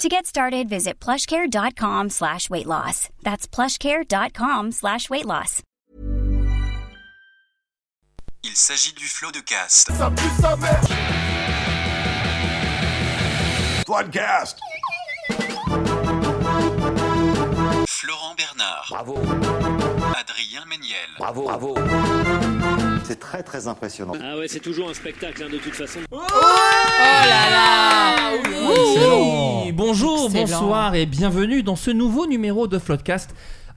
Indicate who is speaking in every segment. Speaker 1: To get started, visit plushcare.com slash weight loss. That's plushcare.com slash weight loss.
Speaker 2: Il s'agit du flot de cast.
Speaker 3: Floodcast.
Speaker 2: Florent Bernard,
Speaker 4: Bravo,
Speaker 2: Adrien Méniel,
Speaker 4: bravo, bravo.
Speaker 5: C'est très très impressionnant.
Speaker 6: Ah ouais, c'est toujours un spectacle hein, de toute façon.
Speaker 7: Oui, bonjour,
Speaker 8: Excellent.
Speaker 7: bonsoir et bienvenue dans ce nouveau numéro de Floodcast.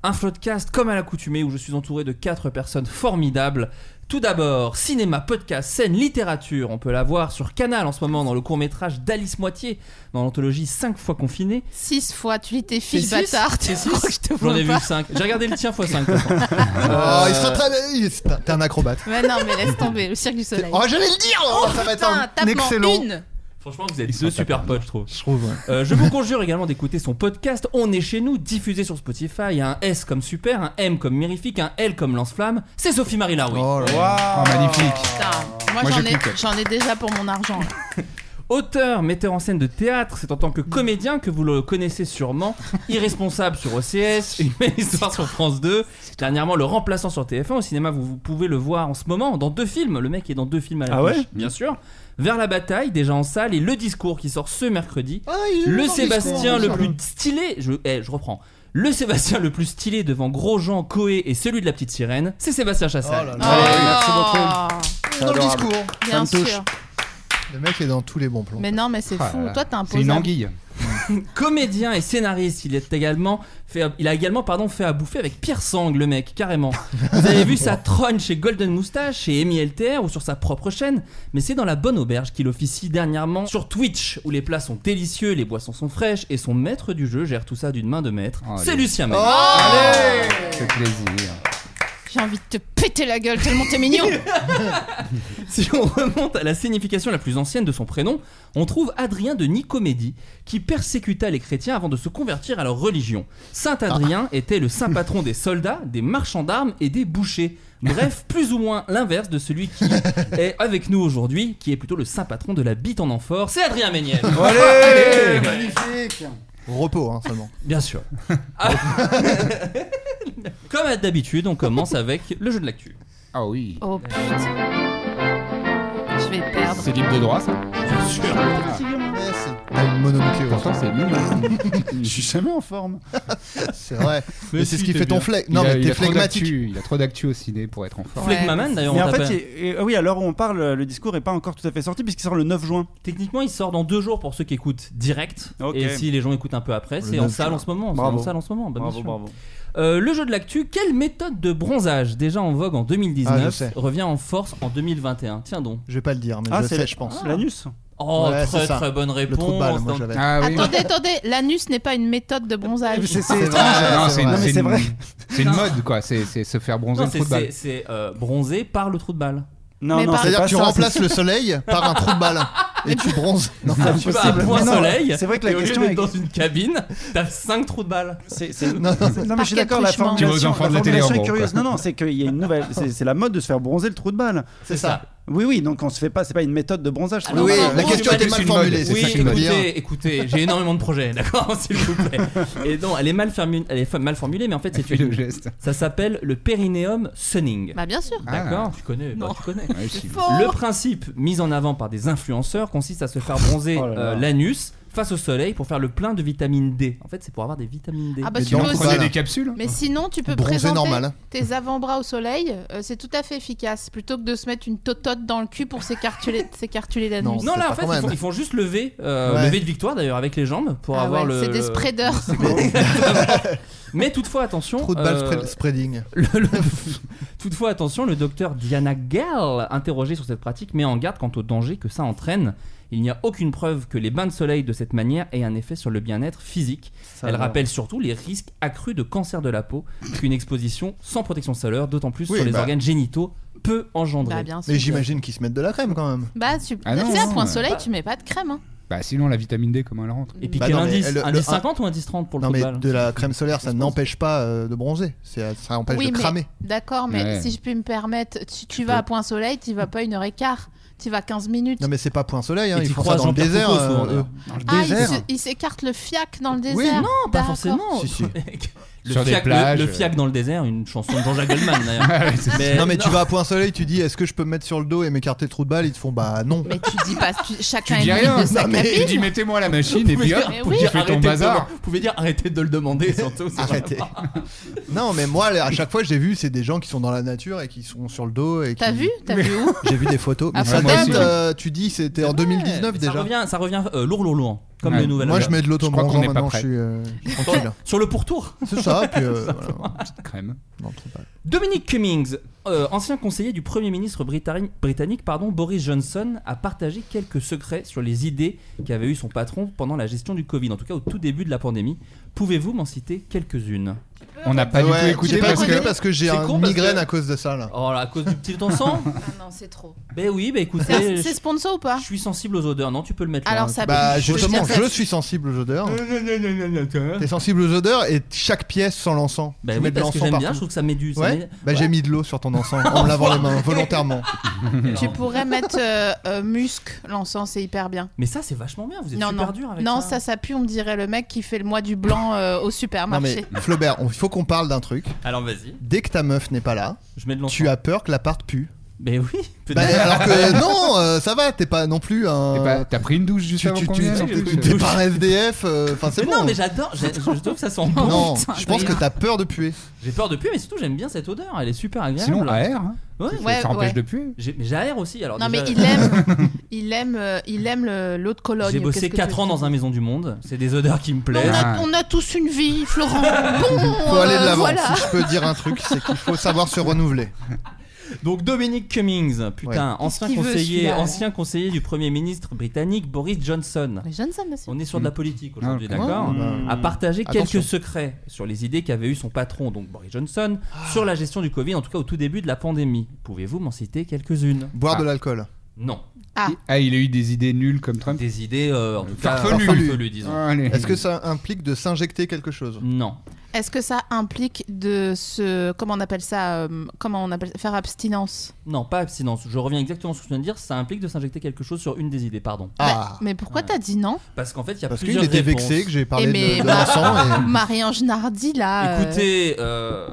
Speaker 7: Un Floodcast comme à l'accoutumée où je suis entouré de quatre personnes formidables. Tout d'abord, cinéma, podcast, scène, littérature. On peut la voir sur Canal en ce moment dans le court-métrage d'Alice Moitié dans l'anthologie 5 fois confinée.
Speaker 8: 6 fois, tu lis tes
Speaker 7: C'est
Speaker 8: fiches,
Speaker 7: six
Speaker 8: bâtard.
Speaker 7: C'est
Speaker 8: Tu
Speaker 7: six
Speaker 8: crois que je te
Speaker 7: J'en
Speaker 8: vois
Speaker 7: ai
Speaker 8: pas
Speaker 7: vu 5. J'ai regardé le tien fois 5.
Speaker 9: Euh,
Speaker 10: Oh, il sera très. il- c'est un- T'es un acrobate.
Speaker 8: Mais non, mais laisse tomber, le cirque du soleil.
Speaker 10: Oh, j'allais le dire oh, Ça va être
Speaker 8: Putain,
Speaker 10: un,
Speaker 8: tape-moi
Speaker 10: excellent.
Speaker 8: une.
Speaker 7: Franchement, vous êtes deux super potes, je trouve.
Speaker 10: Je trouve. ouais.
Speaker 7: Euh, je vous conjure également d'écouter son podcast On est chez nous, diffusé sur Spotify. Il y a un S comme super, un M comme mirifique, un L comme lance-flamme. C'est Sophie Marie Laroui.
Speaker 10: Oh là
Speaker 9: Ah,
Speaker 10: là. Oh, magnifique.
Speaker 8: Putain, moi,
Speaker 10: Moi,
Speaker 8: j'en
Speaker 10: je
Speaker 8: ai,
Speaker 10: clique.
Speaker 8: j'en ai déjà pour mon argent.
Speaker 7: Auteur, metteur en scène de théâtre, c'est en tant que comédien que vous le connaissez sûrement. Irresponsable sur OCS, Une belle histoire sur France 2. Dernièrement, le remplaçant sur TF1 au cinéma, vous, vous pouvez le voir en ce moment dans deux films. Le mec est dans deux films à la
Speaker 9: Ah
Speaker 7: bouche,
Speaker 9: ouais
Speaker 7: bien sûr. Vers la bataille, déjà en salle, et Le Discours qui sort ce mercredi.
Speaker 10: Ah, il est
Speaker 7: Le
Speaker 10: dans
Speaker 7: Sébastien le
Speaker 10: discours,
Speaker 7: plus stylé, je, eh, je reprends. Le Sébastien le plus stylé devant Grosjean, Coé et celui de la petite sirène, c'est Sébastien Chassal.
Speaker 10: Oh là là.
Speaker 9: Allez, merci
Speaker 10: Dans le
Speaker 9: Adorable.
Speaker 10: discours.
Speaker 8: Bien
Speaker 9: me touche.
Speaker 8: sûr.
Speaker 10: Le mec est dans tous les bons plans.
Speaker 8: Mais non, mais c'est
Speaker 10: Ah
Speaker 8: fou.
Speaker 10: là là.
Speaker 8: Toi, t'es un
Speaker 9: C'est une anguille.
Speaker 7: Comédien et scénariste, il, est également fait, il a également pardon, fait à bouffer avec Pierre Sang, le mec, carrément. Vous avez vu sa trône chez Golden Moustache, chez Amy LTR ou sur sa propre chaîne, mais c'est dans la bonne auberge qu'il officie dernièrement sur Twitch, où les plats sont délicieux, les boissons sont fraîches et son maître du jeu gère tout ça d'une main de maître.
Speaker 9: Oh,
Speaker 7: c'est
Speaker 9: allez.
Speaker 7: Lucien Ménard.
Speaker 9: Quel plaisir.
Speaker 8: J'ai envie de te péter la gueule tellement t'es mignon.
Speaker 7: Si on remonte à la signification la plus ancienne de son prénom, on trouve Adrien de Nicomédie, qui persécuta les chrétiens avant de se convertir à leur religion. Saint Adrien
Speaker 11: Ah.
Speaker 7: était le saint patron des soldats, des marchands d'armes et des bouchers. Bref, plus ou moins l'inverse de celui qui est avec nous aujourd'hui, qui est plutôt le saint patron de la bite en amphore. C'est Adrien Méniel
Speaker 9: Allez, magnifique.
Speaker 10: Au repos, hein, seulement.
Speaker 7: Bien sûr. Ah. Comme d'habitude, on commence avec le jeu de l'actu.
Speaker 9: Ah oui.
Speaker 8: Oh putain. Je vais perdre.
Speaker 9: C'est libre de droit, ça.
Speaker 7: Bien sûr.
Speaker 10: Eh, c'est pas une mononucléose.
Speaker 9: Pourtant, c'est hein. mignon. Je suis jamais en forme.
Speaker 10: C'est vrai. Mais, c'est
Speaker 9: si,
Speaker 10: ce qui
Speaker 9: t'es
Speaker 10: fait ton
Speaker 9: bien.
Speaker 10: flegme.
Speaker 9: Il
Speaker 10: Non,
Speaker 9: a-
Speaker 10: mais
Speaker 9: il
Speaker 10: t'es
Speaker 9: a trop
Speaker 10: flegmatique.
Speaker 9: d'actu, Il a trop d'actu au ciné pour être en forme.
Speaker 8: Ouais.
Speaker 7: Flegmaman, d'ailleurs,
Speaker 11: Mais
Speaker 7: on
Speaker 11: en fait,
Speaker 7: t'appelle.
Speaker 11: il- et- ah oui, à l'heure où on parle, le discours est pas encore tout à fait sorti puisqu'il sort le 9 juin.
Speaker 7: Techniquement, il sort dans deux jours pour ceux qui écoutent direct.
Speaker 11: Ok.
Speaker 7: Et si les gens écoutent un peu après, c'est en
Speaker 10: neuf
Speaker 7: salle
Speaker 10: juin.
Speaker 7: en ce moment. c'est
Speaker 11: Bravo.
Speaker 7: en salle en ce moment. bah, bien
Speaker 11: bravo,
Speaker 7: sûr.
Speaker 11: bravo.
Speaker 7: Euh, le jeu de l'actu, quelle méthode de bronzage, déjà en vogue en
Speaker 10: Ah, je
Speaker 7: 2019,
Speaker 10: sais.
Speaker 7: revient en force en 2021 Tiens donc.
Speaker 10: Je vais pas le dire, mais je
Speaker 11: Ah, c'est
Speaker 10: sais, je pense.
Speaker 11: l'anus.
Speaker 7: Oh,
Speaker 10: Ouais,
Speaker 7: très
Speaker 10: c'est ça.
Speaker 7: très bonne
Speaker 10: Le trou de
Speaker 7: réponse.
Speaker 10: balle, moi je l'avais.
Speaker 9: Ah oui.
Speaker 8: Attendez, attendez, l'anus n'est pas une méthode de bronzage.
Speaker 10: C'est
Speaker 9: Ah, non,
Speaker 10: vrai,
Speaker 9: c'est
Speaker 10: c'est
Speaker 9: une,
Speaker 10: vrai.
Speaker 9: c'est
Speaker 11: c'est
Speaker 9: une-
Speaker 11: vrai.
Speaker 9: c'est une mode quoi, c'est c'est se faire bronzer
Speaker 7: Non,
Speaker 9: le
Speaker 7: c'est-
Speaker 9: trou de balle.
Speaker 7: c'est- c'est euh, bronzé par le trou de balle.
Speaker 11: Non,
Speaker 8: Mais
Speaker 11: non,
Speaker 8: par-
Speaker 11: c'est
Speaker 10: C'est-à-dire
Speaker 11: pas
Speaker 10: que tu
Speaker 11: ça,
Speaker 10: remplaces le soleil par un trou de balle et tu bronzes. Non, non,
Speaker 7: Tu vas à
Speaker 11: possible.
Speaker 7: point
Speaker 11: Mais non,
Speaker 7: soleil.
Speaker 11: c'est vrai que la
Speaker 7: et au lieu
Speaker 11: question
Speaker 7: d'être
Speaker 11: est-
Speaker 7: dans une cabine, t'as 5 trous de balle.
Speaker 11: c'est- c'est- c'est-
Speaker 10: non,
Speaker 11: c'est- Non, mais je suis d'accord, la
Speaker 8: Tu vas aux
Speaker 11: formulation,
Speaker 9: enfants de la
Speaker 11: la
Speaker 9: télé, en
Speaker 11: formulation est
Speaker 9: gros,
Speaker 11: curieuse. Non, non, c'est qu'il y a une nouvelle. C'est c'est la mode de se faire bronzer le trou de balle.
Speaker 10: c'est ça.
Speaker 11: Oui, oui, donc on se fait pas. C'est pas une méthode de bronzage.
Speaker 8: Ah
Speaker 11: c'est
Speaker 10: Oui,
Speaker 11: normal.
Speaker 10: la question
Speaker 7: c'est
Speaker 10: était
Speaker 9: juste
Speaker 10: mal
Speaker 9: une mode.
Speaker 10: formulée, c'est
Speaker 7: Oui,
Speaker 10: ça que je veux dire.
Speaker 7: écoutez, écoutez, j'ai énormément de projets, d'accord, s'il vous plaît. Et non, elle est mal, formu- elle est fa- mal formulée, mais en fait, c'est
Speaker 9: Puis le
Speaker 7: une-
Speaker 9: geste.
Speaker 7: Ça s'appelle le périnéum sunning.
Speaker 8: Bah bien sûr.
Speaker 10: Ah,
Speaker 3: Ah.
Speaker 7: D'accord, tu connais, bah,
Speaker 8: Non.
Speaker 7: tu connais.
Speaker 9: Ouais, si.
Speaker 8: Faux.
Speaker 7: Le principe mis en avant par des influenceurs consiste à se faire bronzer
Speaker 11: Oh là là.
Speaker 7: euh, l'anus, face au soleil pour faire le plein de vitamine D. En fait, c'est pour avoir des vitamines D.
Speaker 8: Ah bah, tu peux aussi- Mais
Speaker 7: si
Speaker 8: sinon, tu peux
Speaker 7: Bronzé
Speaker 8: présenter
Speaker 7: normal.
Speaker 8: tes avant-bras au soleil. euh, c'est tout à fait efficace. Plutôt que de se mettre une totote dans le cul pour s'écartuler s'écartuler la nuit.
Speaker 7: Non, là, en fait, ils font, ils font juste lever, euh,
Speaker 9: Ouais.
Speaker 7: lever de victoire d'ailleurs avec les jambes pour
Speaker 8: Ah
Speaker 7: avoir
Speaker 8: ouais,
Speaker 7: le.
Speaker 8: c'est des
Speaker 7: le-
Speaker 8: spreaders. Bah,
Speaker 7: C'est bon. Exactement. Mais toutefois, attention. euh,
Speaker 3: Trou de balle spread- spreading.
Speaker 7: le- le- toutefois, attention, le docteur Diana Gall, interrogé sur cette pratique, met en garde quant au danger que ça entraîne. Il n'y a aucune preuve que les bains de soleil de cette manière aient un effet sur le bien-être physique.
Speaker 2: Ça
Speaker 7: Elle
Speaker 2: va.
Speaker 7: rappelle surtout les risques accrus de cancer de la peau qu'une exposition sans protection solaire, d'autant plus
Speaker 3: Oui,
Speaker 7: sur les
Speaker 3: bah.
Speaker 7: organes génitaux, peut engendrer.
Speaker 8: Bah, bien sûr.
Speaker 3: Mais j'imagine qu'ils se mettent de la crème quand même.
Speaker 8: Bah, tu
Speaker 9: Ah non,
Speaker 8: tu sais, à
Speaker 9: non,
Speaker 8: point
Speaker 9: non.
Speaker 8: soleil, tu mets pas de crème. hein.
Speaker 9: Bah sinon la vitamine D comment elle rentre
Speaker 7: Et puis
Speaker 3: Bah
Speaker 7: quel
Speaker 3: non, mais
Speaker 7: indice
Speaker 3: le- le-
Speaker 7: Indice
Speaker 3: un-
Speaker 7: 50 ou indice 30 pour le
Speaker 3: Non
Speaker 7: coup de
Speaker 3: mais
Speaker 7: balle
Speaker 3: de la crème solaire, ça n'empêche pas euh, de bronzer. C'est- Ça empêche
Speaker 8: Oui,
Speaker 3: de
Speaker 8: mais-
Speaker 3: cramer.
Speaker 8: D'accord, mais
Speaker 3: Ouais.
Speaker 8: si je puis me permettre, tu, tu vas à point soleil, tu vas pas une heure et quart. Tu vas 15 minutes.
Speaker 3: Non mais c'est pas point soleil, hein,
Speaker 7: Et
Speaker 3: ils
Speaker 7: tu
Speaker 3: font ça
Speaker 7: croises
Speaker 3: dans le
Speaker 7: Jean-Pierre
Speaker 3: désert.
Speaker 7: Foucault, souvent,
Speaker 3: euh,
Speaker 7: d'ailleurs.
Speaker 3: dans le
Speaker 8: Ah, il
Speaker 3: désert.
Speaker 8: se- il s'écarte le fiac dans le
Speaker 7: non,
Speaker 8: désert.
Speaker 7: pas
Speaker 8: D'accord.
Speaker 7: forcément.
Speaker 3: Si, si.
Speaker 7: Le
Speaker 9: Sur des
Speaker 7: fiac, le-
Speaker 9: plages,
Speaker 7: le,
Speaker 9: euh.
Speaker 7: fiac dans le désert, une chanson de Jean-Jacques Goldman
Speaker 9: Ah,
Speaker 7: d'ailleurs.
Speaker 3: non mais tu vas à point soleil, tu dis est-ce que je peux me mettre sur le dos et m'écarter le trou de balle, ils te font bah non.
Speaker 8: Mais tu dis pas, tu-
Speaker 9: Tu
Speaker 8: chacun
Speaker 9: dis
Speaker 8: est libre
Speaker 9: rien
Speaker 8: de sa
Speaker 9: Non, mais tu
Speaker 8: cabine.
Speaker 9: dis mettez-moi la machine et puis hop
Speaker 8: Mais oui.
Speaker 9: tu fais ton
Speaker 7: Arrêtez de-
Speaker 9: bazar.
Speaker 7: Vous pouvez dire arrêtez de le demander surtout. c'est
Speaker 3: Arrêtez.
Speaker 7: vraiment-
Speaker 3: Non mais moi à chaque fois j'ai vu c'est des gens qui sont dans la nature et qui sont sur le dos et qui-
Speaker 8: T'as vu T'as vu où
Speaker 3: J'ai vu des photos. Mais
Speaker 8: Ah,
Speaker 3: ça
Speaker 9: moi
Speaker 3: date,
Speaker 9: aussi.
Speaker 3: euh, tu dis c'était en 2019
Speaker 7: Ouais,
Speaker 3: déjà.
Speaker 7: Ça revient, ça revient euh, lourd, lourd, lourd. Comme
Speaker 9: Ouais.
Speaker 7: les nouvelles.
Speaker 3: Moi je mets de
Speaker 9: Je crois qu'on
Speaker 3: l'auto-bronzant
Speaker 9: n'est pas
Speaker 3: maintenant, je
Speaker 9: prêt.
Speaker 3: suis euh, tranquille.
Speaker 7: Sur le pourtour.
Speaker 3: C'est ça, puis euh, voilà.
Speaker 9: Petite crème.
Speaker 3: Non, trop pas.
Speaker 7: Dominic Cummings, euh, ancien conseiller du Premier ministre britannique, britannique pardon, Boris Johnson, a partagé quelques secrets sur les idées qu'avait eu son patron pendant la gestion du Covid, en tout cas au tout début de la pandémie. Pouvez-vous m'en citer quelques-unes
Speaker 9: On n'a pas
Speaker 3: Ouais,
Speaker 9: du tout
Speaker 3: j'ai
Speaker 9: écouté
Speaker 3: pas
Speaker 9: parce
Speaker 3: écouté
Speaker 9: que
Speaker 3: parce que j'ai
Speaker 7: C'est
Speaker 3: un
Speaker 7: con parce
Speaker 3: migraine
Speaker 7: que-
Speaker 3: à cause de ça là.
Speaker 7: Oh là, à cause du petit encens
Speaker 8: Ah non, c'est trop.
Speaker 7: Ben oui, ben écoutez,
Speaker 8: C'est
Speaker 7: je
Speaker 8: c'est sponsor ou pas
Speaker 7: je suis sensible aux odeurs. Non, tu peux le mettre là. hein.
Speaker 8: Alors ça
Speaker 3: Bah
Speaker 8: je veux
Speaker 3: justement,
Speaker 8: dire, ça-
Speaker 3: je suis sensible aux odeurs.
Speaker 7: Bah
Speaker 3: T'es sensible aux odeurs et chaque pièce sans l'encens.
Speaker 9: Bah
Speaker 3: tu mets
Speaker 7: Ben oui,
Speaker 3: de
Speaker 7: parce que
Speaker 3: l'encens
Speaker 7: j'aime bien,
Speaker 3: partout.
Speaker 7: je trouve que ça met du. ça
Speaker 3: Ouais.
Speaker 7: met-
Speaker 3: Bah j'ai mis de l'eau sur ton encens en me lavant les mains volontairement.
Speaker 8: Tu pourrais mettre euh, euh, musc, l'encens, c'est hyper bien.
Speaker 7: Mais ça, c'est vachement bien, vous êtes
Speaker 8: non,
Speaker 7: super
Speaker 8: non.
Speaker 7: dur avec
Speaker 8: non,
Speaker 7: ça.
Speaker 8: ça, ça pue, on dirait le mec qui fait le mois du blanc euh, au
Speaker 3: Non
Speaker 8: supermarché.
Speaker 3: mais Flaubert, il faut qu'on parle d'un truc.
Speaker 7: Alors vas-y,
Speaker 3: Dès que ta meuf n'est pas là,
Speaker 7: je mets de l'encens.
Speaker 3: tu as peur que l'appart pue.
Speaker 7: Mais oui, peut-être.
Speaker 3: Bah, alors que non, euh, ça va, t'es pas non plus un.
Speaker 9: T'es pas- t'as pris une douche juste
Speaker 3: tu,
Speaker 9: avant
Speaker 3: tu-
Speaker 9: qu'on
Speaker 3: tu-
Speaker 9: vienne en
Speaker 3: tu-
Speaker 9: plus.
Speaker 3: t'es pas un SDF, euh, enfin c'est
Speaker 7: Mais
Speaker 3: bon.
Speaker 7: Non, mais j'adore, j'ai- je je trouve que ça sent bon.
Speaker 3: Non,
Speaker 8: Oh, putain,
Speaker 3: je pense que
Speaker 8: d'ailleurs.
Speaker 3: t'as peur de puer.
Speaker 7: J'ai peur de puer, mais surtout j'aime bien cette odeur, elle est super agréable.
Speaker 9: Sinon AR hein,
Speaker 7: Ouais.
Speaker 8: Ouais,
Speaker 9: ça empêche
Speaker 8: ouais.
Speaker 9: de puer.
Speaker 7: J'ai- Mais j'aère aussi, alors.
Speaker 8: Non, mais
Speaker 7: déjà,
Speaker 8: il aime, il aime, euh, il aime le- l'eau de Cologne.
Speaker 7: J'ai
Speaker 8: Qu'est-ce
Speaker 7: bossé
Speaker 8: que
Speaker 7: 4
Speaker 8: tu-
Speaker 7: ans dans un maison du monde, c'est des odeurs qui me
Speaker 8: Mais On
Speaker 7: plaisent.
Speaker 9: Ah.
Speaker 8: a, on a tous une vie, Florent. Bon,
Speaker 3: Faut aller de
Speaker 8: euh,
Speaker 3: l'avant.
Speaker 8: voilà.
Speaker 3: Si je peux dire un truc, c'est qu'il faut savoir se renouveler.
Speaker 7: Donc Dominic Cummings, putain, ancien
Speaker 8: qu'il veut,
Speaker 7: conseiller,
Speaker 8: celui-là, là
Speaker 7: ancien conseiller du Premier ministre britannique Boris Johnson.
Speaker 8: Mais jeune ça, monsieur.
Speaker 7: On est sur
Speaker 3: Mm.
Speaker 7: de la politique aujourd'hui,
Speaker 9: Ah, ok.
Speaker 7: d'accord
Speaker 3: Mmh.
Speaker 7: A partagé
Speaker 3: Attention.
Speaker 7: quelques secrets sur les idées qu'avait eu son patron, donc Boris Johnson,
Speaker 3: Ah.
Speaker 7: sur la gestion du Covid, en tout cas au tout début de la pandémie. Pouvez-vous m'en citer quelques-unes
Speaker 3: Boire
Speaker 9: Ah.
Speaker 3: de l'alcool.
Speaker 7: Non.
Speaker 9: Ah il a eu des idées nulles comme Trump.
Speaker 7: Des idées, euh, en tout cas,
Speaker 9: Farfelues.
Speaker 7: farfelues, disons.
Speaker 9: Allez.
Speaker 3: Est-ce que ça implique de s'injecter quelque chose
Speaker 7: Non.
Speaker 8: Est-ce que ça implique de se, comment on appelle ça, euh, comment on appelle, faire abstinence
Speaker 7: Non, pas abstinence. Je reviens exactement sur ce que je viens de dire. Ça implique de s'injecter quelque chose sur une des idées, pardon.
Speaker 3: Ah
Speaker 8: Mais pourquoi
Speaker 7: Ouais.
Speaker 8: t'as dit non
Speaker 7: Parce qu'en fait, il y Bah, a
Speaker 3: Parce qu'il
Speaker 7: plusieurs
Speaker 3: était
Speaker 7: réponses.
Speaker 3: vexé que j'ai parlé
Speaker 8: Eh
Speaker 3: de,
Speaker 8: mais-
Speaker 3: de l'encens et-
Speaker 8: Marie-Ange Nardi là. euh,
Speaker 7: Écoutez, euh,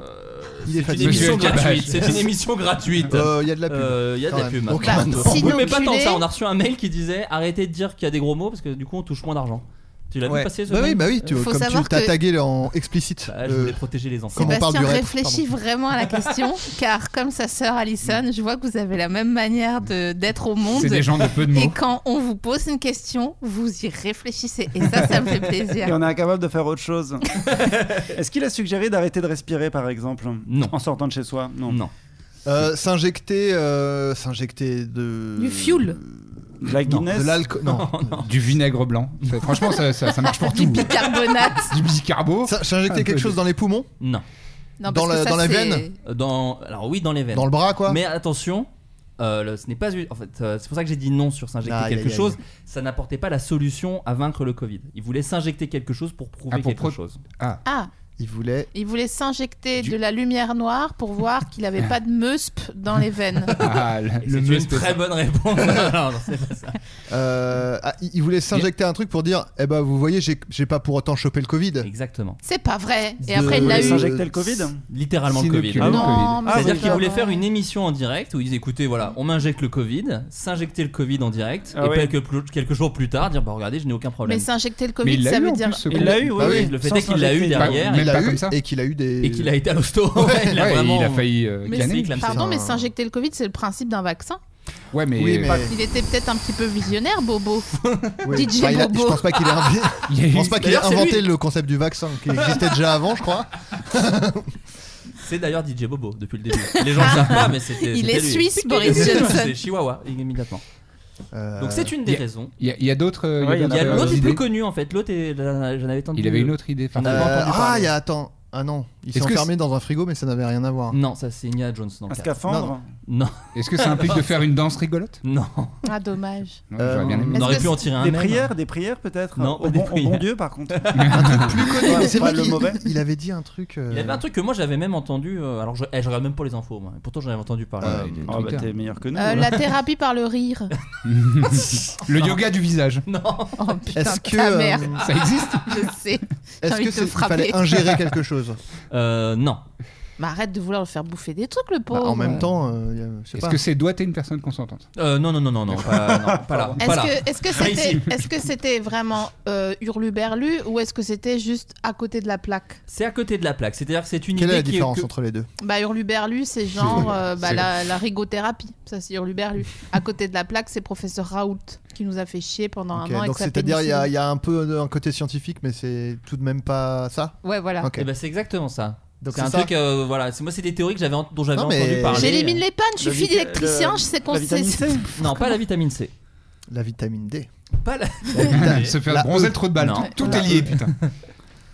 Speaker 3: Il est
Speaker 7: c'est une
Speaker 3: fatigué.
Speaker 7: émission
Speaker 9: Monsieur
Speaker 7: gratuite.
Speaker 9: Elkabach.
Speaker 7: C'est une émission gratuite.
Speaker 3: Euh, Il y a de la pub.
Speaker 7: Euh, Il y a de
Speaker 3: Quand
Speaker 7: la
Speaker 3: même.
Speaker 7: pub. maintenant.
Speaker 3: Donc,
Speaker 8: Bah,
Speaker 3: maintenant.
Speaker 8: sinon-
Speaker 7: Oui, mais pas tant que ça.
Speaker 8: Inoculé.
Speaker 7: On a reçu un mail qui disait arrêtez de dire qu'il y a des gros mots parce que du coup on touche moins d'argent. Tu l'as
Speaker 3: Ouais.
Speaker 7: vu passer ce
Speaker 3: Bah oui,
Speaker 7: mail
Speaker 3: bah oui, tu,
Speaker 8: Faut
Speaker 3: comme tu
Speaker 8: savoir
Speaker 3: t'as
Speaker 8: que-
Speaker 3: tagué en explicite.
Speaker 7: Bah, Je
Speaker 3: euh,
Speaker 7: voulais protéger les enfants.
Speaker 3: Comme on parle
Speaker 8: Sébastien
Speaker 3: du rap,
Speaker 8: réfléchit vraiment à la question, car comme sa sœur Alison, je vois que vous avez la même manière de- d'être au monde.
Speaker 9: C'est des gens de peu de
Speaker 8: Et
Speaker 9: mots.
Speaker 8: quand on vous pose une question, vous y réfléchissez. Et ça, ça me fait
Speaker 2: Et
Speaker 8: plaisir.
Speaker 2: on est incapable de faire autre chose. Est-ce qu'il a suggéré d'arrêter de respirer, par exemple
Speaker 7: Non.
Speaker 2: En sortant de chez soi Non.
Speaker 7: Non.
Speaker 3: euh, s'injecter, euh, s'injecter de
Speaker 8: Du fuel.
Speaker 2: De La Guinness
Speaker 3: de l'alcool. Non.
Speaker 9: Du vinaigre blanc. Ça- Franchement ça, ça, ça marche pour
Speaker 8: Du
Speaker 9: tout.
Speaker 8: bicarbonate.
Speaker 9: Du bicarbo.
Speaker 3: Ça- S'injecter
Speaker 9: Un
Speaker 3: quelque
Speaker 9: peu
Speaker 3: chose
Speaker 9: de-
Speaker 3: dans les poumons,
Speaker 7: Non.
Speaker 8: Non,
Speaker 3: Dans
Speaker 8: parce que
Speaker 3: la-
Speaker 8: ça,
Speaker 3: dans la
Speaker 8: c'est-
Speaker 3: veine
Speaker 7: Dans alors oui dans les veines.
Speaker 3: dans le bras, quoi.
Speaker 7: Mais attention. euh, le- ce n'est pas une- en fait euh, c'est pour ça que j'ai dit non sur s'injecter
Speaker 3: Aïe,
Speaker 7: quelque
Speaker 3: aïe, aïe.
Speaker 7: chose ça n'apportait pas la solution à vaincre le covid il voulait s'injecter quelque chose pour prouver
Speaker 9: Ah, pour
Speaker 7: quelque
Speaker 9: pro-
Speaker 7: chose
Speaker 8: Ah,
Speaker 3: il voulait.
Speaker 8: Il voulait s'injecter de la lumière noire pour voir qu'il n'avait pas de musp dans les veines.
Speaker 9: Ah, le-
Speaker 7: C'est
Speaker 9: le
Speaker 7: une
Speaker 9: musp,
Speaker 7: très
Speaker 9: ça.
Speaker 7: bonne réponse. Non, non, c'est pas ça.
Speaker 3: euh, ah, il il voulait s'injecter un truc pour dire Eh ben, vous voyez, j'ai j'ai pas pour autant chopé le Covid.
Speaker 7: Exactement.
Speaker 8: C'est pas vrai. Et
Speaker 3: De-
Speaker 8: après, il
Speaker 3: Il
Speaker 8: l'a
Speaker 3: voulait
Speaker 8: eu.
Speaker 3: s'injecter
Speaker 11: le
Speaker 7: Euh,
Speaker 11: Covid
Speaker 7: Littéralement le Covid.
Speaker 9: S'inoculer le Non, Covid.
Speaker 8: mais
Speaker 7: Ah, C'est-à-dire
Speaker 8: c'est
Speaker 7: qu'ils
Speaker 8: pas
Speaker 7: voulaient
Speaker 8: vrai.
Speaker 7: faire une émission en direct où ils disaient écoutez, voilà, on m'injecte le Covid, s'injecter le Covid en direct,
Speaker 11: Ah
Speaker 7: et
Speaker 11: ouais.
Speaker 7: quelques, plus- quelques jours plus tard, dire bah regardez, je n'ai aucun problème.
Speaker 8: Mais s'injecter le
Speaker 9: Mais
Speaker 8: Covid,
Speaker 9: il l'a
Speaker 8: ça
Speaker 9: eu
Speaker 8: veut
Speaker 9: en
Speaker 8: dire.
Speaker 9: plus, ce
Speaker 7: Il l'a eu,
Speaker 3: Bah oui.
Speaker 7: Le
Speaker 11: Sans
Speaker 7: fait est qu'il l'a eu
Speaker 11: s'injecter.
Speaker 7: derrière
Speaker 9: Bah, mais
Speaker 7: et-
Speaker 3: il
Speaker 9: pas
Speaker 3: l'a
Speaker 9: comme
Speaker 3: eu
Speaker 9: ça.
Speaker 3: et qu'il a eu des.
Speaker 7: et qu'il a été à l'hosto. il a
Speaker 9: Ouais,
Speaker 7: vraiment.
Speaker 9: il a failli euh,
Speaker 8: Mais
Speaker 9: gagner.
Speaker 7: c'est clair.
Speaker 8: Pardon, mais
Speaker 3: Putain.
Speaker 8: s'injecter le Covid, c'est le principe d'un vaccin.
Speaker 9: Ouais, mais,
Speaker 3: Oui, mais-
Speaker 8: Il était peut-être un petit peu visionnaire, Bobo.
Speaker 3: Oui.
Speaker 8: DJ
Speaker 3: il a- je
Speaker 8: Bobo.
Speaker 3: pense pas qu'il ait, invi-
Speaker 9: Il y a eu-
Speaker 3: je pense pas qu'il ait
Speaker 7: D'ailleurs, c'est
Speaker 3: inventé
Speaker 7: lui.
Speaker 3: le concept du vaccin qui existait déjà avant, je crois.
Speaker 7: C'est d'ailleurs DJ Bobo depuis le début. Les gens ne savent pas, mais c'était.
Speaker 8: Il
Speaker 7: c'était
Speaker 8: est
Speaker 7: lui.
Speaker 8: suisse, Boris Johnson.
Speaker 7: C'est Chihuahua immédiatement.
Speaker 3: Euh,
Speaker 7: Donc c'est une des
Speaker 9: y a-
Speaker 7: raisons.
Speaker 9: Il y a- il y a d'autres. euh,
Speaker 11: Ouais, il y en
Speaker 7: Il y a
Speaker 9: d'autres, euh,
Speaker 7: l'autre est plus
Speaker 9: idées.
Speaker 7: connu en fait. L'autre est. là, J'en avais tant
Speaker 9: Il avait une autre idée. enfin,
Speaker 7: On a-
Speaker 9: euh,
Speaker 7: pas entendu
Speaker 3: ah,
Speaker 7: parler.
Speaker 3: il y a attends. Ah non, il s'est
Speaker 9: Est-ce que
Speaker 3: enfermé dans un frigo, mais ça n'avait rien à voir.
Speaker 7: Non, ça c'est Nia Jones. dans le
Speaker 11: Un
Speaker 7: cadre.
Speaker 11: scaphandre
Speaker 7: Non,
Speaker 9: Est-ce que ça implique de faire une danse rigolote
Speaker 7: non.
Speaker 8: Ah, dommage.
Speaker 9: Non,
Speaker 3: Euh,
Speaker 9: j'aurais bien aimé.
Speaker 7: On
Speaker 8: Est-ce
Speaker 7: aurait
Speaker 8: que
Speaker 7: pu en
Speaker 8: c'est-
Speaker 7: tirer un
Speaker 11: Des
Speaker 7: mème.
Speaker 11: prières, des prières peut-être
Speaker 7: Non,
Speaker 11: au,
Speaker 7: pas des
Speaker 11: bon, au bon
Speaker 7: prières.
Speaker 11: Dieu par contre.
Speaker 3: Plus connu, mais c'est
Speaker 11: Pas
Speaker 3: vrai
Speaker 11: le
Speaker 3: qu'il-
Speaker 11: mauvais.
Speaker 3: il avait dit un truc. euh,
Speaker 7: Il y avait un truc que moi j'avais même entendu. euh, alors je, eh, je regarde même pas les infos. Moi. Pourtant j'en avais entendu parler.
Speaker 3: Euh,
Speaker 9: Il y a
Speaker 11: Oh, bah,
Speaker 9: Twitter.
Speaker 11: t'es meilleur que nous.
Speaker 8: Euh, la thérapie par le rire.
Speaker 9: Le yoga du visage.
Speaker 7: Non.
Speaker 8: Oh putain,
Speaker 3: Est-ce que
Speaker 8: ta mère.
Speaker 3: euh,
Speaker 9: Ça existe
Speaker 8: Je sais.
Speaker 3: est-ce
Speaker 8: envie
Speaker 3: que
Speaker 8: de te
Speaker 3: c'est- il
Speaker 8: frapper.
Speaker 3: fallait ingérer quelque chose
Speaker 7: Euh, non.
Speaker 8: Mais Bah, arrête de vouloir le faire bouffer des trucs, le
Speaker 3: Bah,
Speaker 8: pauvre.
Speaker 3: En même temps, euh, il y a- je sais
Speaker 9: Est-ce
Speaker 3: pas.
Speaker 9: que c'est doigté une personne consentante
Speaker 7: Euh, non. Non, non, non, non, pas, non, pas là. Pas là.
Speaker 8: Est-ce que, est-ce que
Speaker 7: Pas
Speaker 8: c'était,
Speaker 7: ici.
Speaker 8: est-ce que c'était vraiment euh, hurluberlu ou est-ce que c'était juste à côté de la plaque
Speaker 7: C'est à côté de la plaque. C'est-à-dire que c'est une
Speaker 3: Quelle
Speaker 7: idée
Speaker 3: est la
Speaker 7: qui
Speaker 3: différence
Speaker 7: que-
Speaker 3: entre les deux
Speaker 8: Bah hurluberlu, c'est genre euh, bah,
Speaker 9: C'est-
Speaker 8: la, la rigothérapie, ça c'est hurluberlu. À côté de la plaque, c'est professeur Raoult qui nous a fait chier pendant
Speaker 3: Ok,
Speaker 8: un an. avec
Speaker 3: Donc
Speaker 8: sa
Speaker 3: c'est-à-dire il y, a- il
Speaker 8: pénicilline.
Speaker 3: y a un peu euh, un côté scientifique, mais c'est tout de même pas ça.
Speaker 8: Ouais voilà.
Speaker 3: Ok.
Speaker 7: Eh ben, c'est exactement ça.
Speaker 3: Donc
Speaker 7: C'est un
Speaker 3: ça.
Speaker 7: truc, euh, voilà. C'est moi, c'est des théories que j'avais en- dont j'avais
Speaker 3: Non, mais-
Speaker 7: entendu parler.
Speaker 8: J'élimine les pannes, je
Speaker 11: Le
Speaker 8: suis
Speaker 11: vit-
Speaker 8: électricien,
Speaker 11: le-
Speaker 8: je sais qu'on
Speaker 11: La vitamine
Speaker 8: sait.
Speaker 11: C
Speaker 7: Non, pas la vitamine C.
Speaker 3: La vitamine D.
Speaker 7: Pas la.
Speaker 9: Se
Speaker 3: La
Speaker 9: faire bronzer
Speaker 3: E.
Speaker 9: le trou de balle.
Speaker 7: Non.
Speaker 9: Tout, tout est lié, putain.
Speaker 8: Euh.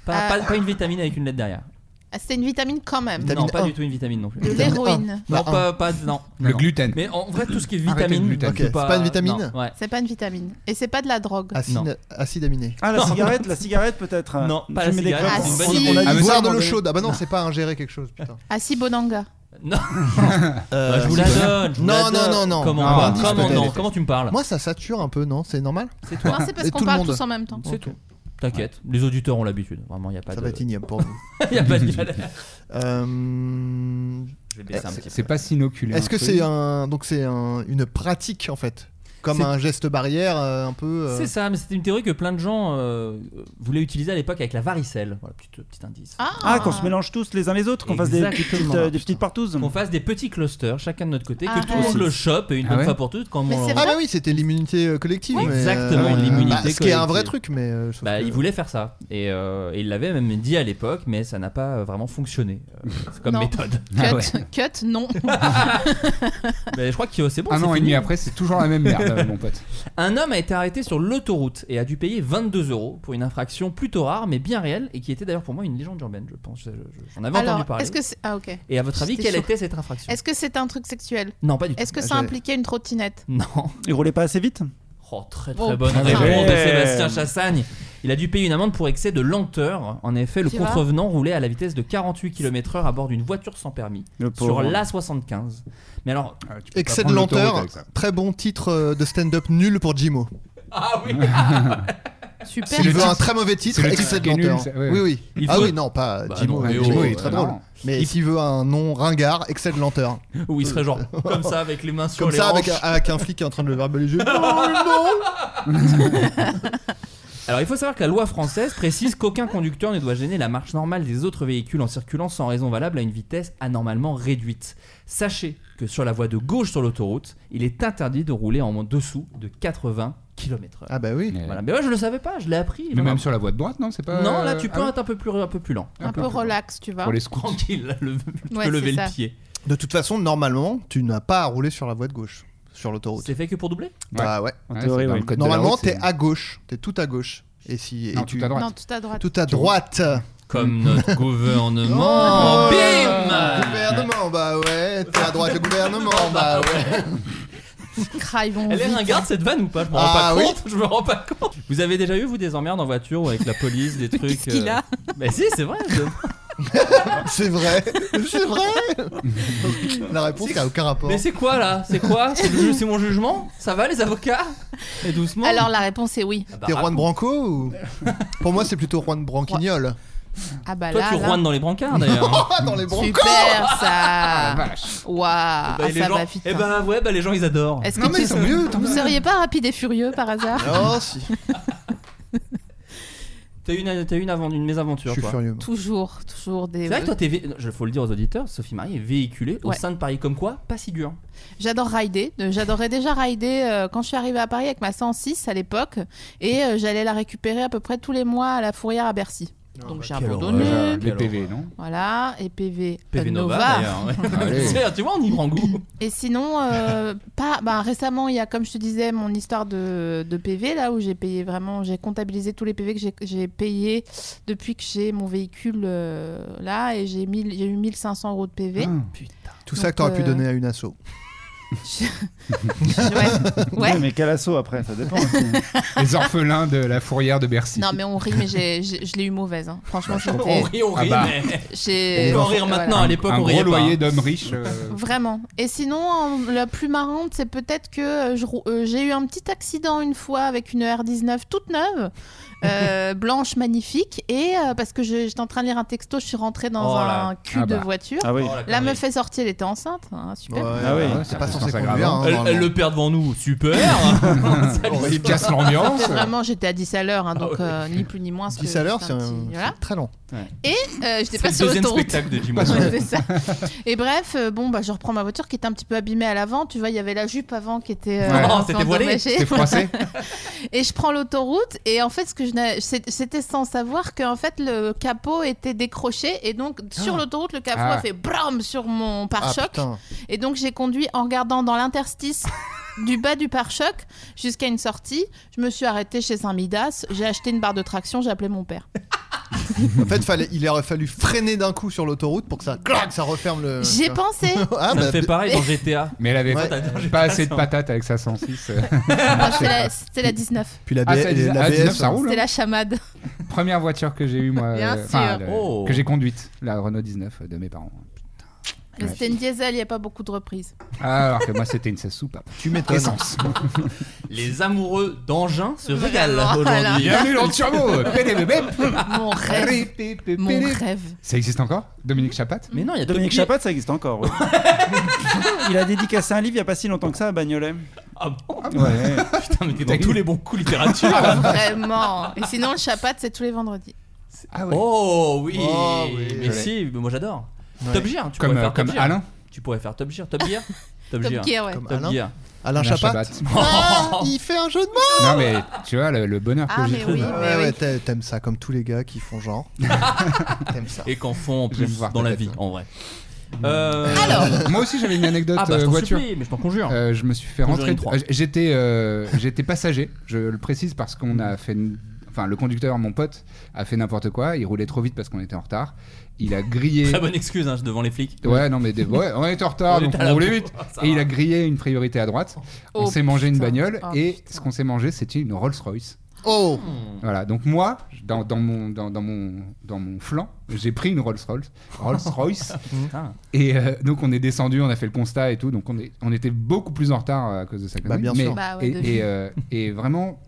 Speaker 7: Pas, pas- pas une vitamine avec une lettre derrière.
Speaker 8: Ah, C'était une vitamine quand même.
Speaker 3: Vitamine
Speaker 7: non, pas
Speaker 3: A.
Speaker 7: du tout une vitamine non plus.
Speaker 8: De
Speaker 3: Vitamine
Speaker 8: l'héroïne.
Speaker 3: La
Speaker 7: Non,
Speaker 3: un.
Speaker 7: pas, pas- non.
Speaker 9: Le
Speaker 7: non.
Speaker 9: gluten.
Speaker 7: Mais en vrai, tout ce qui est
Speaker 9: Arrêtez le
Speaker 7: vitamine.
Speaker 9: gluten.
Speaker 3: Ok, c'est pas une vitamine
Speaker 7: non, ouais.
Speaker 8: C'est pas une vitamine et c'est pas de la drogue.
Speaker 3: Acide,
Speaker 7: Non.
Speaker 3: acide aminé.
Speaker 11: Ah, la
Speaker 7: Non.
Speaker 11: cigarette, la cigarette peut-être.
Speaker 2: Ah,
Speaker 7: Non, pas la
Speaker 11: Fumer des
Speaker 7: cigarette,
Speaker 11: clopes.
Speaker 8: c'est une
Speaker 11: On-
Speaker 8: bonne
Speaker 11: on
Speaker 8: idée.
Speaker 11: a
Speaker 9: Ah,
Speaker 11: dit
Speaker 9: mais
Speaker 11: ça,
Speaker 3: Boire de
Speaker 11: on
Speaker 3: l'eau
Speaker 11: avait-
Speaker 3: chaude. Ah bah non, c'est pas ingérer quelque chose. Putain.
Speaker 8: Assis Ah, Bonanga.
Speaker 7: Non,
Speaker 3: Ah,
Speaker 7: bah, je vous la donne. je vous
Speaker 3: Non,
Speaker 7: la donne.
Speaker 3: non, non, non.
Speaker 7: Comment,
Speaker 9: Non,
Speaker 7: comment,
Speaker 3: indice,
Speaker 7: non,
Speaker 3: Ah, peut-être.
Speaker 7: comment tu me parles
Speaker 3: Moi, ça sature un peu, non C'est normal
Speaker 7: C'est toi.
Speaker 8: Non, c'est parce
Speaker 3: Et
Speaker 8: qu'on
Speaker 3: tout le
Speaker 8: parle
Speaker 3: monde.
Speaker 8: tous en même temps.
Speaker 7: C'est tout. T'inquiète, les auditeurs ont l'habitude. Vraiment, il n'y a pas
Speaker 3: Ça
Speaker 7: de.
Speaker 3: va être ignoble pour nous.
Speaker 7: y a pas de galère.
Speaker 3: Euh,
Speaker 7: Je vais baisser un petit
Speaker 9: C'est
Speaker 7: peu.
Speaker 9: pas s'inoculer.
Speaker 3: Est-ce
Speaker 9: un
Speaker 3: que
Speaker 9: truc.
Speaker 3: c'est un donc c'est un- une pratique en fait, comme
Speaker 7: C'est-
Speaker 3: un geste barrière euh, un peu. euh,
Speaker 7: C'est ça, mais c'était une théorie que plein de gens euh, voulaient utiliser à l'époque avec la varicelle. Voilà, petit, euh, petit indice.
Speaker 11: Ah, qu'on se mélange tous les uns les autres, qu'on fasse des petites,
Speaker 7: Exactement.
Speaker 11: euh, des petites partouses.
Speaker 7: Qu'on fasse des petits clusters, chacun de notre côté, que
Speaker 8: Arrête.
Speaker 7: tout le monde le chope et une
Speaker 9: Ah
Speaker 7: bonne
Speaker 9: ouais
Speaker 7: fois pour toutes. Quand
Speaker 8: Mais
Speaker 7: on
Speaker 8: c'est
Speaker 3: Ah
Speaker 8: vrai.
Speaker 3: bah oui, c'était l'immunité euh, collective.
Speaker 7: Oui,
Speaker 3: mais, euh,
Speaker 7: exactement,
Speaker 3: bah,
Speaker 7: l'immunité
Speaker 3: Ce qui est un vrai
Speaker 7: collective.
Speaker 3: truc, mais. euh, sauf
Speaker 7: Bah,
Speaker 3: que-
Speaker 7: il voulait faire ça et, euh, et il l'avait même dit à l'époque, mais ça n'a pas euh, vraiment fonctionné euh, c'est comme
Speaker 8: Non.
Speaker 7: méthode.
Speaker 8: Cut,
Speaker 9: Ah ouais.
Speaker 8: cut, non.
Speaker 7: Mais je crois que c'est bon.
Speaker 9: Un
Speaker 7: c'est
Speaker 9: an et
Speaker 7: fini.
Speaker 9: demi après, c'est toujours la même merde, mon pote.
Speaker 7: Un homme a été arrêté sur l'autoroute et a dû payer 22 euros pour une infraction plutôt rare mais bien réelle et qui était d'ailleurs pour moi une légende urbaine, je pense. Je- je- J'en avais entendu
Speaker 8: Alors,
Speaker 7: parler.
Speaker 8: est-ce que c'est... Ah ok.
Speaker 7: Et à votre avis,
Speaker 8: J'étais
Speaker 7: quelle
Speaker 8: sûre.
Speaker 7: était cette infraction
Speaker 8: Est-ce que c'est un truc sexuel
Speaker 7: Non, pas du tout.
Speaker 8: Est-ce que
Speaker 3: Bah,
Speaker 8: ça
Speaker 3: j'avais-
Speaker 8: impliquait une trottinette
Speaker 7: Non.
Speaker 11: Il roulait pas assez vite
Speaker 7: Oh, très très
Speaker 8: Oh,
Speaker 7: bonne
Speaker 8: putain.
Speaker 7: réponse de
Speaker 11: Ouais.
Speaker 7: Sébastien Chassagne. Il a dû payer une amende pour excès de lenteur. En effet, le
Speaker 8: Tu vois
Speaker 7: contrevenant roulait à la vitesse de 48 km/h à bord d'une voiture sans permis
Speaker 11: Le
Speaker 7: sur
Speaker 11: pauvre.
Speaker 7: l'A75. Mais alors,
Speaker 9: Ah, tu peux
Speaker 3: Excès
Speaker 9: pas
Speaker 3: de
Speaker 9: prendre l'autoroute
Speaker 3: lenteur.
Speaker 9: avec ça.
Speaker 3: Très bon titre euh, de stand-up nul pour Jimo.
Speaker 7: ah oui,
Speaker 8: Super.
Speaker 9: C'est
Speaker 3: Il
Speaker 9: le
Speaker 3: veut un
Speaker 9: titre-
Speaker 3: très mauvais titre.
Speaker 9: c'est le
Speaker 3: Excès
Speaker 9: titre
Speaker 3: de
Speaker 9: qui est nul,
Speaker 3: lenteur.
Speaker 9: ça, ouais.
Speaker 3: Oui, oui.
Speaker 7: Il
Speaker 3: ah
Speaker 7: faut-
Speaker 3: oui, non, pas
Speaker 7: Bah
Speaker 3: Jimo.
Speaker 7: non, mais
Speaker 3: Jimo,
Speaker 7: oh,
Speaker 3: il est très
Speaker 7: euh,
Speaker 3: drôle.
Speaker 9: non.
Speaker 3: Mais s'il veut un nom ringard, excès de lenteur.
Speaker 7: où il serait genre comme ça avec les mains sur
Speaker 3: Comme
Speaker 7: les
Speaker 3: ça, avec,
Speaker 7: hanches.
Speaker 3: avec un flic qui est en train de le verbaliser. Ah
Speaker 7: Alors il faut savoir que la loi française précise qu'aucun conducteur ne doit gêner la marche normale des autres véhicules en circulant sans raison valable à une vitesse anormalement réduite. Sachez que sur la voie de gauche sur l'autoroute, il est interdit de rouler en dessous de 80 km/h.
Speaker 3: Ah bah oui.
Speaker 7: Voilà, mais moi je le savais pas, je l'ai appris.
Speaker 9: Mais
Speaker 7: Voilà.
Speaker 9: même sur la voie de droite, non C'est pas.
Speaker 7: Non, là tu
Speaker 9: Ah
Speaker 7: peux
Speaker 9: ouais
Speaker 7: être un peu plus un peu plus lent.
Speaker 8: Un peu relax, tu vois.
Speaker 9: Pour les scouts.
Speaker 7: Tranquille, là, le, tu
Speaker 8: Ouais,
Speaker 7: peux
Speaker 8: c'est
Speaker 7: lever
Speaker 8: ça.
Speaker 7: le pied.
Speaker 3: De toute façon, normalement, tu n'as pas à rouler sur la voie de gauche, sur l'autoroute.
Speaker 7: C'est fait que pour doubler
Speaker 3: Bah ouais.
Speaker 11: En
Speaker 9: Ouais,
Speaker 11: théorie,
Speaker 9: c'est dans
Speaker 11: oui.
Speaker 9: le code de la
Speaker 3: Normalement,
Speaker 9: route,
Speaker 3: t'es
Speaker 9: c'est-
Speaker 3: à gauche, t'es tout à gauche. Et si et
Speaker 9: Non,
Speaker 3: tu
Speaker 9: tout à droite.
Speaker 8: Non, tout à droite.
Speaker 3: tout à droite.
Speaker 7: Comme notre Oh. gouvernement.
Speaker 3: Le
Speaker 7: Bim
Speaker 3: gouvernement, bah ouais. T'es à droite, le gouvernement, bah ouais.
Speaker 8: Crayon.
Speaker 7: Elle est ringarde cette vanne ou pas Je me rends
Speaker 3: Ah,
Speaker 7: pas
Speaker 3: oui.
Speaker 7: compte. Je me rends pas compte. Vous avez déjà eu vous des emmerdes en voiture ou avec la police, des trucs
Speaker 8: Qu'est-ce qu'il
Speaker 7: euh,
Speaker 8: a
Speaker 7: Mais si, c'est vrai. je-
Speaker 3: c'est vrai, c'est vrai. La réponse n'a aucun rapport.
Speaker 7: Mais c'est quoi là C'est quoi C'est le ju- c'est mon jugement Ça va les avocats Et doucement
Speaker 8: Alors la réponse est oui.
Speaker 7: Ah bah,
Speaker 3: T'es Juan
Speaker 7: raconte.
Speaker 3: Branco ou Pour moi, c'est plutôt Juan Branquignol.
Speaker 8: Ah bah
Speaker 7: Toi
Speaker 8: là.
Speaker 7: tu
Speaker 8: là. Ah,
Speaker 7: roines dans les brancards d'ailleurs.
Speaker 3: dans les Brancos
Speaker 8: Super
Speaker 9: Ah,
Speaker 8: ça.
Speaker 9: la vache.
Speaker 8: Waouh.
Speaker 7: Bah,
Speaker 8: ah,
Speaker 7: et les
Speaker 8: ça
Speaker 7: gens-
Speaker 8: va vite.
Speaker 7: Eh
Speaker 8: hein.
Speaker 7: bah ouais, bah les gens ils adorent.
Speaker 8: Est-ce
Speaker 3: Ah,
Speaker 9: Non,
Speaker 8: que
Speaker 9: mais
Speaker 8: tu-
Speaker 9: ils sont mieux.
Speaker 8: vous seriez pas rapide et furieux par hasard
Speaker 3: Non, Oh, si.
Speaker 7: T'as eu une, t'as eu une, avant, une mésaventure
Speaker 3: Je suis
Speaker 7: toi.
Speaker 3: furieux. moi.
Speaker 8: Toujours, toujours des.
Speaker 7: C'est vrai que toi t'es, vé- je faut le dire aux auditeurs, Sophie Marie est véhiculée au
Speaker 8: Ouais.
Speaker 7: sein de Paris comme quoi, pas si dur.
Speaker 8: J'adore rider. Euh, J'adorais déjà rider euh, quand je suis arrivée à Paris avec ma 106 à l'époque. Et euh, j'allais la récupérer à peu près tous les mois à la fourrière à Bercy. Donc j'ai
Speaker 7: quelle
Speaker 9: Déjà,
Speaker 8: abandonné.
Speaker 9: les PV, non
Speaker 8: Voilà, et PV,
Speaker 7: PV
Speaker 8: euh,
Speaker 7: Nova, d'ailleurs. ouais.
Speaker 9: Allez.
Speaker 7: C'est- tu vois, on y prend goût.
Speaker 8: Et sinon, euh, pas, bah, récemment, il y a, comme je te disais, mon histoire de, de PV, là où j'ai payé vraiment, j'ai comptabilisé tous les PV que j'ai- j'ai payés depuis que j'ai mon véhicule euh, là, et j'ai mille- j'ai eu 1500 euros de PV.
Speaker 9: Ah.
Speaker 3: Tout
Speaker 8: Donc,
Speaker 3: ça que t'aurais pu
Speaker 8: euh,
Speaker 3: donner à une asso.
Speaker 8: Ouais. ouais.
Speaker 11: Oui, mais quel assaut après Ça dépend. aussi.
Speaker 9: Ah. Les orphelins de la fourrière de Bercy.
Speaker 8: Non, mais on rit, mais j'ai- j'ai- je l'ai eu mauvaise. hein. Franchement,
Speaker 7: On
Speaker 8: j'étais.
Speaker 7: rit, on
Speaker 9: Ah
Speaker 7: rit,
Speaker 9: bah.
Speaker 7: mais
Speaker 8: j'ai-
Speaker 7: on peut en rire
Speaker 8: voilà.
Speaker 7: maintenant. À l'époque,
Speaker 9: un
Speaker 7: on riait
Speaker 9: gros
Speaker 7: pas.
Speaker 9: loyer
Speaker 7: hein.
Speaker 9: d'hommes riches. euh,
Speaker 8: Vraiment. Et sinon, en- la plus marrante, c'est peut-être que euh, je rou- euh, j'ai eu un petit accident une fois avec une R19 toute neuve, euh, blanche, magnifique. Et euh, parce que je- j'étais en train de lire un texto, je suis rentrée dans
Speaker 7: Oh là.
Speaker 8: un cul
Speaker 9: Ah
Speaker 8: de
Speaker 9: bah.
Speaker 8: voiture.
Speaker 11: Ah oui.
Speaker 7: Oh, la
Speaker 8: La
Speaker 7: connerie.
Speaker 8: meuf est sortie, elle était enceinte. hein, super.
Speaker 11: Ah oui.
Speaker 9: ouais,
Speaker 3: C'est
Speaker 9: ça
Speaker 3: pas
Speaker 9: peut
Speaker 3: censé
Speaker 9: se faire
Speaker 3: conduire.
Speaker 9: gravement.
Speaker 3: hein,
Speaker 7: Elle, elle
Speaker 3: normalement.
Speaker 7: le perd devant nous, super. Ça lui-
Speaker 9: Il casse l'ambiance.
Speaker 8: C'était Vraiment, j'étais à 10 à l'heure, hein, donc
Speaker 7: Ah ouais.
Speaker 8: euh, ni plus ni moins. parce
Speaker 3: 10
Speaker 8: que
Speaker 3: à l'heure,
Speaker 8: j'étais
Speaker 3: c'est
Speaker 8: un
Speaker 3: un-
Speaker 8: petit- voilà.
Speaker 3: c'est très lent.
Speaker 8: Euh, j'étais
Speaker 7: C'est
Speaker 8: pas
Speaker 7: le
Speaker 8: sur
Speaker 7: deuxième
Speaker 8: l'autoroute. Ah,
Speaker 7: spectacle de Jim
Speaker 8: Ouais, c'est ça. Et bref, euh, bon, bah, je reprends ma voiture qui était un petit peu abîmée à l'avant. Tu vois, il y avait la jupe avant qui était. euh,
Speaker 9: Ouais.
Speaker 8: un
Speaker 7: Oh,
Speaker 8: peu
Speaker 7: c'était voilé.
Speaker 8: endommagée.
Speaker 9: T'es froissé
Speaker 8: Et je prends l'autoroute et en fait ce que je n'a- c'est- c'était sans savoir que en fait le capot était décroché et donc sur l'autoroute le capot
Speaker 9: Ah.
Speaker 8: a fait bram sur mon
Speaker 3: Ah
Speaker 8: pare-choc
Speaker 3: putain.
Speaker 8: et donc j'ai conduit en regardant dans l'interstice du bas du pare-choc jusqu'à une sortie. Je me suis arrêtée chez Saint Midas, j'ai acheté une barre de traction, j'ai appelé mon père.
Speaker 3: En fait, fallait, il aurait fallu freiner d'un coup sur l'autoroute pour que ça, clac, ça referme le.
Speaker 8: J'ai pensé,
Speaker 3: Ah,
Speaker 7: Ça
Speaker 3: bah,
Speaker 7: me fait pareil dans GTA.
Speaker 9: Mais elle avait
Speaker 3: Ouais.
Speaker 9: pas-
Speaker 7: J'ai
Speaker 9: pas assez
Speaker 7: ça.
Speaker 9: de patates avec sa 106. euh.
Speaker 8: Moi, c'était la- c'était la 19,
Speaker 3: Puis la,
Speaker 9: Ah,
Speaker 3: B-
Speaker 9: ça, dix-
Speaker 3: la
Speaker 9: ah,
Speaker 3: BS,
Speaker 9: 19, ça roule.
Speaker 8: c'était
Speaker 9: hein.
Speaker 8: la chamade.
Speaker 9: Première voiture que j'ai eue, moi.
Speaker 8: Bien
Speaker 9: euh, enfin,
Speaker 8: sûr.
Speaker 9: le-
Speaker 7: Oh.
Speaker 9: Que j'ai conduite, la Renault 19 de mes parents. Ouais.
Speaker 8: C'était une diesel, il n'y a pas beaucoup de reprises.
Speaker 9: Ah, Alors que moi, c'était une 16 soupes.
Speaker 3: tu m'étonnes.
Speaker 9: Essence.
Speaker 7: Les amoureux d'engins se régalent
Speaker 8: Vraiment,
Speaker 7: aujourd'hui.
Speaker 9: Bienvenue dans le turbo Ah.
Speaker 8: Mon rêve, mon rêve.
Speaker 9: Ça existe encore Dominique Chapat
Speaker 7: Mais non, il y a
Speaker 11: Dominique
Speaker 7: Chapat.
Speaker 11: Chapat, ça existe encore. oui. il a dédicacé un livre il y a pas si longtemps que ça à Bagnolet.
Speaker 7: Ah bon
Speaker 11: Ouais. Ah
Speaker 7: Putain, mais t'es dans tous les bons coups littérature.
Speaker 8: Vraiment. Et sinon, le chapat, c'est tous les vendredis.
Speaker 9: Ah ouais.
Speaker 7: Oh oui.
Speaker 3: Oh, oui.
Speaker 7: Mais
Speaker 3: Je
Speaker 7: si, mais moi j'adore.
Speaker 3: Ouais.
Speaker 7: Top Gear, tu
Speaker 9: Comme,
Speaker 7: pourrais
Speaker 9: euh,
Speaker 7: faire
Speaker 9: comme
Speaker 7: Top Gear.
Speaker 9: Alain.
Speaker 7: Tu pourrais faire Top Gear, Top Gear. Top
Speaker 8: Top
Speaker 7: Gear.
Speaker 8: Gear, ouais.
Speaker 3: Comme
Speaker 7: Top
Speaker 3: Alain,
Speaker 7: Gear.
Speaker 3: Alain Chapat. Ah, il fait un jeu de mots.
Speaker 9: Non, mais tu vois, le, le bonheur
Speaker 8: Ah,
Speaker 9: que j'y
Speaker 8: mais
Speaker 9: trouve.
Speaker 8: oui.
Speaker 3: Ouais, ouais, t'a- t'aimes ça comme tous les gars qui font genre. t'aimes ça.
Speaker 7: Et qu'en font en
Speaker 9: J'aime
Speaker 7: plus
Speaker 9: voir
Speaker 7: dans
Speaker 9: ta
Speaker 7: la
Speaker 9: tête,
Speaker 7: vie,
Speaker 9: hein.
Speaker 7: en vrai. Euh,
Speaker 9: Moi aussi, j'avais une anecdote
Speaker 7: Ah bah je
Speaker 9: euh,
Speaker 7: t'en
Speaker 9: voiture.
Speaker 7: supplie, mais je t'en conjure.
Speaker 9: Euh, je me suis fait
Speaker 7: Conjuring
Speaker 9: rentrer.
Speaker 7: trois.
Speaker 9: euh, J'étais, euh, j'étais passager. Je le précise parce qu'on a fait. une- Enfin, le conducteur, mon pote, a fait n'importe quoi. Il roulait trop vite parce qu'on était en retard. Il a grillé.
Speaker 7: Très bonne excuse hein, devant les flics.
Speaker 9: Ouais, non, mais des... ouais, on était en retard,
Speaker 7: On
Speaker 9: donc
Speaker 7: était à la
Speaker 9: on roulait
Speaker 7: bourre.
Speaker 9: vite.
Speaker 7: Ça
Speaker 9: Et
Speaker 7: va.
Speaker 9: il a grillé une priorité à droite. on
Speaker 8: Oh,
Speaker 9: s'est mangé une
Speaker 8: putain.
Speaker 9: bagnole
Speaker 8: Oh,
Speaker 9: et
Speaker 8: putain.
Speaker 9: ce qu'on s'est mangé, c'était une Rolls Royce.
Speaker 3: Oh,
Speaker 9: Voilà. Donc moi, dans, dans mon dans, dans mon dans mon flanc, j'ai pris une Rolls Royce. Rolls Royce.
Speaker 7: Putain.
Speaker 9: et euh, donc on est descendu, on a fait le constat et tout. Donc on est on était beaucoup plus en retard euh, à cause de ça.
Speaker 3: bien sûr.
Speaker 8: Bah ouais,
Speaker 9: et,
Speaker 8: de
Speaker 9: et,
Speaker 8: vie.
Speaker 9: euh, et vraiment.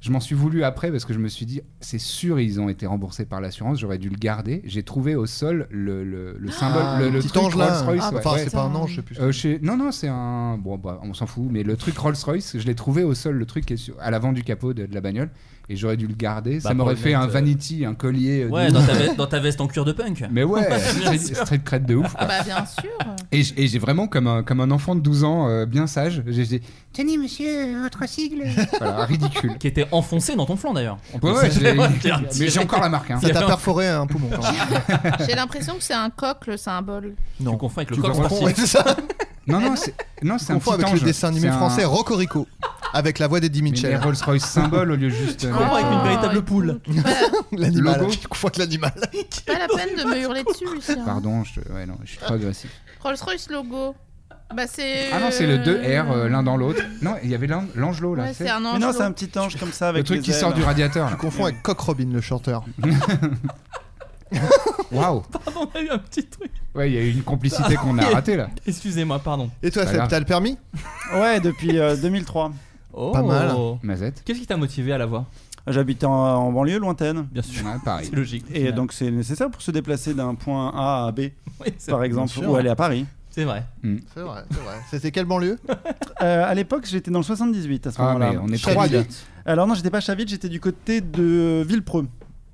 Speaker 9: Je m'en suis voulu après parce que je me suis dit, c'est sûr, ils ont été remboursés par l'assurance, j'aurais dû le garder. J'ai trouvé au sol le, le, le symbole, le, le
Speaker 3: Ah, petit
Speaker 9: truc
Speaker 3: ange là.
Speaker 9: Rolls-Royce,
Speaker 8: Ah,
Speaker 9: ouais.
Speaker 3: Enfin,
Speaker 9: Ouais.
Speaker 3: c'est pas un ange, je sais plus.
Speaker 9: Euh, chez- Non, non, c'est un. Bon, bah, on s'en fout, mais le truc Rolls-Royce, je l'ai trouvé au sol, le truc qui est sur- à l'avant du capot de, de la bagnole, et j'aurais dû le garder.
Speaker 7: Bah,
Speaker 9: Ça m'aurait
Speaker 7: pour le
Speaker 9: fait un
Speaker 7: mettre, euh,
Speaker 9: vanity, un collier. euh,
Speaker 7: Ouais,
Speaker 9: de
Speaker 7: dans
Speaker 9: ouf.
Speaker 7: ta, veste, dans ta veste en cuir de punk.
Speaker 9: Mais ouais,
Speaker 7: Bien
Speaker 9: street,
Speaker 7: sûr.
Speaker 9: street cred de ouf.
Speaker 8: Ah bah bien sûr.
Speaker 9: Et j- et j'ai vraiment, comme un, comme un enfant de 12 ans, euh, bien sage, j'ai dit Tenez, monsieur, votre sigle Voilà, ridicule.
Speaker 7: Qui était enfoncé dans ton flanc d'ailleurs. En
Speaker 9: Ouais,
Speaker 7: plus.
Speaker 9: ouais, je l'ai-
Speaker 7: Ouais, t'es retiré.
Speaker 9: mais j'ai encore la marque. Hein.
Speaker 3: Ça t'a perforé un poumon. quand même.
Speaker 8: J'ai l'impression que c'est un coq le symbole.
Speaker 7: Tu
Speaker 3: Non.
Speaker 7: confonds avec le
Speaker 9: Tu
Speaker 7: coq
Speaker 9: confonds,
Speaker 7: sportif.
Speaker 3: Ouais, c'est ça.
Speaker 9: Non, non, c'est non, c'est un
Speaker 3: Confond
Speaker 9: petit
Speaker 3: avec
Speaker 9: ange.
Speaker 3: le dessin animé
Speaker 9: C'est un-
Speaker 3: français Rocorico, avec la voix d'Eddie
Speaker 9: mais les
Speaker 3: Mitchell.
Speaker 9: Rolls-Royce symbole au lieu juste. euh,
Speaker 7: confonds avec une
Speaker 8: Oh,
Speaker 7: véritable
Speaker 8: écoute,
Speaker 7: poule.
Speaker 8: c'est Pas,
Speaker 3: L'animal.
Speaker 9: Logo.
Speaker 3: Tu confonds avec l'animal.
Speaker 8: pas la peine de me hurler dessus, Lucien.
Speaker 9: Pardon, je, ouais, non, je suis trop agressif.
Speaker 8: Rolls-Royce logo. Bah c'est.
Speaker 9: Ah non, c'est le 2R euh, l'un dans l'autre. Non, il y avait l'an- l'angelot là.
Speaker 8: Ouais,
Speaker 9: c'est
Speaker 8: c'est un
Speaker 11: Mais
Speaker 8: ange.
Speaker 11: non, c'est un petit ange comme ça avec
Speaker 9: le truc
Speaker 11: les
Speaker 9: qui
Speaker 11: ailes.
Speaker 9: sort du radiateur. là.
Speaker 3: Tu confonds avec Cock Robin, le chanteur.
Speaker 9: Waouh
Speaker 7: Pardon, on a eu un petit truc.
Speaker 9: Ouais, il y a eu une complicité qu'on a ratée là.
Speaker 7: Excusez-moi, pardon.
Speaker 3: Et toi,
Speaker 9: Pas
Speaker 3: Seb,
Speaker 9: grave.
Speaker 3: t'as le permis
Speaker 11: Ouais, depuis euh, 2003.
Speaker 7: Oh.
Speaker 3: Pas mal.
Speaker 9: Mazette.
Speaker 7: Qu'est-ce qui t'a motivé à l'avoir
Speaker 11: J'habite en, en banlieue lointaine.
Speaker 7: Bien sûr.
Speaker 9: Ouais, pareil.
Speaker 7: C'est logique. au
Speaker 11: Et
Speaker 7: final.
Speaker 11: donc c'est nécessaire pour se déplacer d'un point A à B,
Speaker 7: Oui, c'est-
Speaker 11: par exemple,
Speaker 3: sûr.
Speaker 11: ou aller à Paris.
Speaker 7: c'est vrai.
Speaker 3: C'est vrai, c'est vrai. C'était quelle banlieue
Speaker 11: Euh, à l'époque, j'étais dans le 78 à ce
Speaker 9: Ah, mais
Speaker 11: moment-là.
Speaker 9: on est
Speaker 3: Chaville.
Speaker 9: trois gars.
Speaker 11: Alors non, j'étais pas à Chaville, j'étais du côté de Villepreux.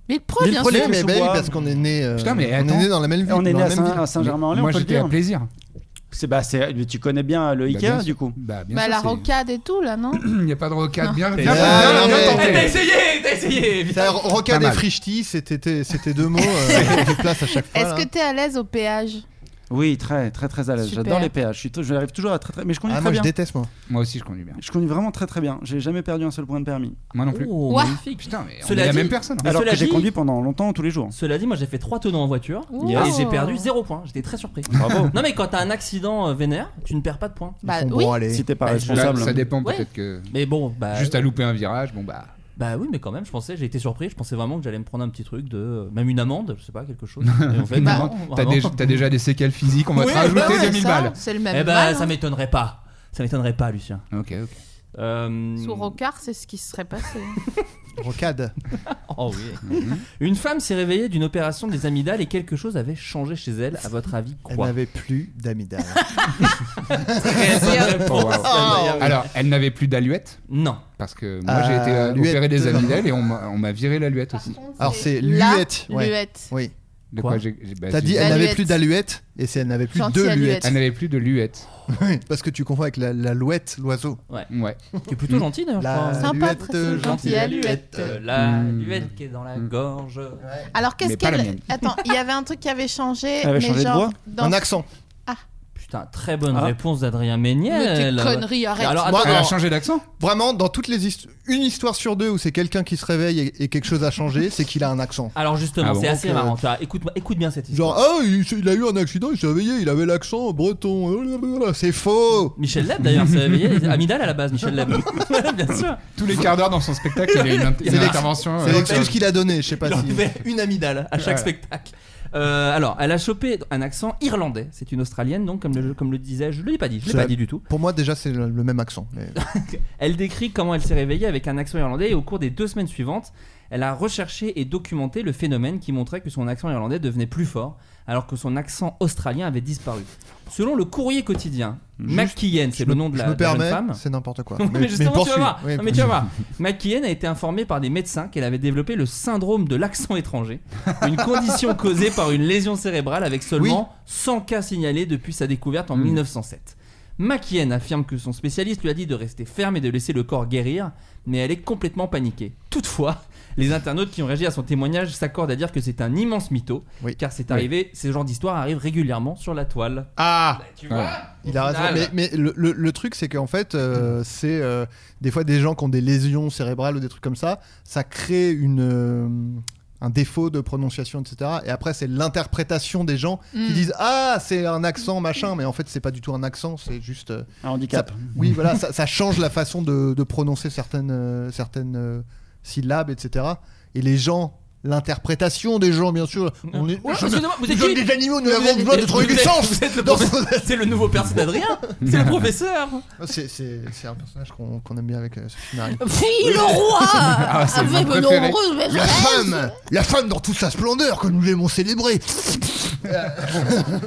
Speaker 8: Mais le pro, bien
Speaker 11: Villepreux,
Speaker 8: sûr.
Speaker 11: les-
Speaker 3: mais bah oui,
Speaker 11: Sous-Bois.
Speaker 3: parce qu'on est né. euh,
Speaker 9: Putain, mais
Speaker 3: on est
Speaker 9: attends.
Speaker 3: né dans la même ville.
Speaker 11: Et on est né
Speaker 3: dans la
Speaker 11: à,
Speaker 3: même
Speaker 11: Saint-
Speaker 3: ville.
Speaker 11: à Saint-Germain-en-Laye, on
Speaker 9: Moi
Speaker 11: peut le
Speaker 9: j'étais à
Speaker 11: dire.
Speaker 9: plaisir.
Speaker 11: C'est bah, c'est- mais tu connais bien le
Speaker 9: Bah, bien
Speaker 11: Ikea
Speaker 9: sûr.
Speaker 11: du coup.
Speaker 9: Bah, bien
Speaker 8: Bah,
Speaker 9: sûr,
Speaker 8: la
Speaker 9: c'est-
Speaker 8: rocade et tout, là, non
Speaker 9: Il n'y a pas de rocade. Bien, bien, bien, bien,
Speaker 3: Ah,
Speaker 9: bien
Speaker 3: mais-
Speaker 7: Eh,
Speaker 9: tenté.
Speaker 7: t'as essayé, t'as essayé.
Speaker 3: Ça,
Speaker 7: évidemment.
Speaker 3: Rocade
Speaker 9: Pas
Speaker 3: et
Speaker 9: mal.
Speaker 3: Frichti, c'était c'était deux mots euh, de place à chaque fois.
Speaker 8: Est-ce
Speaker 3: là.
Speaker 8: que t'es à l'aise au péage
Speaker 11: Oui, très très très à l'aise.
Speaker 8: Super.
Speaker 11: J'adore les péages. Je suis t- Je l'arrive toujours à très très. Mais je conduis
Speaker 3: Ah,
Speaker 11: très
Speaker 3: moi je
Speaker 11: bien.
Speaker 3: déteste, moi.
Speaker 9: Moi aussi je conduis bien.
Speaker 11: Je conduis vraiment très très bien. J'ai jamais perdu un seul point de permis.
Speaker 9: Moi non plus.
Speaker 7: Oh,
Speaker 8: Ouah.
Speaker 7: magnifique.
Speaker 9: Putain, mais on est
Speaker 7: Cela
Speaker 9: la
Speaker 7: dit-
Speaker 9: même personne. hein.
Speaker 7: Mais
Speaker 11: Alors
Speaker 7: cela
Speaker 11: que j'ai
Speaker 7: dit-
Speaker 11: conduit pendant longtemps tous les jours.
Speaker 7: Cela dit, moi j'ai fait trois tonneaux en voiture
Speaker 8: Yes.
Speaker 7: et j'ai perdu zéro point. J'étais très surpris.
Speaker 11: Bravo.
Speaker 7: Non mais quand t'as un accident euh, vénère, tu ne perds pas de points.
Speaker 8: Bah
Speaker 3: Bon,
Speaker 8: oui.
Speaker 3: bon, allez.
Speaker 11: Si t'es pas
Speaker 7: Bah, je-
Speaker 9: Là,
Speaker 11: responsable. hein. Ah
Speaker 9: ça dépend
Speaker 7: Ouais.
Speaker 9: peut-être que.
Speaker 7: Mais bon, bah
Speaker 9: Juste à louper un virage, bon bah.
Speaker 7: bah oui, mais quand même, je pensais, j'ai été surpris. Je pensais vraiment que j'allais me prendre un petit truc de euh, même une amende, je sais pas quelque chose. Et en fait,
Speaker 8: Bah,
Speaker 7: non,
Speaker 9: T'as
Speaker 7: vraiment.
Speaker 9: déjà, t'as déjà des séquelles physiques, on va
Speaker 7: Oui,
Speaker 9: te
Speaker 7: bah
Speaker 8: Bah
Speaker 9: rajouter
Speaker 8: ouais,
Speaker 9: 2000
Speaker 8: ça,
Speaker 9: balles.
Speaker 8: C'est le même.
Speaker 7: Eh bah
Speaker 8: mal,
Speaker 7: ça
Speaker 8: hein.
Speaker 7: m'étonnerait pas. Ça m'étonnerait pas, Lucien.
Speaker 9: Ok, ok.
Speaker 7: Euh,
Speaker 8: Sous Rocard, c'est ce qui se serait passé.
Speaker 3: Rocade.
Speaker 7: Oh oui. Une femme s'est réveillée d'une opération des amygdales et quelque chose avait changé chez elle. À votre avis,
Speaker 3: Elle
Speaker 9: Eh ben,
Speaker 7: quoi
Speaker 3: n'avait plus d'amidale.
Speaker 7: Très bonne
Speaker 9: Oh,
Speaker 7: réponse.
Speaker 9: wow. Alors, elle n'avait plus d'alluette
Speaker 7: Non.
Speaker 9: parce que moi j'ai été
Speaker 3: Ah,
Speaker 9: euh,
Speaker 3: luette.
Speaker 9: opéré des amygdales et on m'a on m'a viré l'alluette aussi.
Speaker 3: Alors, c'est
Speaker 8: la
Speaker 3: luette, ouais.
Speaker 8: Luette.
Speaker 3: Oui.
Speaker 9: De
Speaker 7: Quoi
Speaker 9: quoi, j'ai- j'ai- bah,
Speaker 3: T'as
Speaker 9: j'ai-
Speaker 3: dit elle
Speaker 8: La
Speaker 3: n'avait
Speaker 8: luette.
Speaker 3: plus d'aluette et c'est elle n'avait plus
Speaker 8: Gentille
Speaker 3: de
Speaker 8: aluette.
Speaker 3: luette.
Speaker 9: elle n'avait plus de luette.
Speaker 3: Oui, Parce que tu confonds avec la, la louette, l'oiseau.
Speaker 9: Ouais.
Speaker 7: Tu es
Speaker 9: Mm.
Speaker 7: plutôt gentil d'ailleurs. je crois.
Speaker 3: La
Speaker 8: Sympa,
Speaker 3: luette,
Speaker 8: très
Speaker 3: euh,
Speaker 8: gentil. Gentille aluette.
Speaker 7: Euh, la
Speaker 9: Mm.
Speaker 7: luette qui est dans la
Speaker 9: Mm.
Speaker 7: gorge.
Speaker 8: Alors qu'est-ce
Speaker 9: Mais pas la
Speaker 8: qu'elle
Speaker 9: mienne.
Speaker 8: Attends, il y avait un truc qui avait changé,
Speaker 11: Elle avait
Speaker 8: mais
Speaker 11: changé de
Speaker 8: genre
Speaker 11: voix
Speaker 8: dans
Speaker 3: Un accent.
Speaker 7: Putain, très bonne
Speaker 11: Ah.
Speaker 7: réponse d'Adrien
Speaker 8: Mais
Speaker 7: Méniel.
Speaker 8: tes conneries, arrête.
Speaker 7: Alors,
Speaker 3: Moi,
Speaker 7: attends,
Speaker 9: Elle a
Speaker 3: alors-
Speaker 9: changé d'accent
Speaker 3: Vraiment, dans toutes les histoires, une histoire sur deux où c'est quelqu'un qui se réveille et, et quelque chose a changé, c'est qu'il a un accent.
Speaker 7: alors justement,
Speaker 9: Ah bon,
Speaker 7: c'est assez
Speaker 3: donc, euh,
Speaker 7: marrant. Tu vois, écoute, écoute bien cette histoire.
Speaker 3: Genre, ah, il, il a eu un accident, il s'est réveillé, il avait l'accent breton. C'est faux
Speaker 7: Michel Leb d'ailleurs, c'est Amidal à la base, Michel Leb. bien sûr.
Speaker 9: Tous les quarts d'heure dans son spectacle, il y a une, int-
Speaker 3: C'est
Speaker 9: une
Speaker 3: l'ex-
Speaker 9: intervention.
Speaker 3: C'est
Speaker 9: euh,
Speaker 3: l'excuse qu'il a donné, je sais pas
Speaker 7: Ah, Il en
Speaker 3: si.
Speaker 7: fait une amidale à chaque
Speaker 9: Ouais.
Speaker 7: spectacle. Euh, alors, elle a chopé un accent irlandais. C'est une australienne, donc, comme le, comme le disais, je ne l'ai pas dit, je l'ai
Speaker 3: C'est
Speaker 7: pas
Speaker 3: la-
Speaker 7: dit du tout.
Speaker 3: Pour moi, déjà, c'est le, le même accent. mais-
Speaker 7: Elle décrit comment elle s'est réveillée avec un accent irlandais et au cours des deux semaines suivantes, elle a recherché et documenté le phénomène qui montrait que son accent irlandais devenait plus fort alors que son accent australien avait disparu. Selon le courrier quotidien, McKeon, c'est
Speaker 3: Je
Speaker 7: le
Speaker 3: me-
Speaker 7: nom de
Speaker 3: je
Speaker 7: la,
Speaker 3: me
Speaker 7: de la jeune
Speaker 3: permets,
Speaker 7: femme.
Speaker 3: c'est n'importe quoi.
Speaker 7: Mais, justement, tu vas
Speaker 3: poursuis.
Speaker 7: voir.
Speaker 3: Oui,
Speaker 7: Non, mais tu vas voir. McKeon a été informé par des médecins qu'elle avait développé le syndrome de l'accent étranger, une condition causée par une lésion cérébrale avec seulement 100 cas signalés depuis sa découverte en
Speaker 9: Mm.
Speaker 7: 1907. McKeon affirme que son spécialiste lui a dit de rester ferme et de laisser le corps guérir, mais elle est complètement paniquée. Toutefois, les internautes qui ont réagi à son témoignage s'accordent à dire que c'est un immense mytho,
Speaker 3: Oui.
Speaker 7: car c'est
Speaker 9: Oui.
Speaker 7: arrivé, ce genre d'histoire arrive régulièrement sur la toile.
Speaker 3: Ah
Speaker 7: Tu
Speaker 9: vois,
Speaker 3: Il a
Speaker 7: au
Speaker 3: raison,
Speaker 7: final.
Speaker 3: mais, mais le, le- le truc c'est qu'en fait, euh, c'est euh, des fois des gens qui ont des lésions cérébrales ou des trucs comme ça, ça crée une, euh, un défaut de prononciation, etc. Et après, c'est l'interprétation des gens qui
Speaker 7: Hmm.
Speaker 8: Mm.
Speaker 3: disent Ah, c'est un accent, machin, mais en fait, c'est pas du tout un accent, c'est juste. euh,
Speaker 11: Un handicap.
Speaker 3: ça- oui, voilà, ça, ça change la façon de, de prononcer certaines, euh, certaines euh, syllabes, etc. Et les gens. L'interprétation des gens, bien sûr. On est,
Speaker 7: Ouais,
Speaker 3: nous sommes-
Speaker 7: excusez-moi, vous
Speaker 3: nous
Speaker 7: êtes
Speaker 3: sommes
Speaker 7: qui
Speaker 3: des animaux, nous
Speaker 7: Vous
Speaker 3: avons
Speaker 7: êtes-
Speaker 3: besoin de trouver
Speaker 7: vous
Speaker 3: du
Speaker 7: êtes-
Speaker 3: sens
Speaker 7: vous êtes le
Speaker 3: dans-
Speaker 7: C'est le nouveau perso d'Adrien C'est le professeur
Speaker 3: Ah, C'est- C'est c'est un personnage qu'on qu'on aime bien avec euh, Sophie Marie.
Speaker 8: Fille le roi
Speaker 9: Ah, c'est mon
Speaker 8: Avec
Speaker 9: préféré.
Speaker 8: nombreuses
Speaker 3: La
Speaker 8: maîtresses
Speaker 3: femme La femme dans toute sa splendeur que nous l'aimons célébrer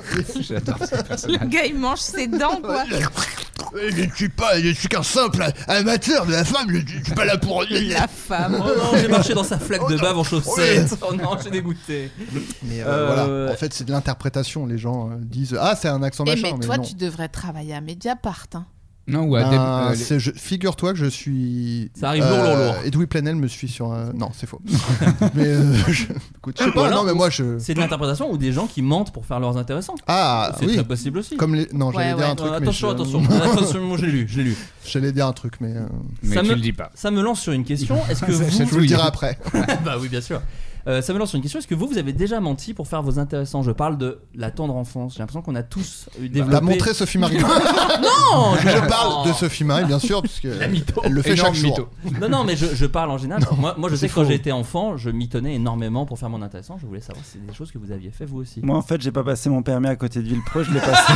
Speaker 9: J'adore ce personnage.
Speaker 8: Le gars, il mange ses dents, quoi.
Speaker 3: Euh, Je ne suis pas, je suis qu'un simple amateur de la femme, je ne suis pas là pour...
Speaker 8: La femme.
Speaker 7: Oh non, j'ai marché dans sa flaque
Speaker 3: Oh
Speaker 7: de bave en chaussettes Oh non, j'ai dégoûté
Speaker 3: Mais euh,
Speaker 7: Euh,
Speaker 3: voilà, en fait c'est de l'interprétation, les gens euh, disent « Ah, c'est un accent
Speaker 8: Eh,
Speaker 3: machin »,
Speaker 8: mais
Speaker 3: mais
Speaker 8: toi,
Speaker 3: non.
Speaker 8: tu devrais travailler à Mediapart. hein.
Speaker 9: Non, ou à
Speaker 3: Ben,
Speaker 9: Deb- euh, les-
Speaker 3: c'est- je- Figure-toi que je suis. euh,
Speaker 7: Ça arrive lourd, lourd, lourd.
Speaker 3: Edoui Plenel me suit sur. un- Non, c'est faux. mais euh, je... écoute, je sais pas.
Speaker 7: Ou alors-
Speaker 3: non, mais moi je.
Speaker 7: C'est de l'interprétation ou des gens qui mentent pour faire leurs intéressants
Speaker 3: Ah
Speaker 7: C'est
Speaker 3: oui.
Speaker 7: très possible aussi
Speaker 3: Comme les. Non, j'allais
Speaker 8: Ouais,
Speaker 3: dire
Speaker 8: ouais.
Speaker 3: un truc.
Speaker 7: Euh,
Speaker 3: mais
Speaker 7: attention,
Speaker 3: je-
Speaker 7: attention, attention, moi, je l'ai lu, je l'ai lu.
Speaker 3: J'allais dire un truc, mais euh,
Speaker 9: mais
Speaker 7: ça
Speaker 9: tu
Speaker 7: me-
Speaker 9: le dis pas.
Speaker 7: Ça me lance sur une question. Est-ce que
Speaker 9: Ça- ça
Speaker 3: je
Speaker 7: vous,
Speaker 3: vous le
Speaker 9: Oui.
Speaker 3: dirai après.
Speaker 7: bah oui, bien sûr. Euh, ça me lance sur une question. Est-ce que vous, vous avez déjà menti pour faire vos intéressants Je parle de la tendre enfance. J'ai l'impression qu'on a tous eu développé.
Speaker 3: L'a montré Sophie Marie.
Speaker 7: non
Speaker 3: Bah, Je parle de Sophie Marie, bien sûr, puisque
Speaker 7: La mytho.
Speaker 3: elle le fait
Speaker 9: Énorme
Speaker 3: chaque jour.
Speaker 9: mytho.
Speaker 7: Non, non, mais je, je parle en général. moi, moi, je sais
Speaker 3: c'est
Speaker 7: que quand
Speaker 3: faux.
Speaker 7: j'étais enfant, je mitonnais énormément pour faire mon intéressant. Je voulais savoir si c'est des choses que vous aviez fait vous aussi.
Speaker 11: Moi, en fait, j'ai pas passé mon permis à côté d'huile pro, je l'ai passé.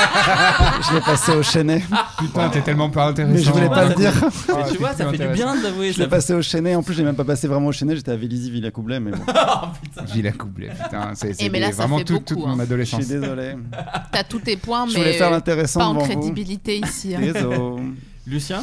Speaker 11: je l'ai passé au Chenet.
Speaker 9: Putain, t'es tellement pas intéressant.
Speaker 11: Ah, Mais je voulais pas le dire.
Speaker 7: Mais
Speaker 9: Ah,
Speaker 7: tu vois,
Speaker 9: c'est
Speaker 7: ça fait du bien d'avouer.
Speaker 11: Je l'ai
Speaker 7: ça.
Speaker 11: passé au Chenet. En plus, j'ai même pas passé vraiment au Chenet. J'étais à Vélizy, Villacoublay, mais bon,
Speaker 9: Gila Coublé, putain, c'est c'est
Speaker 8: Eh, mais là, ça
Speaker 9: vraiment
Speaker 8: fait
Speaker 9: tout-
Speaker 8: beaucoup,
Speaker 9: toute
Speaker 8: hein.
Speaker 9: mon
Speaker 11: je suis
Speaker 9: adolescence.
Speaker 11: désolé.
Speaker 8: T'as tous tes points,
Speaker 11: Je
Speaker 8: mais euh,
Speaker 11: voulais faire l'intéressant
Speaker 8: pas en
Speaker 11: devant vous.
Speaker 8: crédibilité ici. hein.
Speaker 11: Désolé.
Speaker 7: Lucien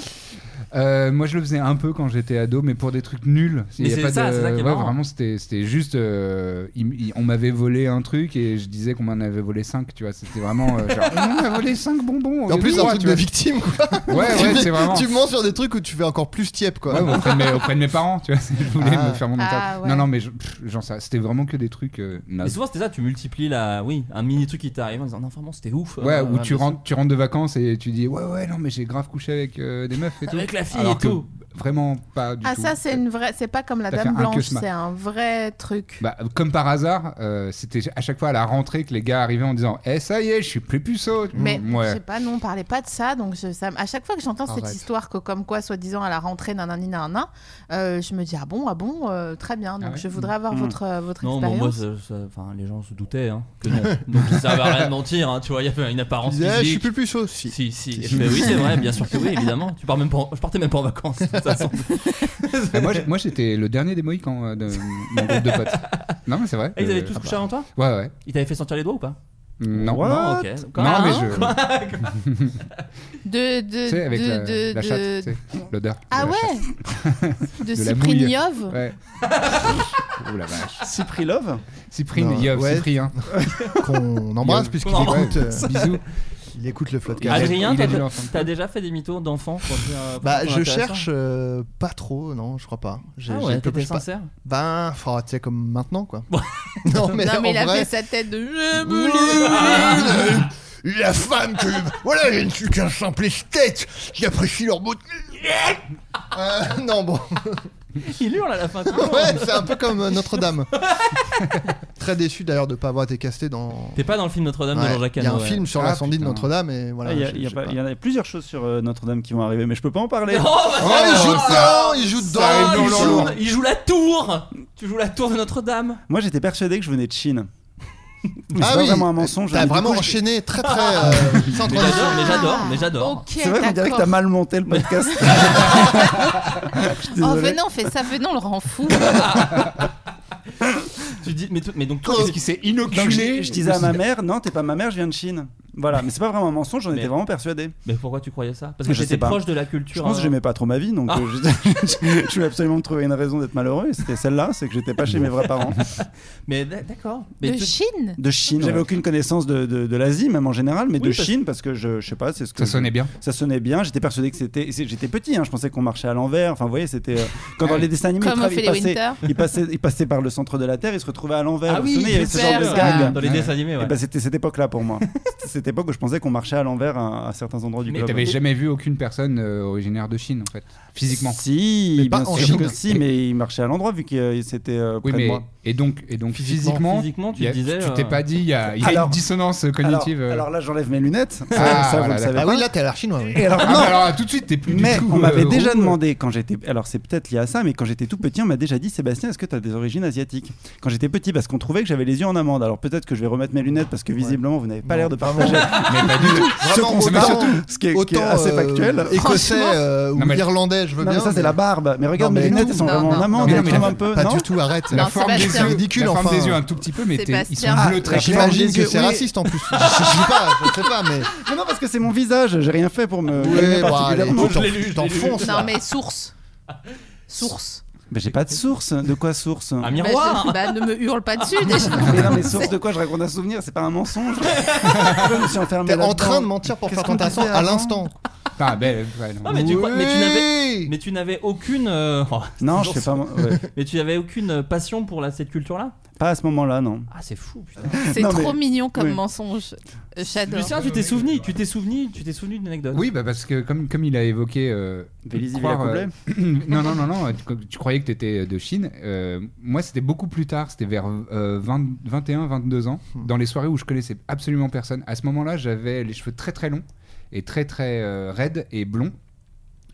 Speaker 9: Euh, moi, je le faisais un peu quand j'étais ado, mais pour des trucs nuls. Il
Speaker 7: Mais
Speaker 9: y a
Speaker 7: c'est
Speaker 9: pas
Speaker 7: ça,
Speaker 9: de-
Speaker 7: c'est ça qui
Speaker 9: ouais,
Speaker 7: est marrant.
Speaker 9: Vraiment, c'était c'était juste. euh, il- il- on m'avait volé un truc et je disais qu'on m'en avait volé 5, tu vois. C'était vraiment. euh, genre, on m'a volé 5 bonbons. au
Speaker 3: En
Speaker 9: lieu
Speaker 3: plus,
Speaker 9: de
Speaker 3: un
Speaker 9: trois,
Speaker 3: truc
Speaker 9: tu
Speaker 3: de
Speaker 9: vois.
Speaker 3: victime, quoi.
Speaker 9: Ouais, ouais, c'est vraiment.
Speaker 3: Tu mens sur des trucs où tu fais encore plus tiep, quoi.
Speaker 9: Ouais, auprès, de mes, auprès de mes parents, tu vois. Je voulais
Speaker 3: Ah.
Speaker 9: me faire mon
Speaker 8: Ah,
Speaker 9: intérêt.
Speaker 8: ouais.
Speaker 9: Non, non, mais je- pff, genre ça, c'était vraiment que des trucs euh,
Speaker 7: Mais
Speaker 9: nazes.
Speaker 7: souvent, c'était ça. Tu multiplies la, oui, un mini truc qui t'arrive en disant non, vraiment, c'était ouf.
Speaker 9: Ouais,
Speaker 7: Euh,
Speaker 9: où tu
Speaker 7: bien sûr.
Speaker 9: rentres, tu rentres de vacances et tu dis ouais, ouais, non, mais j'ai grave couché avec euh, des meufs et tout.
Speaker 7: Avec la fille
Speaker 9: Alors
Speaker 7: Ah,
Speaker 9: que
Speaker 7: et tout.
Speaker 9: Vraiment pas du
Speaker 8: Ah
Speaker 9: tout.
Speaker 8: ça c'est une vraie, c'est pas comme la
Speaker 9: T'as fait
Speaker 8: Dame
Speaker 9: un
Speaker 8: Blanche,
Speaker 9: cauchemar.
Speaker 8: c'est un vrai truc.
Speaker 9: Bah, comme par hasard, euh, c'était à chaque fois à la rentrée que les gars arrivaient en disant Eh, ça y est, je suis plus puceau.
Speaker 8: mais
Speaker 9: Mm,
Speaker 8: je
Speaker 9: ouais.
Speaker 8: sais pas, non, on parlait pas de ça. Donc je- ça, à chaque fois que j'entends cette
Speaker 9: Arrête.
Speaker 8: histoire que comme quoi, soi-disant à la rentrée, nanani nanana, euh, je me dis ah bon, ah bon, euh, très bien. Donc
Speaker 9: Ah ouais
Speaker 8: je voudrais avoir
Speaker 11: Mm.
Speaker 8: votre euh, votre
Speaker 7: Non, bon, moi,
Speaker 8: expérience.
Speaker 7: ça- ça- enfin, les gens se doutaient hein, que non. Donc, ça servait à rien de mentir. hein, tu vois, il y avait une
Speaker 3: Tu
Speaker 7: apparence
Speaker 3: disais, eh, je suis
Speaker 7: physique.
Speaker 3: plus plus chaud. Si.
Speaker 7: Si, si. Et je fais, oui, c'est vrai, bien sûr que oui, évidemment. Tu pars même pas en- Je partais même pas en vacances, de toute façon.
Speaker 9: Et Ah, moi, j'ai- moi, j'étais le dernier des Mohicans euh, de mon groupe de potes. Non, mais c'est vrai.
Speaker 7: Et ils avaient
Speaker 9: Euh,
Speaker 7: tous
Speaker 9: ah
Speaker 7: couché
Speaker 9: bah.
Speaker 7: avant toi
Speaker 9: Ouais, ouais.
Speaker 7: Ils t'avaient fait sentir les doigts ou pas
Speaker 9: Mm, Non.
Speaker 11: What
Speaker 7: Non, ok. Quand
Speaker 9: Non,
Speaker 7: même.
Speaker 9: mais
Speaker 8: hein
Speaker 9: je.
Speaker 8: De de
Speaker 9: Tu sais, avec
Speaker 8: de,
Speaker 9: la,
Speaker 8: de-
Speaker 9: la
Speaker 8: de-
Speaker 9: chatte, tu sais, l'odeur.
Speaker 8: ah
Speaker 9: de la chatte.
Speaker 8: ouais, de
Speaker 9: De la mouille.
Speaker 8: Cypriniov.
Speaker 9: Ouais. oh la vache.
Speaker 11: Cypri Love
Speaker 9: Cyprine,
Speaker 3: Non,
Speaker 9: Yov,
Speaker 3: ouais.
Speaker 9: Cyprien.
Speaker 3: Qu'on embrasse,
Speaker 9: Yo.
Speaker 3: puisqu'il
Speaker 7: Qu'on
Speaker 3: écoute, euh,
Speaker 9: Bisous.
Speaker 3: il écoute le flot
Speaker 9: Ah, j'ai-
Speaker 7: Adrien,
Speaker 9: il est
Speaker 7: t'as-
Speaker 9: déjà ensemble.
Speaker 7: t'as déjà fait des mythos d'enfant quand tu, euh, quand
Speaker 3: Bah,
Speaker 7: tu
Speaker 3: je
Speaker 7: étais adolescent
Speaker 3: cherche euh, pas trop, non, je crois pas. J'ai-
Speaker 7: Ah
Speaker 3: j'ai
Speaker 7: ouais,
Speaker 3: peu-
Speaker 7: t'étais
Speaker 3: je sais pas.
Speaker 7: sincère
Speaker 3: Ben, faudra, tu sais, comme maintenant, quoi.
Speaker 7: Ouais.
Speaker 3: non, mais,
Speaker 8: non mais
Speaker 3: en
Speaker 8: il a
Speaker 3: vrai,
Speaker 8: fait sa tête de je
Speaker 3: La femme que. Voilà, je ne suis qu'un simple esthète qui apprécie leur beauté. Euh, non, bon.
Speaker 7: Il hurle à la fin. tout le monde.
Speaker 3: Ouais, c'est un peu comme euh, Notre-Dame. Très déçu d'ailleurs de ne pas avoir été casté dans.
Speaker 7: T'es pas dans le film Notre-Dame
Speaker 3: Ouais,
Speaker 7: de Jean-Jacques
Speaker 3: Il y a un
Speaker 7: Hano, ouais.
Speaker 3: film sur
Speaker 9: Ah,
Speaker 3: l'incendie de
Speaker 9: putain.
Speaker 3: Notre-Dame et
Speaker 11: Ah, Il
Speaker 3: voilà.
Speaker 11: y, a-
Speaker 3: je-
Speaker 11: il y a
Speaker 3: je
Speaker 11: pas-
Speaker 3: sais
Speaker 11: il y en a plusieurs choses sur euh, Notre-Dame qui vont arriver, mais je peux pas en parler.
Speaker 7: bah,
Speaker 3: Oh, il joue dedans, il joue dedans.
Speaker 7: Oh,
Speaker 9: arrive
Speaker 7: il,
Speaker 9: dans
Speaker 7: joue,
Speaker 3: Ah
Speaker 9: l'ordre.
Speaker 7: il joue la tour Tu joues la tour de Notre-Dame
Speaker 11: Moi, j'étais persuadé que je venais de Chine. Mais c'est
Speaker 3: Ah
Speaker 11: pas
Speaker 3: oui,
Speaker 11: vraiment un mensonge. hein,
Speaker 3: T'as
Speaker 11: mais du
Speaker 3: vraiment
Speaker 11: coup, je-
Speaker 3: enchaîné très très. euh, sans
Speaker 7: Mais
Speaker 3: transition.
Speaker 7: j'adore, mais j'adore, mais j'adore.
Speaker 8: Ah, Ok,
Speaker 11: C'est vrai qu'on dirait que
Speaker 8: d'accord. Oh,
Speaker 11: t'as mal monté le podcast. Je suis
Speaker 8: Oh
Speaker 11: désolé.
Speaker 8: venant, fait ça, venant le rend fou.
Speaker 7: Tu dis, mais, tout- mais donc tout-
Speaker 9: Qu'est-ce qui s'est
Speaker 11: Donc,
Speaker 9: inoculé
Speaker 11: je, je disais à ma mère, non, t'es pas ma mère, je viens de Chine. Voilà, mais c'est pas vraiment un mensonge, j'en
Speaker 7: Mais-
Speaker 11: étais vraiment persuadé.
Speaker 7: Mais pourquoi tu croyais ça Parce que
Speaker 11: Je sais
Speaker 7: j'étais
Speaker 11: pas.
Speaker 7: proche de la
Speaker 11: Je
Speaker 7: culture.
Speaker 11: pense
Speaker 7: euh,
Speaker 11: que j'aimais pas trop ma vie, donc
Speaker 7: Ah.
Speaker 11: euh, je, je voulais absolument me trouver une raison d'être malheureux, et c'était celle-là, c'est que j'étais pas chez mes vrais parents.
Speaker 7: Mais d- d'accord. Mais
Speaker 8: De
Speaker 7: tu-
Speaker 8: Chine.
Speaker 11: De Chine, j'avais aucune connaissance de, de- de l'Asie, même en général, mais
Speaker 7: Oui,
Speaker 11: de
Speaker 7: parce-
Speaker 11: Chine, parce que je, je sais pas, c'est ce que.
Speaker 9: Ça
Speaker 11: je-
Speaker 9: sonnait bien.
Speaker 11: Ça sonnait bien, j'étais persuadé que c'était. c'est- J'étais petit, hein, je pensais qu'on marchait à l'envers. Enfin, vous voyez, c'était. euh, Quand dans les dessins animés,
Speaker 8: Comme
Speaker 11: ils tra- ils
Speaker 8: Ophélie
Speaker 11: passaient,
Speaker 8: Winter.
Speaker 11: ils, passaient, ils passaient par le centre de la Terre, ils se retrouvaient à l'envers.
Speaker 7: Ah
Speaker 11: Vous
Speaker 7: oui,
Speaker 11: vous souvenez, il y avait ce
Speaker 8: super,
Speaker 11: genre de
Speaker 8: ça.
Speaker 11: gag.
Speaker 7: dans les
Speaker 9: Ouais.
Speaker 7: dessins animés, ouais.
Speaker 11: Eh ben, c'était cette époque-là pour moi. C'était cette époque où je pensais qu'on marchait à l'envers à, à certains endroits du
Speaker 7: Mais
Speaker 9: Mais
Speaker 11: globe.
Speaker 9: t'avais jamais vu aucune personne euh, originaire de Chine, en fait, physiquement.
Speaker 11: Si,
Speaker 3: Mais pas
Speaker 11: bien
Speaker 3: en
Speaker 11: sûr
Speaker 3: Chine.
Speaker 11: que si, mais il marchait à l'endroit vu qu'il s'était euh, près
Speaker 9: Oui,
Speaker 11: de
Speaker 9: mais
Speaker 11: moi.
Speaker 9: et donc et donc physiquement,
Speaker 7: physiquement, tu
Speaker 9: y a-
Speaker 7: disais,
Speaker 9: tu t'es
Speaker 7: euh,
Speaker 9: pas dit, il y a, il y a
Speaker 11: Alors-
Speaker 9: une dissonance
Speaker 11: Alors,
Speaker 9: cognitive. euh.
Speaker 11: alors là, j'enlève mes lunettes. Ça,
Speaker 9: Ah,
Speaker 11: ça,
Speaker 9: voilà,
Speaker 11: vous le savez
Speaker 3: Ah
Speaker 11: pas.
Speaker 3: oui, là t'es à l'art chinois. oui.
Speaker 11: Et alors,
Speaker 9: Ah,
Speaker 11: non,
Speaker 9: bah alors là, tout de suite, t'es plus
Speaker 11: mais
Speaker 9: du tout.
Speaker 11: on m'avait
Speaker 9: euh,
Speaker 11: déjà
Speaker 9: roux.
Speaker 11: demandé quand j'étais. Alors c'est peut-être lié à ça, mais quand j'étais tout petit, on m'a déjà dit Sébastien, est-ce que tu as des origines asiatiques Quand j'étais petit, parce qu'on trouvait que j'avais les yeux en amande. Alors peut-être que je vais remettre mes lunettes parce que visiblement vous n'avez pas
Speaker 3: Non,
Speaker 11: l'air de
Speaker 3: vraiment.
Speaker 11: partager.
Speaker 9: Mais pas du tout.
Speaker 11: ce
Speaker 3: Vraiment,
Speaker 11: constat,
Speaker 3: autant-
Speaker 11: ce qui est, qui est
Speaker 3: Autant
Speaker 11: assez
Speaker 3: euh,
Speaker 11: factuel.
Speaker 3: écossais euh, ou
Speaker 9: Non, mais-
Speaker 3: irlandais, je veux
Speaker 11: Non, mais
Speaker 3: bien.
Speaker 11: ça c'est
Speaker 3: mais-
Speaker 11: la barbe. Mais regarde
Speaker 3: Non, mais
Speaker 11: mes lunettes,
Speaker 3: tout.
Speaker 11: elles sont vraiment
Speaker 8: Non,
Speaker 11: en
Speaker 8: non.
Speaker 11: amande.
Speaker 9: Mais non,
Speaker 11: Elles
Speaker 9: mais
Speaker 11: tombent
Speaker 9: la-
Speaker 11: un peu.
Speaker 3: Pas
Speaker 11: non
Speaker 3: du tout, arrête.
Speaker 9: La
Speaker 8: Non,
Speaker 9: forme des
Speaker 8: Sébastien.
Speaker 9: yeux, euh,
Speaker 3: Ridicule,
Speaker 9: la forme
Speaker 3: enfin.
Speaker 9: des yeux un tout petit peu, mais t'es- ils sont
Speaker 8: Sébastien.
Speaker 9: bleus très clairs.
Speaker 3: J'imagine
Speaker 11: Des
Speaker 3: que
Speaker 11: yeux,
Speaker 3: c'est
Speaker 11: oui.
Speaker 3: raciste en plus. Je je dis pas, je sais pas, mais.
Speaker 11: Mais non, parce que c'est mon visage. J'ai rien fait pour me.
Speaker 3: Ouais, bah,
Speaker 11: particulièrement.
Speaker 3: allez, tu
Speaker 7: Je
Speaker 3: t'en-
Speaker 7: l'ai lu,
Speaker 3: tu t'enfonces.
Speaker 8: Non mais source. Source.
Speaker 11: Mais j'ai pas de source. De quoi source
Speaker 7: Un
Speaker 8: Bah,
Speaker 7: miroir
Speaker 8: je- bah, ne me hurle pas dessus déjà.
Speaker 11: Ah, Mais non, mais source de quoi Je raconte un souvenir, c'est pas un mensonge. Pourquoi je me suis enfermé
Speaker 3: T'es en
Speaker 11: là-dedans
Speaker 3: train de mentir pour
Speaker 11: Qu'est-ce
Speaker 3: faire ton
Speaker 11: qu'on
Speaker 3: tasson
Speaker 11: disait
Speaker 3: à
Speaker 11: avant
Speaker 3: l'instant.
Speaker 9: Enfin, ben, ouais, non.
Speaker 7: Non, mais tu crois- mais tu
Speaker 3: Oui
Speaker 7: n'avais- mais tu n'avais aucune. euh, oh, c'est
Speaker 11: Non, je
Speaker 7: toujours
Speaker 11: sais
Speaker 7: ça.
Speaker 11: pas. moi, ouais.
Speaker 7: Mais tu n'avais aucune euh, passion pour la- cette culture-là
Speaker 11: Pas à ce moment-là, non.
Speaker 7: Ah, c'est fou, putain.
Speaker 8: C'est
Speaker 11: Non,
Speaker 8: trop
Speaker 11: mais-
Speaker 8: mignon comme
Speaker 11: oui.
Speaker 8: mensonge. Euh, J'adore.
Speaker 7: Lucien, tu t'es souvenu, tu t'es souvenu, tu t'es souvenu d'une anecdote.
Speaker 9: Oui, bah parce que comme, comme il a évoqué. Euh,
Speaker 11: Vélizy
Speaker 9: croire,
Speaker 11: Villacoublay.
Speaker 9: euh, non, non, non, non, tu, cro- tu croyais que tu étais de Chine. Euh, moi, c'était beaucoup plus tard, c'était vers euh, 20 21, 22 ans,
Speaker 3: Hmm.
Speaker 9: dans les soirées où je connaissais absolument personne. À ce moment-là, j'avais les cheveux très très longs et très très euh, raides et blonds.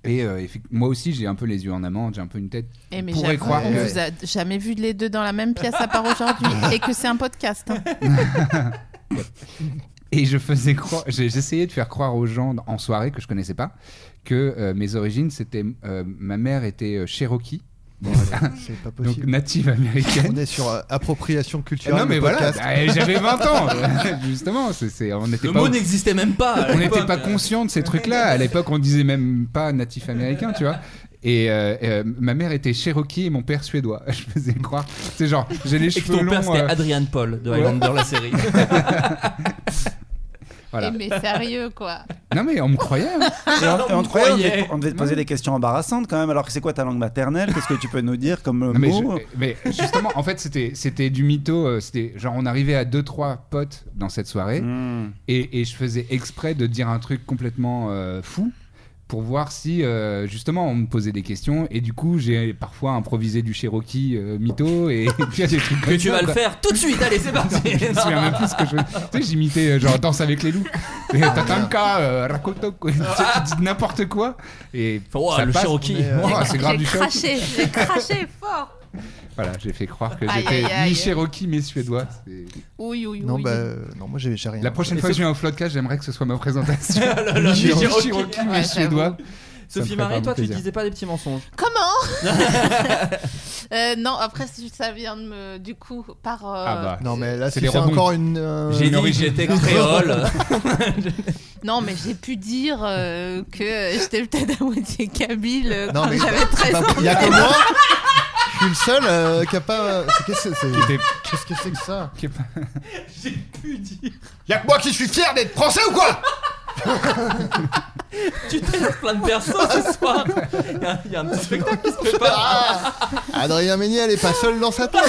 Speaker 9: Et euh, effi- moi aussi, j'ai un peu les yeux en amande, j'ai un peu une tête.
Speaker 8: Eh, mais
Speaker 9: pourrait
Speaker 8: j'avoue,
Speaker 9: croire
Speaker 8: on
Speaker 9: que-
Speaker 8: vous a jamais vu les deux dans la même pièce à part aujourd'hui et que c'est un podcast. hein.
Speaker 9: Et je faisais croire, j'ai- j'essayais de faire croire aux gens en soirée que je connaissais pas que euh, mes origines c'était euh, ma mère était euh, Cherokee,
Speaker 3: Bon, allez, c'est pas
Speaker 9: donc
Speaker 3: possible.
Speaker 9: native américaine.
Speaker 3: On est sur euh, appropriation
Speaker 9: Ah
Speaker 3: culturelle.
Speaker 9: non, mais
Speaker 3: le
Speaker 9: voilà,
Speaker 3: podcast.
Speaker 9: bah, j'avais 20 ans. Justement, c'est c'est- on n'était
Speaker 7: Le
Speaker 9: pas,
Speaker 7: mot n'existait même pas. à
Speaker 9: on n'était
Speaker 7: l'époque.
Speaker 9: pas conscient de ces trucs-là. À l'époque, on disait même pas natif américain, tu vois. Et euh, euh, ma mère était Cherokee et mon père suédois. Je faisais croire. C'est genre, j'ai les
Speaker 7: Et que
Speaker 9: cheveux
Speaker 7: ton
Speaker 9: longs.
Speaker 7: père c'était
Speaker 9: euh,
Speaker 7: Adrian Paul de
Speaker 9: ouais.
Speaker 7: Highlander la série.
Speaker 9: voilà.
Speaker 8: Eh, mais sérieux quoi.
Speaker 9: euh. Non, mais on me croyait. hein.
Speaker 3: Ah,
Speaker 11: Et on, et on
Speaker 7: On
Speaker 11: te croyait, on devait,
Speaker 7: croyait.
Speaker 11: on devait te poser des questions embarrassantes quand même. Alors que c'est quoi ta langue maternelle Qu'est-ce que tu peux nous dire comme euh,
Speaker 9: Non, mais,
Speaker 11: mot
Speaker 9: je- mais justement, en fait, c'était c'était du mytho. euh, C'était genre, on arrivait à deux trois potes dans cette
Speaker 3: Mm.
Speaker 9: soirée.
Speaker 11: Hmm.
Speaker 9: Et, et je faisais exprès de dire un truc complètement euh, fou pour voir si euh, justement on me posait des questions et du coup j'ai parfois improvisé du Cherokee euh, mytho et tu vois, des trucs
Speaker 7: Que
Speaker 9: comme
Speaker 7: tu
Speaker 9: ça,
Speaker 7: vas le
Speaker 9: quoi.
Speaker 7: faire tout de suite. Allez, c'est parti.
Speaker 9: Je me souviens même plus ce que je faisais. Tu sais, j'imitais euh, genre danse avec les loups. Et Tatanka, euh, Rakoto, quoi. tu sais, tu dis n'importe quoi. Et
Speaker 7: Oh,
Speaker 9: ça
Speaker 7: le
Speaker 9: passe.
Speaker 7: Cherokee.
Speaker 9: Mais, euh, oh, c'est grave
Speaker 8: J'ai
Speaker 9: du Cherokee.
Speaker 8: craché, j'ai craché fort.
Speaker 9: Voilà, j'ai fait croire que
Speaker 8: Aïe,
Speaker 9: j'étais
Speaker 8: aïe, aïe.
Speaker 9: ni Cherokee mais suédois. C'est-
Speaker 8: Oui, oui, oui.
Speaker 3: Non,
Speaker 8: oui.
Speaker 3: bah, euh, non, moi j'ai j'ai rien.
Speaker 9: La prochaine
Speaker 7: Et
Speaker 9: fois que
Speaker 7: ce-
Speaker 9: je viens au Floodcast, j'aimerais que ce soit ma présentation.
Speaker 7: Ah là là,
Speaker 9: Ni
Speaker 7: mais Cherokee.
Speaker 9: Cherokee mais
Speaker 8: Ouais,
Speaker 9: suédois. Ça me
Speaker 7: Sophie
Speaker 9: ferait
Speaker 7: Marie,
Speaker 9: vraiment
Speaker 7: toi, tu
Speaker 9: plaisir.
Speaker 7: disais pas des petits mensonges.
Speaker 8: Comment Euh, Non, après, si ça vient de me, du coup par. euh,
Speaker 9: Ah bah.
Speaker 3: Non, mais là
Speaker 9: C'est
Speaker 3: c'est
Speaker 9: les rebonds.
Speaker 3: encore une. euh,
Speaker 9: une
Speaker 7: J'ai dit que
Speaker 9: origine
Speaker 7: j'étais créole.
Speaker 8: Non, mais j'ai pu dire euh, que j'étais peut-être à moitié kabyle euh,
Speaker 3: Non,
Speaker 8: quand
Speaker 3: mais-
Speaker 8: j'avais 13 ans.
Speaker 3: Bah, Il y a que moi. Je suis le seul euh, qui a pas. c'est- Qu'est-ce que c'est
Speaker 9: Qui était-
Speaker 3: Qu'est-ce que c'est que ça
Speaker 9: qui est pas-
Speaker 7: J'ai pu dire.
Speaker 3: Y'a que moi qui suis fier d'être français ou quoi
Speaker 7: Tu t'aimes plein de personnes ce soir. Il y a- Il y, a un petit spectacle qui se prépare.
Speaker 3: Ah Adrien Méniel est pas seul dans sa tête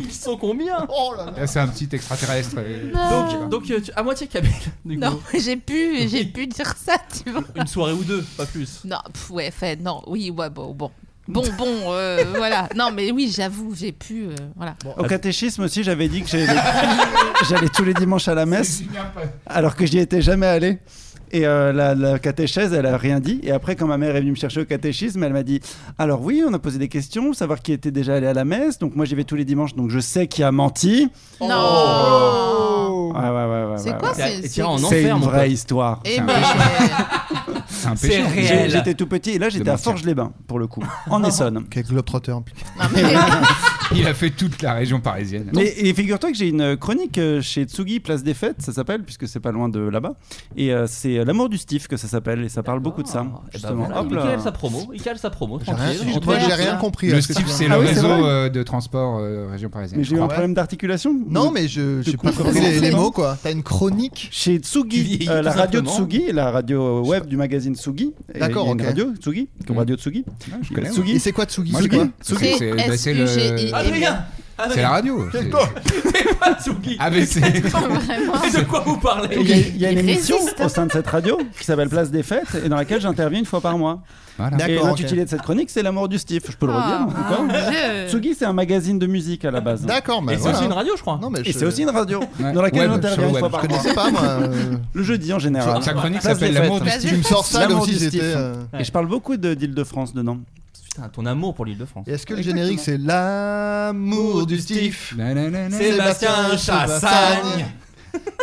Speaker 7: Ils sont combien
Speaker 3: Oh là là
Speaker 9: Là, Ah, c'est un petit extraterrestre. euh,
Speaker 7: Donc, donc euh, tu- à moitié Kabyle. Du coup,
Speaker 8: Non, mais j'ai pu, j'ai pu dire ça, tu vois.
Speaker 7: une soirée ou deux, pas plus.
Speaker 8: Non, pff, ouais, fait, non, oui, ouais, bon, bon. Bon, bon, euh, voilà. Non, mais oui, j'avoue, j'ai pu, euh, voilà.
Speaker 11: Au catéchisme aussi, j'avais dit que j'allais j'allais tous les dimanches à la messe, alors que j'y étais jamais allé. Et euh, la, la catéchèse, elle a rien dit. Et après, quand ma mère est venue me chercher au catéchisme, elle m'a dit Alors, oui, on a posé des questions, savoir qui était déjà allé à la messe. Donc, moi, j'y vais tous les dimanches, donc je sais qui a menti.
Speaker 8: Non
Speaker 11: Ouais, ouais, ouais, ouais,
Speaker 8: C'est
Speaker 11: ouais,
Speaker 8: quoi
Speaker 11: ouais.
Speaker 8: c'est-
Speaker 7: Et
Speaker 8: C'est
Speaker 7: t'iras en
Speaker 11: C'est
Speaker 7: enfer,
Speaker 11: une
Speaker 7: mon
Speaker 11: vraie
Speaker 7: pote.
Speaker 11: histoire.
Speaker 8: Eh
Speaker 9: un
Speaker 8: ben,
Speaker 9: C'est un
Speaker 7: C'est
Speaker 9: péché.
Speaker 7: réel.
Speaker 11: J'ai-
Speaker 7: Elle.
Speaker 11: J'étais tout petit et là j'étais à
Speaker 9: mentir.
Speaker 11: Forges-les-Bains pour le coup, en Essonne.
Speaker 3: Quel globetrotter impliqué.
Speaker 8: non, mais-
Speaker 9: Il a fait toute la région parisienne.
Speaker 11: Mais et figure-toi que j'ai une chronique euh, chez Tsugi Place des Fêtes, ça s'appelle, puisque c'est pas loin de là-bas. Et euh, c'est euh, L'amour du Steve que ça s'appelle, et ça
Speaker 8: Ah,
Speaker 11: parle beaucoup de ça.
Speaker 8: eh ben
Speaker 7: Et
Speaker 11: justement. Hop
Speaker 7: il
Speaker 11: là.
Speaker 7: cale sa promo. Il cale sa promo.
Speaker 3: J'ai rien,
Speaker 7: Tranquille.
Speaker 3: j'ai-
Speaker 7: On te
Speaker 3: moi,
Speaker 7: voit
Speaker 3: j'ai
Speaker 7: dans
Speaker 3: rien
Speaker 7: ça.
Speaker 3: compris.
Speaker 9: Le
Speaker 3: à ce que tu
Speaker 9: Steve,
Speaker 3: viens
Speaker 9: c'est
Speaker 3: de
Speaker 9: le
Speaker 11: Ah
Speaker 3: dire.
Speaker 11: oui, c'est
Speaker 9: réseau
Speaker 11: vrai.
Speaker 9: euh, de transport euh, région parisienne.
Speaker 11: Mais
Speaker 9: je
Speaker 11: j'ai eu un
Speaker 9: crois.
Speaker 11: problème d'articulation
Speaker 3: Non, mais je
Speaker 11: Tu
Speaker 3: sais pas
Speaker 11: comprends
Speaker 3: compris les, les
Speaker 11: pas.
Speaker 3: mots quoi. T'as une chronique
Speaker 11: Chez
Speaker 7: Tu
Speaker 11: Tsugi,
Speaker 7: vieillis,
Speaker 11: euh, la
Speaker 7: tout
Speaker 11: radio
Speaker 7: simplement.
Speaker 11: Tsugi, la radio euh, web du magazine Tsugi. Et
Speaker 3: D'accord,
Speaker 11: il y a une
Speaker 3: ok.
Speaker 11: radio Tsugi, comme
Speaker 9: Mm.
Speaker 11: radio Tsugi.
Speaker 9: Ah, je
Speaker 11: Il y a
Speaker 9: connais,
Speaker 11: Tsugi.
Speaker 9: ouais.
Speaker 3: Et c'est quoi Tsugi
Speaker 9: Moi,
Speaker 3: C'est
Speaker 9: je
Speaker 3: quoi
Speaker 9: connais. C'est-
Speaker 8: C'est
Speaker 9: c'est- bah, c'est
Speaker 8: S-U-G-I.
Speaker 9: le-
Speaker 7: Ah, Adrien
Speaker 9: c'est la bah, radio. C'est Ah,
Speaker 7: Tsugi.
Speaker 9: ABC.
Speaker 8: vraiment.
Speaker 7: Mais de quoi vous parlez
Speaker 11: Il y a, il y a une
Speaker 8: Il
Speaker 11: émission
Speaker 8: résiste.
Speaker 11: au sein de cette radio qui s'appelle Place des Fêtes et dans laquelle j'interviens une fois par mois.
Speaker 9: Voilà.
Speaker 11: Et
Speaker 3: D'accord. ok.
Speaker 11: l'intitulé de cette chronique, c'est L'amour du Steve. Je peux le redire hein,
Speaker 8: Ah,
Speaker 11: encore.
Speaker 8: mon Dieu.
Speaker 11: Tsugi, c'est un magazine de musique à la base.
Speaker 3: D'accord, bah, mais
Speaker 7: Et c'est
Speaker 3: Bah, voilà.
Speaker 7: aussi une radio, je crois.
Speaker 3: Non mais
Speaker 11: Et
Speaker 3: je
Speaker 11: c'est aussi une radio
Speaker 9: Ouais.
Speaker 11: dans laquelle
Speaker 9: Web, sur le
Speaker 11: j'interviens une
Speaker 9: web.
Speaker 11: fois
Speaker 9: Je
Speaker 11: par mois.
Speaker 3: connaissais pas moi. euh,
Speaker 11: Le jeudi en général.
Speaker 9: Sa chronique
Speaker 11: Place
Speaker 9: s'appelle
Speaker 11: des
Speaker 9: L'amour
Speaker 11: fêtes.
Speaker 9: du
Speaker 8: Place
Speaker 9: style.
Speaker 3: Tu me sors ça comme
Speaker 11: L'amour
Speaker 3: si
Speaker 11: du
Speaker 3: j'étais.
Speaker 11: Steve.
Speaker 3: euh,
Speaker 11: Et je parle beaucoup de- d'Île-de-France dedans.
Speaker 7: Putain, ton amour pour l'île de France.
Speaker 3: et Est-ce que le générique c'est l'amour du Steve
Speaker 9: Nanana.
Speaker 7: Sébastien Chassagne.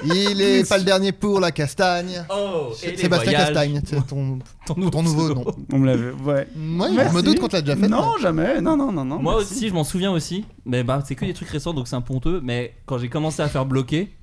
Speaker 3: Il est pas le dernier pour la castagne.
Speaker 7: Oh, et les
Speaker 3: Sébastien
Speaker 7: voyages.
Speaker 3: Castagne, c'est ton,
Speaker 7: Ton
Speaker 3: ton nouveau nom.
Speaker 11: On me l'avait. Ouais.
Speaker 3: Moi, je
Speaker 11: Merci.
Speaker 3: me doute qu'on te l'a déjà fait.
Speaker 11: Non, jamais. Non, non, non, non.
Speaker 7: Moi
Speaker 11: merci.
Speaker 7: aussi, je m'en souviens aussi. Mais bah, c'est que des trucs récents, donc c'est un ponteux. Mais quand j'ai commencé à faire bloquer,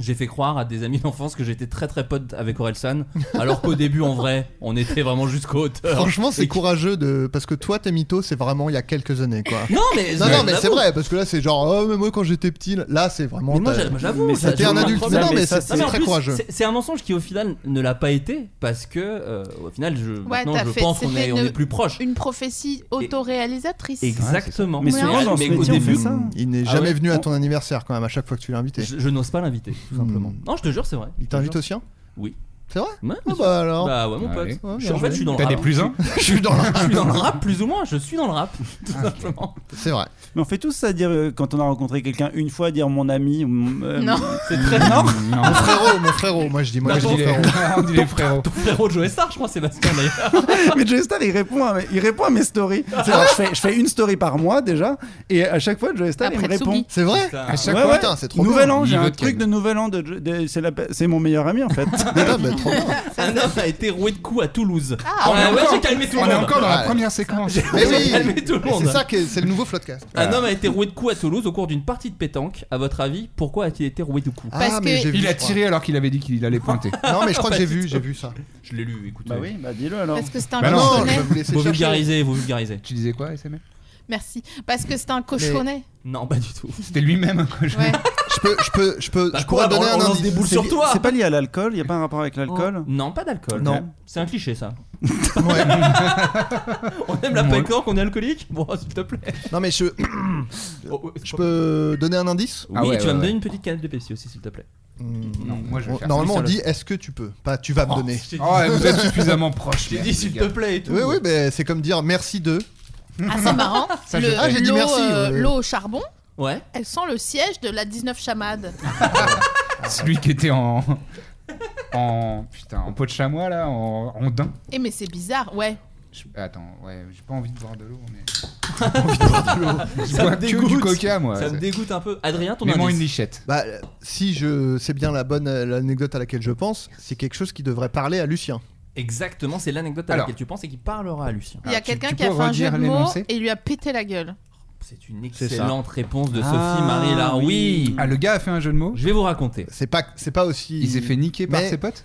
Speaker 7: j'ai fait croire à des amis d'enfance que j'étais très très pote avec Orelsan, alors qu'au début en vrai, on était vraiment jusqu'au hauteur.
Speaker 3: Franchement, c'est courageux de parce que toi tes mythos, c'est vraiment il y a quelques années quoi.
Speaker 7: Non mais
Speaker 3: non, non mais c'est vrai parce que là c'est genre oh mais moi quand j'étais petit là c'est vraiment.
Speaker 7: Mais moi j'avoue,
Speaker 3: Mais c'était un adulte. Mais non mais ça
Speaker 7: Non,
Speaker 3: c'est
Speaker 7: mais en
Speaker 3: très
Speaker 7: plus,
Speaker 3: courageux.
Speaker 7: c'est- C'est un mensonge qui au final ne l'a pas été parce que euh, au final je maintenant
Speaker 8: t'as
Speaker 7: je
Speaker 8: fait-
Speaker 7: pense
Speaker 8: c'est
Speaker 7: qu'on
Speaker 8: fait
Speaker 7: est on
Speaker 8: une-
Speaker 7: est plus proche.
Speaker 8: Une prophétie autoréalisatrice.
Speaker 7: Exactement.
Speaker 11: Mais souvent, dans ce
Speaker 7: au
Speaker 11: métier, on
Speaker 7: début,
Speaker 11: fait ça.
Speaker 3: Il n'est
Speaker 7: Ah
Speaker 3: jamais
Speaker 7: ouais.
Speaker 3: venu à ton anniversaire quand même à chaque fois que tu l'as invité.
Speaker 7: je, je n'ose pas l'inviter tout simplement. Non, je te jure, c'est vrai.
Speaker 3: Il t'invite au sien
Speaker 7: Oui.
Speaker 3: C'est vrai
Speaker 7: Ouais,
Speaker 3: Ah
Speaker 7: bien sûr.
Speaker 3: bah alors.
Speaker 7: Bah ouais, mon pote.
Speaker 9: Allez.
Speaker 3: Ouais,
Speaker 7: Je-
Speaker 3: bien
Speaker 7: en fait,
Speaker 3: joué.
Speaker 7: je suis dans le
Speaker 9: T'as
Speaker 7: rap.
Speaker 9: des plus un
Speaker 3: Je suis dans la.
Speaker 7: Je suis dans le rap, plus ou moins. Je suis dans le rap, tout simplement.
Speaker 3: C'est vrai.
Speaker 11: Mais on fait tous ça, dire euh, quand on a rencontré quelqu'un une fois, dire mon ami. ou, euh,
Speaker 8: Non.
Speaker 7: C'est très
Speaker 11: Non.
Speaker 9: Non,
Speaker 3: Mon frérot, mon frérot, moi je dis moi
Speaker 9: moi
Speaker 3: je
Speaker 9: je
Speaker 3: dis
Speaker 9: dis les-
Speaker 3: frérot.
Speaker 9: on dit les frérots.
Speaker 7: Ton frérot Joe Star, je crois, Sébastien d'ailleurs.
Speaker 11: mais Joey Star, il répond, à, mes- il répond à mes stories. C'est vrai, je fais, je fais une story par mois déjà, et à chaque fois, Joey Star, il me
Speaker 8: Après
Speaker 11: répond.
Speaker 8: Tsugi.
Speaker 3: C'est vrai
Speaker 7: Putain.
Speaker 9: À chaque
Speaker 11: Ouais,
Speaker 9: fois,
Speaker 11: ouais.
Speaker 3: Putain, c'est trop
Speaker 11: Nouvel
Speaker 3: bien.
Speaker 11: an, j'ai
Speaker 9: Il
Speaker 11: un
Speaker 9: veut Ken.
Speaker 11: truc de nouvel an. De, de- c'est, la, c'est mon meilleur ami en fait.
Speaker 3: Ah bah, trop bien.
Speaker 7: Un homme a été roué de coups à Toulouse.
Speaker 8: Ah,
Speaker 7: ouais,
Speaker 9: on est
Speaker 7: ouais,
Speaker 9: encore-
Speaker 7: j'ai calmé tout le
Speaker 9: On est
Speaker 7: monde.
Speaker 9: encore dans la
Speaker 3: Ouais.
Speaker 9: première séquence.
Speaker 3: Mais
Speaker 7: Ils ont
Speaker 3: oui,
Speaker 7: calmé tout le
Speaker 3: mais
Speaker 7: monde.
Speaker 3: c'est ça qui est- c'est le nouveau floodcast.
Speaker 7: Ah, Un homme a été roué de coups à Toulouse au cours d'une partie de pétanque. À votre avis, pourquoi a-t-il été roué de coups
Speaker 3: Ah,
Speaker 8: Parce
Speaker 3: mais
Speaker 8: que-
Speaker 3: j'ai vu,
Speaker 9: Il a
Speaker 3: je crois.
Speaker 9: tiré alors qu'il avait dit qu'il allait pointer.
Speaker 3: Non, mais je crois que j'ai vu, j'ai vu ça.
Speaker 7: Je l'ai lu, écoutez.
Speaker 11: bah oui, bah dis-le alors.
Speaker 8: Parce que c'est un
Speaker 9: Bah non,
Speaker 3: non,
Speaker 8: cochonnet.
Speaker 3: je vais vous laisser
Speaker 7: Vous
Speaker 3: chercher.
Speaker 7: vulgarisez, vous vulgarisez.
Speaker 9: Tu disais quoi, SML
Speaker 8: Merci. Parce que c'est un cochonnet.
Speaker 7: Non, pas du tout.
Speaker 9: C'était lui-même hein, un cochon.
Speaker 8: Ouais.
Speaker 3: Je peux, je peux, je peux,
Speaker 7: Bah
Speaker 3: je pourrais
Speaker 7: quoi,
Speaker 3: donner
Speaker 7: on-
Speaker 3: un
Speaker 7: on lance
Speaker 3: indice.
Speaker 7: des boules
Speaker 11: C'est
Speaker 7: sur
Speaker 11: li-
Speaker 7: toi
Speaker 11: C'est pas lié à l'alcool, il n'y a pas un rapport avec
Speaker 8: Oh.
Speaker 11: l'alcool.
Speaker 7: Non, pas d'alcool.
Speaker 3: Non.
Speaker 7: C'est un cliché ça.
Speaker 3: Ouais.
Speaker 7: On aime la pétanque, on est alcoolique Bon, s'il te plaît. Oh,
Speaker 3: Non, mais je, je peux donner un indice
Speaker 7: Oui,
Speaker 9: Ah ouais,
Speaker 7: tu vas
Speaker 9: ouais,
Speaker 7: me
Speaker 9: ouais.
Speaker 7: donner une petite canette de Pepsi aussi, s'il te plaît.
Speaker 9: Non, moi je vais
Speaker 3: On-
Speaker 9: faire.
Speaker 3: Normalement, on
Speaker 7: Salut,
Speaker 3: dit est-ce que tu peux Pas tu vas me donner.
Speaker 7: Je t'ai dit-
Speaker 9: Oh, ouais, vous êtes suffisamment proche.
Speaker 7: je t'ai dit, s'il te plaît et tout.
Speaker 3: Oui, oui, mais c'est comme dire merci de.
Speaker 8: Ah, c'est marrant.
Speaker 9: Ça,
Speaker 8: Le-
Speaker 9: je-
Speaker 3: Ah, j'ai dit
Speaker 8: l'eau,
Speaker 3: merci,
Speaker 8: euh,
Speaker 3: ouais.
Speaker 8: L'eau au charbon,
Speaker 7: Ouais.
Speaker 8: elle sent le siège de la 19 chamade.
Speaker 9: Celui qui était en. En. Putain, en pot de chamois là, en, en daim.
Speaker 8: Eh, mais c'est bizarre, ouais.
Speaker 9: Je- Attends, ouais, j'ai pas envie de boire de l'eau, mais. Je
Speaker 7: Ça
Speaker 9: bois
Speaker 7: me
Speaker 9: que du
Speaker 7: dégoûte.
Speaker 9: coca, moi.
Speaker 7: Ça me dégoûte un peu. Adrien, ton
Speaker 9: Mets-moi une
Speaker 7: indice.
Speaker 9: lichette.
Speaker 3: Bah, euh, si je, c'est bien la bonne euh, l'anecdote à laquelle je pense, c'est quelque chose qui devrait parler à Lucien.
Speaker 7: Exactement, c'est l'anecdote à
Speaker 9: Alors.
Speaker 7: laquelle tu penses et qui parlera à Lucien.
Speaker 8: Il y a
Speaker 9: Ah, tu-
Speaker 8: quelqu'un
Speaker 9: tu
Speaker 8: qui a
Speaker 9: peux
Speaker 8: fait un jeu
Speaker 9: redire
Speaker 8: de mots
Speaker 9: l'énoncé
Speaker 8: et il lui a pété la gueule.
Speaker 7: C'est une
Speaker 3: C'est ça.
Speaker 7: excellente réponse de Sophie
Speaker 11: Ah,
Speaker 7: Marie Laroui.
Speaker 11: oui.
Speaker 9: Ah, le gars a fait un jeu de mots
Speaker 7: Je vais vous raconter.
Speaker 3: C'est pas, c'est pas aussi.
Speaker 9: Il s'est fait niquer par
Speaker 3: Mais-
Speaker 9: ses potes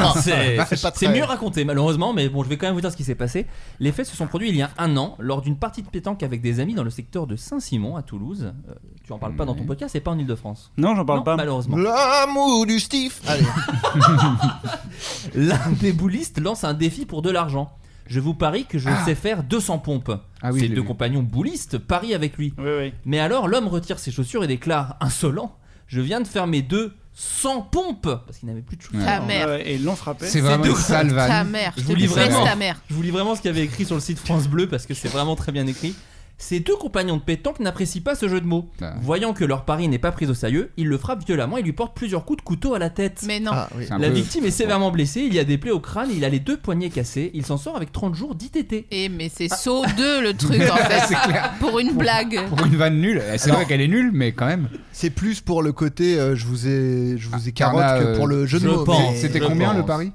Speaker 7: Non, c'est
Speaker 3: vache. C'est pas
Speaker 7: c'est
Speaker 3: très-
Speaker 7: mieux raconté malheureusement, mais bon, je vais quand même vous dire ce qui s'est passé. Les faits se sont produits il y a un an lors d'une partie de pétanque avec des amis dans le secteur de Saint-Simon à Toulouse. Euh, tu en parles pas dans ton podcast, c'est pas en Ile-de-France.
Speaker 11: Non, j'en parle
Speaker 7: Non,
Speaker 11: pas.
Speaker 8: bah
Speaker 7: Malheureusement.
Speaker 3: L'amour du Steve. Allez.
Speaker 7: L'un des boulistes lance un défi pour de l'argent. Je vous parie que je sais faire 200 pompes.
Speaker 9: Ah oui,
Speaker 7: Ses
Speaker 9: je l'ai
Speaker 7: deux
Speaker 9: vu.
Speaker 7: compagnons boulistes parient avec lui.
Speaker 11: Oui, oui.
Speaker 7: Mais alors l'homme retire ses chaussures et déclare insolent Je viens de faire mes deux 100 pompes Parce qu'il n'avait plus de chaussures.
Speaker 8: Ta mère.
Speaker 11: Ouais, et ils l'ont frappé.
Speaker 9: C'est vraiment
Speaker 7: deux-
Speaker 9: une sale
Speaker 8: Ta
Speaker 9: Ah, vanne.
Speaker 8: mère. Je
Speaker 7: Je
Speaker 8: te
Speaker 7: vous lis
Speaker 8: déteste,
Speaker 7: vraiment.
Speaker 8: ta mère.
Speaker 7: Je vous lis vraiment ce qu'il y avait écrit sur le site France Bleu parce que c'est vraiment très bien écrit. Ses deux compagnons de pétanque n'apprécient pas ce jeu de mots.
Speaker 9: Ah.
Speaker 7: Voyant que leur pari n'est pas pris au sérieux, ils le frappent violemment et lui portent plusieurs coups de couteau à la tête.
Speaker 8: Mais non.
Speaker 3: Ah, oui.
Speaker 9: C'est un
Speaker 7: La
Speaker 9: peu-
Speaker 7: victime est sévèrement blessée, il y a des plaies au crâne, il a les deux poignets cassés, il s'en sort avec 30 jours d'ITT.
Speaker 8: Eh, mais c'est
Speaker 9: Ah.
Speaker 8: saut 2 le truc en fait. Pour une blague.
Speaker 9: Pour une vanne nulle, Eh, c'est vrai qu'elle est nulle, mais quand même.
Speaker 3: C'est plus pour le côté euh, je vous ai je vous ai carotte
Speaker 9: Carla,
Speaker 3: que pour
Speaker 9: euh,
Speaker 3: le jeu de
Speaker 7: je
Speaker 3: mots.
Speaker 7: pense.
Speaker 3: mais-
Speaker 9: C'était
Speaker 7: je
Speaker 9: combien
Speaker 7: pense.
Speaker 9: le pari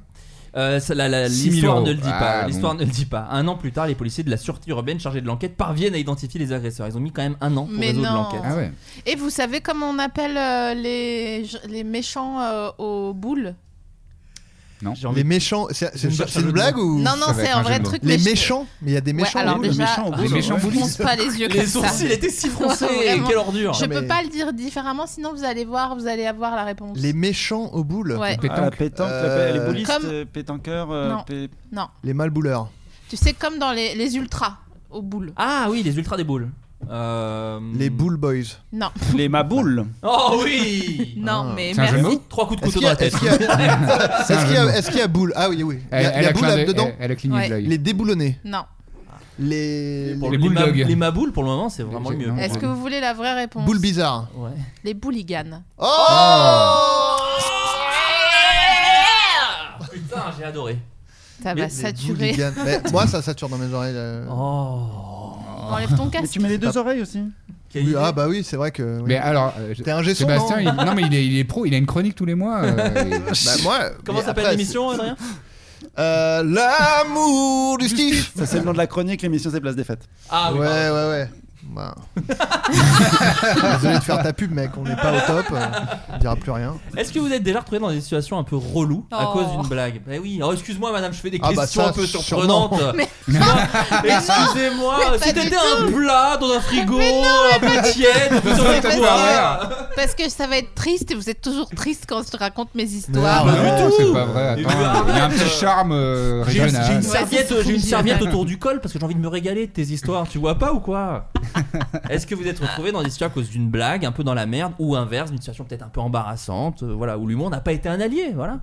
Speaker 7: Euh, ça, la- la-
Speaker 9: 6 000
Speaker 7: L'histoire ne
Speaker 9: euros.
Speaker 7: le dit pas.
Speaker 9: Ah,
Speaker 7: L'histoire
Speaker 9: bon.
Speaker 7: ne le dit pas. Un an plus tard, les policiers de la sûreté urbaine chargés de l'enquête parviennent à identifier les agresseurs. Ils ont mis quand même un an pour
Speaker 8: Mais
Speaker 7: résoudre
Speaker 8: non.
Speaker 7: l'enquête.
Speaker 9: Ah ouais.
Speaker 8: Et vous savez comment on appelle euh, les, les méchants euh, aux boules
Speaker 7: J'ai
Speaker 3: Les
Speaker 7: envie-
Speaker 3: méchants. C'est c'est une,
Speaker 7: cherche
Speaker 3: c'est
Speaker 7: un
Speaker 3: une
Speaker 7: jeu de
Speaker 3: blague ou
Speaker 8: Non, non,
Speaker 9: va
Speaker 8: c'est
Speaker 9: être
Speaker 8: un
Speaker 9: un
Speaker 8: vrai
Speaker 9: jeu de mots.
Speaker 8: truc.
Speaker 3: les
Speaker 8: mais je-
Speaker 3: méchants Mais il y a des
Speaker 8: Ouais,
Speaker 3: méchants.
Speaker 8: alors
Speaker 3: oui.
Speaker 11: le
Speaker 8: déjà,
Speaker 11: méchant au bout,
Speaker 9: Les
Speaker 8: je
Speaker 9: méchants
Speaker 8: ne
Speaker 9: boules.
Speaker 8: fronce pas les yeux
Speaker 7: Les
Speaker 8: comme ça.
Speaker 7: sourcils étaient si froncés.
Speaker 8: Vraiment.
Speaker 7: Quelle ordure.
Speaker 8: Je
Speaker 3: Non, Ah, mais-
Speaker 8: peux pas le dire différemment, sinon vous allez voir, vous allez avoir la réponse.
Speaker 3: Les méchants aux boules.
Speaker 8: Ouais.
Speaker 11: Ah, la pétanque, la pé-
Speaker 3: Euh,
Speaker 11: les boulistes,
Speaker 8: Comme-
Speaker 11: euh, pétanqueurs, euh,
Speaker 8: Non.
Speaker 11: pé-
Speaker 8: Non,
Speaker 3: Les malbouleurs.
Speaker 8: tu sais comme dans les, les ultras aux boules.
Speaker 7: Ah oui, les ultras des boules. Euh,
Speaker 3: Les
Speaker 9: Hmm.
Speaker 3: boule boys.
Speaker 8: Non,
Speaker 11: les maboules.
Speaker 7: Oh oui
Speaker 8: non,
Speaker 3: Ah.
Speaker 8: mais
Speaker 9: C'est un jeu de
Speaker 8: merci.
Speaker 9: mots
Speaker 7: Trois coups de
Speaker 3: Est-ce
Speaker 7: couteau dans
Speaker 3: qu'il y a,
Speaker 7: la tête.
Speaker 3: est-ce qu'il y a- est-ce qu'il y a- est-ce qu'il y a boule Ah oui, oui. Il y a, il y a boule
Speaker 9: clin d'œil-
Speaker 3: dedans.
Speaker 9: elle- elle a cligné
Speaker 8: Ouais.
Speaker 9: de l'œil.
Speaker 3: Les déboulonnés.
Speaker 8: Non.
Speaker 3: Les.
Speaker 9: Pour
Speaker 7: les,
Speaker 9: les
Speaker 7: ma-
Speaker 9: bulldogs.
Speaker 7: les maboules, pour le moment, c'est vraiment le
Speaker 9: Les-
Speaker 7: mieux.
Speaker 9: non.
Speaker 8: Est-ce que vous voulez la vraie réponse
Speaker 3: Boules bizarres.
Speaker 7: Ouais.
Speaker 8: Les bouliganes.
Speaker 9: Ah.
Speaker 3: Oh
Speaker 7: Ah, Putain, j'ai adoré.
Speaker 8: Ça
Speaker 7: Mais
Speaker 8: va
Speaker 7: les
Speaker 8: saturer.
Speaker 3: Hooligan. Mais Moi, ça sature dans mes oreilles. euh.
Speaker 7: Oh.
Speaker 8: Enlève ton
Speaker 11: Mais
Speaker 8: casque.
Speaker 11: tu mets les deux oreilles aussi.
Speaker 7: Quelle
Speaker 3: Oui,
Speaker 7: idée.
Speaker 3: ah bah oui, c'est vrai que. oui.
Speaker 9: Mais alors, euh, je-
Speaker 3: T'es un gestion.
Speaker 9: Sébastien, il... non mais il est, il est pro, il a une chronique tous les mois. euh, et-
Speaker 3: Bah moi.
Speaker 7: Comment
Speaker 3: mais
Speaker 7: s'appelle
Speaker 3: après,
Speaker 7: l'émission, Adrien
Speaker 3: c'est- Euh, L'amour du Steve.
Speaker 11: Ça, c'est le nom de la chronique, l'émission, c'est Place des Fêtes.
Speaker 7: Ah
Speaker 3: Ouais,
Speaker 7: oui.
Speaker 3: ouais, ouais. bah. Désolé de faire ta pub, mec, on n'est pas au top, euh, on dira plus rien.
Speaker 7: Est-ce que vous êtes déjà retrouvé dans des situations un peu reloues à
Speaker 4: Oh.
Speaker 7: cause d'une blague Bah oui, oh, excuse-moi madame, je fais des
Speaker 3: Ah bah
Speaker 7: questions
Speaker 3: ça,
Speaker 7: un peu
Speaker 3: sûrement.
Speaker 7: surprenantes.
Speaker 4: Mais-
Speaker 7: Tu vois, Excusez-moi,
Speaker 8: Mais
Speaker 7: si
Speaker 8: pas du
Speaker 7: t'étais un plat dans un frigo, un peu tiède, un peu sur
Speaker 8: Mais
Speaker 7: le
Speaker 8: parce
Speaker 7: tabouret.
Speaker 8: que- Parce que ça va être triste et vous êtes toujours triste quand je raconte mes
Speaker 9: Ah,
Speaker 8: histoires.
Speaker 9: bah
Speaker 7: du
Speaker 9: non,
Speaker 7: tout.
Speaker 9: c'est pas vrai. Attends,
Speaker 7: Du
Speaker 9: il
Speaker 7: tout.
Speaker 9: y a un petit charme euh,
Speaker 7: J'ai une, j'ai une
Speaker 9: régional.
Speaker 7: serviette, j'ai une serviette autour du col parce que j'ai envie de me régaler de tes histoires, tu vois pas ou quoi Est-ce que vous êtes retrouvé dans des situations à cause d'une blague, un peu dans la merde, ou inverse, d'une situation peut-être un peu embarrassante, euh, voilà, où l'humour n'a pas été un allié, voilà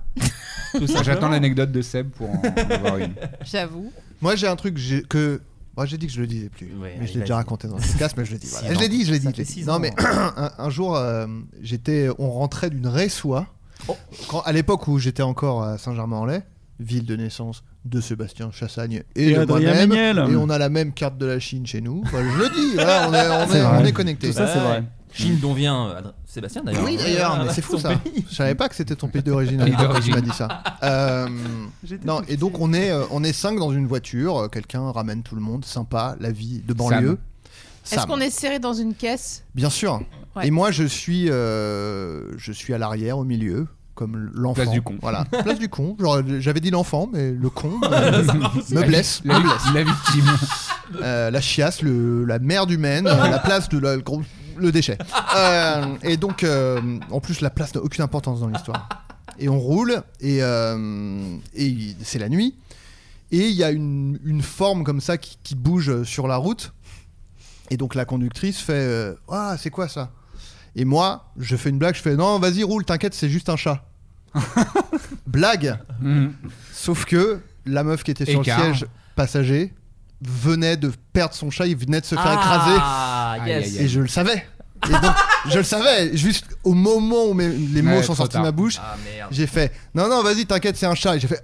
Speaker 7: Tout
Speaker 9: J'attends
Speaker 7: simplement.
Speaker 9: l'anecdote de Seb pour en avoir une.
Speaker 8: J'avoue.
Speaker 3: Moi, j'ai un truc j'ai- que. Moi, j'ai dit que je le disais plus.
Speaker 7: Ouais,
Speaker 3: mais je
Speaker 7: allez,
Speaker 3: l'ai déjà
Speaker 7: vas-y.
Speaker 3: raconté dans le podcast, mais je le dis. voilà.
Speaker 7: Six
Speaker 3: Je l'ai
Speaker 7: ans.
Speaker 3: dit, je l'ai dit.
Speaker 7: Ça
Speaker 3: je l'ai
Speaker 7: fait
Speaker 3: dit.
Speaker 7: six
Speaker 3: non,
Speaker 7: ans.
Speaker 3: mais un, un jour, euh, j'étais, on rentrait d'une résoie. Quand, à l'époque où j'étais encore à Saint-Germain-en-Laye, ville de naissance de Sébastien Chassagne et,
Speaker 11: Et
Speaker 3: de
Speaker 11: Adrien
Speaker 3: moi-même.
Speaker 11: Méniel.
Speaker 3: Et on a la même carte de la Chine chez nous. Enfin, je le dis, voilà, on est, on
Speaker 11: C'est
Speaker 3: est-
Speaker 11: vrai.
Speaker 3: on est connectés.
Speaker 11: Tout ça, c'est vrai.
Speaker 7: Chine dont vient euh, Adr- Sébastien d'ailleurs.
Speaker 3: Oui, d'ailleurs, mais
Speaker 7: Voilà,
Speaker 3: c'est fou
Speaker 7: son
Speaker 3: ça.
Speaker 7: pays.
Speaker 3: Je savais pas que c'était ton pays d'origine.
Speaker 9: Pays
Speaker 3: à l'époque,
Speaker 9: d'origine.
Speaker 3: Tu m'as dit ça. Euh, non, et donc on est, euh, on est cinq dans une voiture. euh, Quelqu'un ramène tout le monde. Sympa, la vie de banlieue.
Speaker 8: Est-ce
Speaker 3: Sam.
Speaker 8: qu'on est serré dans une caisse
Speaker 3: Bien sûr.
Speaker 8: Ouais.
Speaker 3: Et moi, je suis, euh, je suis à l'arrière, au milieu, comme l'enfant.
Speaker 9: Place du con.
Speaker 3: Voilà. Place du con. Genre, J'avais dit l'enfant, mais le con euh, me blesse.
Speaker 9: La, la victime.
Speaker 3: Euh, la chiasse, le- la merde humaine, euh, la place de la- le gros- le déchet. Euh, et donc, euh, en plus, la place n'a aucune importance dans l'histoire. Et on roule, et, euh, et il- c'est la nuit. Et il y a une, une forme comme ça qui, qui bouge sur la route. Et donc, la conductrice fait euh, Ah, c'est quoi ça Et moi, je fais une blague, je fais Non, vas-y, roule, t'inquiète, c'est juste un chat. blague
Speaker 9: Mhm.
Speaker 3: Sauf que la meuf qui était sur
Speaker 9: Écart.
Speaker 3: le siège passager venait de perdre son chat, il venait de se faire
Speaker 7: Ah,
Speaker 9: écraser.
Speaker 7: yes.
Speaker 9: Aïe, aïe,
Speaker 3: écraser. Et je le savais. Et donc, je le savais. Juste au moment où mes- les
Speaker 9: Ouais,
Speaker 3: mots sont
Speaker 9: trop
Speaker 3: sortis
Speaker 9: tard.
Speaker 3: de ma bouche,
Speaker 7: Ah merde.
Speaker 3: j'ai fait Non, non, vas-y, t'inquiète, c'est un chat. Et j'ai fait.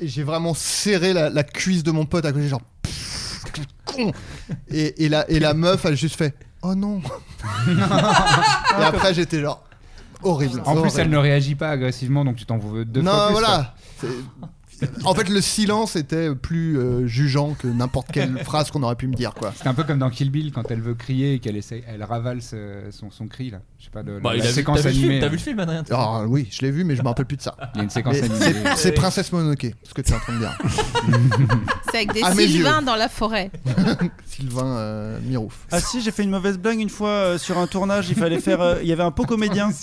Speaker 3: et j'ai vraiment serré la, la cuisse de mon pote à côté, genre. Pfff, quel con et, et la, et la meuf, elle a juste fait Oh non Et après, j'étais genre. Horrible.
Speaker 9: En plus,
Speaker 3: horrible.
Speaker 9: elle ne réagit pas agressivement, donc tu t'en veux deux
Speaker 3: non,
Speaker 9: fois plus. quoi.
Speaker 3: voilà. C'est- En fait, le silence était plus euh, jugeant que n'importe quelle phrase qu'on aurait pu me dire, quoi.
Speaker 9: C'est un peu comme dans Kill Bill quand elle veut crier et qu'elle essaye, elle ravale ce- son, son cri là. Je sais pas, le-
Speaker 7: Bah,
Speaker 9: la,
Speaker 7: il a vu-
Speaker 9: séquence
Speaker 7: t'as vu le film,
Speaker 9: animée. hein.
Speaker 7: T'as vu le film, Adrien
Speaker 3: Alors Ah, oui, je l'ai vu, mais je me rappelle plus de ça.
Speaker 9: Il y a une séquence
Speaker 3: Mais
Speaker 9: animée.
Speaker 3: c'est- C'est Princesse Mononoke, ce que tu es en train de dire.
Speaker 8: C'est avec des
Speaker 3: À mes
Speaker 8: sylvains dans la forêt.
Speaker 3: Sylvain euh, Mirouf.
Speaker 11: Ah si, j'ai fait une mauvaise blague une fois euh, sur un tournage. Il fallait faire. euh, Il y avait un pot comédien.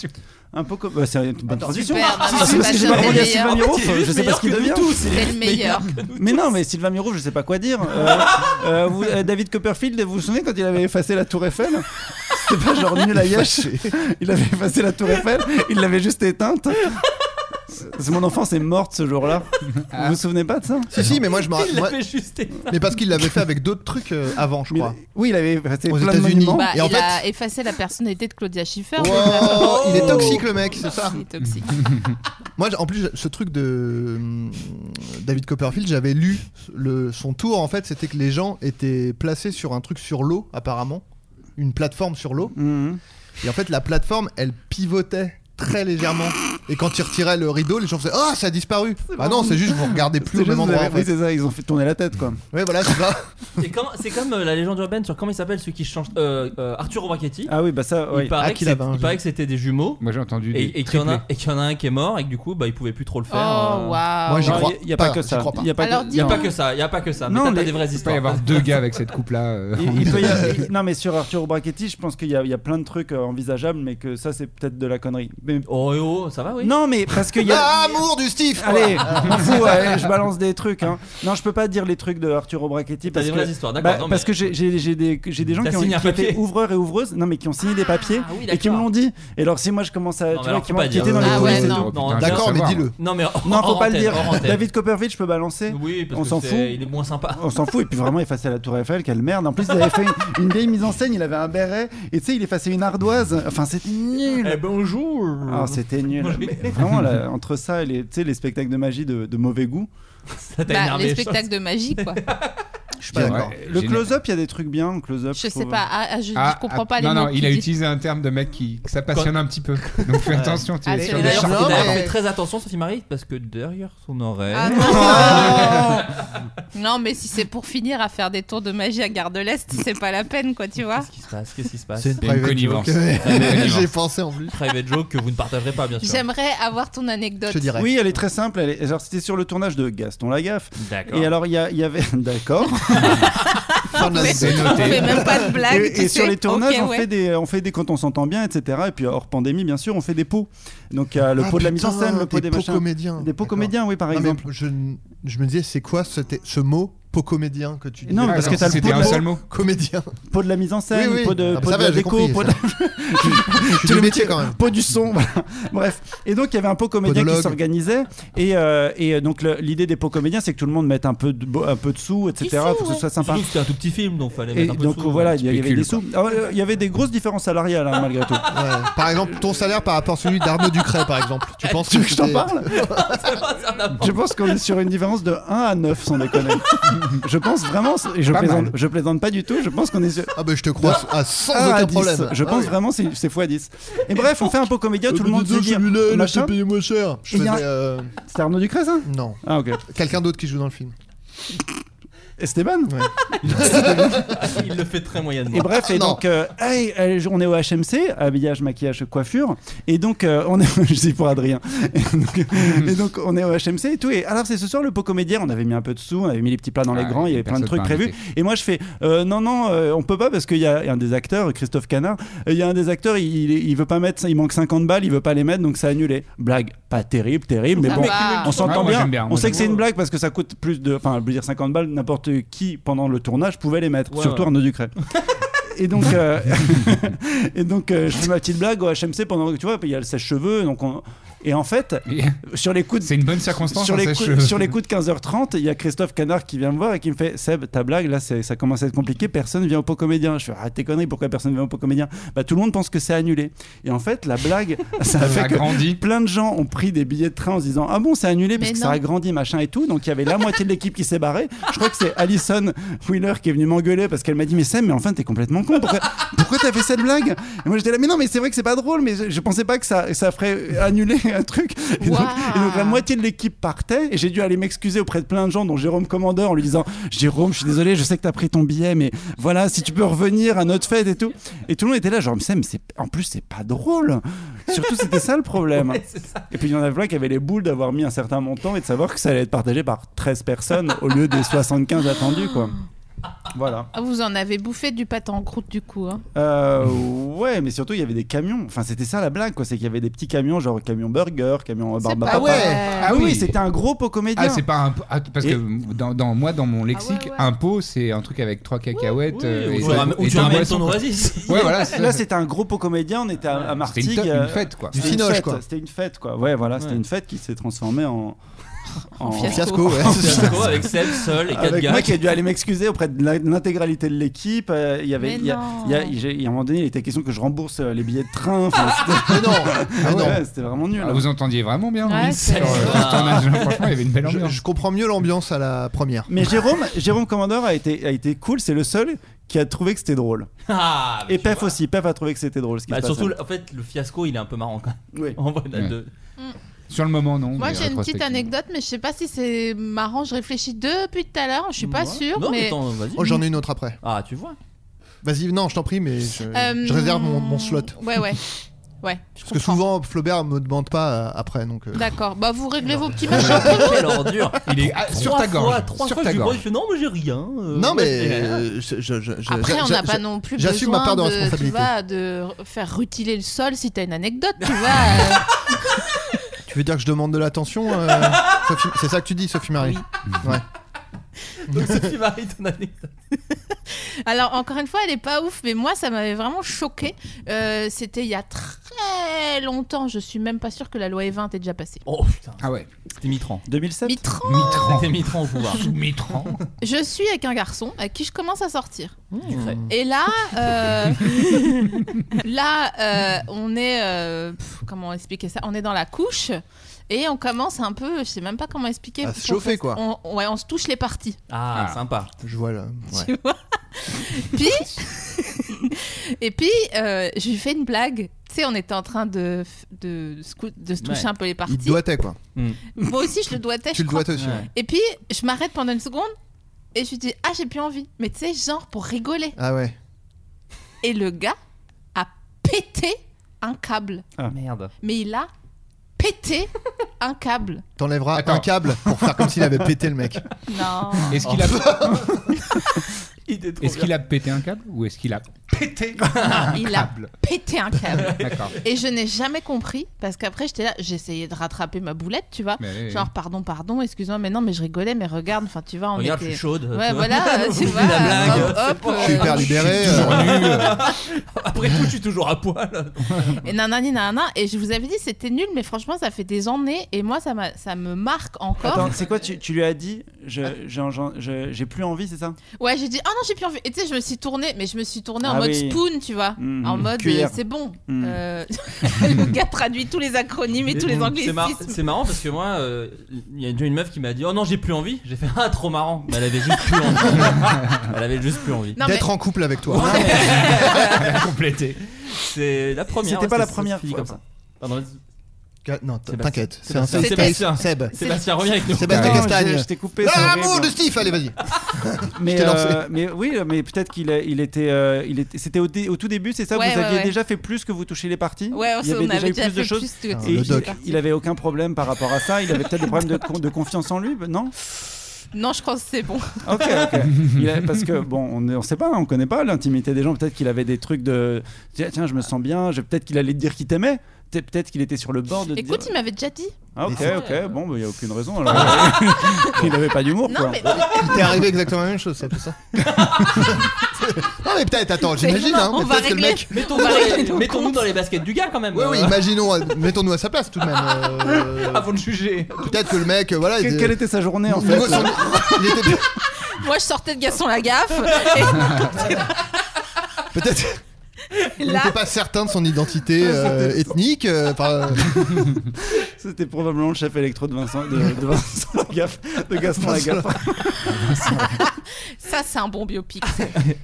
Speaker 11: Un pot. co- Bah, c'est une bonne transition.
Speaker 8: super, non,
Speaker 11: Si,
Speaker 8: mais
Speaker 11: si,
Speaker 8: c'est
Speaker 11: parce
Speaker 8: pas
Speaker 11: que j'ai
Speaker 8: ça,
Speaker 11: pas
Speaker 8: c'est
Speaker 11: demandé à Sylvain
Speaker 8: meilleur. En fait,
Speaker 11: Mirouf.
Speaker 7: il est
Speaker 11: Je
Speaker 7: juste
Speaker 11: sais pas
Speaker 7: meilleur
Speaker 11: ce qu'il
Speaker 7: que nous
Speaker 11: devient.
Speaker 7: tous, il est
Speaker 8: C'est le meilleur.
Speaker 11: Mais non, mais Sylvain Mirouf, je sais pas quoi dire. Euh, euh, vous- euh, David Copperfield, vous vous souvenez quand il avait effacé la Tour Eiffel C'était pas genre nul à Yesh. Il avait effacé la Tour Eiffel. Il l'avait juste éteinte. C'est- Mon enfance est morte ce jour-là. Vous vous souvenez pas de ça
Speaker 3: Si si, mais moi je me
Speaker 7: Il
Speaker 3: moi-
Speaker 7: l'avait juste éteint.
Speaker 3: mais parce qu'il l'avait fait avec d'autres trucs euh, avant, je
Speaker 11: Mais-
Speaker 3: crois.
Speaker 11: Oui, il avait effacé
Speaker 3: Aux
Speaker 11: plein de
Speaker 3: États-Unis.
Speaker 11: monuments.
Speaker 8: Bah,
Speaker 3: Et
Speaker 8: il
Speaker 3: en fait-
Speaker 8: a effacé la personnalité de Claudia Schiffer.
Speaker 3: Wow,
Speaker 8: donc là, ça-
Speaker 3: il est toxique le mec, c'est ça.
Speaker 8: Il est toxique.
Speaker 3: Moi, j'- en plus, ce truc de hum, David Copperfield, j'avais lu le, son tour. En fait, c'était que les gens étaient placés sur un truc sur l'eau, apparemment, une plateforme sur l'eau.
Speaker 11: Mhm.
Speaker 3: Et en fait, la plateforme, elle pivotait très légèrement. Et quand ils retiraient le rideau, les gens faisaient Ah, ça a disparu Ah non, c'est juste vous regardez plus
Speaker 11: C'est
Speaker 3: au
Speaker 11: juste,
Speaker 3: même
Speaker 11: vous
Speaker 3: endroit.
Speaker 11: avez-
Speaker 3: en
Speaker 11: Oui,
Speaker 3: fait.
Speaker 11: c'est ça, ils ont fait tourner la tête quoi.
Speaker 3: Ouais, voilà, c'est ça.
Speaker 7: C'est comme, c'est comme euh, la légende urbaine sur comment il s'appelle celui qui change. euh, euh, Arthur Roachetti.
Speaker 11: Ah oui, bah ça, oui.
Speaker 7: Il paraît
Speaker 3: Ah,
Speaker 7: que
Speaker 3: qu'il avait
Speaker 7: c'est-
Speaker 3: un
Speaker 7: il paraît que c'était des jumeaux.
Speaker 9: Moi j'ai entendu des
Speaker 7: Et, et qu'il y en a,
Speaker 9: triplés.
Speaker 7: et qu'il y en a un qui est mort et que du coup bah il pouvait plus trop le
Speaker 8: Oh,
Speaker 7: faire. euh.
Speaker 8: waouh.
Speaker 3: Moi, Ah, j'y
Speaker 11: Non,
Speaker 3: crois
Speaker 11: y- y a
Speaker 3: pas,
Speaker 11: pas que
Speaker 3: j'y
Speaker 11: ça.
Speaker 3: crois pas.
Speaker 11: Y a pas
Speaker 8: Alors,
Speaker 11: que-
Speaker 8: dis
Speaker 11: y
Speaker 7: Y
Speaker 11: a
Speaker 7: a
Speaker 8: donc.
Speaker 11: pas
Speaker 7: pas que ça, y a pas que ça.
Speaker 11: Oh. Non,
Speaker 7: mais t'as- t'as
Speaker 11: mais
Speaker 7: des vraies
Speaker 9: Il peut y
Speaker 7: histoires.
Speaker 9: avoir deux gars avec cette euh. coupe là.
Speaker 11: Il- il peut y a- non mais sur Arturo Brachetti, je pense qu'il y, a- il y a plein de trucs euh, envisageables, mais que ça c'est peut-être de la connerie. Mais-
Speaker 7: Oh, eh oh, ça va oui.
Speaker 11: Non mais parce qu'il y
Speaker 3: Ah,
Speaker 11: a.
Speaker 3: amour du Steve
Speaker 11: Allez, je m'en fous, ouais, je balance des trucs. hein. Non, je peux pas dire les trucs de Arturo Brachetti
Speaker 7: T'as
Speaker 11: parce
Speaker 7: des
Speaker 11: que,
Speaker 7: vraies histoires, d'accord.
Speaker 11: bah,
Speaker 7: non,
Speaker 11: parce
Speaker 7: mais-
Speaker 11: que j'ai- j'ai j'ai des, j'ai des gens
Speaker 7: T'as
Speaker 11: qui ont
Speaker 7: signé un
Speaker 11: qui étaient
Speaker 7: papier.
Speaker 11: ouvreurs et ouvreuses, non mais qui ont signé des papiers
Speaker 7: Ah oui,
Speaker 11: et qui me
Speaker 7: d'accord.
Speaker 11: l'ont dit. Et alors si moi je commence à,
Speaker 7: Non, mais
Speaker 11: tu vois,
Speaker 7: alors,
Speaker 11: qui
Speaker 7: faut
Speaker 11: m'ont
Speaker 7: pas dire.
Speaker 11: quitté dans les
Speaker 8: Ah
Speaker 11: coulisses
Speaker 8: ouais,
Speaker 11: et
Speaker 8: non.
Speaker 11: tout.
Speaker 7: Non,
Speaker 9: Oh, putain,
Speaker 7: D'accord,
Speaker 3: D'accord,
Speaker 9: je veux
Speaker 3: mais
Speaker 9: savoir.
Speaker 3: dis-le.
Speaker 7: Non mais en-
Speaker 11: Non,
Speaker 7: en
Speaker 11: faut pas le
Speaker 7: antenne,
Speaker 11: dire.
Speaker 7: hors antenne.
Speaker 11: David Copperfield, je peux balancer.
Speaker 7: Oui, parce
Speaker 11: on
Speaker 7: que
Speaker 11: s'en
Speaker 7: c'est-
Speaker 11: fout. Ah,
Speaker 7: Il est moins sympa.
Speaker 11: On s'en fout, et puis vraiment effacer la tour Eiffel, quelle merde. En plus, il avait fait une, une vieille mise en scène, il avait un béret, et tu sais, il effaçait une ardoise. Enfin, c'était nul.
Speaker 7: Eh, bonjour.
Speaker 11: Ah, c'était nul.
Speaker 7: Oui.
Speaker 11: Mais vraiment, là, entre ça et les, tu sais, les spectacles de magie de, de mauvais goût.
Speaker 7: Ça t'a
Speaker 8: Bah,
Speaker 7: énervé.
Speaker 8: les
Speaker 7: je sens.
Speaker 8: spectacles de magie, quoi.
Speaker 3: Je suis pas d'accord.
Speaker 11: Le close-up, il y a des trucs bien. en Close-up.
Speaker 8: Je sais
Speaker 11: trouve.
Speaker 8: pas, ah, ah, je
Speaker 9: Ah,
Speaker 8: je comprends
Speaker 9: ah,
Speaker 8: pas les
Speaker 9: non,
Speaker 8: mots
Speaker 9: non,
Speaker 8: qu'il
Speaker 9: il a
Speaker 8: dit.
Speaker 9: utilisé un terme de mec qui, que ça passionne un petit peu. Donc fais attention, tu
Speaker 8: Ah,
Speaker 9: es
Speaker 8: c'est
Speaker 9: sur
Speaker 7: Et
Speaker 9: des
Speaker 7: d'ailleurs,
Speaker 9: champs.
Speaker 3: Non,
Speaker 7: et d'ailleurs,
Speaker 3: mais-
Speaker 7: fais très attention, Sophie Marie, parce que derrière son oreille.
Speaker 8: Ah, non. non, mais si c'est pour finir à faire des tours de magie à Gare de l'Est, c'est pas la peine, quoi, tu vois.
Speaker 7: Qu'est-ce qui se passe Qu'est-ce qui se passe
Speaker 3: C'est une
Speaker 9: Il y a une
Speaker 3: private
Speaker 9: connivence.
Speaker 3: joke.
Speaker 9: connivence.
Speaker 3: J'ai pensé en plus.
Speaker 7: Private joke que vous ne partagerez pas, bien sûr.
Speaker 8: J'aimerais avoir ton
Speaker 3: Je
Speaker 8: anecdote.
Speaker 3: te dirais.
Speaker 11: Oui, elle est très simple. Elle est... Alors, c'était sur le tournage de Gaston Lagaffe.
Speaker 7: D'accord.
Speaker 11: Et alors, il y, a- il y avait. D'accord.
Speaker 3: Fin de la-
Speaker 9: C'est
Speaker 8: On fait
Speaker 9: noté.
Speaker 8: même pas Bah de blague.
Speaker 11: et,
Speaker 8: tu
Speaker 11: et sur
Speaker 8: sais.
Speaker 11: les tournages,
Speaker 8: Ok,
Speaker 11: on,
Speaker 8: ouais.
Speaker 11: fait des, on fait des quand on s'entend bien, etc. Et puis hors pandémie, bien sûr, on fait des pots. Donc il y a le
Speaker 3: Ah,
Speaker 11: pot de la mise
Speaker 3: putain,
Speaker 11: en scène, le pot des,
Speaker 3: pots
Speaker 11: machins.
Speaker 3: comédiens.
Speaker 11: Des pots
Speaker 3: D'accord.
Speaker 11: comédiens, oui, par
Speaker 3: Non, mais
Speaker 11: exemple.
Speaker 3: je, n- je me disais, c'est quoi ce, ce mot pot comédien que tu dis
Speaker 11: Non, mais
Speaker 9: Ah,
Speaker 11: parce
Speaker 9: non,
Speaker 11: que t'as le
Speaker 9: c'était
Speaker 11: pot
Speaker 9: un
Speaker 11: de-
Speaker 9: seul mot.
Speaker 3: Comédien.
Speaker 11: Pot de la mise en scène,
Speaker 3: Oui, oui.
Speaker 11: pot de,
Speaker 3: Ah, bah,
Speaker 11: pot
Speaker 3: ça
Speaker 11: de
Speaker 3: va,
Speaker 11: la
Speaker 3: j'ai
Speaker 11: déco,
Speaker 3: compris,
Speaker 11: pot, de-
Speaker 3: ça. Je suis
Speaker 11: Tout
Speaker 3: du
Speaker 11: le-
Speaker 3: métier quand même.
Speaker 11: pot du son. voilà. Bref. Et donc il y avait un pot comédien qui
Speaker 3: Podologue.
Speaker 11: s'organisait. Et, euh, et euh, donc le- l'idée des pots comédiens, c'est que tout le monde mette un peu de, bo- un peu de sous, etc.
Speaker 8: Des sous,
Speaker 11: pour que
Speaker 8: ouais.
Speaker 11: ce soit sympa.
Speaker 7: Surtout que c'était un tout petit film, donc fallait
Speaker 11: Et
Speaker 7: mettre un peu
Speaker 11: donc
Speaker 7: de sous.
Speaker 11: voilà, il y avait
Speaker 9: spécules,
Speaker 11: des sous. Ah, euh, Il y avait des grosses différences salariales hein, malgré tout.
Speaker 3: Ouais. Par exemple, ton salaire par rapport à celui d'Arnaud Ducret, par exemple. Tu penses
Speaker 11: Eh, Tu veux que je t'en
Speaker 3: c'était-
Speaker 11: parle Je pense qu'on est sur une différence de 1 à 9, sans déconner. je pense vraiment, et je
Speaker 9: Pas
Speaker 11: plaisante,
Speaker 9: mal.
Speaker 11: je plaisante pas du tout, je pense qu'on est sur.
Speaker 3: Ah, bah je te crois à sans
Speaker 11: 1 à
Speaker 3: aucun
Speaker 11: 10.
Speaker 3: problème. Ah
Speaker 11: Je pense vraiment c'est c'est x 10. Et bref, on fait un pot comédien, tout le monde se dit.
Speaker 3: Euh,
Speaker 11: machin.
Speaker 3: payé moins cher. Je
Speaker 11: Et il y a-
Speaker 3: faisais, euh,
Speaker 11: C'était Arnaud Ducret, ça
Speaker 3: Non.
Speaker 11: Ah, ok.
Speaker 3: Quelqu'un d'autre qui joue dans le film.
Speaker 11: Esteban
Speaker 7: Il le fait très moyennement.
Speaker 11: Et bref, et
Speaker 3: Non.
Speaker 11: donc, euh, hey, hey, on est au HMC, habillage, maquillage, coiffure. Et donc, euh, on est. je dis pour Adrien. Et donc, et donc, on est au HMC et tout. Et alors, c'est ce soir le pot comédien. On avait mis un peu de sous, on avait mis les petits plats dans les
Speaker 9: Ah,
Speaker 11: grands, il y avait plein
Speaker 9: personne
Speaker 11: de trucs
Speaker 9: pas
Speaker 11: prévus.
Speaker 9: invité.
Speaker 11: Et moi, je fais euh, non, non, euh, on peut pas parce qu'il y a un des acteurs, Christophe Canard, il y a un des acteurs, il, il, il veut pas mettre, il manque 50 balles, il veut pas les mettre, donc c'est annulé. Blague, pas terrible, terrible, mais
Speaker 8: Ah
Speaker 11: bon,
Speaker 8: bah.
Speaker 11: on s'entend
Speaker 9: Ouais, moi,
Speaker 11: bien.
Speaker 9: j'aime bien.
Speaker 11: On
Speaker 9: Moi,
Speaker 11: sait que
Speaker 9: j'aime
Speaker 11: c'est
Speaker 9: bien.
Speaker 11: une blague parce que ça coûte plus de, enfin, je veux dire 50 balles, n'importe qui pendant le tournage pouvait les mettre,
Speaker 7: Ouais,
Speaker 11: surtout
Speaker 7: ouais.
Speaker 11: Arnaud Ducret. Et donc, euh, et donc euh, je fais ma petite blague au HMC pendant que tu vois, il y a le sèche-cheveux. Donc on- Et en fait, sur les coups de
Speaker 9: C'est une bonne circonstance.
Speaker 11: sur
Speaker 9: hein,
Speaker 11: les,
Speaker 9: ça,
Speaker 11: coups,
Speaker 9: je-
Speaker 11: sur les coups de 15h30, il y a Christophe Canard qui vient me voir et qui me fait Seb, ta blague, là, c'est- ça commence à être compliqué, personne vient au pot comédien. Je fais Ah, tes conneries, pourquoi personne vient au pot comédien Bah, tout le monde pense que c'est annulé. Et en fait, la blague, ça a
Speaker 9: Ça
Speaker 11: fait
Speaker 9: a
Speaker 11: que
Speaker 8: Ah
Speaker 9: grandi.
Speaker 11: plein de gens ont pris des billets de train en se disant Ah bon, c'est annulé parce
Speaker 8: Mais
Speaker 11: que
Speaker 8: non.
Speaker 11: ça a grandi, machin et tout. Donc, il y avait la moitié de l'équipe qui s'est barrée. Je crois que c'est Alison Wheeler qui est venue m'engueuler parce qu'elle m'a dit Mais Seb, mais enfin, t'es complètement con. Pourquoi, pourquoi t'as fait cette blague Et moi, j'étais là Mais non, mais c'est vrai que c'est pas drôle, mais je, je pensais pas que ça, ça ferait annuler un truc. Et donc-
Speaker 8: Waouh.
Speaker 11: et donc, la moitié moitié de l'équipe partait et j'ai dû aller m'excuser auprès de plein de gens, dont Jérôme Commandeur, en lui disant Jérôme, je suis désolé, je sais que t'as pris ton billet, mais voilà, si tu peux revenir à notre fête et tout. Et tout le monde était là, genre, mais Sam, c'est- en plus, c'est pas drôle. Surtout, c'était ça le problème. et puis, il y en avait plein qui avaient les boules d'avoir mis un certain montant et de savoir que ça allait être partagé par 13 personnes au lieu des 75 attendus, quoi. Voilà.
Speaker 8: Ah, Vous en avez bouffé du pâte en croûte du coup. hein.
Speaker 11: Euh, ouais, mais surtout il y avait des camions. Enfin, c'était ça la blague, quoi. C'est qu'il y avait des petits camions, genre camion burger, camion
Speaker 8: C'est
Speaker 11: barbapapa.
Speaker 8: pas
Speaker 9: ouais.
Speaker 8: vrai.
Speaker 9: Ah
Speaker 11: oui,
Speaker 9: oui.
Speaker 11: c'était un gros pot comédien.
Speaker 9: Ah, c'est pas un. ah, parce
Speaker 11: Et-
Speaker 9: que dans, dans- moi, dans mon lexique,
Speaker 8: Ah ouais.
Speaker 9: un pot, c'est un truc avec trois cacahuètes.
Speaker 7: Oui,
Speaker 9: euh,
Speaker 7: ou
Speaker 9: et-
Speaker 7: tu ramènes-
Speaker 9: et
Speaker 7: ou tu
Speaker 9: un
Speaker 7: ramènes
Speaker 9: boisson,
Speaker 7: ton
Speaker 9: quoi.
Speaker 7: oasis.
Speaker 9: Ouais, voilà. c'est
Speaker 11: Là,
Speaker 9: ça.
Speaker 11: c'était un gros pot comédien. On était à, à
Speaker 9: C'était une,
Speaker 11: Martigues.
Speaker 9: to-
Speaker 11: euh,
Speaker 9: une fête, quoi.
Speaker 3: Du
Speaker 11: c'était une
Speaker 3: cinoche,
Speaker 11: fête,
Speaker 3: quoi.
Speaker 11: C'était une fête, quoi. Ouais, voilà, c'était
Speaker 7: Ouais.
Speaker 11: une fête qui s'est transformée en. en-
Speaker 3: Fiasco, ouais.
Speaker 7: Fiasco avec Seb, seul et quatre
Speaker 11: Avec
Speaker 7: gars.
Speaker 11: moi qui ai dû aller m'excuser auprès de la- de l'intégralité de l'équipe. euh, Il y avait,
Speaker 8: Mais
Speaker 11: il y a,
Speaker 8: non.
Speaker 11: il y a- j'ai- il y a un moment donné, il était question que je rembourse euh, les billets de train. Enfin, c'était-
Speaker 3: Mais non, mais
Speaker 11: Ah
Speaker 3: non.
Speaker 11: ouais, c'était vraiment nul.
Speaker 9: Ah, vous entendiez vraiment bien.
Speaker 8: Ouais,
Speaker 9: oui,
Speaker 8: c'est-
Speaker 9: sur, euh, le tournage. Franchement, il y avait une belle
Speaker 3: Je,
Speaker 9: ambiance.
Speaker 3: je comprends mieux l'ambiance à la première.
Speaker 11: Mais Jérôme, Jérôme Commandeur a été, a été cool. C'est le seul qui a trouvé que c'était drôle.
Speaker 7: Ah, mais
Speaker 11: Et
Speaker 7: tu
Speaker 11: Pef
Speaker 7: vois.
Speaker 11: aussi. Pef a trouvé que c'était drôle. Ce qui
Speaker 7: Bah,
Speaker 11: se
Speaker 7: surtout,
Speaker 11: passait.
Speaker 7: en fait, le fiasco, il est un peu marrant quand même.
Speaker 11: Oui.
Speaker 7: En vrai, la
Speaker 9: Ouais.
Speaker 7: deux.
Speaker 9: Sur le moment, non.
Speaker 8: Moi
Speaker 9: mais
Speaker 8: j'ai une petite
Speaker 9: rétrospectivement.
Speaker 8: anecdote, mais je sais pas si c'est marrant. Je réfléchis depuis tout à l'heure, je suis pas
Speaker 7: Moi
Speaker 8: sûre.
Speaker 7: Non, mais,
Speaker 8: mais...
Speaker 7: attends, vas-y.
Speaker 3: Oh, j'en ai une autre après.
Speaker 7: Ah, tu vois.
Speaker 3: Vas-y, non, je t'en prie, mais je,
Speaker 8: Euh,
Speaker 3: je réserve mon, mon slot.
Speaker 8: Ouais, ouais. Ouais, je
Speaker 3: Parce que
Speaker 8: comprends.
Speaker 3: souvent, Flaubert me demande pas euh, après, donc. euh,
Speaker 8: D'accord, bah vous réglez vos petits machins.
Speaker 7: Quelle ordure.
Speaker 9: Il est ah, sur
Speaker 7: Trois
Speaker 9: ta
Speaker 7: fois,
Speaker 9: gorge.
Speaker 7: Trois
Speaker 9: Sur
Speaker 7: fois,
Speaker 9: ta
Speaker 7: je lui
Speaker 9: gorge.
Speaker 7: pose, je fais, non, mais j'ai rien. euh,
Speaker 3: Non, mais.
Speaker 7: ouais, c'est-
Speaker 3: euh, je- je- je- je-
Speaker 8: Après,
Speaker 3: j'a-
Speaker 8: on n'a
Speaker 3: j'a-
Speaker 8: pas
Speaker 3: j'a-
Speaker 8: non plus
Speaker 3: j'assume
Speaker 8: besoin
Speaker 3: ma part de
Speaker 8: de,
Speaker 3: responsabilité.
Speaker 8: Tu vois, de re- faire rutiler le sol si t'as une anecdote, tu vois. euh,
Speaker 3: Tu veux dire que je demande de l'attention euh, Sophie- C'est ça que tu dis, Sophie Marie Ouais.
Speaker 7: Donc, Sophie Marie, ton anecdote.
Speaker 8: Alors, encore une fois, elle est pas ouf, mais moi, ça m'avait vraiment choqué. Euh, C'était il y a très longtemps. Je suis même pas sûre que la loi E20 est déjà passée.
Speaker 7: Oh putain.
Speaker 9: Ah ouais.
Speaker 7: C'était Mitran.
Speaker 11: 2007
Speaker 8: Mitran
Speaker 7: C'était Mitran au pouvoir.
Speaker 9: Sous Mitran.
Speaker 8: Je suis avec un garçon à qui je commence à sortir.
Speaker 3: Mmh.
Speaker 7: Cré.
Speaker 8: Et là, euh, là, euh, on est, euh, pff, comment expliquer ça On est dans la couche et on commence un peu, je sais même pas comment expliquer.
Speaker 3: À se chauffer, quoi.
Speaker 8: On, ouais, on se touche les parties.
Speaker 7: Ah,
Speaker 9: Ah.
Speaker 7: sympa.
Speaker 3: Je vois là. ouais.
Speaker 8: Tu vois puis, et puis, euh, je lui fais une blague. Tu sais, on était en train de, de, se cou- de se toucher
Speaker 7: Ouais.
Speaker 8: un peu les
Speaker 3: Il
Speaker 8: parties.
Speaker 3: doitait quoi.
Speaker 8: Moi aussi, je le doigtais.
Speaker 3: Tu
Speaker 8: je
Speaker 3: le
Speaker 8: crois.
Speaker 3: doites aussi.
Speaker 7: Ouais.
Speaker 3: ouais.
Speaker 8: Et puis, je m'arrête pendant une seconde et je lui dis Ah, j'ai plus envie. Mais tu sais, genre pour rigoler.
Speaker 3: Ah ouais.
Speaker 8: Et le gars a pété un câble.
Speaker 7: Merde.
Speaker 8: Mais il a pété un câble.
Speaker 3: T'enlèveras
Speaker 9: Attends.
Speaker 3: un câble pour faire comme s'il avait pété le mec.
Speaker 8: Non.
Speaker 9: Est-ce qu'il a,
Speaker 7: Il était trop
Speaker 9: est-ce qu'il a pété un câble ou est-ce qu'il a pété
Speaker 8: Ah, Il a
Speaker 9: câble
Speaker 8: pété un câble.
Speaker 9: D'accord.
Speaker 8: Et je n'ai jamais compris parce qu'après, j'étais là, j'essayais de rattraper ma boulette, tu vois.
Speaker 9: Mais oui, oui.
Speaker 8: Genre, pardon, pardon, excuse-moi, mais non, mais je rigolais, mais regarde, enfin, tu vois, on
Speaker 7: Regarde, je
Speaker 8: était.
Speaker 7: suis chaude.
Speaker 8: Ouais,
Speaker 7: tu vois.
Speaker 8: voilà, tu
Speaker 7: Oublie
Speaker 8: vois,
Speaker 7: la blague.
Speaker 8: hop, hop,
Speaker 3: Je suis
Speaker 8: euh,
Speaker 3: hyper libéré. euh,
Speaker 7: Après tout, je suis toujours à poil.
Speaker 8: Et nanani nanana. Et je vous avais dit, c'était nul, mais franchement, ça fait des années. Et moi, ça, m'a- ça me marque encore.
Speaker 11: Attends, c'est quoi tu, tu lui as dit je- j'ai en- je- J'ai plus envie, c'est ça
Speaker 8: Ouais, j'ai dit, oh non, j'ai plus envie. Et tu sais, je me suis tournée, mais je me suis tournée en
Speaker 11: Ah
Speaker 8: mode
Speaker 11: oui.
Speaker 8: spoon, tu vois.
Speaker 11: Mhm.
Speaker 8: En mode,
Speaker 11: Cuillère.
Speaker 8: euh, c'est bon.
Speaker 11: Mhm.
Speaker 8: Euh, le gars traduit tous les acronymes et tous les
Speaker 7: C'est mar-
Speaker 8: anglicismes.
Speaker 7: C'est marrant parce que moi, euh, il y a déjà une meuf qui m'a dit Oh non, j'ai plus envie. J'ai fait Ah, trop marrant. Mais elle avait juste plus envie. elle avait juste plus envie.
Speaker 8: Non, mais
Speaker 3: D'être en couple avec toi.
Speaker 7: Complété. C'est la première.
Speaker 11: C'était
Speaker 7: ouais,
Speaker 11: pas la
Speaker 7: ça se
Speaker 11: première
Speaker 7: finit
Speaker 11: fois,
Speaker 7: comme ça. Pardon, vas-y.
Speaker 3: Ca- Non, t-
Speaker 7: Sébastien.
Speaker 3: t'inquiète. C'est un safe
Speaker 7: Sébastien.
Speaker 3: space. Seb.
Speaker 7: Sébastien, reviens avec nous.
Speaker 3: Sébastien
Speaker 11: Ah, Non,
Speaker 3: Castagne.
Speaker 11: j'ai- Je t'ai coupé. c'est
Speaker 3: Ah,
Speaker 11: horrible.
Speaker 3: L'amour de Steve, allez, vas-y.
Speaker 11: mais,
Speaker 3: Ah, t'ai lancé.
Speaker 11: euh, mais oui, mais peut-être qu'il a- il était, euh, il était, c'était au, dé- au tout début, c'est ça.
Speaker 8: Ouais,
Speaker 11: vous
Speaker 8: ouais,
Speaker 11: aviez
Speaker 8: ouais.
Speaker 11: déjà fait plus que vous touchez les parties.
Speaker 8: Ouais, on
Speaker 11: il y avait
Speaker 8: on
Speaker 11: déjà
Speaker 8: avait
Speaker 11: eu
Speaker 8: déjà
Speaker 11: plus de
Speaker 8: fait
Speaker 11: choses.
Speaker 8: plus que-
Speaker 3: Ah,
Speaker 11: Et
Speaker 3: le
Speaker 11: il-
Speaker 3: doc.
Speaker 11: il avait aucun problème par rapport à ça. Il avait peut-être des problèmes de, con- de confiance en lui, non
Speaker 8: Non, je pense que c'est bon.
Speaker 11: Ok, ok. Il a- parce que bon, on ne sait pas, on connaît pas l'intimité des gens. Peut-être qu'il avait des trucs de tiens, tiens, je me sens bien. Je, peut-être qu'il allait te dire qu'il t'aimait. Peut- Peut-être qu'il était sur le bord de. te
Speaker 8: Écoute,
Speaker 11: dire-
Speaker 8: il m'avait déjà dit.
Speaker 11: Ah, ok,
Speaker 3: Mais
Speaker 11: ok. Bon, il n'y a aucune raison. Alors, il avait pas d'humour,
Speaker 8: Non,
Speaker 11: quoi.
Speaker 8: mais.
Speaker 3: Il t'est arrivé exactement la même chose, c'est tout ça. non, mais peut-être, attends, j'imagine.
Speaker 8: Non,
Speaker 3: hein,
Speaker 8: on
Speaker 3: mais
Speaker 8: va
Speaker 3: peut-être que le
Speaker 8: régler.
Speaker 3: mec.
Speaker 7: Mettons-nous
Speaker 8: On va
Speaker 7: dans,
Speaker 8: régler
Speaker 7: les-
Speaker 8: nos
Speaker 7: mettons-nous
Speaker 8: comptes.
Speaker 7: dans les baskets du gars quand même.
Speaker 3: Oui, oui,
Speaker 7: Euh,
Speaker 3: imaginons, euh, mettons-nous à sa place tout de même. euh,
Speaker 7: Avant de juger.
Speaker 3: Peut-être que le mec, euh, voilà, il
Speaker 11: Que-
Speaker 3: était-
Speaker 11: Quelle était sa journée en
Speaker 3: son-
Speaker 11: fait là
Speaker 3: son- il était-
Speaker 8: Moi, je sortais de Gaston Lagaffe. et
Speaker 3: peut-être il
Speaker 8: là,
Speaker 3: n'était pas certain de son identité euh, ethnique. euh, enfin, euh,
Speaker 11: C'était probablement le chef électro de Vincent, de, de Vincent Lagaffe, de Gaston Lagaffe.
Speaker 8: ça, c'est un bon biopic.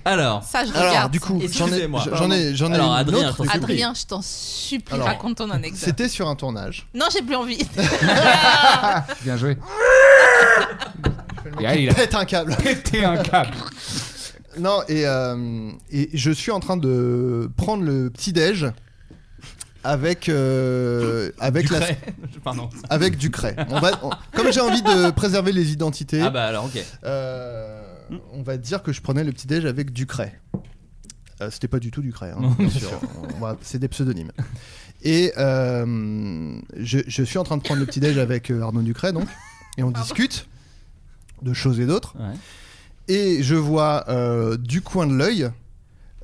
Speaker 7: Alors,
Speaker 8: Ça, je
Speaker 3: alors,
Speaker 8: regarde.
Speaker 3: du coup, j'en ai,
Speaker 7: Excusez-moi,
Speaker 3: j'en ai, j'en ai
Speaker 7: Alors,
Speaker 3: une
Speaker 7: Adrien,
Speaker 3: autre,
Speaker 7: attention.
Speaker 3: du coup.
Speaker 8: Adrien, je t'en supplie,
Speaker 3: Alors,
Speaker 8: raconte ton anecdote.
Speaker 3: C'était sur un tournage.
Speaker 8: Non, j'ai plus envie.
Speaker 9: Bien joué. Et allez, il a
Speaker 3: Pète un câble.
Speaker 9: pété un câble.
Speaker 3: Non, et, euh, et je suis en train de prendre le petit-déj avec, euh, avec, la,
Speaker 7: Ducret. Pardon.
Speaker 3: avec du craie. On va, on- comme j'ai envie de préserver les identités,
Speaker 7: Ah bah alors, ok.
Speaker 3: euh, on va dire que je prenais le petit-déj avec du craie. Euh, C'était pas du tout du craie, hein,
Speaker 7: Non,
Speaker 3: bien
Speaker 7: bien
Speaker 3: sûr. On va- C'est des pseudonymes. Et euh, je, je suis en train de prendre le petit-déj avec euh, Arnaud Ducret, donc, et on discute de choses et d'autres.
Speaker 7: Ouais.
Speaker 3: Et je vois euh, du coin de l'œil.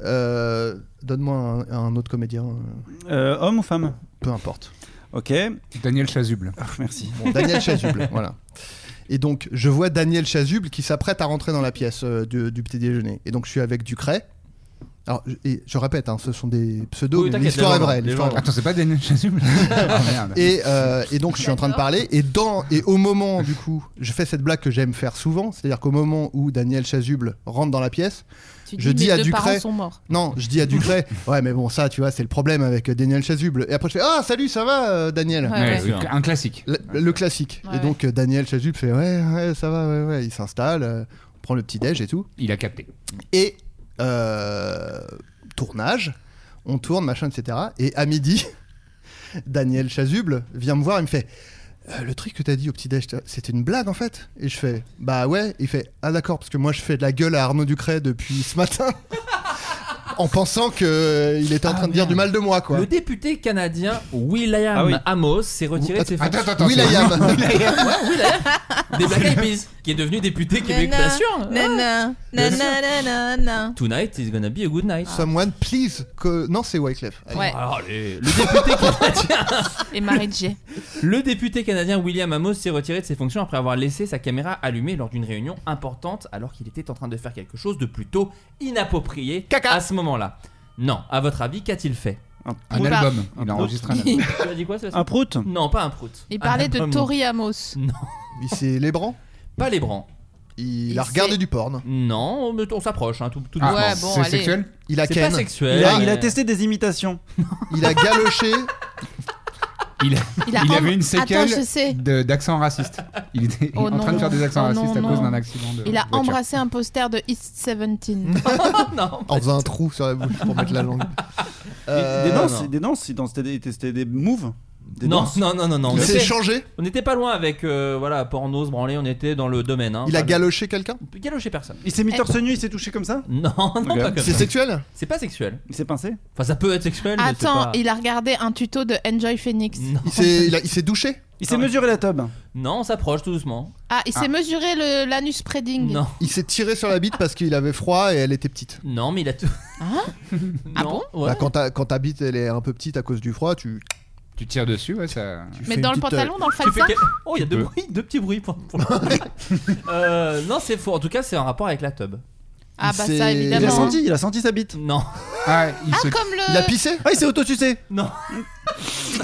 Speaker 3: euh, Donne-moi un, un autre comédien, euh,
Speaker 11: Euh, homme ou femme
Speaker 3: peu importe.
Speaker 11: Ok,
Speaker 9: Daniel Chasuble.
Speaker 11: Ah, merci.
Speaker 3: Bon, Daniel Chasuble, voilà. Et donc, je vois Daniel Chasuble qui s'apprête à rentrer dans la pièce euh, du, du petit déjeuner. Et donc, je suis avec Ducret. Alors, je, et je répète, hein, ce sont des pseudos,
Speaker 7: Oui,
Speaker 3: mais
Speaker 7: t'inquiète,
Speaker 3: l'histoire
Speaker 7: les
Speaker 3: est
Speaker 7: gens,
Speaker 3: vraie.
Speaker 7: les
Speaker 3: l'histoire
Speaker 7: gens.
Speaker 3: est vraie.
Speaker 9: Attends, c'est pas Daniel Chasuble Ah, merde.
Speaker 3: Et, euh, et donc, je suis en train de parler. Et, dans, et au moment, du coup, je fais cette blague que j'aime faire souvent. C'est-à-dire qu'au moment où Daniel Chasuble rentre dans la pièce,
Speaker 8: Tu
Speaker 3: Je dis
Speaker 8: mes
Speaker 3: à
Speaker 8: deux
Speaker 3: Ducret.
Speaker 8: parents sont morts.
Speaker 3: Non, je dis à Ducret, ouais, mais bon, ça, tu vois, c'est le problème avec Daniel Chasuble. Et après, je fais, ah, salut, ça va, euh, Daniel
Speaker 8: Ouais,
Speaker 9: Ouais,
Speaker 8: ouais.
Speaker 9: c'est Un classique.
Speaker 3: Le, le classique.
Speaker 8: Ouais,
Speaker 3: et donc, euh, Daniel Chasuble fait, ouais, ouais, ça va, ouais, ouais. Il s'installe, euh, on prend le petit-déj et tout.
Speaker 9: Il a capté.
Speaker 3: Et euh, tournage, on tourne, machin, etc. Et à midi, Daniel Chasuble vient me voir, il me fait. Euh, le truc que t'as dit au petit-déj, t'as- c'était une blague en fait Et je fais, bah ouais, il fait, ah d'accord, parce que moi je fais de la gueule à Arnaud Ducret depuis ce matin, en pensant qu'il était en
Speaker 7: Ah,
Speaker 3: train de dire
Speaker 7: merde.
Speaker 3: du mal de moi, quoi.
Speaker 7: Le député canadien William
Speaker 11: Ah oui.
Speaker 7: Amos s'est retiré de ses
Speaker 9: Attends,
Speaker 7: fonctions.
Speaker 9: attends, attends.
Speaker 3: Will.i.am.
Speaker 9: Will.i.am.
Speaker 7: des Black Eyed Peas, qui est devenu député québécois. Bien sûr.
Speaker 8: Nanana, nanana, nanana.
Speaker 7: Tonight is gonna be a good night.
Speaker 3: Someone please. que- Non, c'est Wyclef. Allez.
Speaker 8: Ouais.
Speaker 7: Ah, allez, le député canadien.
Speaker 8: Et Marie J.
Speaker 7: Le député canadien William Amos s'est retiré de ses fonctions après avoir laissé sa caméra allumée lors d'une réunion importante alors qu'il était en train de faire quelque chose de plutôt inapproprié à ce moment-là. Non, à votre avis, qu'a-t-il fait
Speaker 11: Un,
Speaker 9: Un
Speaker 8: Oula.
Speaker 9: album. Il a enregistré un album.
Speaker 7: Tu as dit quoi ça
Speaker 11: un prout
Speaker 7: Non, pas un prout.
Speaker 8: Il
Speaker 7: Un
Speaker 8: parlait de
Speaker 7: album.
Speaker 8: Tori Amos.
Speaker 7: Non,
Speaker 3: Il s'est les bras.
Speaker 7: pas les brancs.
Speaker 3: Il,
Speaker 8: Il
Speaker 3: a regardé
Speaker 8: s'est-
Speaker 3: du porn.
Speaker 7: Non, mais on s'approche, hein, tout, tout
Speaker 9: Ah,
Speaker 8: Ouais,
Speaker 7: doucement.
Speaker 8: bon,
Speaker 9: c'est
Speaker 8: allez.
Speaker 9: sexuel
Speaker 3: Il a
Speaker 7: C'est pas
Speaker 3: ken.
Speaker 7: sexuel.
Speaker 11: il a,
Speaker 7: mais-
Speaker 11: il a testé des imitations.
Speaker 3: Il a galoché.
Speaker 9: Il, a- Euh,
Speaker 8: Il, a
Speaker 9: il
Speaker 8: en-
Speaker 9: avait une séquelle
Speaker 8: Attends, je sais.
Speaker 9: de- d'accent raciste. Il était
Speaker 8: Oh
Speaker 9: en
Speaker 8: non,
Speaker 9: train de faire des accents
Speaker 8: oh non,
Speaker 9: racistes à
Speaker 8: non.
Speaker 9: cause d'un accident de
Speaker 8: Il a
Speaker 9: voiture.
Speaker 8: embrassé un poster de East 17.
Speaker 7: non.
Speaker 3: en faisant un trou sur la bouche pour mettre la langue. Euh,
Speaker 11: des danses,
Speaker 7: non.
Speaker 11: des danses, il dansait des, il testait des moves. Des
Speaker 7: Non,
Speaker 11: danses.
Speaker 7: non, non, non, non. On
Speaker 3: Il s'est
Speaker 7: était,
Speaker 3: changé.
Speaker 7: on était pas loin avec euh, voilà porno, se branler, on était dans le domaine. Hein,
Speaker 3: Il a
Speaker 7: Enfin,
Speaker 3: galoché quelqu'un.
Speaker 7: le- Galoché personne.
Speaker 11: Il s'est mis torse nu, il s'est touché comme ça
Speaker 7: Non, non,
Speaker 11: Ok.
Speaker 7: pas comme
Speaker 3: C'est
Speaker 7: ça.
Speaker 3: sexuel.
Speaker 7: C'est pas sexuel.
Speaker 11: Il s'est pincé
Speaker 7: Enfin, ça peut être sexuel. mais c'est
Speaker 8: Attends,
Speaker 7: pas-
Speaker 8: il a regardé un tuto de Enjoy Phoenix.
Speaker 7: Non,
Speaker 3: Il s'est, il a- il s'est douché.
Speaker 11: Il s'est
Speaker 7: Ah ouais.
Speaker 11: mesuré la tube.
Speaker 7: non, on s'approche tout doucement.
Speaker 8: Ah, il s'est
Speaker 9: Ah.
Speaker 8: mesuré le- l'anus spreading.
Speaker 7: Non,
Speaker 3: Il s'est tiré sur la bite parce qu'il avait froid et elle était petite.
Speaker 7: non, mais il a tout.
Speaker 8: Hein Ah
Speaker 7: Non, ouais.
Speaker 3: Bah, quand, ta, quand ta bite elle est un peu petite à cause du froid, tu.
Speaker 9: Tu tires dessus, ouais, ça.
Speaker 3: tu
Speaker 8: Mais
Speaker 3: fais
Speaker 8: dans
Speaker 3: une
Speaker 8: le
Speaker 3: petite, euh,
Speaker 8: pantalon, dans le
Speaker 7: Tu fais
Speaker 8: falsa
Speaker 7: quel- Oh, il y a deux
Speaker 9: peux.
Speaker 7: bruits, deux petits bruits pour, pour le- Euh, Non, c'est faux. En tout cas, c'est un rapport avec la tub.
Speaker 8: Ah, bah
Speaker 3: C'est-
Speaker 8: ça,
Speaker 11: Il a
Speaker 8: évidemment.
Speaker 11: senti, il a senti sa bite.
Speaker 7: Non,
Speaker 9: Ah, il
Speaker 8: Ah,
Speaker 9: se.
Speaker 8: comme le.
Speaker 3: Il a pissé
Speaker 11: Ah, il s'est autotucé
Speaker 7: non,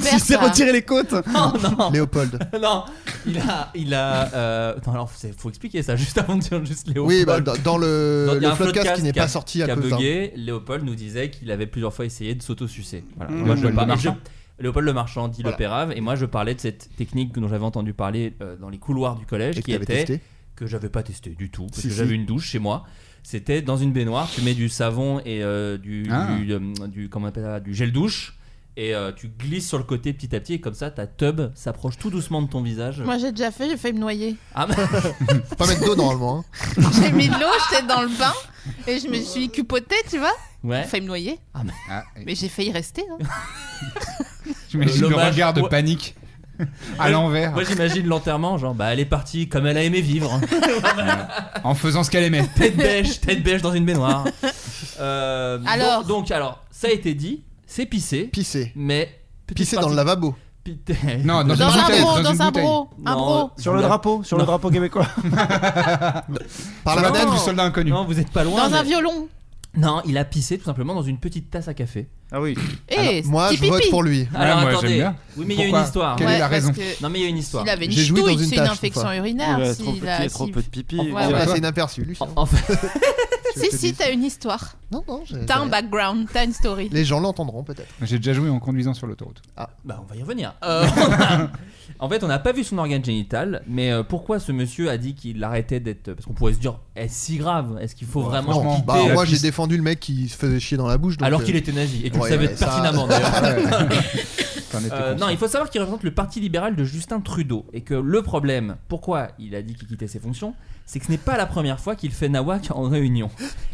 Speaker 11: Il s'est retiré les côtes
Speaker 7: non,
Speaker 8: Oh,
Speaker 7: non.
Speaker 3: Léopold.
Speaker 7: Non, il a, il a. Euh... Attends, alors c'est- faut expliquer ça juste avant de dire juste Léopold.
Speaker 3: Oui, bah, dans, dans
Speaker 7: Dans-
Speaker 3: le,
Speaker 7: il y a
Speaker 3: le
Speaker 7: un
Speaker 3: podcast qui n'est
Speaker 7: a-
Speaker 3: pas sorti à
Speaker 7: Euh, qui a
Speaker 3: cause d'un.
Speaker 7: bugué, Léopold nous disait qu'il avait plusieurs fois essayé de s'auto-sucer. Voilà.
Speaker 11: Mmh.
Speaker 7: Moi, je
Speaker 9: Léopold
Speaker 7: par-
Speaker 9: Le Marchand.
Speaker 7: et je- Léopold le Marchand dit
Speaker 3: Voilà.
Speaker 7: l'opérave et moi je parlais de cette technique que- dont j'avais entendu parler euh, dans les couloirs du collège
Speaker 3: Et que
Speaker 7: qui
Speaker 3: t'avais
Speaker 7: était
Speaker 3: testé.
Speaker 7: que j'avais pas testé du tout parce
Speaker 3: Si,
Speaker 7: que
Speaker 3: si.
Speaker 7: j'avais une douche chez moi. C'était dans une baignoire, tu mets du savon et euh, du,
Speaker 9: Ah.
Speaker 7: du, euh, du- comment on appelle ça, du gel douche et euh, tu glisses sur le côté petit à petit et comme ça ta tub s'approche tout doucement de ton visage.
Speaker 8: Moi j'ai déjà fait, j'ai failli me noyer.
Speaker 7: Ah, mais-
Speaker 3: Faut pas mettre d'eau normalement. hein.
Speaker 8: J'ai mis de l'eau, j'étais dans le bain et je me suis cupotée, tu vois.
Speaker 7: ouais.
Speaker 8: J'ai failli me noyer,
Speaker 9: Ah,
Speaker 8: mais j'ai failli rester. hein.
Speaker 9: J'imagine le
Speaker 7: L'hommage.
Speaker 9: regard de
Speaker 7: Ouais.
Speaker 9: panique à
Speaker 7: Ouais.
Speaker 9: l'envers
Speaker 7: Moi j'imagine l'enterrement, genre bah elle est partie comme elle a aimé vivre.
Speaker 9: en faisant ce qu'elle aimait.
Speaker 7: tête bêche, tête bêche dans une baignoire. Euh,
Speaker 8: Alors.
Speaker 7: donc, donc, alors, ça a été dit, c'est pissé,
Speaker 3: Pisser.
Speaker 7: mais. petite
Speaker 3: Pisser dans
Speaker 7: partie-
Speaker 3: le lavabo.
Speaker 7: Pité-
Speaker 9: Non, dans,
Speaker 8: Dans
Speaker 9: une
Speaker 8: un
Speaker 9: bouteille.
Speaker 8: bro,
Speaker 9: dans une
Speaker 8: dans un
Speaker 9: bouteille.
Speaker 8: bro, un
Speaker 7: Non,
Speaker 8: bro.
Speaker 11: Sur le
Speaker 7: vous-
Speaker 11: drapeau, sur le
Speaker 7: Non.
Speaker 11: drapeau québécois.
Speaker 3: Par
Speaker 9: Sur
Speaker 3: la
Speaker 9: la tête
Speaker 3: fenêtre.
Speaker 9: du soldat inconnu.
Speaker 7: Non, vous êtes pas loin.
Speaker 8: Dans un
Speaker 7: mais-
Speaker 8: violon.
Speaker 7: Non, il a pissé tout simplement dans une petite tasse à café.
Speaker 11: Ah oui.
Speaker 8: Eh,
Speaker 3: Moi,
Speaker 8: petit
Speaker 3: je vote
Speaker 8: pipi.
Speaker 3: pour lui.
Speaker 7: Alors
Speaker 9: moi,
Speaker 7: attendez.
Speaker 9: j'aime bien.
Speaker 7: Oui, mais il y a une
Speaker 9: Pourquoi
Speaker 7: histoire.
Speaker 9: Quelle est la
Speaker 8: parce
Speaker 9: raison
Speaker 8: que
Speaker 7: Non, mais il y a une histoire.
Speaker 8: S'il avait une
Speaker 3: J'ai joué dans
Speaker 8: ch'touille,
Speaker 3: une
Speaker 8: c'est une
Speaker 3: tache,
Speaker 8: infection
Speaker 3: parfois.
Speaker 8: urinaire.
Speaker 11: Il a
Speaker 8: s'il
Speaker 11: trop, petit,
Speaker 8: a-
Speaker 11: il a trop
Speaker 8: s'il-
Speaker 11: peu de pipi.
Speaker 8: Ouais,
Speaker 3: Il est
Speaker 8: ouais.
Speaker 3: passé Ah, inaperçu, lui.
Speaker 7: En, en fait,
Speaker 3: Je te
Speaker 8: Si, si,
Speaker 3: dis.
Speaker 8: t'as une histoire.
Speaker 3: Non, non, j'ai-
Speaker 8: T'as un background, t'as une story.
Speaker 3: Les gens l'entendront peut-être.
Speaker 9: J'ai déjà joué en conduisant sur l'autoroute.
Speaker 7: bah, on va y revenir. Euh, on a- En fait, on n'a pas vu son organe génital, mais euh, pourquoi ce monsieur a dit qu'il arrêtait d'être. Parce qu'on pourrait se dire, est-ce si grave Est-ce qu'il faut vraiment
Speaker 9: franchement,
Speaker 7: quitter
Speaker 3: Bah,
Speaker 9: la
Speaker 3: moi, j'ai
Speaker 9: piste.
Speaker 3: défendu le mec qui se faisait chier dans la bouche. donc,
Speaker 7: Alors
Speaker 3: euh,
Speaker 7: qu'il était nazi, et tu
Speaker 3: ouais,
Speaker 7: le savais
Speaker 3: ouais, ça-
Speaker 7: pertinemment d'ailleurs.
Speaker 9: T'en étais
Speaker 7: Euh, non,
Speaker 9: conscient.
Speaker 7: il faut savoir qu'il représente le parti libéral de Justin Trudeau et que le problème, pourquoi il a dit qu'il quittait ses fonctions, c'est que ce n'est pas la première fois qu'il fait nawak en réunion.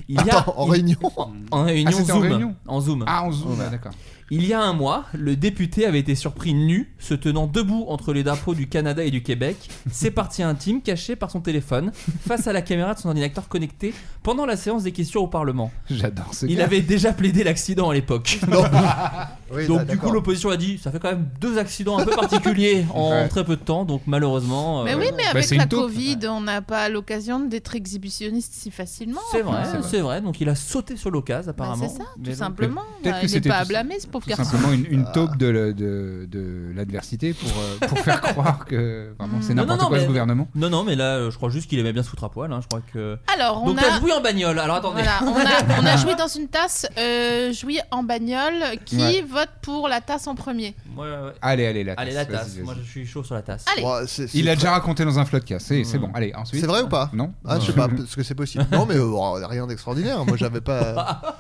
Speaker 7: Il y a
Speaker 3: Attends, en
Speaker 7: il-
Speaker 3: réunion
Speaker 7: en, en réunion
Speaker 9: Ah, c'était en
Speaker 7: Zoom,
Speaker 9: réunion
Speaker 7: en Zoom.
Speaker 9: Ah, on zoome, d'accord.
Speaker 7: Il y a un mois, le député avait été surpris nu, se tenant debout entre les drapeaux du Canada et du Québec, ses parties intimes cachées par son téléphone, face à la caméra de son ordinateur connecté pendant la séance des questions au Parlement.
Speaker 9: J'adore ce
Speaker 7: Il
Speaker 9: gars.
Speaker 7: avait déjà plaidé l'accident à l'époque.
Speaker 3: Oui,
Speaker 7: Donc
Speaker 3: bah,
Speaker 7: du coup
Speaker 3: d'accord.
Speaker 7: l'opposition a dit ça fait quand même deux accidents un peu particuliers en
Speaker 9: Ouais.
Speaker 7: très peu de temps donc malheureusement euh,
Speaker 8: Mais oui, mais
Speaker 9: Bah,
Speaker 8: avec
Speaker 9: c'est
Speaker 8: la
Speaker 9: une taupe.
Speaker 8: Covid, on n'a pas l'occasion d'être exhibitionniste si facilement.
Speaker 7: c'est vrai
Speaker 8: Enfin,
Speaker 9: c'est vrai.
Speaker 7: c'est vrai donc il a sauté sur l'occasion
Speaker 8: bah,
Speaker 7: apparemment
Speaker 8: c'est ça,
Speaker 7: Mais
Speaker 8: tout
Speaker 7: donc-
Speaker 8: simplement.
Speaker 9: Peut-être que
Speaker 8: Bah, Il n'est
Speaker 9: c'était
Speaker 8: pas
Speaker 9: tout-
Speaker 8: à blâmer, ce pauvre
Speaker 9: Tout
Speaker 8: garçon.
Speaker 9: simplement une, une taupe de, le- de, de l'adversité pour, euh, pour faire croire que vraiment c'est
Speaker 7: Non, non,
Speaker 9: n'importe
Speaker 7: non,
Speaker 9: quoi
Speaker 7: mais-
Speaker 9: ce gouvernement.
Speaker 7: non non mais là euh, je crois juste qu'il aimait bien se foutre à poil hein, je crois que
Speaker 8: Alors, on
Speaker 7: donc t'as
Speaker 8: a.
Speaker 7: joui en bagnole alors attendez
Speaker 8: Voilà, on a, on a joui dans une tasse, euh, joui en bagnole. Qui
Speaker 9: Ouais.
Speaker 8: vote pour la tasse en premier
Speaker 7: Ouais, ouais, ouais.
Speaker 9: Allez, allez, la tasse.
Speaker 7: allez la
Speaker 9: vas-y,
Speaker 7: tasse
Speaker 9: vas-y.
Speaker 7: moi je suis chaud sur la tasse
Speaker 8: Allez,
Speaker 3: Ouais, c'est- c'est
Speaker 9: Il a
Speaker 3: très-
Speaker 9: déjà raconté dans un floodcast, c'est c'est
Speaker 7: Ouais.
Speaker 9: bon. Allez, ensuite.
Speaker 3: C'est vrai ou pas
Speaker 9: Non
Speaker 3: Ah, je sais pas, parce que c'est possible. Non, mais euh, rien d'extraordinaire. Moi, j'avais pas.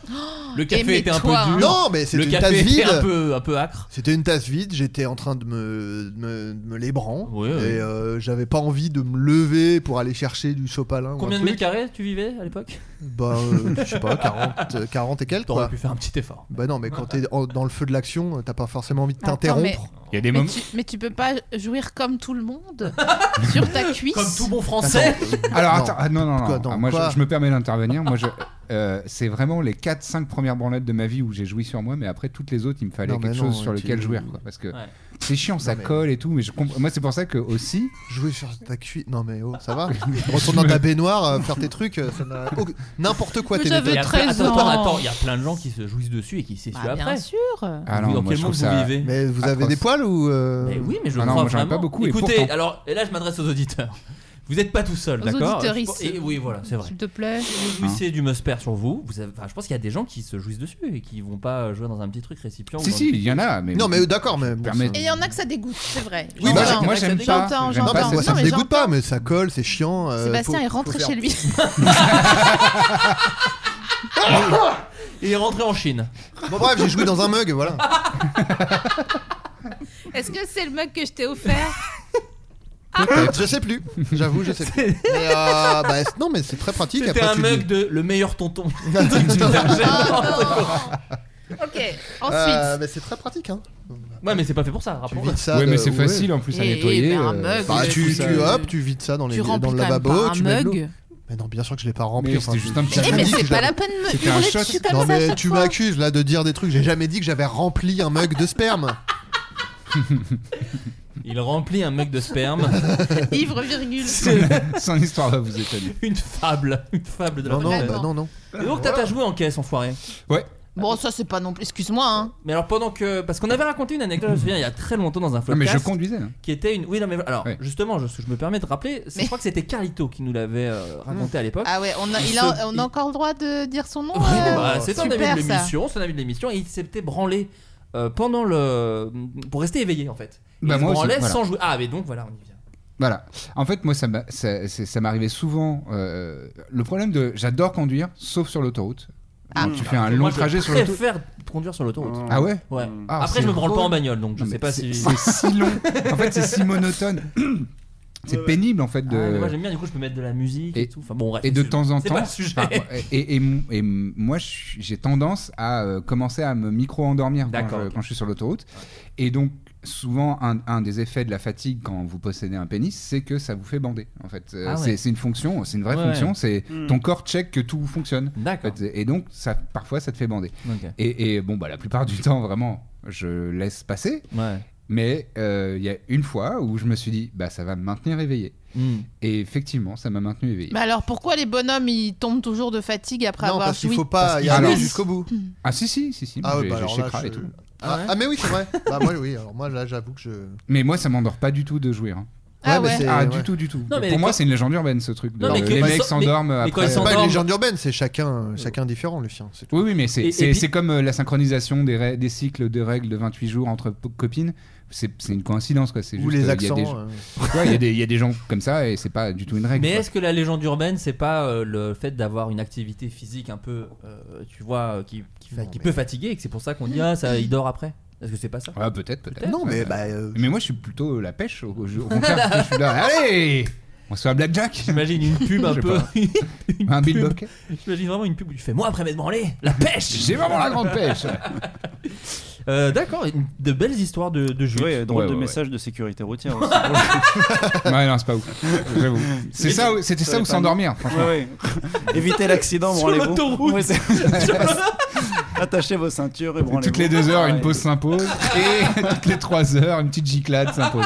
Speaker 7: le café
Speaker 8: Eh, mais
Speaker 7: était un peu
Speaker 8: toi, hein.
Speaker 7: dur
Speaker 3: Non, mais c'était
Speaker 7: Ah, le
Speaker 3: une tasse
Speaker 7: café était un
Speaker 3: vide.
Speaker 7: peu un peu acre
Speaker 3: C'était une tasse vide. J'étais en train de me, de me, de me lébran.
Speaker 7: Ouais, ouais.
Speaker 3: Et euh, j'avais pas envie de me lever pour aller chercher du sopalin. ou un
Speaker 7: combien de
Speaker 3: truc.
Speaker 7: mètres carrés tu vivais à l'époque
Speaker 3: Bah, euh, je sais pas, 40, euh, 40 et quelques,
Speaker 7: t'aurais
Speaker 3: quoi.
Speaker 7: pu faire un petit effort
Speaker 3: Bah non, mais quand t'es en- dans le feu de l'action, euh, t'as pas forcément envie de
Speaker 8: Attends,
Speaker 3: t'interrompre.
Speaker 8: mais-
Speaker 9: Il y a des
Speaker 8: Mais
Speaker 9: moments.
Speaker 8: tu, mais tu peux pas jouir comme tout le monde sur ta cuisse.
Speaker 4: Comme tout bon français.
Speaker 9: Alors
Speaker 3: Non.
Speaker 9: attends, ah, non, non, non.
Speaker 3: Quoi, non,
Speaker 9: Ah, moi, je,
Speaker 3: quoi
Speaker 9: je me permets d'intervenir. Moi, je, euh, c'est vraiment les 4-5 premières branlettes de ma vie où j'ai joui sur moi, mais après toutes les autres, il me fallait
Speaker 3: Non, mais
Speaker 9: quelque
Speaker 3: non,
Speaker 9: chose sur
Speaker 3: tu-
Speaker 9: lequel jouir, quoi, parce que
Speaker 7: Ouais.
Speaker 9: c'est chiant, ça
Speaker 3: mais-
Speaker 9: colle et tout. Mais je comprends. Moi, c'est pour ça que aussi,
Speaker 3: Jouer sur ta cuisse. Non, mais oh, ça va. Retourner dans ta baignoire, euh, faire tes trucs, euh, ça n'a aucun- n'importe quoi.
Speaker 8: Mais
Speaker 3: tes
Speaker 8: j'avais
Speaker 3: méthodes.
Speaker 7: Il y a plein-
Speaker 8: 13
Speaker 7: attends,
Speaker 8: ans.
Speaker 7: attends, il y a plein de gens qui se jouissent dessus et qui s'essuient
Speaker 8: Bah, bien
Speaker 7: après.
Speaker 8: sûr.
Speaker 9: ah
Speaker 7: Vous,
Speaker 9: non,
Speaker 7: dans
Speaker 9: moi,
Speaker 7: quel
Speaker 9: je
Speaker 7: monde
Speaker 9: trouve
Speaker 7: vous
Speaker 9: ça.
Speaker 7: vivez
Speaker 3: Mais vous avez
Speaker 9: Atroce.
Speaker 3: des poils ou. euh,
Speaker 7: Mais Eh oui, mais je
Speaker 9: Ah
Speaker 7: le
Speaker 9: non,
Speaker 7: crois
Speaker 9: moi, j'en ai
Speaker 7: vraiment.
Speaker 9: pas beaucoup, et
Speaker 7: Écoutez,
Speaker 9: pourtant.
Speaker 7: alors, et là, je m'adresse aux auditeurs. Vous n'êtes pas tout seul,
Speaker 8: Aux
Speaker 7: d'accord
Speaker 8: auditeuristes. Hein
Speaker 7: Et oui, voilà, c'est vrai.
Speaker 8: S'il te plaît.
Speaker 7: Vous jouissez du musper sur vous. vous avez- enfin, je pense qu'il y a des gens qui se jouissent dessus et qui vont pas jouer dans un petit truc récipient. ou
Speaker 9: Si,
Speaker 7: dans-
Speaker 9: si, il y en a, mais.
Speaker 3: Non, mais euh, d'accord, mais. bon,
Speaker 9: Permets-
Speaker 3: ça-
Speaker 8: Et il y en a que ça dégoûte, c'est vrai.
Speaker 3: Oui, bah,
Speaker 8: J'entends.
Speaker 9: moi, j'aime pas.
Speaker 8: J'entends,
Speaker 9: J'aime
Speaker 3: Non, bah,
Speaker 8: j'entends.
Speaker 9: pas,
Speaker 3: moi, ça
Speaker 8: Non,
Speaker 3: me
Speaker 8: mais
Speaker 3: dégoûte
Speaker 8: j'entends.
Speaker 3: pas, mais ça colle, c'est chiant. euh,
Speaker 8: Sébastien
Speaker 3: faut-
Speaker 8: est
Speaker 3: faut
Speaker 8: rentré
Speaker 3: faire-
Speaker 8: chez lui.
Speaker 7: Il est rentré en Chine.
Speaker 3: Bon, bref, j'ai joué dans un mug, voilà.
Speaker 8: Est-ce que c'est le mug que je t'ai offert
Speaker 3: je sais plus, j'avoue, je sais plus. Mais, euh, bah, non, mais c'est très pratique.
Speaker 7: C'était
Speaker 3: après,
Speaker 7: un
Speaker 3: tu
Speaker 7: mug
Speaker 3: dis-
Speaker 7: de le meilleur tonton.
Speaker 8: Ah non Ok,
Speaker 3: Euh,
Speaker 8: ensuite.
Speaker 3: mais c'est très pratique, hein.
Speaker 7: ouais, mais c'est pas fait pour ça,
Speaker 3: Tu
Speaker 7: rappelons-le.
Speaker 3: vides ça.
Speaker 9: ouais, mais
Speaker 3: de-
Speaker 9: c'est facile en plus à
Speaker 8: Et- et
Speaker 9: nettoyer.
Speaker 8: ben, un
Speaker 9: euh,
Speaker 8: mug,
Speaker 3: euh, Bah,
Speaker 8: Ouais,
Speaker 3: tu,
Speaker 8: tout
Speaker 3: tu-
Speaker 8: ça.
Speaker 3: hop, tu vides ça dans, les,
Speaker 8: Tu remplis
Speaker 3: dans le
Speaker 8: quand même
Speaker 3: lavabo,
Speaker 8: pas un
Speaker 3: tu mets de l'eau.
Speaker 8: mug.
Speaker 3: Mais non, bien sûr que je l'ai pas rempli.
Speaker 9: Mais
Speaker 3: enfin,
Speaker 9: c'était
Speaker 3: je-
Speaker 9: juste un petit
Speaker 3: j'ai
Speaker 9: mug.
Speaker 8: Eh,
Speaker 3: jamais
Speaker 8: mais
Speaker 3: dit que
Speaker 8: c'est
Speaker 3: je
Speaker 8: pas
Speaker 3: l'avais-
Speaker 8: la peine de me
Speaker 9: C'était un
Speaker 8: hurler
Speaker 9: shot.
Speaker 8: dessus comme
Speaker 3: Non
Speaker 8: ça. à
Speaker 3: mais
Speaker 8: chaque
Speaker 3: tu
Speaker 8: fois.
Speaker 3: m'accuses là de dire des trucs. J'ai jamais dit que j'avais rempli un mug de sperme.
Speaker 7: Il remplit un mug de sperme.
Speaker 8: Ivre, virgule.
Speaker 3: hein.
Speaker 9: Son histoire va vous étonner.
Speaker 7: une fable, une fable de la
Speaker 3: Non non,
Speaker 7: planète.
Speaker 3: bah, non non.
Speaker 7: Et donc t'as t'as joué en caisse, enfoiré.
Speaker 8: Bon, ça, c'est pas non plus. Excuse-moi, hein.
Speaker 7: Mais alors pendant que, parce qu'on avait raconté une anecdote, je me souviens, il y a très longtemps dans un
Speaker 9: Non, mais
Speaker 7: podcast,
Speaker 9: je conduisais. hein.
Speaker 7: qui était une. Oui, non mais alors
Speaker 9: Ouais.
Speaker 7: justement, je, je me permets de rappeler, c'est-
Speaker 8: Mais-
Speaker 7: je crois que c'était Carlito qui nous l'avait euh, raconté à l'époque.
Speaker 8: Ah ouais, on a, il a, on a encore le droit de dire son nom.
Speaker 7: Oui,
Speaker 8: euh,
Speaker 7: bah, c'est un
Speaker 8: super,
Speaker 7: ami de
Speaker 8: ça.
Speaker 7: l'émission, c'est un ami de l'émission, et il s'était branlé euh, pendant le pour rester éveillé en fait. Il
Speaker 9: Bah,
Speaker 7: se
Speaker 9: moi aussi,
Speaker 7: branlait
Speaker 9: voilà.
Speaker 7: sans jouer. Ah mais donc voilà, on y vient.
Speaker 9: Voilà. En fait, moi, ça m'a- ça, c'est- ça m'arrivait souvent. euh, le problème de. J'adore conduire, sauf sur l'autoroute.
Speaker 8: Ah.
Speaker 9: Quand tu fais un long
Speaker 7: Moi,
Speaker 9: trajet
Speaker 7: je
Speaker 9: sur l'autoroute.
Speaker 7: préfère conduire sur l'autoroute.
Speaker 9: Ah ouais
Speaker 7: Ouais.
Speaker 9: Ah,
Speaker 7: Après
Speaker 9: c'est
Speaker 7: je me branle pas
Speaker 9: drôle.
Speaker 7: en bagnole donc je
Speaker 9: Non, mais
Speaker 7: sais pas
Speaker 9: c'est-
Speaker 7: si.
Speaker 9: C'est si long. En fait, c'est si monotone. C'est pénible, en fait, de.
Speaker 7: Ah, mais moi j'aime bien du coup je peux mettre de la musique et,
Speaker 9: Et-
Speaker 7: tout. Enfin bon bref,
Speaker 9: Et de
Speaker 7: c'est-
Speaker 9: temps en
Speaker 7: c'est
Speaker 9: temps, Ah,
Speaker 7: pas le sujet.
Speaker 9: enfin, et, et, m- et m- moi je suis- j'ai tendance à euh, commencer à me micro-endormir quand
Speaker 7: D'accord,
Speaker 9: je,
Speaker 7: ok.
Speaker 9: quand je suis sur l'autoroute. Et donc souvent un, un des effets de la fatigue quand vous possédez un pénis, c'est que ça vous fait bander. En fait, Euh,
Speaker 7: Ah ouais.
Speaker 9: c'est c'est une fonction, c'est une vraie
Speaker 7: Ouais,
Speaker 9: fonction.
Speaker 7: ouais. Hmm.
Speaker 9: C'est ton corps check que tout fonctionne. En
Speaker 7: D'accord.
Speaker 9: fait, Et donc ça, parfois ça te fait bander.
Speaker 7: Ok.
Speaker 9: Et, et bon bah la plupart du temps vraiment je laisse passer.
Speaker 7: Ouais.
Speaker 9: Mais euh, il y a une fois où je me suis dit bah ça va me maintenir éveillé.
Speaker 7: Hmm.
Speaker 9: Et effectivement ça m'a maintenu éveillé.
Speaker 8: Mais
Speaker 7: Bah.
Speaker 8: alors pourquoi les bonhommes ils tombent toujours de fatigue après
Speaker 3: non
Speaker 8: avoir
Speaker 3: parce qu'il
Speaker 8: joui
Speaker 3: faut pas y
Speaker 9: qu'il
Speaker 3: aller
Speaker 9: pousse.
Speaker 3: jusqu'au bout.
Speaker 9: Ah si si si si.
Speaker 3: Ah
Speaker 9: j'ai-
Speaker 3: oui bah
Speaker 9: j'ai
Speaker 3: alors là.
Speaker 9: chécré
Speaker 3: je-
Speaker 9: et tout.
Speaker 7: Ah ouais
Speaker 3: Ah ah, mais oui c'est vrai. Bah moi oui alors moi là j'avoue que je.
Speaker 9: Mais moi, ça m'endort pas du tout de jouir. hein.
Speaker 8: Ah
Speaker 3: mais
Speaker 8: ouais.
Speaker 3: c'est-
Speaker 9: Ah,
Speaker 3: ouais.
Speaker 9: du tout, du tout.
Speaker 7: Non, mais
Speaker 9: Pour moi,
Speaker 7: quand-
Speaker 9: c'est une légende urbaine, ce truc. De...
Speaker 7: Non, mais que-
Speaker 9: les
Speaker 7: mais
Speaker 9: mecs
Speaker 7: sans-
Speaker 9: s'endorment
Speaker 7: mais- mais quand
Speaker 9: après.
Speaker 7: ils
Speaker 3: C'est pas une
Speaker 7: s'endorment-
Speaker 3: légende urbaine, c'est chacun chacun différent Lucien. c'est tout.
Speaker 9: Oui, oui, mais
Speaker 7: Et- et
Speaker 9: c'est- c'est
Speaker 7: puis-
Speaker 9: c'est comme euh, la synchronisation des, ra- des cycles de règles de 28 jours entre p- copines. C'est c'est une coïncidence, quoi. C'est
Speaker 3: Ou
Speaker 9: juste,
Speaker 3: les
Speaker 9: euh, il y a
Speaker 3: accents.
Speaker 9: des-
Speaker 3: euh.
Speaker 9: Ouais, Il y, a des- il y a des gens comme ça et c'est pas du tout une règle.
Speaker 7: Mais
Speaker 9: quoi.
Speaker 7: est-ce que la légende urbaine, c'est pas euh, le fait d'avoir une activité physique un peu, euh, tu vois, euh, qui, qui, fa-
Speaker 3: Non,
Speaker 7: qui
Speaker 3: mais-
Speaker 7: peut fatiguer et que c'est pour ça qu'on dit ah ça, il dort après. Est-ce que c'est pas ça
Speaker 9: Ouais, Ah, peut-être, peut-être.
Speaker 3: Non mais
Speaker 9: Ouais.
Speaker 3: bah. euh,
Speaker 9: Mais moi, je suis plutôt la pêche. Au, au- au contraire, je suis là. Allez On se fait un blackjack
Speaker 7: J'imagine une pub un
Speaker 9: Je sais
Speaker 7: peu.
Speaker 9: pas.
Speaker 7: une
Speaker 9: Un
Speaker 7: pub.
Speaker 9: beatbox
Speaker 7: J'imagine vraiment une pub où tu fais moi après m'être branlé, la pêche.
Speaker 9: J'ai vraiment la grande pêche
Speaker 7: Euh, D'accord, une- de belles histoires de, de jus.
Speaker 4: Oui, drôle
Speaker 9: Ouais,
Speaker 4: de
Speaker 9: ouais,
Speaker 4: message de sécurité routière.
Speaker 9: Ouais, non, c'est pas ouf. J'avoue. C'est ça où- C'était ça ou s'endormir,
Speaker 4: aussi.
Speaker 9: franchement.
Speaker 4: Ouais, ouais. Évitez l'accident,
Speaker 7: Sur
Speaker 4: branlez-vous.
Speaker 7: l'autoroute.
Speaker 4: Ouais, c'est- Attachez vos ceintures et branlez-vous.
Speaker 9: Toutes les deux heures,
Speaker 4: Ouais.
Speaker 9: une
Speaker 11: Ah,
Speaker 9: pause s'impose. Et toutes les trois heures, une petite giclade s'impose.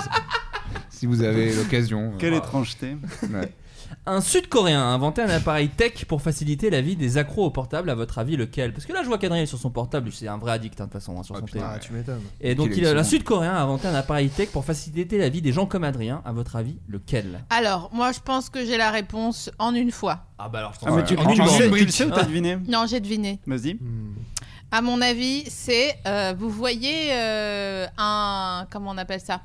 Speaker 9: Si vous avez l'occasion. euh,
Speaker 4: Quelle étrangeté.
Speaker 9: Ouais.
Speaker 7: Un Sud-Coréen a inventé un appareil tech pour faciliter la vie des accros au portable. À votre avis, lequel Parce que là, je vois qu'Adrien est sur son portable, c'est un vrai addict hein, de toute façon hein, sur
Speaker 9: Oh,
Speaker 7: son
Speaker 9: putain,
Speaker 7: téléphone.
Speaker 3: Ah tu m'étonnes.
Speaker 7: Et donc,
Speaker 9: Qu'il
Speaker 7: il,
Speaker 9: est
Speaker 7: un
Speaker 9: excellent.
Speaker 7: Sud-Coréen a inventé un appareil tech pour faciliter la vie des gens comme Adrien. À votre avis, lequel
Speaker 8: Alors moi je pense que j'ai la réponse en une fois.
Speaker 7: Ah bah alors, je pense
Speaker 4: Ah, mais
Speaker 7: que-
Speaker 4: tu,
Speaker 7: en
Speaker 4: tu
Speaker 7: une
Speaker 4: le sais,
Speaker 7: seule
Speaker 4: tu le
Speaker 7: brique.
Speaker 4: sais ou t'as deviné
Speaker 8: Non j'ai deviné.
Speaker 4: Vas-y.
Speaker 3: Hmm.
Speaker 8: À mon avis c'est euh, vous voyez euh, un comment on appelle ça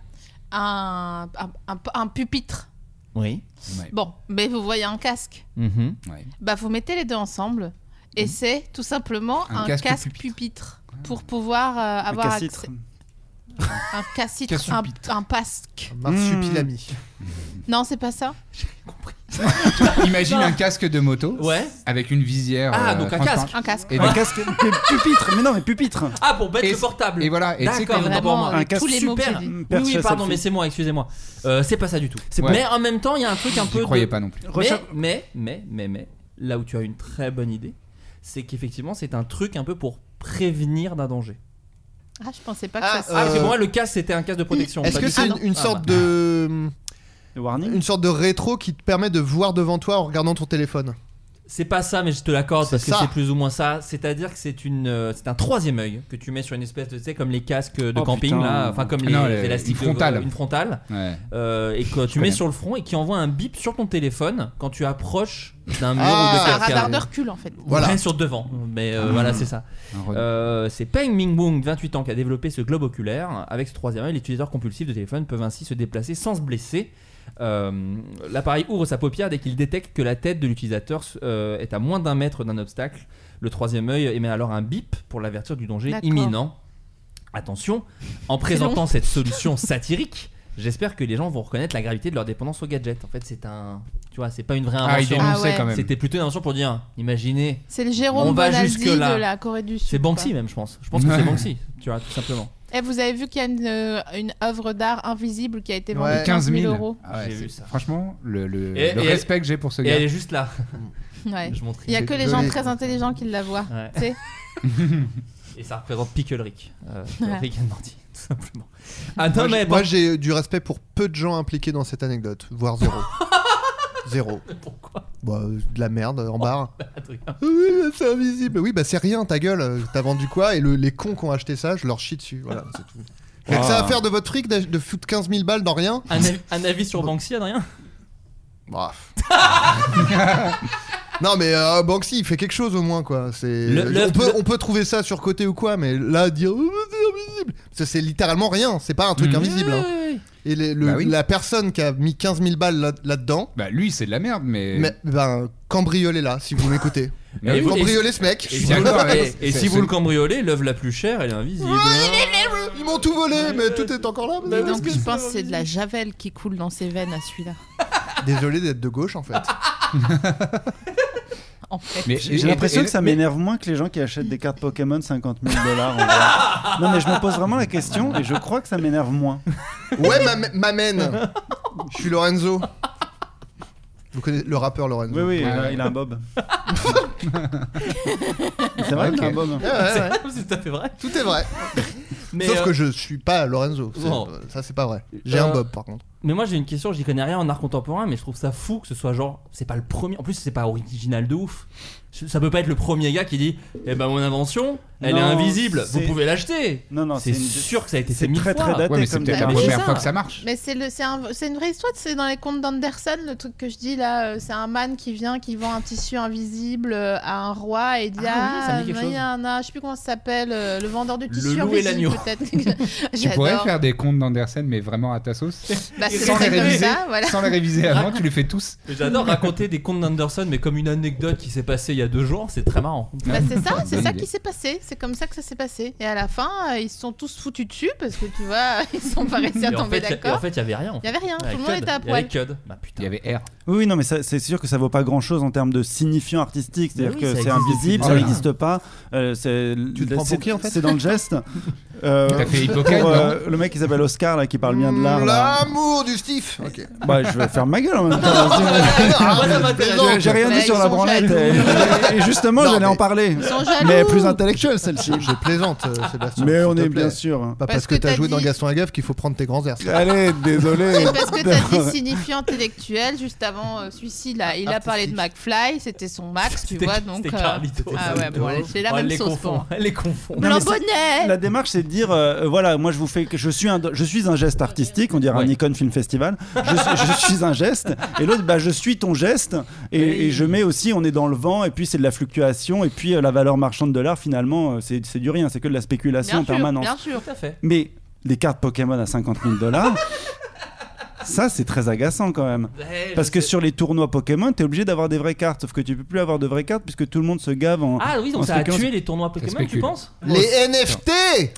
Speaker 8: un, un, un- un pupitre.
Speaker 7: Oui.
Speaker 9: Ouais.
Speaker 8: Bon mais vous voyez un casque.
Speaker 7: Mhm.
Speaker 9: Ouais.
Speaker 8: Bah vous mettez les deux ensemble et c'est tout simplement
Speaker 9: Un
Speaker 8: un,
Speaker 9: casque
Speaker 8: casque,
Speaker 9: pupitre.
Speaker 8: pupitre. pour pouvoir euh,
Speaker 4: Un
Speaker 8: avoir
Speaker 4: cassitre.
Speaker 8: accès- un cassitre, un,
Speaker 9: Cassupitre.
Speaker 3: Hmm.
Speaker 8: un pasque.
Speaker 3: Marsupilami.
Speaker 8: Non c'est pas ça.
Speaker 9: Imagine un casque de moto
Speaker 7: ouais.
Speaker 9: avec une visière.
Speaker 7: Ah,
Speaker 9: euh,
Speaker 7: donc un
Speaker 9: transparente.
Speaker 7: casque. Un casque.
Speaker 9: Et
Speaker 7: Ah.
Speaker 9: donc-
Speaker 7: Un casque
Speaker 11: pupitre, mais non, mais pupitre.
Speaker 7: Ah, pour mettre
Speaker 9: Et-
Speaker 7: le portable.
Speaker 9: et voilà, et tu sais,
Speaker 7: D'accord,
Speaker 9: comme-
Speaker 7: autant pour moi.
Speaker 8: euh,
Speaker 9: Vraiment, Ah, avec Un tous casque. les mots que
Speaker 7: super.
Speaker 9: j'ai dit.
Speaker 7: Oui,
Speaker 9: Perche
Speaker 7: oui,
Speaker 9: à
Speaker 7: pardon,
Speaker 9: selfie.
Speaker 7: mais c'est moi, excusez-moi. Euh, c'est pas ça du tout.
Speaker 9: C'est
Speaker 7: Mais
Speaker 9: pas-
Speaker 7: en même temps, il y a un truc un peu.
Speaker 9: croyais
Speaker 7: de-
Speaker 9: pas non plus.
Speaker 7: Mais-
Speaker 9: Recherche-
Speaker 7: Mais, mais, mais, mais, là où tu as une très bonne idée, c'est qu'effectivement, c'est un truc un peu pour prévenir d'un danger.
Speaker 8: Ah, je pensais pas que
Speaker 7: Ah,
Speaker 8: ça.
Speaker 7: parce que pour moi, le casque, c'était un casque de protection.
Speaker 3: Euh, Est-ce
Speaker 7: pas
Speaker 3: que
Speaker 7: du
Speaker 3: c'est
Speaker 7: tout.
Speaker 3: une, une
Speaker 7: Ah,
Speaker 3: sorte
Speaker 7: bah.
Speaker 3: de.
Speaker 11: Warning
Speaker 3: Une sorte de rétro qui te permet de voir devant toi en regardant ton téléphone
Speaker 7: C'est pas ça, mais je te l'accorde parce que
Speaker 3: ça.
Speaker 7: c'est plus ou moins ça. C'est-à-dire que c'est une, euh, c'est un troisième œil que tu mets sur une espèce de, tu sais, comme les casques de
Speaker 9: Oh,
Speaker 7: camping
Speaker 9: putain.
Speaker 7: là, enfin comme
Speaker 9: Ah
Speaker 7: les,
Speaker 9: non,
Speaker 7: les
Speaker 9: les-
Speaker 7: élastiques
Speaker 9: une
Speaker 7: de-
Speaker 9: frontale.
Speaker 7: une frontale,
Speaker 9: Ouais.
Speaker 7: Euh, et que tu
Speaker 9: connais.
Speaker 7: mets sur le front et qui envoie un bip sur ton téléphone quand tu approches d'un mur
Speaker 8: Ah,
Speaker 7: ou de
Speaker 8: c'est un
Speaker 7: quelqu'un.
Speaker 8: radar de recul, en fait.
Speaker 7: Voilà.
Speaker 8: Voilà.
Speaker 7: sur devant, mais euh,
Speaker 9: Ah.
Speaker 7: voilà c'est ça.
Speaker 9: Un radar.
Speaker 7: Euh, c'est Peng Mingbong, 28 ans, qui a développé ce globe oculaire. Avec ce troisième œil, les utilisateurs compulsifs de téléphone peuvent ainsi se déplacer sans se blesser. Euh, L'appareil ouvre sa paupière dès qu'il détecte que la tête de l'utilisateur euh, est à moins d'un mètre d'un obstacle. Le troisième œil émet alors un bip pour l'avertir du danger
Speaker 9: D'accord.
Speaker 7: imminent. Attention, en
Speaker 9: C'est long.
Speaker 7: présentant cette solution satirique, j'espère que les gens vont reconnaître la gravité de leur dépendance au gadget. En fait, c'est un, tu vois, c'est pas une vraie
Speaker 9: Ah, il
Speaker 7: invention.
Speaker 9: dénonçait Ah ouais. quand même.
Speaker 7: C'était plutôt une invention pour dire, imaginez.
Speaker 8: C'est le Jérôme
Speaker 7: on va
Speaker 8: Bonaldi
Speaker 7: jusque là.
Speaker 8: de la Corée du Sud,
Speaker 7: C'est Banksy
Speaker 8: quoi.
Speaker 7: même, je pense. Je pense que c'est Banksy, tu vois, tout simplement.
Speaker 8: Eh, vous avez vu qu'il y a une, euh, une œuvre d'art invisible qui a été vendue
Speaker 9: Ouais.
Speaker 8: 15 000 euros
Speaker 9: Ah ouais,
Speaker 7: J'ai
Speaker 9: c'est-
Speaker 7: vu ça.
Speaker 9: Franchement, le, le-
Speaker 7: Et-
Speaker 9: le
Speaker 7: et elle-
Speaker 9: respect que j'ai pour ce
Speaker 7: et
Speaker 9: gars.
Speaker 7: elle est juste là.
Speaker 8: Ouais.
Speaker 7: Je montrerai.
Speaker 8: Il y a que les
Speaker 7: Joli.
Speaker 8: gens très intelligents qui la voient.
Speaker 7: Ouais.
Speaker 8: tu sais.
Speaker 7: Et ça représente Pickle Rick. Euh,
Speaker 8: Ouais.
Speaker 7: Rick and Morty, tout simplement. Ah non,
Speaker 3: Moi, j'ai-
Speaker 7: mais
Speaker 3: Moi
Speaker 7: bon.
Speaker 3: j'ai du respect pour peu de gens impliqués dans cette anecdote, voire zéro. zéro.
Speaker 7: Pourquoi
Speaker 3: bah, De la merde en
Speaker 7: Oh,
Speaker 3: barre.
Speaker 7: Adrien.
Speaker 3: Oui, c'est invisible. Oui, bah c'est rien, ta gueule. T'as vendu quoi Et le- les cons qui ont acheté ça, je leur chie dessus. Voilà, c'est tout. Y'a que
Speaker 7: Wow.
Speaker 3: ça à faire de votre fric d'ach- de foutre 15 000 balles dans rien
Speaker 7: Un, avi- un avis sur Banksy, Adrien
Speaker 3: Bah. Non mais euh, Banksy il fait quelque chose au moins quoi. C'est
Speaker 7: Le-
Speaker 3: on
Speaker 7: l'œuvre-
Speaker 3: peut
Speaker 7: le-
Speaker 3: on peut trouver ça sur côté ou quoi, mais là dire Oh, c'est invisible, Ça, c'est littéralement rien. C'est pas un truc
Speaker 9: Mhm.
Speaker 3: invisible. hein.
Speaker 7: Ouais, ouais, ouais.
Speaker 3: Et les- le-
Speaker 9: Bah oui.
Speaker 3: la personne qui a mis 15 000 balles là- là-dedans,
Speaker 9: Bah, lui, c'est de la merde, mais.
Speaker 3: mais ben cambriolez là si vous m'écoutez.
Speaker 9: Mais
Speaker 7: Et vous-
Speaker 3: cambriolez
Speaker 7: et-
Speaker 3: ce mec.
Speaker 7: Et,
Speaker 9: Je
Speaker 7: si
Speaker 9: suis
Speaker 7: vous,
Speaker 9: d'accord,
Speaker 7: et-
Speaker 9: mais
Speaker 7: et
Speaker 9: c'est-
Speaker 7: si
Speaker 9: c'est-
Speaker 7: vous le cambriolez, l'œuvre la plus chère, elle est invisible.
Speaker 3: Ils m'ont tout volé, mais tout est encore là.
Speaker 8: Mais donc, je pense Bah, que c'est de la javel qui coule dans ses veines à celui-là.
Speaker 3: Désolé d'être de gauche en fait.
Speaker 8: En fait.
Speaker 9: Mais-
Speaker 11: J'ai j'ai l'impression
Speaker 9: et-
Speaker 11: que ça m'énerve moins que les gens qui achètent des cartes Pokémon 50 000 dollars. Non, mais je me pose vraiment la question et je crois que ça m'énerve moins.
Speaker 3: Ouais, ma- m'amène. Je suis Lorenzo. Vous connaissez le rappeur Lorenzo
Speaker 11: Oui, oui,
Speaker 9: Ouais,
Speaker 11: euh,
Speaker 9: ouais.
Speaker 11: il a un bob. C'est vrai, il a un
Speaker 9: Ok.
Speaker 11: bob.
Speaker 3: Ouais, ouais, ouais.
Speaker 7: C'est tout à fait vrai.
Speaker 3: Tout est vrai.
Speaker 7: Mais,
Speaker 3: Sauf
Speaker 7: euh,
Speaker 3: que je suis pas Lorenzo. C'est-
Speaker 7: Non.
Speaker 3: Ça, c'est pas vrai. J'ai
Speaker 7: Euh,
Speaker 3: un bob par contre.
Speaker 7: Mais moi j'ai une question, j'y connais rien en art contemporain, mais je trouve ça fou que ce soit genre, c'est pas le premier, en plus c'est pas original de ouf. Je- Ça peut pas être le premier gars qui dit, eh ben mon invention, elle est
Speaker 11: Non,
Speaker 7: invisible, vous
Speaker 11: c'est-
Speaker 7: pouvez l'acheter.
Speaker 11: Non, non,
Speaker 7: C'est
Speaker 11: une-
Speaker 7: sûr que ça a été
Speaker 11: c'est
Speaker 7: fait mille
Speaker 11: très,
Speaker 7: fois.
Speaker 11: très daté.
Speaker 9: Ouais, mais c'est
Speaker 11: comme
Speaker 9: peut-être la
Speaker 11: date.
Speaker 8: Mais c'est
Speaker 9: première
Speaker 7: ça.
Speaker 9: fois que ça marche.
Speaker 8: Mais c'est le- c'est un- c'est une vraie histoire, c'est dans les contes d'Anderson, le truc que je dis là, euh, c'est un man qui vient, qui vend un tissu invisible euh, à un roi et dit
Speaker 7: Ah oui, ça me
Speaker 8: ah,
Speaker 7: dit quelque
Speaker 8: il y a un, un- je sais plus comment ça s'appelle, euh, le vendeur de tissu
Speaker 7: loup et l'agneau.
Speaker 8: invisible peut-être.
Speaker 9: Tu pourrais
Speaker 8: J'adore.
Speaker 9: faire des comptes d'Andersen, mais vraiment à ta sauce.
Speaker 8: Bah, c'est
Speaker 9: sans, les
Speaker 8: fait comme
Speaker 9: réviser,
Speaker 8: ça, voilà.
Speaker 9: sans les réviser avant, tu les fais tous.
Speaker 7: J'adore raconter des contes d'Anderson, mais comme une anecdote qui s'est passée il y a deux jours, c'est très marrant.
Speaker 8: Bah, c'est ça, c'est
Speaker 9: Bonne
Speaker 8: ça
Speaker 9: idée.
Speaker 8: qui s'est passé, c'est comme ça que ça s'est passé. Et à la fin, euh, ils se sont tous foutus dessus parce que tu vois, ils sont pas réussi à
Speaker 7: Et en
Speaker 8: tomber
Speaker 7: fait, y a- et en
Speaker 8: d'accord.
Speaker 7: fait, il y avait rien. en
Speaker 8: Il y avait rien, tout
Speaker 7: avait
Speaker 8: le monde
Speaker 7: Cud,
Speaker 8: était à
Speaker 7: il y avait
Speaker 8: poil.
Speaker 7: Cud. Bah putain.
Speaker 9: Il y avait R.
Speaker 11: Oui, oui, non, mais ça- c'est sûr que ça vaut pas grand chose en termes de signifiant artistique. C'est-à-dire
Speaker 7: Mais Bah oui,
Speaker 11: que
Speaker 7: ça
Speaker 11: c'est
Speaker 7: existe
Speaker 11: invisible,
Speaker 7: depuis
Speaker 11: ça
Speaker 9: longtemps.
Speaker 11: n'existe pas. euh, c'est-
Speaker 3: Tu te prends pour
Speaker 11: c'est-
Speaker 3: qui, en fait
Speaker 11: C'est dans le geste. Euh,
Speaker 9: T'as fait Hippocrate,
Speaker 11: pour,
Speaker 9: non
Speaker 11: euh, Le mec qui s'appelle Oscar, là, qui parle bien de l'art. là.
Speaker 3: L'amour du Steve. Ok.
Speaker 11: Bah, je vais faire ma gueule en même temps.
Speaker 3: Ah,
Speaker 7: Moi, ça
Speaker 3: mais
Speaker 7: m'intéresse.
Speaker 3: plaisante.
Speaker 11: J'ai rien
Speaker 8: Mais
Speaker 11: dit sur
Speaker 8: ils
Speaker 11: la
Speaker 8: sont
Speaker 11: branlette.
Speaker 8: jaloux.
Speaker 11: Et, et justement,
Speaker 3: Non,
Speaker 11: j'allais en
Speaker 3: mais-
Speaker 11: parler.
Speaker 8: sont jaloux.
Speaker 11: Mais plus intellectuelle, celle-ci.
Speaker 3: Je plaisante, euh, Sébastien.
Speaker 11: Mais
Speaker 3: s'il
Speaker 11: on
Speaker 3: te
Speaker 11: est
Speaker 3: plaît.
Speaker 11: bien sûr. Ah,
Speaker 3: Pas parce,
Speaker 8: Parce
Speaker 3: que,
Speaker 8: que
Speaker 3: t'as
Speaker 8: t'as
Speaker 3: joué dans
Speaker 8: dit-
Speaker 3: Gaston Lagaffe qu'il faut prendre tes grands airs. ça.
Speaker 11: Allez, désolé.
Speaker 8: C'est parce que t'as dit signifiant intellectuel juste avant euh, celui-ci là. Il a parlé de McFly, c'était son
Speaker 7: Ah,
Speaker 8: max, tu
Speaker 7: C'était-
Speaker 8: vois donc.
Speaker 7: c'était
Speaker 8: euh,
Speaker 7: Carlito.
Speaker 8: Ah ouais, bon, allez, c'est la
Speaker 7: Oh, elle
Speaker 8: même
Speaker 7: les
Speaker 8: sauce
Speaker 7: confond,
Speaker 8: pour moi.
Speaker 7: Elle les confond.
Speaker 11: Non,
Speaker 8: Blanc
Speaker 11: mais ça-
Speaker 8: bonnet.
Speaker 11: La démarche, c'est de dire, euh, euh, voilà, moi je vous fais, que je suis un, je suis un geste artistique, on dirait un
Speaker 7: Ouais.
Speaker 11: Nikon Film Festival. Je, suis- je suis un geste, et l'autre, bah, je suis ton geste, et, et je mets aussi, on est dans le vent, et puis c'est de la fluctuation, et puis euh, la valeur marchande de l'art, finalement, euh, c'est c'est du rien, c'est que de la spéculation
Speaker 8: Bien
Speaker 11: en
Speaker 8: sûr,
Speaker 11: permanence.
Speaker 8: bien sûr.
Speaker 7: Tout à fait.
Speaker 11: Mais les cartes Pokémon à 50 000 dollars. Ça, c'est très agaçant quand même.
Speaker 7: Ouais,
Speaker 11: Parce
Speaker 7: je
Speaker 11: que
Speaker 7: sais.
Speaker 11: sur les tournois Pokémon, t'es obligé d'avoir des vraies cartes. Sauf que tu peux plus avoir de vraies cartes puisque tout le monde se gave en.
Speaker 7: Ah oui,
Speaker 11: en
Speaker 7: donc ça a
Speaker 11: spéculant-
Speaker 7: tué les tournois Pokémon, tu
Speaker 11: spécule.
Speaker 7: penses
Speaker 3: Les NFT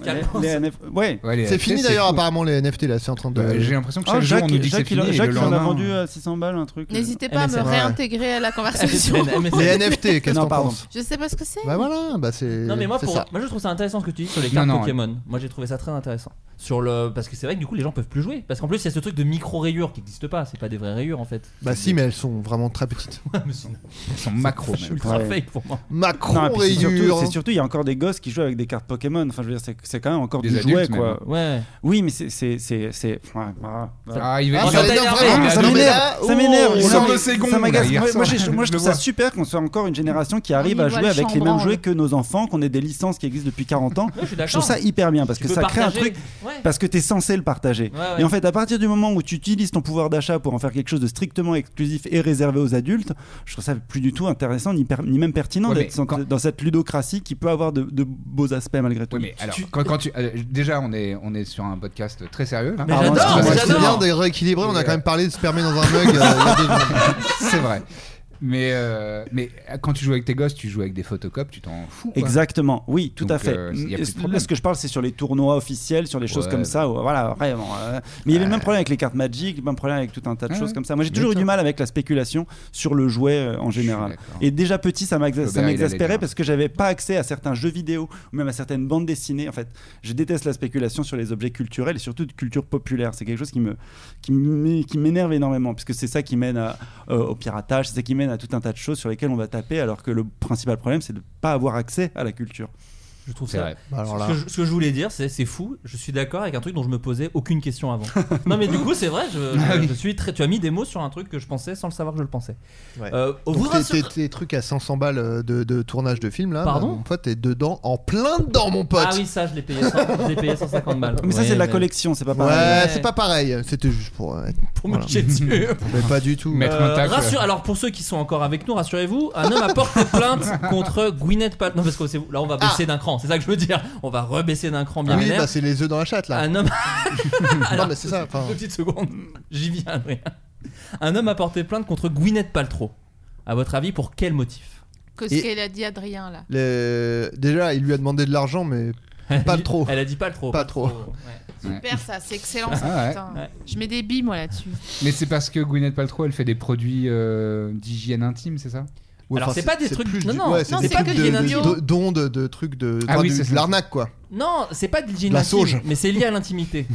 Speaker 11: Les- les NF Ouais.
Speaker 3: C'est fini d'ailleurs, apparemment, les NFT là. C'est en train de.
Speaker 9: Euh, j'ai l'impression que
Speaker 11: Ah,
Speaker 9: chaque jour,
Speaker 11: Jacques,
Speaker 9: on nous dit que c'est
Speaker 11: Jacques, il,
Speaker 9: fini et
Speaker 11: Jacques,
Speaker 9: le
Speaker 11: il en a
Speaker 9: lendemain-
Speaker 11: vendu à 600 balles un truc. euh.
Speaker 8: N'hésitez pas à me
Speaker 3: MSN.
Speaker 8: réintégrer à la conversation.
Speaker 3: Les NFT, qu'est-ce
Speaker 11: Non,
Speaker 3: qu'on
Speaker 11: pardon.
Speaker 3: pense
Speaker 8: Je sais pas ce que c'est.
Speaker 3: Bah voilà, bah c'est.
Speaker 7: Non mais moi,
Speaker 3: c'est
Speaker 7: pour-
Speaker 3: ça.
Speaker 7: moi je trouve ça intéressant ce que tu dis sur les
Speaker 9: Non,
Speaker 7: cartes
Speaker 9: non,
Speaker 7: Pokémon. Moi j'ai trouvé ça très intéressant. Sur le parce que c'est vrai que du coup les gens peuvent plus jouer parce qu'en plus il y a ce truc de micro rayures qui n'existe pas, c'est pas des vraies rayures en fait.
Speaker 3: Bah si, mais elles sont vraiment très petites.
Speaker 7: Mais sinon,
Speaker 9: Ils sont macro.
Speaker 7: c'est ultra
Speaker 11: Ouais.
Speaker 7: fake pour moi.
Speaker 3: Macron
Speaker 11: Non, et puis c'est surtout,
Speaker 3: rayures.
Speaker 11: c'est surtout, il y a encore des gosses qui jouent avec des cartes Pokémon. Enfin, je veux dire, c'est- c'est quand même encore
Speaker 9: Des
Speaker 11: du
Speaker 9: adultes,
Speaker 11: jouet,
Speaker 9: même.
Speaker 11: quoi.
Speaker 7: Ouais.
Speaker 11: Oui, mais c'est. c'est- c'est- c'est- ouais, ouais, ouais.
Speaker 9: Ah, il
Speaker 3: Ah,
Speaker 9: va
Speaker 3: ça
Speaker 7: On
Speaker 3: l'énerve
Speaker 7: t'a
Speaker 3: vraiment,
Speaker 7: énervé.
Speaker 3: ça
Speaker 11: Ça
Speaker 3: m'énerve.
Speaker 11: m'énerve,
Speaker 3: Oh,
Speaker 11: ça m'énerve.
Speaker 9: il
Speaker 11: Ça
Speaker 9: sort de
Speaker 11: m'é-
Speaker 9: ses gonds,
Speaker 11: Ça m'agace.
Speaker 9: là, il
Speaker 11: Moi, moi,
Speaker 9: ressort.
Speaker 11: j'ai- moi, Ah, je
Speaker 9: Je
Speaker 11: trouve
Speaker 9: le
Speaker 11: ça
Speaker 9: vois.
Speaker 11: super qu'on soit encore une génération qui arrive
Speaker 8: On y
Speaker 11: à
Speaker 8: voit
Speaker 11: jouer
Speaker 8: le
Speaker 11: avec les
Speaker 8: chambranle.
Speaker 11: mêmes jouets que nos enfants, qu'on ait des licences qui existent depuis 40 ans.
Speaker 7: Ouais, je suis
Speaker 11: Je trouve
Speaker 7: d'accord.
Speaker 11: ça hyper bien parce
Speaker 7: Tu
Speaker 11: que
Speaker 7: peux
Speaker 11: ça crée un
Speaker 7: partager.
Speaker 11: truc
Speaker 7: Ouais.
Speaker 11: parce que t'es censé le partager.
Speaker 7: Ouais, ouais.
Speaker 11: Et en fait, à partir du moment où tu utilises ton pouvoir d'achat pour en faire quelque chose de strictement exclusif et réservé aux adultes, je trouve ça plus du tout intéressant ni, per- ni même pertinent
Speaker 9: Ouais,
Speaker 11: d'être
Speaker 9: mais
Speaker 11: dans-
Speaker 9: quand-
Speaker 11: dans cette ludocratie qui peut avoir de, de beaux aspects malgré tout.
Speaker 9: Oui, mais alors, quand, quand tu, euh, déjà, on est, on est sur un podcast très sérieux. Là.
Speaker 7: Mais
Speaker 11: Pardon,
Speaker 7: j'adore,
Speaker 11: excuse-moi,
Speaker 3: hein. Ouais,
Speaker 7: mais
Speaker 3: C'est bien
Speaker 7: j'adore.
Speaker 3: de rééquilibrer. On a
Speaker 9: Et,
Speaker 3: quand
Speaker 9: euh,
Speaker 3: même parlé de spermer dans un mug. euh, il y a deux secondes.
Speaker 9: C'est vrai. Mais, euh, mais euh, quand tu joues avec tes gosses, tu joues avec des photocopes, tu t'en fous. quoi.
Speaker 11: Exactement, oui, tout
Speaker 9: Donc,
Speaker 11: à fait.
Speaker 9: euh, y a plus de
Speaker 11: Mm,
Speaker 9: problème.
Speaker 11: Là, ce que je parle, c'est sur les tournois officiels, sur les choses
Speaker 9: Ouais,
Speaker 11: comme
Speaker 9: bah.
Speaker 11: ça. où, voilà, vraiment. euh, mais il y avait le même problème avec les cartes Magic, le même problème avec tout un tas de
Speaker 9: Ah
Speaker 11: choses
Speaker 9: ouais.
Speaker 11: comme ça. Moi, j'ai toujours eu du mal avec la spéculation sur le jouet euh, en général.
Speaker 9: d'accord.
Speaker 11: Et déjà petit, ça m'exa-
Speaker 9: Flaubert,
Speaker 11: ça
Speaker 9: il allait hein.
Speaker 11: m'exaspérait
Speaker 9: bien.
Speaker 11: parce que j'avais pas accès à certains jeux vidéo ou même à certaines bandes dessinées. En fait, je déteste la spéculation sur les objets culturels et surtout de culture populaire. C'est quelque chose qui me qui m'é- qui m'énerve énormément puisque c'est ça qui mène à, euh, au piratage, c'est ça qui mène à tout un tas de choses sur lesquelles on va taper alors que le principal problème c'est de ne pas avoir accès à la culture.
Speaker 7: Je trouve
Speaker 9: C'est
Speaker 7: ça
Speaker 9: vrai.
Speaker 3: Bah Alors
Speaker 7: Ce
Speaker 3: là.
Speaker 7: que, je, ce que je voulais dire, c'est c'est fou. Je suis d'accord avec un truc dont je me posais aucune question avant. non, mais du coup, c'est vrai. Je, je- je suis très. Tu as mis des mots sur un truc que je pensais sans le savoir que je le pensais.
Speaker 3: Ouais.
Speaker 7: Euh, on vous
Speaker 3: Donc, tes-
Speaker 7: rassure-
Speaker 3: tes, tes trucs à 500 balles euh, de, de tournage de film là,
Speaker 7: Pardon
Speaker 3: bah, mon pote est dedans, en plein dedans mon pote.
Speaker 7: Ah oui, ça, je l'ai payé, 100 je l'ai payé 150 balles.
Speaker 11: Mais ça c'est de la
Speaker 7: collection
Speaker 11: collection, c'est pas
Speaker 3: Ouais,
Speaker 11: pareil.
Speaker 3: c'est pas pareil. C'était juste pour. euh,
Speaker 7: Pour me
Speaker 3: voilà.
Speaker 7: chier dessus.
Speaker 3: Mais pas du tout. Ah
Speaker 9: Mettre un
Speaker 7: Euh,
Speaker 9: tac.
Speaker 7: rassure- Alors pour ceux qui sont encore avec nous, rassurez-vous, un homme a porté plainte contre Gwyneth Paltrow. Non parce que c'est- là on va baisser d'un cran, c'est ça que je veux dire. On va rebaisser d'un cran bien
Speaker 3: Ah.
Speaker 7: Ah,
Speaker 3: oui,
Speaker 7: vénère.
Speaker 3: bah c'est les œufs dans la chatte là.
Speaker 7: un homme.
Speaker 3: non, mais c'est ça. enfin.
Speaker 7: Deux petites secondes, j'y viens. Adrien. Un homme a porté plainte contre Gwyneth Paltrow. À votre avis pour quel motif
Speaker 8: Que ce
Speaker 3: Et-
Speaker 8: qu'elle a dit Adrien là.
Speaker 3: Les- Déjà, il lui a demandé de l'argent, mais Pas trop.
Speaker 7: Elle a dit Paltrow.
Speaker 3: Pas trop.
Speaker 7: Ouais.
Speaker 8: Super ça, c'est excellent ça.
Speaker 9: Ah ouais.
Speaker 8: putain.
Speaker 7: Ouais.
Speaker 8: Je mets des billes moi là-dessus.
Speaker 9: Mais c'est parce que Gwyneth Paltrow, elle fait des produits euh, d'hygiène intime, c'est ça
Speaker 3: Ouais,
Speaker 7: Alors,
Speaker 3: enfin,
Speaker 7: c'est pas des trucs-
Speaker 3: plus
Speaker 7: non,
Speaker 3: du-
Speaker 7: non,
Speaker 3: ouais, c'est
Speaker 8: non,
Speaker 3: des
Speaker 8: c'est pas
Speaker 3: trucs
Speaker 8: que
Speaker 3: de-
Speaker 8: des
Speaker 3: de-
Speaker 8: vidéos.
Speaker 3: de- d'ondes, de trucs de,
Speaker 9: Ah oui,
Speaker 3: de-
Speaker 9: c'est
Speaker 3: de
Speaker 9: ça.
Speaker 3: l'arnaque quoi.
Speaker 7: Non, c'est pas de l'hygiène
Speaker 3: La
Speaker 7: intime,
Speaker 3: sauge.
Speaker 7: mais c'est lié à l'intimité.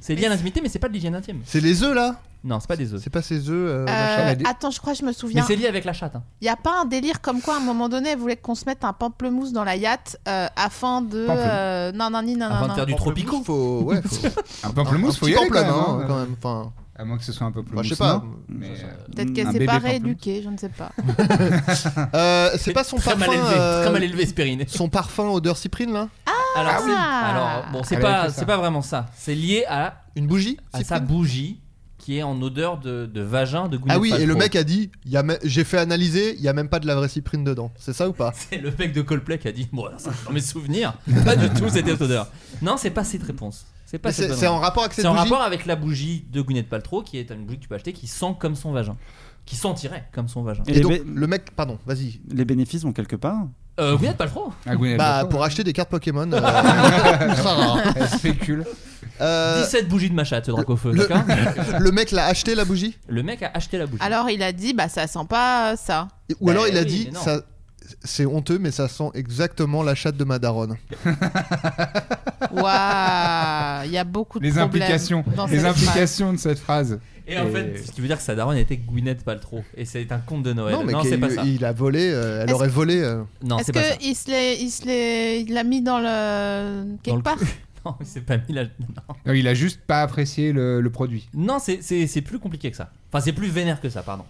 Speaker 7: c'est lié à l'intimité, mais c'est pas de l'hygiène intime.
Speaker 3: C'est les œufs là
Speaker 7: Non, c'est pas des œufs.
Speaker 3: C'est pas ces œufs. euh,
Speaker 8: Euh,
Speaker 9: elle a dit-
Speaker 8: attends, je crois que je me
Speaker 7: Mais
Speaker 8: souviens.
Speaker 7: c'est lié avec la chatte. hein.
Speaker 8: Il y a pas un délire comme quoi à un moment donné elle voulait qu'on se mette un pamplemousse dans la yacht euh, afin de
Speaker 9: Pamplemousse.
Speaker 8: euh, non non ni non
Speaker 7: Avant
Speaker 8: non
Speaker 7: de
Speaker 8: non.
Speaker 7: faire du tropico.
Speaker 3: Faut, ouais, faut...
Speaker 9: Un pamplemousse,
Speaker 3: un
Speaker 9: faut
Speaker 3: petit
Speaker 9: y aller quand même. hein.
Speaker 3: pamplemousse, hein, quand même. Enfin,
Speaker 9: À moins que ce soit un pamplemousse.
Speaker 3: enfin, je sais pas.
Speaker 9: non Mais, euh,
Speaker 8: Peut-être
Speaker 11: Mm.
Speaker 8: qu'elle
Speaker 9: un
Speaker 8: s'est
Speaker 9: bébé
Speaker 8: pas
Speaker 9: pamplemousse.
Speaker 8: rééduquée, je ne sais pas.
Speaker 3: Euh, c'est
Speaker 7: Mais
Speaker 3: pas son
Speaker 7: très
Speaker 3: parfum.
Speaker 7: Mal élevé,
Speaker 3: euh,
Speaker 7: Très mal élevé, Spériné.
Speaker 3: Son parfum odeur cyprine là
Speaker 7: Alors,
Speaker 8: Ah
Speaker 7: c'est-
Speaker 8: oui.
Speaker 7: alors, bon, c'est
Speaker 9: Elle avait
Speaker 7: pas,
Speaker 9: fait ça.
Speaker 7: c'est pas vraiment ça. C'est lié à,
Speaker 3: Une bougie
Speaker 7: à sa
Speaker 3: cyprine
Speaker 7: bougie qui est en odeur de, de vagin de Gwyneth
Speaker 3: Ah oui, et le
Speaker 7: Paltrow.
Speaker 3: mec a dit y a me- j'ai fait analyser, il y a même pas de la vraie cyprine dedans. C'est ça ou pas
Speaker 7: C'est le mec de Coldplay qui a dit Bon, alors, ça, dans mes souvenirs, pas du tout cette odeur. Non, c'est pas cette réponse. C'est pas
Speaker 3: Mais
Speaker 7: cette
Speaker 3: C'est
Speaker 7: bonne
Speaker 3: c'est en
Speaker 7: réponse.
Speaker 3: rapport avec cette
Speaker 7: C'est en
Speaker 3: bougie
Speaker 7: rapport avec la bougie de Gwyneth Paltrow qui est une bougie que tu peux acheter qui sent comme son vagin. Qui sentirait comme son vagin.
Speaker 11: Et
Speaker 3: Et
Speaker 11: les,
Speaker 3: donc,
Speaker 11: bé-
Speaker 3: le mec, pardon, vas-y.
Speaker 11: les bénéfices vont quelque part.
Speaker 7: Euh, Gwyneth Paltrow
Speaker 9: Ah, Gwyneth
Speaker 3: Bah,
Speaker 9: Paltrow,
Speaker 3: pour acheter des cartes Pokémon. euh, ça va.
Speaker 9: Elle spécule.
Speaker 3: Euh,
Speaker 7: 17 bougies de ma chatte, Dracofeu,
Speaker 3: le-
Speaker 7: d'accord
Speaker 3: le mec l'a acheté la bougie
Speaker 7: Le mec a acheté la bougie.
Speaker 8: Alors il a dit bah ça sent pas euh, ça.
Speaker 3: Ou alors il a
Speaker 7: Bah oui,
Speaker 3: dit
Speaker 7: mais non.
Speaker 3: ça. C'est honteux, mais ça sent exactement la chatte de ma daronne.
Speaker 8: Waouh, il y a beaucoup de
Speaker 9: Les
Speaker 8: problèmes
Speaker 9: implications,
Speaker 8: dans
Speaker 9: les
Speaker 8: cette
Speaker 9: implications de cette phrase.
Speaker 7: Et en
Speaker 9: Et-
Speaker 7: fait, ce qui veut dire que sa daronne était Gwyneth Paltrow. Et c'est un conte de Noël.
Speaker 3: non, mais qu'il-
Speaker 7: c'est pas ça.
Speaker 3: il a volé, euh, elle
Speaker 8: Est-ce
Speaker 3: aurait volé. euh,
Speaker 7: Non,
Speaker 8: phrase.
Speaker 7: c'est
Speaker 8: Est-ce
Speaker 7: pas ça.
Speaker 8: que il se l'est- il se l'est- il l'a mis dans le quelque
Speaker 7: Dans le
Speaker 8: part
Speaker 7: cul. Non, il s'est pas mis la. Non,
Speaker 9: Non, il a juste pas apprécié le, le produit.
Speaker 7: Non, c'est- c'est c'est plus compliqué que ça. Enfin, c'est plus vénère que ça, pardon.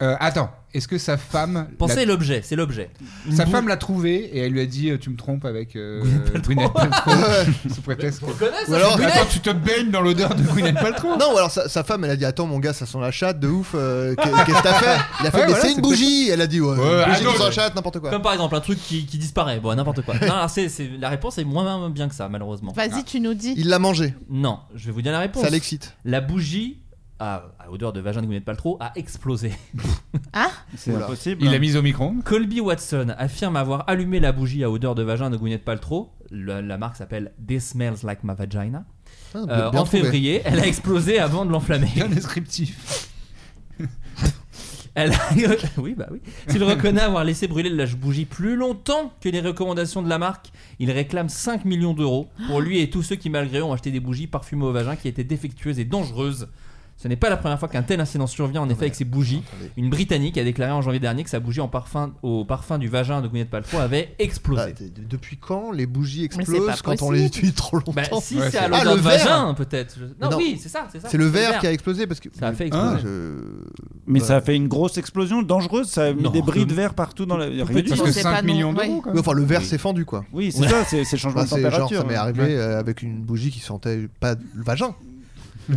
Speaker 9: Euh, attends, est-ce que sa femme.
Speaker 7: Pensez
Speaker 9: l'a-
Speaker 7: à l'objet, c'est l'objet. Une
Speaker 9: Sa
Speaker 7: boule-
Speaker 9: femme l'a trouvé et elle lui a dit euh, Tu me trompes avec euh, Gwyneth
Speaker 7: Gwyneth
Speaker 9: Paltrow. Sous prétexte.
Speaker 7: On connaît
Speaker 3: Ou
Speaker 7: ça,
Speaker 3: alors,
Speaker 7: c'est Gwyneth.
Speaker 9: Attends, tu te baignes dans l'odeur de Gwyneth Paltrow.
Speaker 3: Non, ou alors sa, sa femme, elle a dit Attends, mon gars, ça sent la chatte de ouf, euh, qu'est- qu'est-ce que t'as fait Il a fait
Speaker 9: Ouais,
Speaker 3: Mais
Speaker 9: voilà,
Speaker 3: c'est
Speaker 9: c'est
Speaker 3: une bougie Elle a dit Ouais,
Speaker 9: Ouais,
Speaker 3: une
Speaker 9: ah
Speaker 3: bougie
Speaker 9: non,
Speaker 3: dans
Speaker 9: mais-
Speaker 3: la chatte, n'importe quoi.
Speaker 7: Comme par exemple un truc qui, qui disparaît, bon n'importe quoi. Non, alors c'est- c'est- la réponse est moins bien que ça malheureusement.
Speaker 8: Vas-y, tu nous dis.
Speaker 3: Il l'a mangé,
Speaker 7: Non, je vais vous dire la réponse.
Speaker 3: ça l'excite.
Speaker 7: La bougie à, à odeur de vagin de Gwyneth Paltrow a explosé.
Speaker 8: Ah
Speaker 11: C'est
Speaker 9: Oula.
Speaker 11: impossible.
Speaker 9: Il l'a mise au micro-ondes
Speaker 7: Colby Watson affirme avoir allumé la bougie à odeur de vagin de Gwyneth Paltrow. Le- la marque s'appelle This Smells Like My Vagina.
Speaker 9: Ah,
Speaker 7: Euh,
Speaker 9: bien
Speaker 7: en
Speaker 9: trouvé.
Speaker 7: février, elle a explosé avant de l'enflammer.
Speaker 9: Bien descriptif.
Speaker 7: Elle a- Oui, bah oui. S'il reconnaît avoir laissé brûler la bougie plus longtemps que les recommandations de la marque, il réclame 5 millions d'euros pour lui et tous ceux qui, malgré eux, ont acheté des bougies parfumées au vagin qui étaient défectueuses et dangereuses. Ce n'est pas la première fois qu'un tel incident survient en effet avec ses bougies. Une Britannique a déclaré en janvier dernier que sa bougie en parfum, au parfum du vagin de Gwyneth Paltrow avait explosé.
Speaker 3: Ah, Depuis quand les bougies
Speaker 7: Mais c'est
Speaker 3: explosent
Speaker 7: pas
Speaker 3: quand on
Speaker 7: possible.
Speaker 3: les utilise trop longtemps
Speaker 7: Bah, si,
Speaker 3: Ouais,
Speaker 7: c'est à
Speaker 3: Ah,
Speaker 7: l'odeur
Speaker 3: le
Speaker 7: de
Speaker 3: verre.
Speaker 7: vagin, peut-être. Je- Non,
Speaker 3: Mais
Speaker 7: oui, c'est ça, c'est ça.
Speaker 3: C'est le
Speaker 7: C'est le
Speaker 3: verre
Speaker 7: verre.
Speaker 3: qui a explosé parce que
Speaker 7: Ça a fait
Speaker 3: Ah,
Speaker 7: exploser.
Speaker 3: je-
Speaker 11: Mais
Speaker 3: Ouais.
Speaker 11: ça a fait une grosse explosion dangereuse, ça a mis
Speaker 3: Non,
Speaker 11: des bris
Speaker 3: tout-
Speaker 11: de verre partout dans la.
Speaker 3: tout
Speaker 11: rien
Speaker 3: petit,
Speaker 11: du
Speaker 3: parce
Speaker 11: tout.
Speaker 3: que C'est 5 pas non- millions d'euros, ouais. quand même. Enfin, le verre
Speaker 11: Oui.
Speaker 3: s'est fendu, quoi.
Speaker 11: Oui, c'est
Speaker 3: Ouais.
Speaker 11: ça, c'est c'est le changement
Speaker 3: Bah,
Speaker 11: de
Speaker 3: c'est
Speaker 11: température. hein.
Speaker 3: Genre, ça m'est arrivé
Speaker 11: Ouais.
Speaker 3: euh, avec une bougie qui sentait pas le vagin.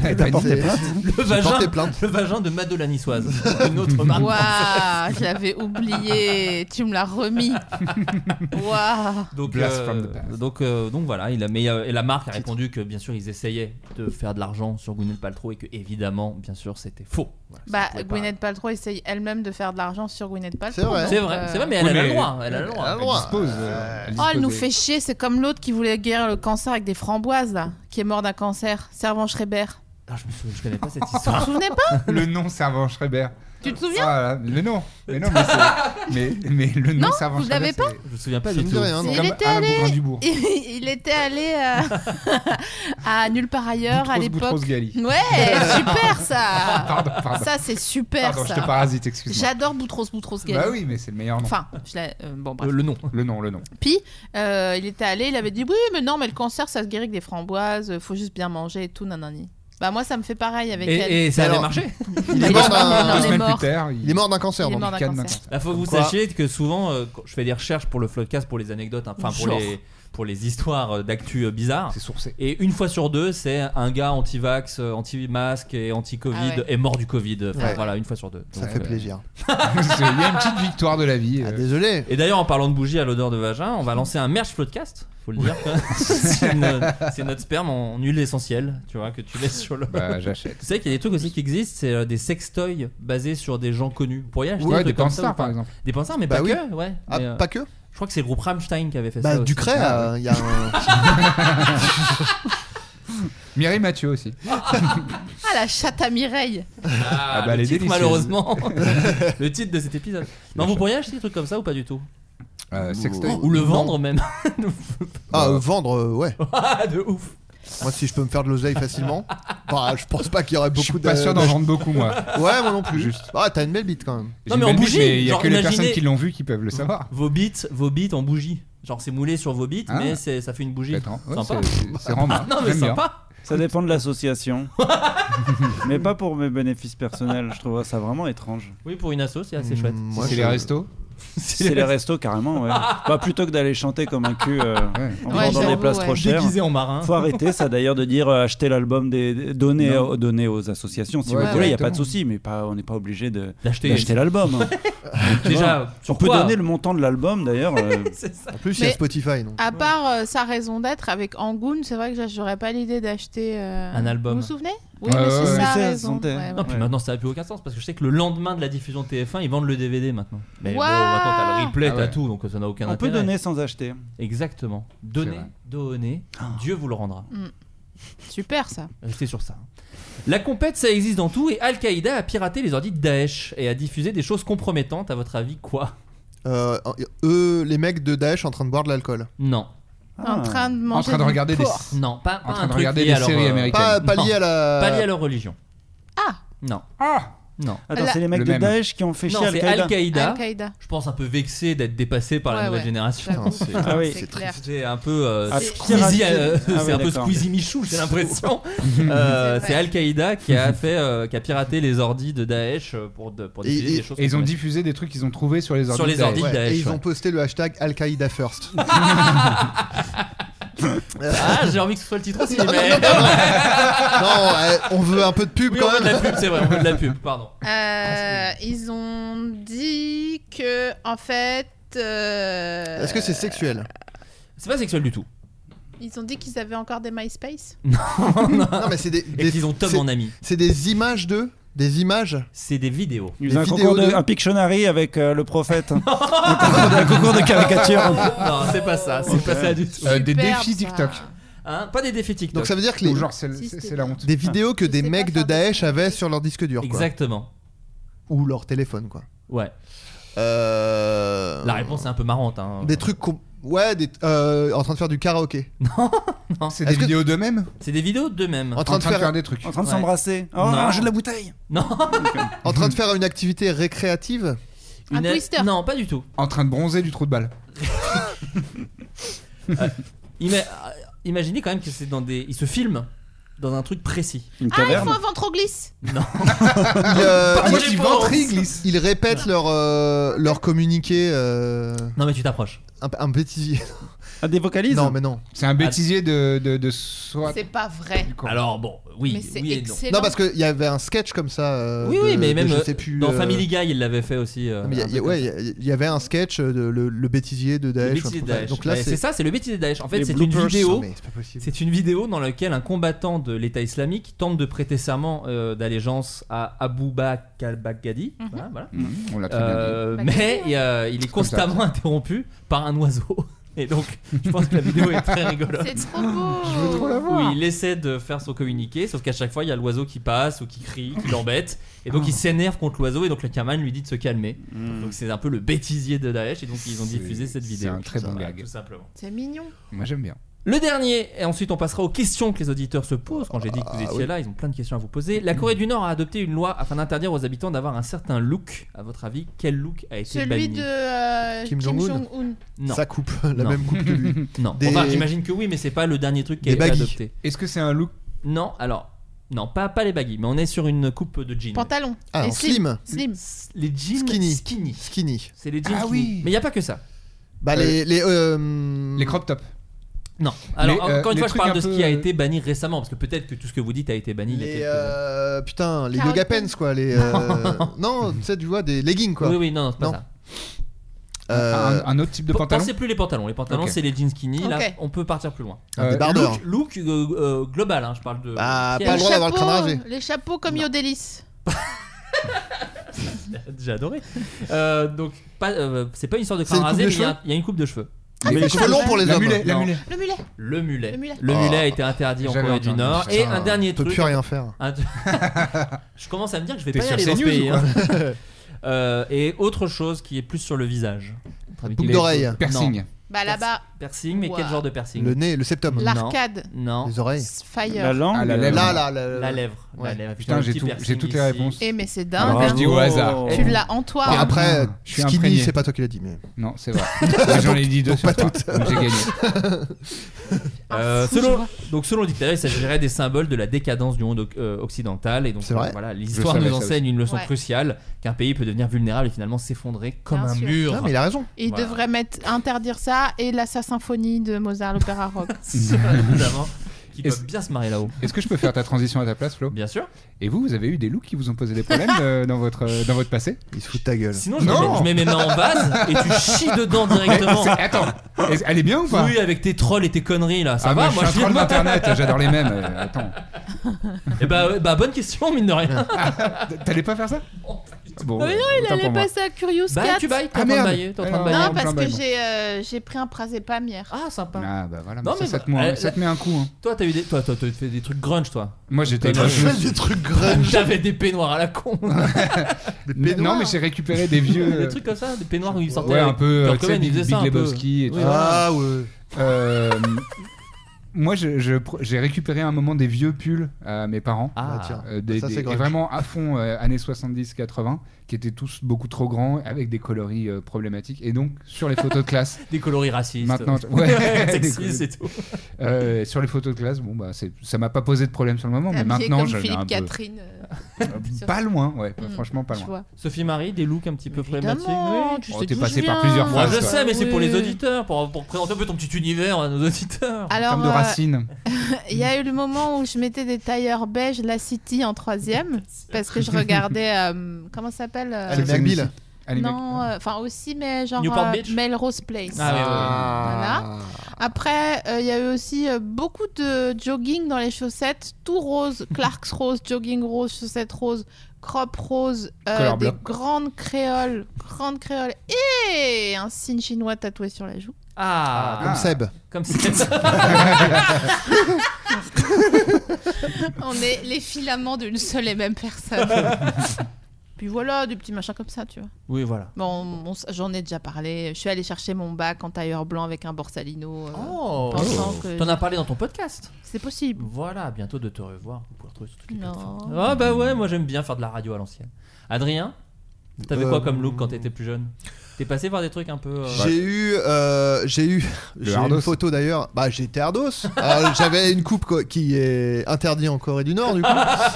Speaker 11: Et t'as porté plainte
Speaker 7: Le vagin, le vagin de Madeleine Niçoise. Une autre
Speaker 9: Ah.
Speaker 7: marque.
Speaker 8: Waouh, je l'avais oublié. Tu me l'as remis. Waouh.
Speaker 7: Donc,
Speaker 9: Blast
Speaker 7: euh,
Speaker 9: from the past.
Speaker 7: donc, euh, donc voilà, il a, mais, euh, et la marque a répondu que bien sûr ils essayaient de faire de l'argent sur Gwyneth Paltrow et que évidemment, bien sûr, c'était faux. Voilà, ça
Speaker 8: Bah,
Speaker 7: pouvait pas-
Speaker 8: Gwyneth Paltrow essaye elle-même de faire de l'argent sur Gwyneth Paltrow.
Speaker 7: C'est vrai.
Speaker 8: donc,
Speaker 7: C'est vrai,
Speaker 8: euh,
Speaker 7: c'est vrai, mais elle
Speaker 9: Oui,
Speaker 7: a
Speaker 9: mais-
Speaker 7: le droit. Elle a le
Speaker 3: Ah,
Speaker 7: droit.
Speaker 9: Elle dispose, euh,
Speaker 8: Oh, elle nous
Speaker 9: dispose des-
Speaker 8: fait chier. C'est comme l'autre qui voulait guérir le cancer avec des framboises, là, qui est mort d'un cancer. Servan Schreiber.
Speaker 7: Ah, je, me souviens, je connais pas cette
Speaker 8: Vous vous
Speaker 7: histoire.
Speaker 8: souvenez pas
Speaker 9: Le nom Servant Schreiber.
Speaker 8: Tu te souviens
Speaker 9: Ah, le nom. Mais non, mais, c'est- mais, mais le nom
Speaker 8: Non,
Speaker 9: Servant
Speaker 8: vous l'avez pas
Speaker 7: Je me souviens pas
Speaker 3: Ça
Speaker 7: du
Speaker 3: me dit
Speaker 7: tout.
Speaker 3: rien, non.
Speaker 8: Il
Speaker 9: Comme
Speaker 8: était,
Speaker 9: Alain
Speaker 8: allé...
Speaker 9: Bourgin-Dubourg.
Speaker 8: il était allé euh, à nulle part ailleurs à
Speaker 9: Boutros-
Speaker 8: l'époque.
Speaker 9: Boutros-Ghali.
Speaker 8: Ouais, super ça.
Speaker 9: Pardon, pardon. Bah
Speaker 8: Ça c'est super
Speaker 9: Pardon,
Speaker 8: ça.
Speaker 9: je te parasite, excuse-moi.
Speaker 8: J'adore Boutros Boutros Ghali.
Speaker 9: Bah oui, mais c'est le meilleur nom.
Speaker 8: Enfin, je l'ai- euh, bon bref.
Speaker 7: Le, le nom.
Speaker 9: Le nom, le nom.
Speaker 8: Puis euh, il était allé, il avait dit oui, mais non, mais le cancer ça se guérit avec des framboises, euh, faut juste bien manger et tout nanani. Bah moi ça me fait pareil avec elle.
Speaker 7: Et, et ça avait
Speaker 3: Alors-
Speaker 7: marché.
Speaker 3: Il est mort
Speaker 8: Non,
Speaker 3: d'un-
Speaker 9: Deux
Speaker 8: il est
Speaker 9: semaines
Speaker 8: mort.
Speaker 9: plus tard, il,
Speaker 3: il est mort d'un cancer.
Speaker 8: Il est
Speaker 3: donc.
Speaker 8: mort d'un
Speaker 9: Cannes,
Speaker 8: cancer.
Speaker 7: Il faut que vous
Speaker 3: Quoi
Speaker 7: sachiez que souvent, euh, quand je fais des recherches pour le podcast, pour les anecdotes, hein, enfin pour
Speaker 8: Genre.
Speaker 7: les, pour les histoires euh, d'actu euh, bizarres.
Speaker 9: C'est sourcé.
Speaker 7: Et une fois sur deux, c'est un gars anti-vax, euh, anti-masque et anti-Covid
Speaker 8: Ah ouais.
Speaker 7: est mort du Covid. Enfin,
Speaker 3: Ouais.
Speaker 7: Voilà, une fois sur deux.
Speaker 3: Ça
Speaker 7: Donc,
Speaker 3: fait
Speaker 7: euh,
Speaker 3: plaisir.
Speaker 9: Il y a une petite victoire de la vie.
Speaker 3: Ah,
Speaker 9: euh.
Speaker 3: désolé.
Speaker 7: Et d'ailleurs, en parlant de bougie à l'odeur de vagin,
Speaker 3: Mmh.
Speaker 7: on va lancer un merch podcast. Faut le dire. c'est notre- c'est notre sperme en huile essentielle, tu vois, que tu laisses sur le.
Speaker 9: Bah, j'achète.
Speaker 7: Tu sais qu'il y a des trucs aussi qui existent, c'est euh, des sextoys basés sur des gens connus. Vous pourriez acheter
Speaker 9: Ouais,
Speaker 7: des
Speaker 9: des
Speaker 7: trucs comme
Speaker 9: porn
Speaker 7: ça ou
Speaker 9: stars
Speaker 7: pas
Speaker 9: par exemple.
Speaker 7: Des penseurs, mais
Speaker 3: Bah
Speaker 7: pas
Speaker 3: oui.
Speaker 7: que. Ouais.
Speaker 3: Ah,
Speaker 7: Mais, euh,
Speaker 3: pas que
Speaker 7: Je crois que c'est le groupe Rammstein qui avait fait
Speaker 3: Bah,
Speaker 7: ça. aussi. Ah,
Speaker 3: Ducray, euh, il y a un.
Speaker 9: Mireille Mathieu aussi.
Speaker 8: Ah la chatte à Mireille.
Speaker 7: Ah,
Speaker 9: Ah bah,
Speaker 7: le
Speaker 9: elle est
Speaker 7: titre,
Speaker 9: délicieuse.
Speaker 7: malheureusement. le titre de cet épisode. Non, vous pourriez acheter des trucs comme ça ou pas du tout
Speaker 9: Euh, sextoy.
Speaker 7: Ou le
Speaker 3: Non.
Speaker 7: vendre même.
Speaker 3: Ah,
Speaker 7: Bah.
Speaker 3: euh, vendre, euh, ouais.
Speaker 7: Ah, de ouf.
Speaker 3: Moi, si je peux me faire de l'oseille facilement, bah, je pense pas qu'il y aurait
Speaker 9: Je
Speaker 3: beaucoup
Speaker 9: suis
Speaker 3: de.
Speaker 9: pas sûr d'en vendre beaucoup moi.
Speaker 3: Ouais, moi non plus. Ah, t'as une belle bite quand même.
Speaker 9: J'ai
Speaker 7: Non, mais en
Speaker 9: une belle
Speaker 7: bougie,
Speaker 9: bite, mais il y a
Speaker 7: genre,
Speaker 9: que les personnes
Speaker 7: imaginez-
Speaker 9: qui l'ont vu qui peuvent le savoir.
Speaker 7: Vos bits, vos bits en bougie. Genre c'est moulé sur vos bits,
Speaker 9: Ah.
Speaker 7: mais c'est- ça fait une bougie.
Speaker 9: Attends, hein. ouais,
Speaker 7: sympa.
Speaker 9: c'est- c'est- C'est vraiment
Speaker 7: Ah, non mais
Speaker 9: J'aime bien.
Speaker 7: sympa.
Speaker 11: Ça dépend de l'association. mais pas pour mes bénéfices personnels, je trouve ça vraiment étrange.
Speaker 7: Oui, pour une asso, c'est assez
Speaker 3: Mm,
Speaker 7: chouette.
Speaker 3: moi,
Speaker 9: Mmh, C'est
Speaker 3: je-
Speaker 9: les restos.
Speaker 11: C'est les restos carrément, ouais. Bah, plutôt que d'aller chanter comme un cul
Speaker 9: Ouais.
Speaker 11: euh, en
Speaker 8: Ouais,
Speaker 11: vendant des
Speaker 8: j'avoue,
Speaker 11: places
Speaker 8: ouais.
Speaker 11: trop chères.
Speaker 7: Déguisé en marin.
Speaker 11: Faut arrêter ça d'ailleurs de dire euh, acheter l'album des des- donner
Speaker 9: Non.
Speaker 11: aux, donner aux associations. Si
Speaker 9: Ouais,
Speaker 11: vous voulez, il n'y a
Speaker 9: exactement.
Speaker 11: pas de souci, mais pas, on n'est pas obligé de
Speaker 7: D'acheter-
Speaker 11: d'acheter l'album. hein. Tu vois,
Speaker 7: Déjà,
Speaker 11: on peut donner le montant de l'album d'ailleurs. euh,
Speaker 7: C'est ça.
Speaker 3: En plus, il y a
Speaker 8: Mais-
Speaker 3: Spotify. Donc.
Speaker 8: À part euh, sa raison d'être avec Angoon, c'est vrai que j'aurais pas l'idée d'acheter euh,
Speaker 7: Un album.
Speaker 8: Vous vous souvenez Oui,
Speaker 9: Ouais,
Speaker 8: mais
Speaker 9: ouais,
Speaker 8: c'est
Speaker 9: ouais.
Speaker 8: sa
Speaker 11: Mais c'est
Speaker 8: raison.
Speaker 11: son thème.
Speaker 8: Ouais, ouais.
Speaker 7: Non, puis
Speaker 11: Ouais.
Speaker 7: maintenant ça n'a plus aucun sens parce que je sais que le lendemain de la diffusion de TF1, ils vendent le DVD maintenant. Mais
Speaker 8: Waouh
Speaker 7: bon, maintenant t'as le replay,
Speaker 9: Ah
Speaker 7: t'as
Speaker 9: ouais.
Speaker 7: tout, donc ça n'a aucun
Speaker 11: on peut
Speaker 7: intérêt.
Speaker 11: donner sans acheter.
Speaker 7: Exactement. Donnez,
Speaker 9: vrai.
Speaker 7: donnez,
Speaker 3: Ah.
Speaker 7: Dieu vous le rendra.
Speaker 8: Super ça.
Speaker 7: Restez sur ça. hein. La compète, ça existe dans tout et Al-Qaïda a piraté les ordi de Daesh et a diffusé des choses compromettantes. À votre avis, quoi
Speaker 3: Euh, eux, les mecs de Daesh en train de boire de l'alcool.
Speaker 7: Non,
Speaker 11: Ah.
Speaker 8: En train de manger.
Speaker 9: En train de
Speaker 8: du
Speaker 9: regarder des.
Speaker 8: porc.
Speaker 7: non, pas, pas
Speaker 9: En
Speaker 7: un
Speaker 9: train de
Speaker 7: truc
Speaker 9: regarder
Speaker 7: lié
Speaker 9: des
Speaker 7: à leur,
Speaker 9: séries
Speaker 7: euh,
Speaker 9: américaines.
Speaker 3: Pas, pas
Speaker 7: Non.
Speaker 3: lié à euh, la.
Speaker 7: pas lié à leur religion.
Speaker 8: Ah
Speaker 7: Non,
Speaker 9: Ah
Speaker 7: non.
Speaker 11: Attends,
Speaker 8: La-
Speaker 11: c'est les mecs
Speaker 9: Le
Speaker 11: de
Speaker 9: même.
Speaker 11: Daesh qui ont fait
Speaker 7: Non,
Speaker 11: chier
Speaker 7: c'est
Speaker 11: Al-Qaïda.
Speaker 7: Al-Qaïda.
Speaker 8: Al-Qaïda.
Speaker 7: Je pense un peu vexé d'être dépassé par la
Speaker 8: Ouais,
Speaker 7: nouvelle
Speaker 8: ouais.
Speaker 7: génération.
Speaker 8: J'avoue.
Speaker 3: c'est-
Speaker 11: Ah oui.
Speaker 8: c'est
Speaker 3: c'est
Speaker 8: clair.
Speaker 7: C'est un peu euh,
Speaker 11: Ah,
Speaker 7: Squeezie, euh,
Speaker 11: Ah oui,
Speaker 7: c'est un peu
Speaker 11: d'accord.
Speaker 7: Squeezie Michou, j'ai l'impression. Euh,
Speaker 8: C'est vrai.
Speaker 7: c'est Al-Qaïda qui a fait, euh, qui a piraté les ordis de Daesh euh, pour, de- pour
Speaker 3: Et-
Speaker 7: diffuser
Speaker 3: et-
Speaker 7: des choses.
Speaker 9: Et ils ont
Speaker 7: compromettantes.
Speaker 9: diffusé des trucs qu'ils ont trouvés sur les ordi.
Speaker 7: Sur les
Speaker 9: de Daesh.
Speaker 7: ordi.
Speaker 3: Ouais,
Speaker 7: Daesh,
Speaker 3: et ils
Speaker 7: ouais.
Speaker 3: ont posté le hashtag Al-Qaïda First.
Speaker 7: Ah, j'ai envie que ce soit le titre aussi.
Speaker 3: Non, non,
Speaker 7: mais-
Speaker 3: non, non, non, euh, on veut un peu de pub
Speaker 7: Oui, on
Speaker 3: quand
Speaker 7: veut de
Speaker 3: même.
Speaker 7: la pub, c'est vrai, on veut de la pub, pardon.
Speaker 8: Euh, ils ont dit que en fait. euh,
Speaker 3: Est-ce que c'est sexuel
Speaker 7: C'est pas sexuel du tout.
Speaker 8: Ils ont dit qu'ils avaient encore des MySpace.
Speaker 7: non,
Speaker 3: mais c'est des,
Speaker 7: Et qu'ils ont Tom
Speaker 3: c'est-
Speaker 7: en ami.
Speaker 3: C'est des images de Des images
Speaker 7: C'est des vidéos.
Speaker 3: Des
Speaker 11: Il faisait un,
Speaker 3: vidéos
Speaker 11: concours de-
Speaker 3: de-
Speaker 11: un Pictionary avec euh, le prophète. un, concours de, un concours de caricature.
Speaker 3: Ah,
Speaker 7: Non, c'est pas ça, c'est
Speaker 11: Ok.
Speaker 7: pas ça du tout.
Speaker 9: Euh, des Superbe, défis ça. TikTok.
Speaker 7: Hein, pas des défis TikTok.
Speaker 3: Donc ça veut dire que les,
Speaker 9: Ou genre, c'est- c'est c'est la honte.
Speaker 3: des vidéos que des mecs de Daesh avaient sur leur disque dur. quoi.
Speaker 7: Exactement.
Speaker 3: Ou leur téléphone, quoi.
Speaker 7: Ouais.
Speaker 3: Euh,
Speaker 7: La réponse est un peu marrante. Hein.
Speaker 3: Des trucs. qu'on- Ouais, des- euh, en train de faire du karaoké.
Speaker 7: Non.
Speaker 9: C'est des
Speaker 3: Est-ce que-
Speaker 9: vidéos d'eux-mêmes
Speaker 7: C'est des vidéos d'eux-mêmes.
Speaker 3: En train,
Speaker 9: en train
Speaker 3: de
Speaker 9: de
Speaker 3: faire,
Speaker 9: faire des trucs.
Speaker 11: En train de
Speaker 7: Ouais.
Speaker 11: s'embrasser. Oh,
Speaker 7: Non.
Speaker 11: un jeu de la bouteille.
Speaker 7: Non,
Speaker 3: en train de faire une activité récréative.
Speaker 8: Un twister.
Speaker 7: Non, pas du tout.
Speaker 9: En train de bronzer du trou de balle.
Speaker 7: Ima- euh, Imaginez quand même que c'est dans des. Ils se filment dans un truc précis.
Speaker 11: Une
Speaker 8: Ah, ils
Speaker 11: caverne.
Speaker 8: font un ventre-glisse
Speaker 9: Ah.
Speaker 3: Ils, euh,
Speaker 7: Pas de
Speaker 3: ils-
Speaker 7: réponse.
Speaker 3: Ils répètent leur, euh, leur communiqué. euh,
Speaker 7: Non, mais tu t'approches.
Speaker 3: un, un petit.
Speaker 11: Ah, des vocalises
Speaker 3: Non, mais non.
Speaker 9: C'est un bêtisier de, de, de soi.
Speaker 8: C'est pas vrai.
Speaker 9: du corps.
Speaker 7: Alors bon, oui,
Speaker 8: Mais c'est
Speaker 7: oui et non.
Speaker 8: excellent.
Speaker 3: Non, parce qu'il y avait un sketch comme ça. euh,
Speaker 7: Oui, oui,
Speaker 3: de-
Speaker 7: mais
Speaker 3: de
Speaker 7: même
Speaker 3: je
Speaker 7: euh,
Speaker 3: sais plus,
Speaker 7: dans
Speaker 3: euh,
Speaker 7: Family Guy, il l'avait fait aussi. euh,
Speaker 3: non, mais il y a-
Speaker 7: un
Speaker 3: il y a-
Speaker 7: peu
Speaker 3: ouais,
Speaker 7: comme
Speaker 3: il y
Speaker 7: ça.
Speaker 3: a- il y avait un sketch de le, le bêtisier de Daesh.
Speaker 7: le bêtisier de
Speaker 3: un truc comme ça.
Speaker 7: Daesh.
Speaker 3: Donc là,
Speaker 7: Ouais, c'est ça, c'est le bêtisier de Daesh. En fait,
Speaker 11: Les
Speaker 7: c'est une
Speaker 11: bloopers.
Speaker 7: vidéo.
Speaker 3: Non, mais c'est pas possible.
Speaker 7: C'est une vidéo dans laquelle un combattant de l'État islamique tente de prêter serment euh, d'allégeance à Abu Bakr al-Baghdadi. Voilà, voilà.
Speaker 9: Mhm, on l'a très bien dit.
Speaker 7: Euh,
Speaker 8: Bah,
Speaker 7: mais
Speaker 8: bien sûr.
Speaker 7: euh, il est constamment interrompu par un oiseau. Et donc, je pense que la vidéo est très rigolote.
Speaker 8: C'est trop beau. Je veux trop
Speaker 7: Où il essaie de faire son communiqué, sauf qu'à chaque fois, il y a l'oiseau qui passe ou qui crie, qui l'embête. Et
Speaker 9: Ah.
Speaker 7: donc, il s'énerve contre l'oiseau, et donc le camarade lui dit de se calmer. Donc, c'est un peu le bêtisier de Daesh, et donc ils ont
Speaker 9: Hmm. C'est-
Speaker 7: diffusé cette
Speaker 9: c'est
Speaker 7: vidéo.
Speaker 9: un très bon
Speaker 7: Voilà,
Speaker 9: gag.
Speaker 7: Tout simplement.
Speaker 8: C'est mignon.
Speaker 9: Moi j'aime bien.
Speaker 7: Le dernier, et ensuite on passera aux questions que les auditeurs se posent. Quand j'ai dit
Speaker 3: Ah
Speaker 7: que vous étiez là, ils ont plein de questions à vous poser. La Corée du Nord a adopté une loi afin d'interdire aux habitants d'avoir un certain look. À votre avis, quel look a été
Speaker 8: Celui
Speaker 7: banni
Speaker 8: de euh,
Speaker 3: Kim
Speaker 8: Kim
Speaker 3: Jong-un.
Speaker 8: Jong-un.
Speaker 7: Non.
Speaker 3: Ça coupe la
Speaker 7: Non.
Speaker 3: même coupe que lui.
Speaker 7: Non.
Speaker 3: Des-
Speaker 7: Enfin, j'imagine que oui, mais c'est pas le dernier truc qui a
Speaker 3: Des
Speaker 7: été
Speaker 3: baggy.
Speaker 7: adopté.
Speaker 9: Est-ce que c'est un look
Speaker 7: Non, alors, non, pas, pas les baggy, mais on est sur une coupe de jeans.
Speaker 8: Pantalon.
Speaker 3: Ah,
Speaker 8: Et
Speaker 3: en slim.
Speaker 8: Slim.
Speaker 7: Les jeans
Speaker 3: Skinny.
Speaker 7: skinny.
Speaker 3: Skinny.
Speaker 7: C'est les jeans
Speaker 9: Ah
Speaker 7: skinny.
Speaker 9: oui.
Speaker 7: Mais il y a pas que ça.
Speaker 3: Bah, les. les, euh,
Speaker 9: Les crop top
Speaker 7: Non. Alors,
Speaker 9: Les, euh,
Speaker 7: encore une
Speaker 9: les
Speaker 7: fois, je
Speaker 9: trucs
Speaker 7: parle
Speaker 9: un
Speaker 7: de ce
Speaker 9: peu,
Speaker 7: qui a
Speaker 9: euh,
Speaker 7: été banni récemment, parce que peut-être que tout ce que vous dites a été banni il y a
Speaker 3: les,
Speaker 7: quelques
Speaker 3: euh, putain, les
Speaker 8: Carole
Speaker 3: yoga
Speaker 8: Pants.
Speaker 3: pants quoi, les euh, non, tu sais, tu vois des leggings quoi.
Speaker 7: Oui, oui, non, non, c'est pas
Speaker 3: Non.
Speaker 7: ça.
Speaker 3: Euh,
Speaker 9: un, un autre type de
Speaker 7: P-
Speaker 9: pantalon
Speaker 7: Pensez plus les pantalons. Les pantalons,
Speaker 9: Ok.
Speaker 7: c'est les jeans skinny. Là,
Speaker 8: Ok.
Speaker 7: on peut partir plus loin.
Speaker 3: un
Speaker 9: Euh,
Speaker 3: débardeur.
Speaker 7: Look euh, euh, global, hein, je parle de.
Speaker 3: Ah,
Speaker 7: Pierre.
Speaker 3: pas le
Speaker 8: Les
Speaker 3: droit d'avoir le crâne
Speaker 8: chapeaux-
Speaker 3: rasé.
Speaker 8: Les chapeaux comme Yodelis.
Speaker 7: J'ai adoré. Euh, donc, pas, euh, c'est pas une histoire de crâne
Speaker 3: C'est une
Speaker 7: rasé,
Speaker 3: coupe de
Speaker 7: mais il y, a- il y a une coupe de cheveux.
Speaker 3: Mais Ah, les cheveux longs pour les
Speaker 9: La
Speaker 3: hommes.
Speaker 9: mulet, la
Speaker 7: Non.
Speaker 9: mulet.
Speaker 8: Le mulet.
Speaker 7: Le mulet.
Speaker 8: Le mulet.
Speaker 7: a été interdit en
Speaker 9: J'avais
Speaker 7: Corée du
Speaker 9: entendu,
Speaker 7: Nord.
Speaker 9: putain,
Speaker 7: Et un
Speaker 3: Oh. Ah, on
Speaker 7: dernier
Speaker 3: peut
Speaker 7: truc.
Speaker 3: plus rien faire.
Speaker 7: un- je commence à me dire que je vais
Speaker 9: T'es
Speaker 7: pas y
Speaker 9: sur
Speaker 7: aller dans ce
Speaker 9: CNews
Speaker 7: pays.
Speaker 9: ou quoi
Speaker 7: hein. Euh, et autre chose qui est plus sur le visage.
Speaker 3: Boucle d'oreille.
Speaker 9: Piercing.
Speaker 8: Bah là-bas,
Speaker 7: Piercing, mais quel
Speaker 8: Ouah.
Speaker 7: genre de piercing
Speaker 3: Le nez, le septum,
Speaker 7: Non.
Speaker 8: l'arcade.
Speaker 7: Non.
Speaker 3: les oreilles.
Speaker 11: La
Speaker 8: Fire.
Speaker 11: langue.
Speaker 9: Ah, la lèvre.
Speaker 3: Là là, le-
Speaker 7: La lèvre. la
Speaker 3: Ouais.
Speaker 7: lèvre.
Speaker 9: Putain,
Speaker 7: le
Speaker 9: j'ai
Speaker 7: petit
Speaker 9: tout- j'ai
Speaker 7: piercing
Speaker 9: toutes les
Speaker 7: ici.
Speaker 9: réponses.
Speaker 8: Eh mais c'est dingue.
Speaker 9: Alors, Ah, je
Speaker 8: hein.
Speaker 9: dis oh. au hasard.
Speaker 8: Tu l'as en toi.
Speaker 3: Enfin, après,
Speaker 9: Je suis
Speaker 3: skinny,
Speaker 9: imprégné.
Speaker 3: c'est pas toi qui l'as dit, mais
Speaker 9: Non, c'est vrai. Ouais, J'en ai dit deux sur trois. Donc J'ai gagné.
Speaker 7: Euh,
Speaker 8: Ah, fou, je
Speaker 7: selon,
Speaker 8: vois.
Speaker 7: donc selon le dictionnaire, il s'agirait des symboles de la décadence du monde oc- euh, occidental et donc
Speaker 3: C'est vrai.
Speaker 7: euh, voilà, l'histoire
Speaker 9: Je savais
Speaker 7: nous
Speaker 9: ça
Speaker 7: enseigne une leçon
Speaker 8: Ouais.
Speaker 7: cruciale qu'un pays peut devenir vulnérable et finalement s'effondrer comme
Speaker 8: Bien
Speaker 7: un
Speaker 8: sûr.
Speaker 7: mur.
Speaker 3: non, mais il a raison.
Speaker 8: Et Ils
Speaker 7: Voilà.
Speaker 8: devraient mettre, interdire ça et la sa symphonie de Mozart, l'opéra rock.
Speaker 7: Évidemment, qui
Speaker 9: Est-ce-
Speaker 7: peuvent bien se marrer là-haut.
Speaker 9: Est-ce que je peux faire ta transition à ta place, Flo
Speaker 7: Bien sûr.
Speaker 9: Et vous, vous avez eu des looks qui vous ont posé des problèmes euh, dans, votre, euh, dans votre passé
Speaker 3: Il se fout de ta gueule.
Speaker 7: Sinon, je,
Speaker 9: Non.
Speaker 7: mets, je mets mes mains en vase et tu chies dedans directement.
Speaker 9: Attends, est- elle est bien ou pas
Speaker 7: Oui, avec tes trolls et tes conneries là, ça
Speaker 9: hein. Ah,
Speaker 7: va.
Speaker 9: moi, je suis un troll d'internet, j'adore les mêmes. euh, attends,
Speaker 7: Et bah, ouais, bah, bonne question, mine de rien.
Speaker 9: t'allais pas faire ça Bon,
Speaker 8: Ah, mais non, il
Speaker 9: autant pour
Speaker 8: allait
Speaker 9: moi.
Speaker 8: passer à Curious
Speaker 7: Bah,
Speaker 8: Cat.
Speaker 7: tu bailles, t'es
Speaker 9: Ah,
Speaker 7: en train de
Speaker 9: merde.
Speaker 7: bailler. t'es en train de
Speaker 9: Ah,
Speaker 7: bailler.
Speaker 8: Non,
Speaker 9: en
Speaker 8: parce
Speaker 9: plein
Speaker 8: que
Speaker 9: bail, moi.
Speaker 8: j'ai euh, j'ai pris un prazépam hier.
Speaker 7: Ah, sympa.
Speaker 9: Ah bah voilà,
Speaker 7: Non,
Speaker 9: ça,
Speaker 7: mais
Speaker 9: ça,
Speaker 7: bah,
Speaker 9: te, met-
Speaker 7: elle-
Speaker 9: ça te met un coup. hein.
Speaker 7: Toi, t'as eu des... toi, toi, t'as fait des trucs grunge, toi.
Speaker 9: Moi j'étais.
Speaker 7: T'as fait
Speaker 3: des trucs grunge.
Speaker 7: J'avais des peignoirs à la con.
Speaker 9: Non, mais j'ai récupéré des vieux. euh,
Speaker 7: des trucs comme ça, des peignoirs où ils sortaient.
Speaker 9: Ouais, un
Speaker 7: avec-
Speaker 9: peu. euh,
Speaker 7: Kurt
Speaker 9: tu sais,
Speaker 7: Cobain, il
Speaker 9: Big,
Speaker 7: faisait ça
Speaker 9: Big
Speaker 7: un peu.
Speaker 9: Lebowski et tout.
Speaker 7: Oui, voilà.
Speaker 3: Ah ouais.
Speaker 9: Euh, moi, je- je pr- j'ai récupéré un moment des vieux pulls à mes parents.
Speaker 7: Ah,
Speaker 3: Bah, tiens.
Speaker 9: Euh, des-
Speaker 3: Ça,
Speaker 9: des-
Speaker 3: c'est
Speaker 9: et
Speaker 3: grunge.
Speaker 9: vraiment à fond euh, années 70-80 qui étaient tous beaucoup trop grands avec des coloris euh, problématiques et donc sur les photos de classe
Speaker 7: des coloris racistes.
Speaker 9: Maintenant, je- ouais.
Speaker 7: sexistes et tout.
Speaker 9: euh, sur les photos de classe bon bah c'est- ça m'a pas posé de problème sur le moment mais
Speaker 8: Habillé
Speaker 9: maintenant
Speaker 8: comme
Speaker 9: je l'ai un
Speaker 8: Philippe
Speaker 9: peu
Speaker 8: Catherine. euh,
Speaker 9: Euh, pas loin ouais
Speaker 8: Mm.
Speaker 9: franchement pas
Speaker 8: tu
Speaker 9: loin
Speaker 8: vois.
Speaker 7: Sophie Marie, des looks un petit peu problématiques.
Speaker 8: Évidemment,
Speaker 7: oui.
Speaker 8: tu
Speaker 9: Oh,
Speaker 8: sais
Speaker 9: t'es
Speaker 8: d'où
Speaker 9: passé par
Speaker 8: viens.
Speaker 9: plusieurs
Speaker 7: Moi je
Speaker 9: Ouais.
Speaker 7: sais, mais c'est pour les
Speaker 8: Oui.
Speaker 7: auditeurs, pour, pour présenter un peu ton petit univers à nos auditeurs.
Speaker 9: en
Speaker 8: Alors,
Speaker 9: termes de
Speaker 8: euh,
Speaker 9: racines
Speaker 8: il y a eu le moment où je mettais des tailleurs beige La City en troisième parce que je regardais euh, comment ça s'appelle euh,
Speaker 3: Ah, Allez, Mac Bill.
Speaker 9: Allez, mec.
Speaker 8: non, euh, enfin aussi, mais genre
Speaker 9: Newport
Speaker 8: euh,
Speaker 9: Beach
Speaker 8: Melrose Place.
Speaker 9: Ah, ouais, ouais, ouais.
Speaker 8: Voilà. Après, euh, il y a eu aussi euh, beaucoup de jogging dans les chaussettes, tout rose, Clarks rose, jogging rose, chaussettes roses, crop rose, euh,
Speaker 9: Color
Speaker 8: des
Speaker 9: block.
Speaker 8: grandes créoles, grandes créoles et un signe chinois tatoué sur la joue.
Speaker 7: Ah,
Speaker 3: Comme Seb.
Speaker 7: Comme Seb.
Speaker 8: On est les filaments d'une seule et même personne. Puis voilà, des petits machins comme ça, tu vois.
Speaker 7: Oui, voilà.
Speaker 8: Bon, on s- j'en ai déjà parlé. Je suis allée chercher mon bac en tailleur blanc avec un borsalino. euh,
Speaker 7: Oh,
Speaker 8: pensant que
Speaker 7: t'en as parlé dans ton podcast.
Speaker 8: C'est possible.
Speaker 7: Voilà, à bientôt de te revoir. Vous pouvez retrouver sur toutes les
Speaker 8: Non.
Speaker 7: plateformes. Ah bah ouais, moi j'aime bien faire de la radio à l'ancienne. Adrien, t'avais
Speaker 3: Euh,
Speaker 7: quoi comme look quand t'étais plus jeune T'es passé voir des trucs un peu. euh,
Speaker 9: Bah,
Speaker 3: J'ai eu, euh, j'ai eu,
Speaker 7: Le
Speaker 3: j'ai eu
Speaker 7: Ardos.
Speaker 3: une photo d'ailleurs. Bah, j'étais Ardos. Alors, J'avais une coupe co- qui est interdite en Corée du Nord, du coup.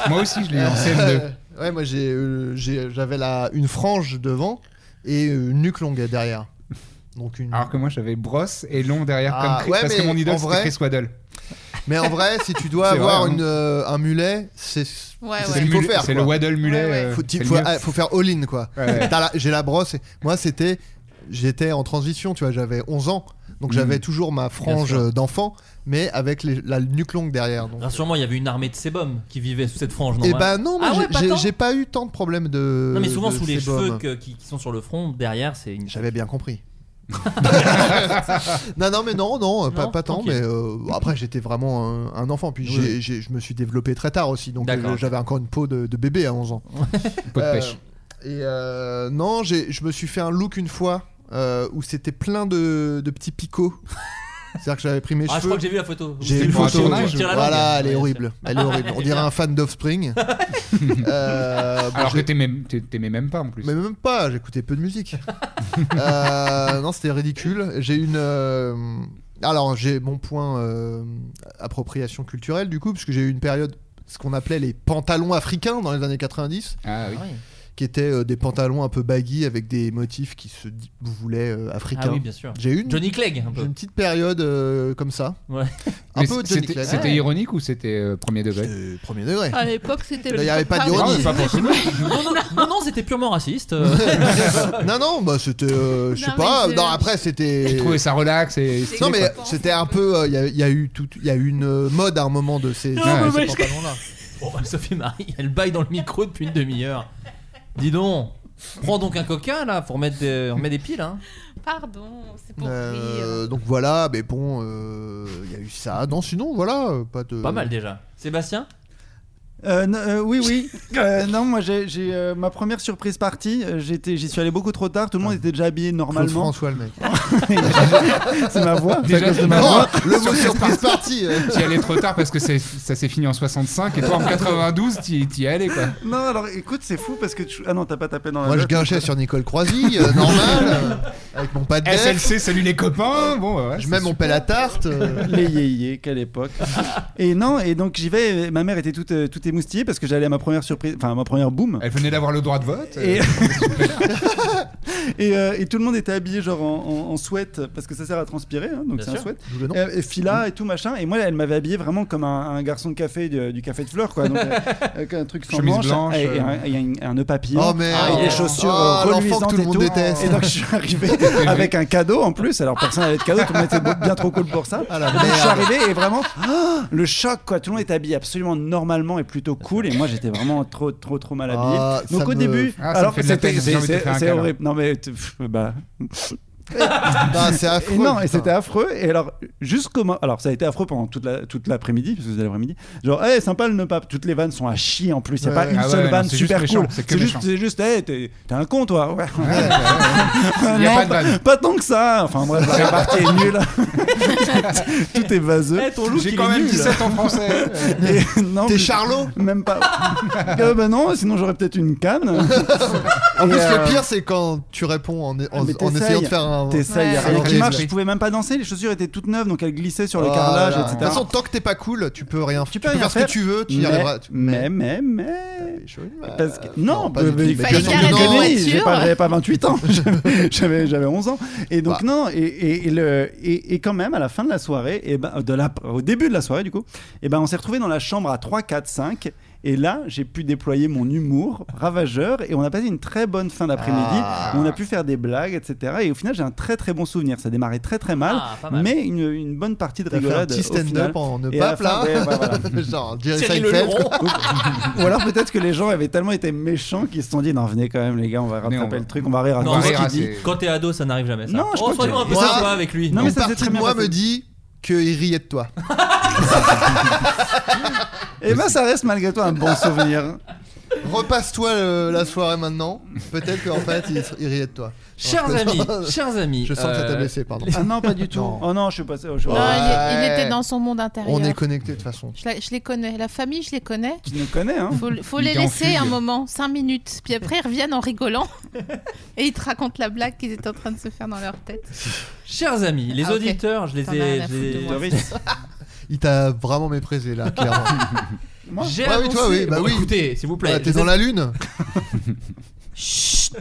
Speaker 9: Moi aussi, je l'ai eu en
Speaker 3: Euh,
Speaker 9: CM2.
Speaker 3: ouais, moi j'ai, euh, j'ai- j'avais la une frange devant et une nuque longue derrière. Donc une.
Speaker 9: Alors que moi j'avais brosse et long derrière
Speaker 3: Ah,
Speaker 9: comme Chris,
Speaker 3: ouais,
Speaker 9: parce
Speaker 3: mais
Speaker 9: que mon idole
Speaker 3: en
Speaker 9: c'était
Speaker 3: vrai-
Speaker 9: Chris Waddle.
Speaker 3: Mais en vrai, si tu dois
Speaker 9: C'est vrai,
Speaker 3: avoir
Speaker 9: hein.
Speaker 3: une, euh, un mulet, c'est c'est
Speaker 8: Ouais,
Speaker 3: ce
Speaker 8: ouais.
Speaker 3: qu'il
Speaker 9: C'est le
Speaker 3: ah faut
Speaker 9: mulet-
Speaker 3: faire.
Speaker 9: c'est
Speaker 3: quoi.
Speaker 9: le waddle mulet, Ouais, ouais. euh,
Speaker 3: Faut,
Speaker 9: c'est le
Speaker 3: faut-
Speaker 9: mieux.
Speaker 3: ah, faut faire all-in quoi.
Speaker 9: Ouais, ouais.
Speaker 3: T'as la- J'ai la brosse. et- Moi, c'était, j'étais en transition, tu vois, j'avais 11 ans, donc
Speaker 9: Mm.
Speaker 3: j'avais toujours ma frange
Speaker 7: sûr.
Speaker 3: euh, d'enfant, mais avec les- la nuque longue derrière. donc.
Speaker 7: Rassure-moi, Ah, il y avait une armée de sébums qui vivait sous cette frange.
Speaker 3: Et
Speaker 7: ouais
Speaker 3: bah non, moi,
Speaker 7: Ah
Speaker 3: j'ai-
Speaker 7: ouais, pas
Speaker 3: j'ai-
Speaker 7: tant.
Speaker 3: j'ai pas eu tant de problèmes de.
Speaker 7: Non, mais souvent
Speaker 3: ben, euh, de
Speaker 7: sous les
Speaker 3: sébum.
Speaker 7: cheveux que- qui, qui sont sur le front, derrière c'est une.
Speaker 3: J'avais bien compris. non, non, mais non, non, pas,
Speaker 7: Non,
Speaker 3: pas tant.
Speaker 7: ok.
Speaker 3: Mais euh, après, j'étais vraiment un, un enfant. Puis j'ai-
Speaker 7: Oui.
Speaker 3: j'ai- je me suis développé très tard aussi. Donc
Speaker 7: D'accord,
Speaker 3: euh,
Speaker 7: ok.
Speaker 3: j'avais encore une peau de, de bébé à 11 ans.
Speaker 9: Peau de
Speaker 3: Euh,
Speaker 9: pêche.
Speaker 3: et euh, non, j'ai- je me suis fait un look une fois euh, où c'était plein de, de petits picots. C'est-à-dire que j'avais pris mes
Speaker 7: Ah, je
Speaker 3: cheveux.
Speaker 7: crois que j'ai vu la photo.
Speaker 3: J'ai
Speaker 7: C'est
Speaker 3: une
Speaker 7: pour un
Speaker 3: photo.
Speaker 7: tournage, je-
Speaker 3: Voilà, elle est
Speaker 7: Ouais,
Speaker 3: horrible.
Speaker 7: c'est-
Speaker 3: Elle est horrible. On dirait un fan d'Offspring. Euh, bon,
Speaker 9: Alors que
Speaker 3: j'ai-
Speaker 9: t'aimais t'aimais- t'aimais même pas en plus.
Speaker 3: mais même pas, j'écoutais peu de musique. Euh, non, c'était ridicule. J'ai une. euh, alors, j'ai mon point euh, appropriation culturelle, du coup, parce que j'ai eu une période, ce qu'on appelait les pantalons africains dans les années 90,
Speaker 9: Ah oui.
Speaker 3: qui étaient euh, des pantalons un peu baggy avec des motifs qui se di- voulaient euh, africains.
Speaker 7: Ah oui, bien sûr.
Speaker 3: J'ai eu une,
Speaker 7: Johnny Clegg, un peu.
Speaker 3: j'ai une petite période euh, comme ça.
Speaker 7: Ouais.
Speaker 3: Un
Speaker 9: Mais
Speaker 3: peu
Speaker 9: c-
Speaker 3: Johnny
Speaker 9: c'était-
Speaker 3: Clegg.
Speaker 9: C'était
Speaker 3: Ouais.
Speaker 9: ironique ou c'était euh, premier degré
Speaker 3: Euh, Premier degré.
Speaker 7: Ah.
Speaker 8: À l'époque, c'était
Speaker 3: Là,
Speaker 8: le.
Speaker 3: il y avait pas
Speaker 8: Ah,
Speaker 3: d'ironie.
Speaker 8: oui.
Speaker 9: Ah, mais pas forcément.
Speaker 7: Non, non, non, non, c'était purement raciste. euh.
Speaker 3: non, non, bah c'était. euh, je sais
Speaker 8: Non, mais
Speaker 3: pas.
Speaker 8: je-
Speaker 3: Non,
Speaker 9: Je
Speaker 3: après, c'était.
Speaker 9: trouvais ça relax et stylé,
Speaker 3: Non mais
Speaker 9: quoi.
Speaker 3: c'était un peu euh, il y a- il y, a eu tout il y a eu une euh, mode à un moment de ces,
Speaker 9: mais
Speaker 3: ces
Speaker 9: moi,
Speaker 3: pantalons-là.
Speaker 7: Bon, bah, Sophie Marie, elle baille dans le micro depuis une demi-heure. Dis donc, prends donc un coquin là, pour mettre des, on met des piles. Hein.
Speaker 8: Pardon, c'est pour rire.
Speaker 3: Euh, donc voilà mais bon euh, il y a eu ça non sinon voilà euh, pas de
Speaker 7: Pas mal déjà. Sébastien
Speaker 11: Euh, non, euh, oui, oui. Euh, non, moi, j'ai j'ai, euh, ma première surprise partie. euh, j'étais- J'y suis allé beaucoup trop tard. Tout le monde était déjà habillé
Speaker 3: Claude
Speaker 11: normalement.
Speaker 3: François le mec
Speaker 11: C'est ma voix. c'est à
Speaker 9: Déjà-
Speaker 11: cause de ma
Speaker 9: Non.
Speaker 11: voix.
Speaker 3: Oh, le mot surprise partie euh.
Speaker 9: T'y allais trop tard parce que c'est- ça s'est fini en 65 et toi en 92 t'y t'y allais quoi.
Speaker 11: Non, alors écoute, c'est fou parce que tu... ah non, t'as pas tapé dans la.
Speaker 3: moi je
Speaker 11: note.
Speaker 3: guinchais sur Nicole Croisy euh, normal euh, avec mon pas de def,
Speaker 9: SLC, salut les copains. Bon, bah, ouais,
Speaker 3: je
Speaker 9: c'est
Speaker 3: mets mon
Speaker 9: super.
Speaker 3: pelle à tarte euh.
Speaker 11: Les yéyés, quelle époque. et non, et donc j'y vais. et Ma mère était toute, euh, toute émoustillée parce que j'allais à ma première surprise, enfin à ma première boum.
Speaker 9: Elle venait d'avoir le droit de vote.
Speaker 11: Et,
Speaker 9: euh,
Speaker 11: et, euh, et tout le monde était habillé genre en, en, en sweat parce que ça sert à transpirer, hein, donc
Speaker 7: Bien
Speaker 11: c'est un
Speaker 7: sûr.
Speaker 11: sweat.
Speaker 3: D'où le nom.
Speaker 11: Euh, Et, fila et tout machin. Et moi, elle m'avait habillé vraiment comme un, un garçon de café du, du café de fleurs, quoi. Donc, euh, avec un truc sans
Speaker 9: Chemise
Speaker 11: manches,
Speaker 9: blanche,
Speaker 11: et, et
Speaker 9: euh.
Speaker 11: un, et un- un nœud papillon,
Speaker 3: oh mais
Speaker 11: et des
Speaker 7: yes.
Speaker 11: chaussures
Speaker 3: Ah,
Speaker 11: euh,
Speaker 3: l'enfant que
Speaker 11: reluisantes
Speaker 3: tout le
Speaker 11: et
Speaker 3: monde déteste
Speaker 11: Et donc je suis arrivé avec un cadeau en plus. Alors personne n'avait de cadeau, tout le monde était beau- bien trop cool pour ça.
Speaker 3: Ah, la
Speaker 11: Et donc, je suis
Speaker 3: merde.
Speaker 11: arrivé et vraiment ah, le choc quoi. Tout le monde était habillé absolument normalement et plutôt cool. Et moi j'étais vraiment trop trop trop mal habillé.
Speaker 3: Ah,
Speaker 11: donc
Speaker 3: ça
Speaker 11: au
Speaker 3: me-
Speaker 11: début,
Speaker 9: Ah, ça me
Speaker 11: alors
Speaker 9: fait de la
Speaker 11: c'était
Speaker 9: peine, j'ai
Speaker 11: c'est-
Speaker 9: envie de te
Speaker 11: c'est-
Speaker 9: faire un
Speaker 11: c'est
Speaker 9: câlin.
Speaker 11: horrible. Non mais tu- pff, bah.
Speaker 3: Ah, c'est
Speaker 11: Et
Speaker 3: affreux
Speaker 11: non, et
Speaker 3: putain.
Speaker 11: c'était affreux. Et alors, jusqu'au moment. Alors, ça a été affreux pendant toute la- toute l'après-midi, parce que c'était l'après-midi. Genre, hey, sympa le nœud pape. Toutes les vannes sont à chier en plus. Il n'y a
Speaker 3: Ouais.
Speaker 11: pas une
Speaker 9: Ah ouais,
Speaker 11: seule
Speaker 9: non,
Speaker 11: vanne
Speaker 9: c'est juste
Speaker 11: super
Speaker 9: méchant,
Speaker 11: cool.
Speaker 9: c'est que
Speaker 11: C'est juste,
Speaker 9: méchant.
Speaker 11: c'est juste, hey, t'es t'es un con, toi. Ouais.
Speaker 9: Il y a
Speaker 11: Non,
Speaker 9: pas de vanne.
Speaker 11: Pas tant que ça. Enfin, bref, la partie est nulle. Tout est vaseux.
Speaker 7: Eh, ton look,
Speaker 9: J'ai
Speaker 7: il
Speaker 9: quand
Speaker 7: est
Speaker 9: même
Speaker 7: nul.
Speaker 9: 17 euh, en français.
Speaker 11: Et non,
Speaker 3: t'es
Speaker 11: plus-
Speaker 3: Charlot
Speaker 11: Même pas. Euh, ben non, sinon j'aurais peut-être une canne. Et,
Speaker 3: en plus
Speaker 11: euh, Ah,
Speaker 3: le pire c'est quand tu réponds en, en-
Speaker 11: mais
Speaker 3: en
Speaker 11: t'essayes.
Speaker 3: essayant de faire un
Speaker 11: T'essayes, y a
Speaker 8: Ouais.
Speaker 11: rien
Speaker 3: Avec
Speaker 11: qui
Speaker 3: les
Speaker 11: marche.
Speaker 3: esprits.
Speaker 11: Je pouvais même pas danser, les chaussures étaient toutes neuves, donc elles glissaient sur le
Speaker 3: Oh
Speaker 11: carrelage,
Speaker 3: là là.
Speaker 11: etc.
Speaker 3: De toute façon, tant que t'es pas cool, tu peux rien. Tu peux,
Speaker 11: rien
Speaker 3: faire, ce
Speaker 11: faire.
Speaker 3: que tu veux, tu Ah, y
Speaker 11: mais,
Speaker 3: arriveras.
Speaker 11: mais, mais, mais.
Speaker 3: Je-
Speaker 11: Parce que... Non,
Speaker 3: pas du tout.
Speaker 11: mais- mais
Speaker 3: Mais
Speaker 8: fallait
Speaker 11: bien
Speaker 8: carrer
Speaker 11: sûr
Speaker 8: dans
Speaker 11: que
Speaker 8: la
Speaker 11: oui,
Speaker 8: voiture.
Speaker 11: j'ai pas- J'avais pas 28 ans, J'avais- j'avais j'avais 11 ans. Et donc,
Speaker 3: Bah.
Speaker 11: non, et, et, et le, et, et quand même, à la eh fin eh de la soirée, et ben, de la, au début de la soirée, du coup, et ben, on s'est retrouvé dans la chambre à 3, 4, 5. Et là, j'ai pu déployer mon humour ravageur et on a passé une très bonne fin d'après-midi.
Speaker 12: Ah.
Speaker 11: On a pu faire des blagues, etc. Et au final, j'ai un très très bon souvenir. Ça démarrait très très mal,
Speaker 12: Ah, pas mal.
Speaker 11: mais une, une bonne partie de
Speaker 3: T'as fait un
Speaker 11: rigolade.
Speaker 3: petit
Speaker 11: au final.
Speaker 3: stand-up en ne
Speaker 11: Et à
Speaker 3: pas
Speaker 11: la fin,
Speaker 3: plat.
Speaker 11: ouais, bah, voilà.
Speaker 3: Genre, Jerry Thierry euh, Seinfeld, Leluron. quoi.
Speaker 11: Ou alors peut-être que les gens avaient tellement été méchants qu'ils se sont dit non venez quand même les gars on va rattraper
Speaker 7: on va-
Speaker 11: le truc on va rire à
Speaker 7: Non,
Speaker 11: tout ce
Speaker 7: mais
Speaker 11: qu'il dit.
Speaker 7: quand t'es ado, ça n'arrive jamais. Ça.
Speaker 11: Non, je
Speaker 7: oh,
Speaker 11: crois
Speaker 7: soyons
Speaker 11: que-
Speaker 7: un peu
Speaker 11: Moi-
Speaker 7: sympa avec lui.
Speaker 11: Non, mais Ah
Speaker 3: Une
Speaker 11: ça s'est
Speaker 3: partie
Speaker 11: très
Speaker 3: de
Speaker 11: bien
Speaker 3: moi
Speaker 11: passé.
Speaker 3: me dit qu'il riait de toi.
Speaker 11: Et ben ça reste malgré toi un bon souvenir.
Speaker 3: Repasse-toi euh, la soirée maintenant. Peut-être qu'en fait, il, il riait de toi.
Speaker 7: Chers
Speaker 3: Alors,
Speaker 7: amis,
Speaker 3: peut-être-
Speaker 7: chers amis.
Speaker 3: Je sens que ça t'a
Speaker 7: euh,
Speaker 3: blessé, pardon.
Speaker 11: Ah non pas du tout. Oh non je suis passé. au- je-
Speaker 8: Non, il, il était dans son monde intérieur.
Speaker 3: On est connectés de toute façon.
Speaker 8: Je, la- je les connais. La famille, je les connais.
Speaker 11: Tu nous connais hein.
Speaker 8: Faut, faut
Speaker 11: Il
Speaker 8: les
Speaker 11: était en
Speaker 8: laisser
Speaker 11: fugue.
Speaker 8: un moment, 5 minutes. Puis après, ils reviennent en rigolant. Et ils te racontent la blague qu'ils étaient en train de se faire dans leur tête.
Speaker 7: Chers amis, les
Speaker 8: Ah, ok.
Speaker 7: auditeurs, je les
Speaker 8: T'en as
Speaker 7: ai.
Speaker 8: rien à
Speaker 7: je
Speaker 8: foutre
Speaker 7: les-
Speaker 8: de moi.
Speaker 3: Il t'a vraiment méprisé là, clairement.
Speaker 7: J'ai
Speaker 3: ah oui, toi,
Speaker 7: annoncé-
Speaker 3: oui, bah
Speaker 7: Bon,
Speaker 3: oui.
Speaker 7: Écoutez, s'il vous plaît.
Speaker 3: Ah, T'es
Speaker 7: vous
Speaker 3: dans
Speaker 7: êtes-
Speaker 3: la lune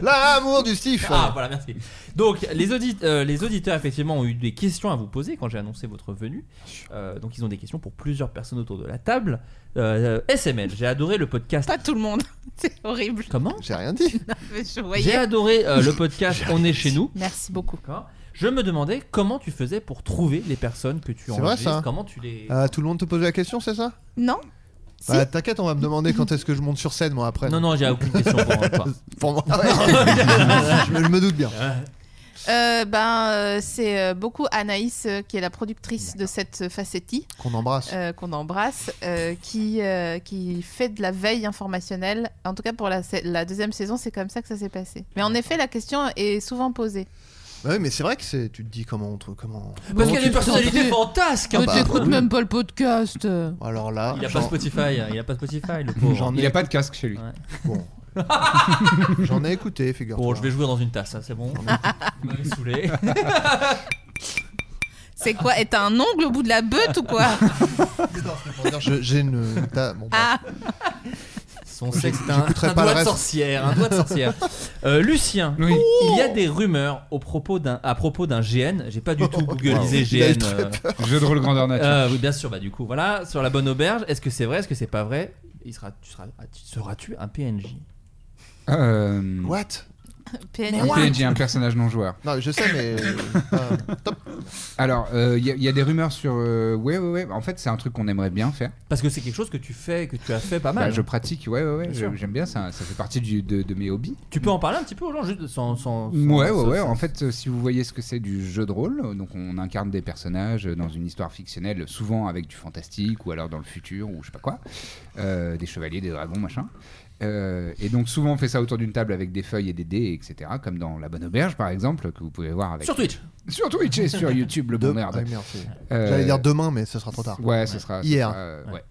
Speaker 3: L'amour du Steve
Speaker 7: Ah
Speaker 11: bah.
Speaker 7: voilà, merci. Donc les, audit- euh, les auditeurs effectivement ont eu des questions à vous poser quand j'ai annoncé votre venue. Euh, donc ils ont des questions pour plusieurs personnes autour de la table. Euh, euh, SML, j'ai adoré le podcast.
Speaker 8: Pas tout le monde. C'est horrible.
Speaker 7: Comment
Speaker 3: J'ai rien dit.
Speaker 8: Non, mais je voyais.
Speaker 7: J'ai adoré euh, le podcast On est chez nous.
Speaker 8: Merci beaucoup.
Speaker 7: Je me demandais comment tu faisais pour trouver les personnes que tu
Speaker 3: C'est vrai
Speaker 7: enregistres.
Speaker 3: ça
Speaker 7: Comment tu les
Speaker 3: Ah, Tout le monde te posait la question, c'est ça
Speaker 8: Non
Speaker 3: Bah, T'inquiète, on va me demander quand est-ce que je monte sur scène moi après.
Speaker 7: Non non, j'ai aucune question pour toi.
Speaker 3: Pour moi, ah ouais. je, me- je me doute bien.
Speaker 8: Euh, ben, euh, c'est euh, beaucoup Anaïs euh, qui est la productrice de cette euh, facetti.
Speaker 3: Qu'on embrasse.
Speaker 8: euh, qu'on embrasse, euh, qui, euh, qui fait de la veille informationnelle. En tout cas, pour la, sa- la deuxième saison, c'est comme ça que ça s'est passé. Mais en effet, la question est souvent posée.
Speaker 3: Bah oui, mais c'est vrai que c'est. Tu te dis comment on trouve comment.
Speaker 7: Parce
Speaker 3: comment
Speaker 7: qu'il y a
Speaker 3: tu
Speaker 7: des
Speaker 3: te sens
Speaker 7: personnalités
Speaker 3: appelé
Speaker 7: fantasques. hein,
Speaker 3: Mais
Speaker 7: bah.
Speaker 3: t'écoutes même
Speaker 8: pas le podcast.
Speaker 3: Alors là,
Speaker 7: Il a pas
Speaker 3: j'en-
Speaker 7: Spotify, hein. il a pas Spotify le pauvre.
Speaker 3: J'en ai-
Speaker 9: Il a pas de casque chez lui.
Speaker 3: Bon. J'en ai écouté, figure.
Speaker 7: Bon, je vais jouer dans une tasse, ça, c'est bon. Vous m'avez saoulé.
Speaker 8: C'est quoi Est un ongle au bout de la beutte ou quoi
Speaker 3: Je- J'ai une. ta- bon, bah,
Speaker 8: Ah
Speaker 7: Son
Speaker 3: Je-
Speaker 7: sexe est un,
Speaker 3: j'écouterai
Speaker 7: un
Speaker 3: pas le
Speaker 7: doigt de
Speaker 3: reste.
Speaker 7: sorcière, un doigt de sorcière. Euh, Lucien, il y a des rumeurs au propos d'un, à propos d'un GN. J'ai pas du tout googlisé
Speaker 9: Oh, Wow. Il a eu
Speaker 7: GN.
Speaker 9: très
Speaker 7: euh,
Speaker 3: Ah.
Speaker 9: peur. Jeu de rôle grandeur nature.
Speaker 7: euh, oui, bien sûr. Bah du coup, voilà, sur la bonne auberge. Est-ce que c'est vrai Est-ce que c'est pas vrai Il sera, tu seras, ah, tu- seras-tu un PNJ
Speaker 9: Euh,
Speaker 3: What
Speaker 8: PNJ.
Speaker 9: Un PNJ, un personnage non joueur.
Speaker 3: Non, je sais, mais. euh,
Speaker 9: Alors, il y, a- y a des rumeurs sur. euh, ouais, ouais, ouais. En fait, c'est un truc qu'on aimerait bien faire.
Speaker 7: Parce que c'est quelque chose que tu fais, que tu as fait pas mal.
Speaker 9: Bah, je pratique, ouais, ouais, ouais.
Speaker 7: Bien
Speaker 9: je-
Speaker 7: sûr.
Speaker 9: J'aime bien, ça, ça fait partie du- de, de mes hobbies.
Speaker 7: Tu peux en parler un petit peu aux gens, juste sans. sans- sans-
Speaker 9: Ouais, ouais,
Speaker 7: sans-
Speaker 9: ouais.
Speaker 7: sans-
Speaker 9: En fait, euh, si vous voyez ce que c'est du jeu de rôle, euh, donc on incarne des personnages euh, dans une histoire fictionnelle, souvent avec du fantastique ou alors dans le futur ou je sais pas quoi, Euh, des chevaliers, des dragons, machin. Euh, et donc souvent on fait ça autour d'une table avec des feuilles et des dés, etc. Comme dans La Bonne Auberge, par exemple, que vous pouvez voir avec.
Speaker 7: Sur Twitch.
Speaker 9: Sur Twitch et sur YouTube, le bon
Speaker 3: De-
Speaker 9: merde.
Speaker 3: Ah, merde, c'est-
Speaker 9: Euh,
Speaker 3: J'allais dire demain, mais ce sera trop tard.
Speaker 9: Ouais, ce sera. ce
Speaker 3: Hein. Hier.
Speaker 9: sera, euh, ouais.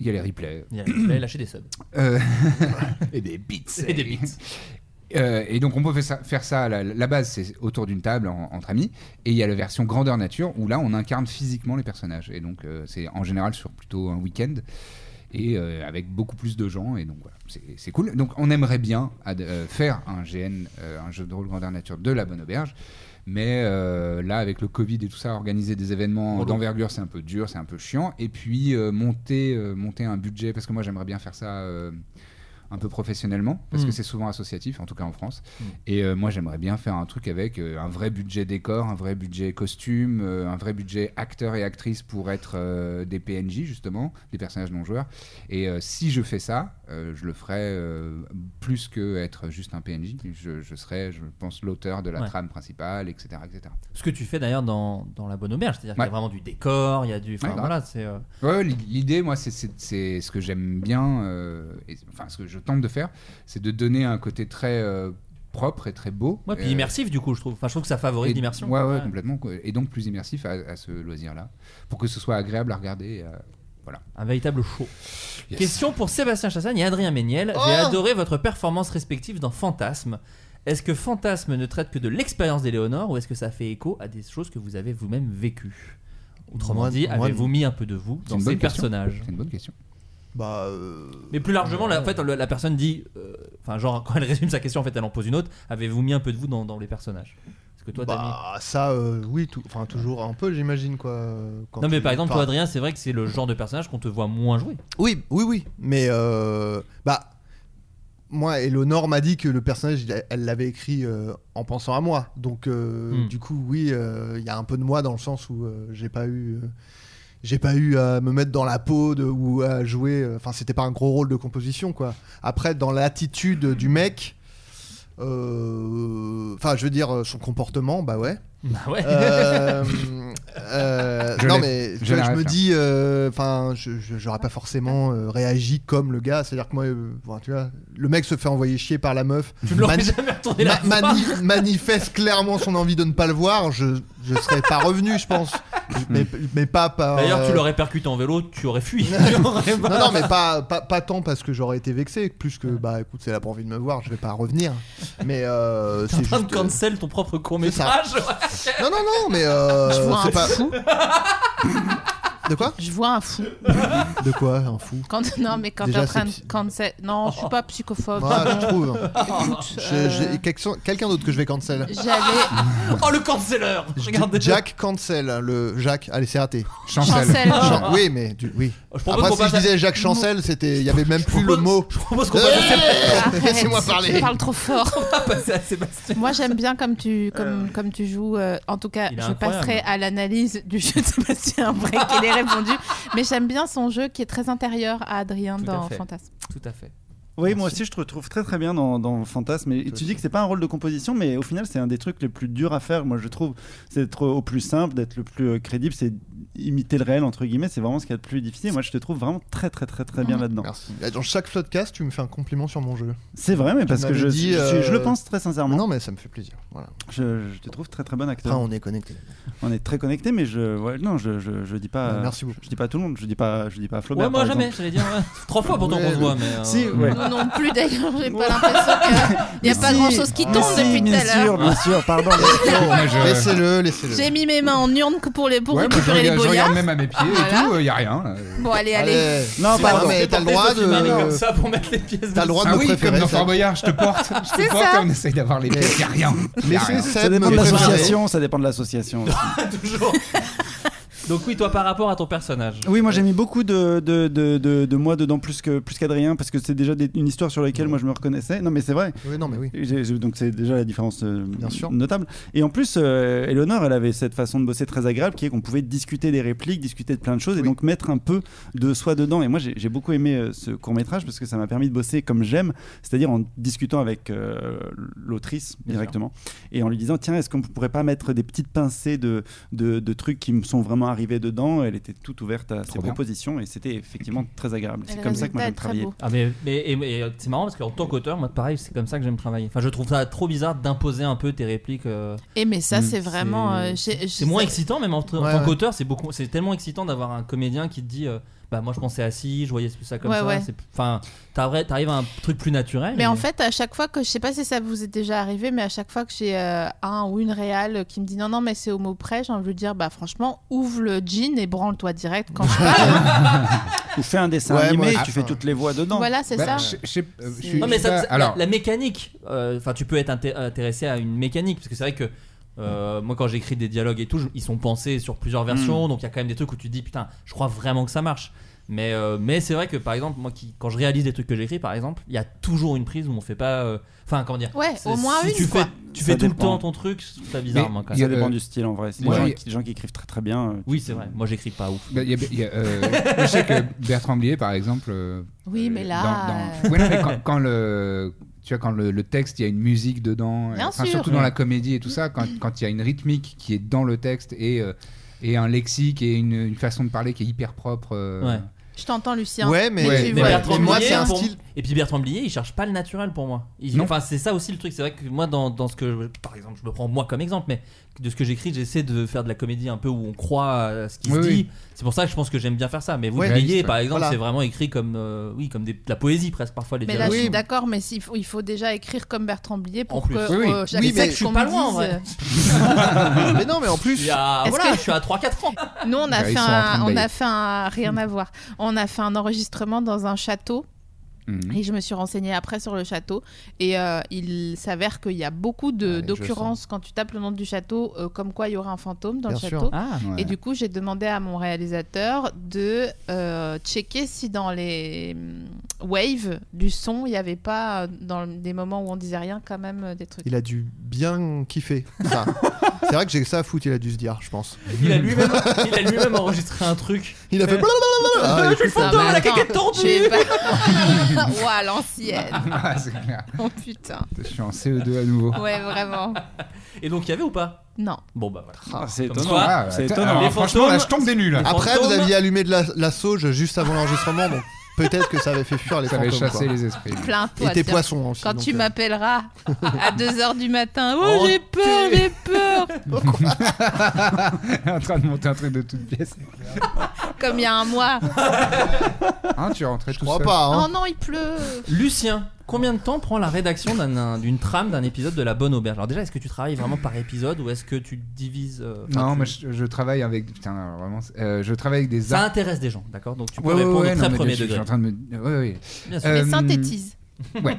Speaker 9: Il y a les replays.
Speaker 7: Il y a les replays, lâchez des subs.
Speaker 9: Euh, et des beats.
Speaker 7: Et des beats.
Speaker 9: Euh, et donc on peut faire ça, faire ça à la, la base c'est autour d'une table en- entre amis et il y a la version grandeur nature où là on incarne physiquement les personnages et donc euh, c'est en général sur plutôt un week-end et euh, avec beaucoup plus de gens et donc voilà c'est c'est cool donc on aimerait bien ad- euh, faire un GN euh, un jeu de rôle grandeur nature de la bonne auberge mais euh, là avec le Covid et tout ça organiser des événements
Speaker 7: Relou.
Speaker 9: d'envergure c'est un peu dur c'est un peu chiant et puis euh, monter euh, monter un budget parce que moi j'aimerais bien faire ça euh, un peu professionnellement parce
Speaker 7: Mm.
Speaker 9: que c'est souvent associatif en tout cas en France
Speaker 7: Mm.
Speaker 9: et euh, moi j'aimerais bien faire un truc avec euh, un vrai budget décor un vrai budget costume euh, un vrai budget acteur et actrice pour être euh, des PNJ justement des personnages non joueurs et euh, si je fais ça euh, je le ferai euh, plus que être juste un PNJ je, je serai je pense l'auteur de la
Speaker 7: Ouais.
Speaker 9: trame principale etc etc
Speaker 7: Ce que tu fais d'ailleurs dans, dans la bonne auberge, c'est-à-dire
Speaker 9: Ouais.
Speaker 7: qu'il y a vraiment du décor, il y a du. Enfin
Speaker 9: Ouais, grave.
Speaker 7: voilà, c'est. euh,
Speaker 9: Ouais, ouais, l'i- l'idée, moi, c'est- c'est c'est ce que j'aime bien, euh, et- enfin, ce que je tente de faire, c'est de donner un côté très euh, propre et très beau.
Speaker 7: Ouais, puis
Speaker 9: Euh,
Speaker 7: immersif du coup, je trouve. Enfin, je trouve que ça favorise
Speaker 9: et-
Speaker 7: l'immersion.
Speaker 9: Ouais, ouais, complètement. quoi. Et donc plus immersif à, à ce loisir-là, pour que ce soit agréable à regarder. et, euh, voilà.
Speaker 7: Un véritable show.
Speaker 9: Yes.
Speaker 7: Question pour Sébastien Chassagne et Adrien Méniel. J'ai
Speaker 9: Oh
Speaker 7: adoré votre performance respective dans Fantasme. Est-ce que Fantasme ne traite que de l'expérience d'Éléonore ou est-ce que ça fait écho à des choses que vous avez vous-même vécues Autrement
Speaker 3: Moi-
Speaker 7: dit,
Speaker 3: moi-
Speaker 7: avez-vous mis un peu de vous
Speaker 9: C'est
Speaker 7: dans
Speaker 9: une
Speaker 7: ces
Speaker 9: bonne question.
Speaker 7: personnages
Speaker 9: C'est une bonne question.
Speaker 3: Bah. euh,
Speaker 7: Mais plus largement, la, en fait, le- la personne dit, euh, enfin, genre quand elle résume sa question, en fait, elle en pose une autre. Avez-vous mis un peu de vous dans, dans les personnages Est-ce Parce que toi, t'as mis-
Speaker 3: Bah, ça, euh, oui, tout- enfin, toujours un peu, j'imagine, quoi. euh, quand
Speaker 7: Non, mais
Speaker 3: tu-
Speaker 7: par exemple,
Speaker 3: enfin,
Speaker 7: toi, Adrien, c'est vrai que c'est le genre de personnage qu'on te voit moins jouer.
Speaker 3: Oui, oui, oui. Mais euh, bah, moi, Eleonore m'a dit que le personnage, il a- elle l'avait écrit euh, en pensant à moi. Donc, euh,
Speaker 7: Hmm.
Speaker 3: du coup, oui, euh, il y a un peu de moi dans le sens où euh, j'ai pas eu. euh, j'ai pas eu à me mettre dans la peau de- ou à jouer. euh, Enfin, c'était pas un gros rôle de composition, quoi. Après, dans l'attitude du mec, euh, enfin, je veux dire, euh, son comportement, bah ouais.
Speaker 7: Bah ouais.
Speaker 3: Euh, euh,
Speaker 7: Je
Speaker 3: non,
Speaker 7: l'ai-
Speaker 3: mais
Speaker 7: je
Speaker 3: tu vois, je,
Speaker 7: l'arrête,
Speaker 3: me
Speaker 7: là.
Speaker 3: dis, euh, enfin, je- je- j'aurais pas forcément euh, réagi comme le gars. C'est-à-dire que moi, euh, bon, tu vois, le mec se fait envoyer chier par la meuf.
Speaker 7: Tu ne l'aurais
Speaker 3: Mani-
Speaker 7: jamais retourné la
Speaker 3: ma-
Speaker 7: voir.
Speaker 3: mani- Manifeste clairement son envie de ne pas le voir. Je, je serais pas revenu, je pense.
Speaker 7: Hmm.
Speaker 3: Mais, mais pas par.
Speaker 7: D'ailleurs, tu
Speaker 3: euh,
Speaker 7: l'aurais percuté en vélo, tu aurais fui.
Speaker 3: non, non, mais pas, pas, pas tant parce que j'aurais été vexé, plus que bah écoute, c'est la pas envie de me voir, je vais pas revenir. Mais euh,
Speaker 7: T'es en
Speaker 3: c'est
Speaker 7: train de
Speaker 3: juste. euh,
Speaker 7: cancel ton propre court métrage.
Speaker 3: Non, non, non, mais euh,
Speaker 8: Je vois un
Speaker 3: c'est pas.
Speaker 8: fou.
Speaker 3: De quoi
Speaker 8: Je vois un fou.
Speaker 3: De quoi un fou
Speaker 8: Quand, non, mais quand t'es
Speaker 3: Déjà,
Speaker 8: en train
Speaker 3: c'est
Speaker 8: de
Speaker 3: psy-
Speaker 8: cancel. Non, je suis pas psychophobe.
Speaker 3: Moi, Ah,
Speaker 8: Non.
Speaker 3: je trouve.
Speaker 8: Écoute,
Speaker 3: Je-
Speaker 8: euh,
Speaker 3: j'ai quelqu'un quelqu'un d'autre que je vais cancel.
Speaker 8: j'allais.
Speaker 7: Oh, le canceleur Regardez.
Speaker 3: Jack cancel hein, le Jacques allez c'est raté
Speaker 9: Chancel.
Speaker 8: Chancel.
Speaker 3: Chan- oui mais tu- oui
Speaker 7: Je propose
Speaker 3: après
Speaker 7: qu'on
Speaker 3: si je
Speaker 7: passe à-
Speaker 3: disais Jacques Chancel c'était il y avait même plus le mot
Speaker 7: Je propose qu'on passe à-
Speaker 8: Arrête,
Speaker 3: laissez-moi parler.
Speaker 8: Tu parles trop fort.
Speaker 7: on va
Speaker 3: Eh
Speaker 7: passer à Sébastien.
Speaker 8: Moi, j'aime bien comme tu, comme, comme tu joues. euh, en tout cas,
Speaker 7: Il est
Speaker 8: je
Speaker 7: incroyable.
Speaker 8: passerai à l'analyse du jeu de Sébastien Bré qu'il ait répondu. Mais j'aime bien son jeu qui est très intérieur à Adrien
Speaker 7: Tout à
Speaker 8: dans
Speaker 7: fait.
Speaker 8: Fantasme.
Speaker 7: Tout à fait.
Speaker 11: Oui, moi aussi, je te retrouve très très bien dans, dans Fantasme. Et tu dis que c'est pas un rôle de composition, mais au final, c'est un des trucs les plus durs à faire. Moi, je trouve, c'est d'être au plus simple, d'être le plus euh, crédible, c'est imiter le réel entre guillemets. C'est vraiment ce qu'il y a de plus difficile. Moi, je te trouve vraiment très très très très bien
Speaker 8: Mhm.
Speaker 11: là-dedans.
Speaker 3: Merci. dans chaque podcast tu me fais un compliment sur mon jeu
Speaker 11: C'est vrai, mais
Speaker 3: Tu
Speaker 11: parce que
Speaker 3: m'avais
Speaker 11: je,
Speaker 3: dit,
Speaker 11: je- je- je
Speaker 3: euh,
Speaker 11: le pense très sincèrement.
Speaker 3: non mais ça me fait plaisir voilà
Speaker 11: Je, je te trouve très très bon acteur.
Speaker 3: après on est connecté
Speaker 11: on est très connectés, mais je, ouais, non, je, je, je dis pas.
Speaker 3: Bah, Euh, merci beaucoup
Speaker 11: Euh, Je dis pas à tout le monde. Je dis pas, je dis pas à Flaubert.
Speaker 7: Ouais, moi
Speaker 11: par
Speaker 7: jamais,
Speaker 11: exemple.
Speaker 7: j'allais dire. ouais. Trois fois pourtant
Speaker 3: Ouais,
Speaker 7: qu'on se voit, mais. euh,
Speaker 11: Si, ouais.
Speaker 8: Nous non plus, d'ailleurs, j'ai pas l'impression qu'il n'y a pas grand chose qui
Speaker 11: Mais
Speaker 8: tombe
Speaker 11: Ah, si,
Speaker 8: depuis tout à
Speaker 11: Bien sûr,
Speaker 8: l'heure.
Speaker 11: bien sûr. Pardon.
Speaker 9: Moi, je-
Speaker 3: laissez-le laissez-le
Speaker 8: J'ai mis mes mains en urne que pour, les, pour
Speaker 9: Ouais, moi, je,
Speaker 8: récupérer les
Speaker 9: regarde, je
Speaker 8: boyards.
Speaker 9: regarde même à mes pieds
Speaker 8: Voilà. Ah,
Speaker 9: et tout, il n'y a rien. Euh, là.
Speaker 8: Bon, allez, allez.
Speaker 3: Allez.
Speaker 11: Non,
Speaker 7: si,
Speaker 11: pardon.
Speaker 7: on
Speaker 3: mais
Speaker 7: s'est
Speaker 3: t'as le
Speaker 7: porté
Speaker 3: droit
Speaker 7: Sophie Marie
Speaker 3: de- euh,
Speaker 7: comme ça pour mettre les pièces.
Speaker 3: T'as le droit de
Speaker 9: Ah
Speaker 3: me
Speaker 9: oui, comme
Speaker 3: préférer
Speaker 9: dans
Speaker 3: ça.
Speaker 9: Fort Boyard, je te porte, je
Speaker 8: C'est
Speaker 9: te porte
Speaker 8: ça.
Speaker 9: et on essaye d'avoir les pièces, il n'y a rien. Y a
Speaker 3: laissez
Speaker 9: rien. Bah,
Speaker 11: Ça
Speaker 3: Seb
Speaker 11: dépend
Speaker 3: me
Speaker 11: de
Speaker 3: préférer
Speaker 11: l'association. Ça dépend de l'association.
Speaker 7: Ah, toujours. Donc oui, toi par rapport à ton personnage.
Speaker 11: Oui, moi j'ai mis beaucoup de, de, de, de, de moi dedans plus que plus qu'Adrien parce que c'est déjà des- une histoire sur laquelle moi je me reconnaissais. Non, mais c'est vrai.
Speaker 3: oui non mais oui
Speaker 11: J'ai- j'ai- Donc c'est déjà la différence euh,
Speaker 3: Bien sûr.
Speaker 11: notable. Et en plus, euh, Eleanor, elle avait cette façon de bosser très agréable qui est qu'on pouvait discuter des répliques, discuter de plein de choses et
Speaker 3: Oui.
Speaker 11: donc mettre un peu de soi dedans. Et moi, j'ai j'ai beaucoup aimé euh, ce court métrage parce que ça m'a permis de bosser comme j'aime, c'est-à-dire en discutant avec euh, l'autrice
Speaker 7: Bien
Speaker 11: directement et en lui disant tiens, est-ce qu'on pourrait pas mettre des petites pincées de, de, de trucs qui me sont vraiment arrivés dedans Elle était toute ouverte à ses
Speaker 9: bien.
Speaker 11: propositions et c'était effectivement très agréable.
Speaker 8: Et
Speaker 11: C'est
Speaker 8: le
Speaker 11: comme ça que moi
Speaker 8: résultat
Speaker 11: j'aime travailler.
Speaker 8: est très beau.
Speaker 7: Ah mais, mais- et- et, euh, c'est marrant parce qu'en tant qu'auteur, moi pareil, c'est comme ça que j'aime travailler. Enfin, je trouve ça trop bizarre d'imposer un peu tes répliques. euh,
Speaker 8: Et mais ça,
Speaker 11: Mm.
Speaker 8: c'est vraiment. euh, j'ai-
Speaker 7: c'est
Speaker 8: j'ai-
Speaker 7: c'est moins excitant même en, en
Speaker 3: Ouais,
Speaker 7: tant
Speaker 3: ouais.
Speaker 7: qu'auteur, c'est beaucoup, c'est tellement excitant d'avoir un comédien qui te dit, euh, bah moi je pensais assis, je voyais ça comme
Speaker 8: Ouais,
Speaker 7: ça.
Speaker 8: ouais.
Speaker 7: c'est- Enfin, t'arri- t'arrives à un truc plus naturel.
Speaker 8: Mais en fait, à chaque fois que je sais pas si ça vous est déjà arrivé, mais à chaque fois que j'ai euh, un ou une réale qui me dit non non mais c'est au mot près, j'ai envie de lui dire bah franchement ouvre le jean et branle-toi direct quand je parle.
Speaker 11: Ou fais un dessin
Speaker 3: Ouais, moi,
Speaker 11: animé,
Speaker 3: je-
Speaker 11: tu fais toutes les voix dedans.
Speaker 8: voilà c'est
Speaker 9: Bah,
Speaker 8: ça.
Speaker 9: je- je sais- euh, je suis-
Speaker 7: Non,
Speaker 9: je
Speaker 7: mais
Speaker 9: suis
Speaker 7: ça-
Speaker 9: pas-
Speaker 7: ça- la-
Speaker 9: alors,
Speaker 7: la, mécanique, euh, enfin, tu peux être inté- intéressé à une mécanique, parce que c'est vrai que euh, moi, quand j'écris des dialogues et tout, je- ils sont pensés sur plusieurs versions, donc il y a quand même des trucs où tu te dis, putain, je crois vraiment que ça marche. Mais, euh, mais c'est vrai que par exemple, moi, qui, quand je réalise des trucs que j'écris, par exemple, il y a toujours une prise où on fait pas. euh, Enfin, comment dire
Speaker 8: Ouais,
Speaker 7: c'est-
Speaker 8: au moins
Speaker 7: si
Speaker 8: une
Speaker 7: Tu
Speaker 8: quoi.
Speaker 7: fais, tu
Speaker 11: Ça
Speaker 7: fais tout le
Speaker 11: dépend.
Speaker 7: temps ton truc, je trouve ça bizarre,
Speaker 9: Mais
Speaker 7: moi, quand
Speaker 9: il y
Speaker 11: Ça
Speaker 9: a-
Speaker 7: même.
Speaker 11: dépend
Speaker 9: euh,
Speaker 11: du style en vrai. C'est
Speaker 9: ouais.
Speaker 11: des, gens, qui- des gens qui écrivent très très bien. euh,
Speaker 7: Oui, c'est vrai, moi, j'écris pas ouf.
Speaker 9: bah, y a- y a, euh, je sais que Bertrand Blier, par exemple. euh,
Speaker 8: Oui,
Speaker 9: euh,
Speaker 8: mais là,
Speaker 9: dans- dans- Ouais, non, mais quand, quand le. Tu vois, quand le, le texte, il y a une musique dedans,
Speaker 8: Bien
Speaker 9: euh, enfin,
Speaker 8: sûr.
Speaker 9: surtout dans la comédie et tout ça, quand quand il y a une rythmique qui est dans le texte et, euh, et un lexique et une, une façon de parler qui est hyper propre. euh,
Speaker 7: Ouais.
Speaker 8: Je t'entends Lucien.
Speaker 3: ouais mais,
Speaker 9: Ouais,
Speaker 8: tu
Speaker 7: Mais
Speaker 8: vois.
Speaker 7: Bertrand
Speaker 3: mais moi
Speaker 7: Blier,
Speaker 3: c'est un
Speaker 7: pour-
Speaker 3: style
Speaker 7: Et puis Bertrand Blier, il cherche pas le naturel pour moi. Il-
Speaker 9: Non.
Speaker 7: Enfin, c'est ça aussi le truc. C'est vrai que moi, dans, dans ce que. je- par exemple, je me prends moi comme exemple, mais de ce que j'écris, j'essaie de faire de la comédie un peu où on croit à ce qui se
Speaker 9: Oui,
Speaker 7: dit.
Speaker 9: oui.
Speaker 7: C'est pour ça que je pense que j'aime bien faire ça. Mais vous,
Speaker 9: Ouais,
Speaker 7: Blier,
Speaker 9: réaliste,
Speaker 7: par exemple,
Speaker 3: Voilà.
Speaker 7: c'est vraiment écrit comme. euh, oui, comme des- de la poésie presque parfois, les
Speaker 8: Mais là
Speaker 7: dialogues.
Speaker 8: je suis
Speaker 3: Oui.
Speaker 8: d'accord mais s'il faut- il faut déjà écrire comme Bertrand Blier
Speaker 7: En
Speaker 8: pour
Speaker 7: plus.
Speaker 8: que
Speaker 9: Oui, oui.
Speaker 8: euh,
Speaker 7: Oui,
Speaker 8: j'accepte
Speaker 7: mais je suis
Speaker 8: qu'on
Speaker 7: pas
Speaker 8: me
Speaker 7: loin, en
Speaker 8: dise,
Speaker 7: vrai.
Speaker 8: euh,
Speaker 3: mais non mais en
Speaker 7: Il
Speaker 3: plus
Speaker 7: y a-
Speaker 8: Est-ce
Speaker 7: voilà,
Speaker 8: que-
Speaker 7: je suis à 3-4 ans.
Speaker 8: euh, Nous, on a
Speaker 9: Ils
Speaker 8: fait
Speaker 9: sont en
Speaker 8: un,
Speaker 9: train de
Speaker 8: on a
Speaker 9: bailler.
Speaker 8: fait un, rien à voir. On a fait un enregistrement dans un château
Speaker 9: Mhm.
Speaker 8: Et je me suis renseignée après sur le château. Et euh, il s'avère qu'il y a beaucoup
Speaker 9: je
Speaker 8: de- d'occurrences quand tu tapes le nom du château, euh, comme quoi il y aura un fantôme dans
Speaker 9: Bien
Speaker 8: le
Speaker 9: sûr.
Speaker 8: château.
Speaker 9: Ah, ouais.
Speaker 8: Et du coup, j'ai demandé à mon réalisateur de euh, checker si dans les hum, waves du son, il n'y avait pas, euh, dans des moments où on disait rien, quand même euh, des trucs.
Speaker 3: Il a dû bien kiffer ça. c'est vrai que j'ai que ça à foutre, il a dû se dire, je pense.
Speaker 7: Il a lui-même il a lui-même enregistré un truc.
Speaker 3: Il a fait blablabla. Ah,
Speaker 7: Je suis le
Speaker 3: écoute,
Speaker 7: fantôme
Speaker 3: ah,
Speaker 7: à la
Speaker 3: mais attends,
Speaker 7: caquette tordue.
Speaker 8: j'ai pas- Ouah, l'ancienne.
Speaker 9: Ah, c'est clair.
Speaker 8: Oh putain.
Speaker 9: Je suis en CE2 à nouveau.
Speaker 8: Ouais, vraiment.
Speaker 7: Et donc il y avait ou pas
Speaker 8: Non.
Speaker 7: Bon bah voilà.
Speaker 11: c'est
Speaker 7: Comme
Speaker 11: étonnant.
Speaker 7: quoi,
Speaker 9: Ah, ouais.
Speaker 11: c'est
Speaker 9: Attends,
Speaker 11: étonnant.
Speaker 9: alors,
Speaker 7: Les
Speaker 9: franchement, là, je
Speaker 7: fantômes-
Speaker 9: tombe des nuls.
Speaker 7: Les
Speaker 3: Après, vous
Speaker 7: fantômes-
Speaker 3: aviez allumé de la, la sauge juste avant l'enregistrement, donc peut-être que ça avait fait fuir les
Speaker 9: Ça
Speaker 3: fantômes.
Speaker 9: avait chassé
Speaker 3: quoi.
Speaker 9: les esprits.
Speaker 8: Plein toi.
Speaker 3: Et tes
Speaker 8: tiens.
Speaker 3: poissons aussi.
Speaker 8: Quand
Speaker 3: donc,
Speaker 8: tu
Speaker 3: euh,
Speaker 8: m'appelleras à 2h du matin, oh,
Speaker 7: Oh,
Speaker 8: j'ai peur,
Speaker 7: t'es-
Speaker 8: j'ai peur.
Speaker 9: en train de monter un truc de toute pièce.
Speaker 8: Comme il y a un mois.
Speaker 9: Hein, tu es rentré
Speaker 3: Je
Speaker 9: tout
Speaker 3: crois
Speaker 9: seul.
Speaker 3: pas, hein.
Speaker 8: Oh non, il pleut.
Speaker 7: Lucien, combien de temps prend la rédaction d'un- un- d'une trame d'un épisode de La Bonne Auberge Alors déjà, est-ce que tu travailles vraiment par épisode ou est-ce que tu divises euh, enfin,
Speaker 9: Non,
Speaker 7: tu-
Speaker 9: mais je, je travaille avec. Putain, alors, vraiment. euh, je travaille avec des
Speaker 7: ça
Speaker 9: arts.
Speaker 7: intéresse des gens, d'accord Donc tu peux
Speaker 9: Ouais, ouais,
Speaker 7: répondre
Speaker 9: ouais,
Speaker 7: au
Speaker 9: non,
Speaker 7: très
Speaker 9: mais
Speaker 7: premier
Speaker 9: je- je suis
Speaker 7: degré.
Speaker 9: en train de me- ouais, ouais.
Speaker 7: Bien sûr.
Speaker 8: Mais
Speaker 9: Euh,
Speaker 8: synthétise.
Speaker 9: Ouais.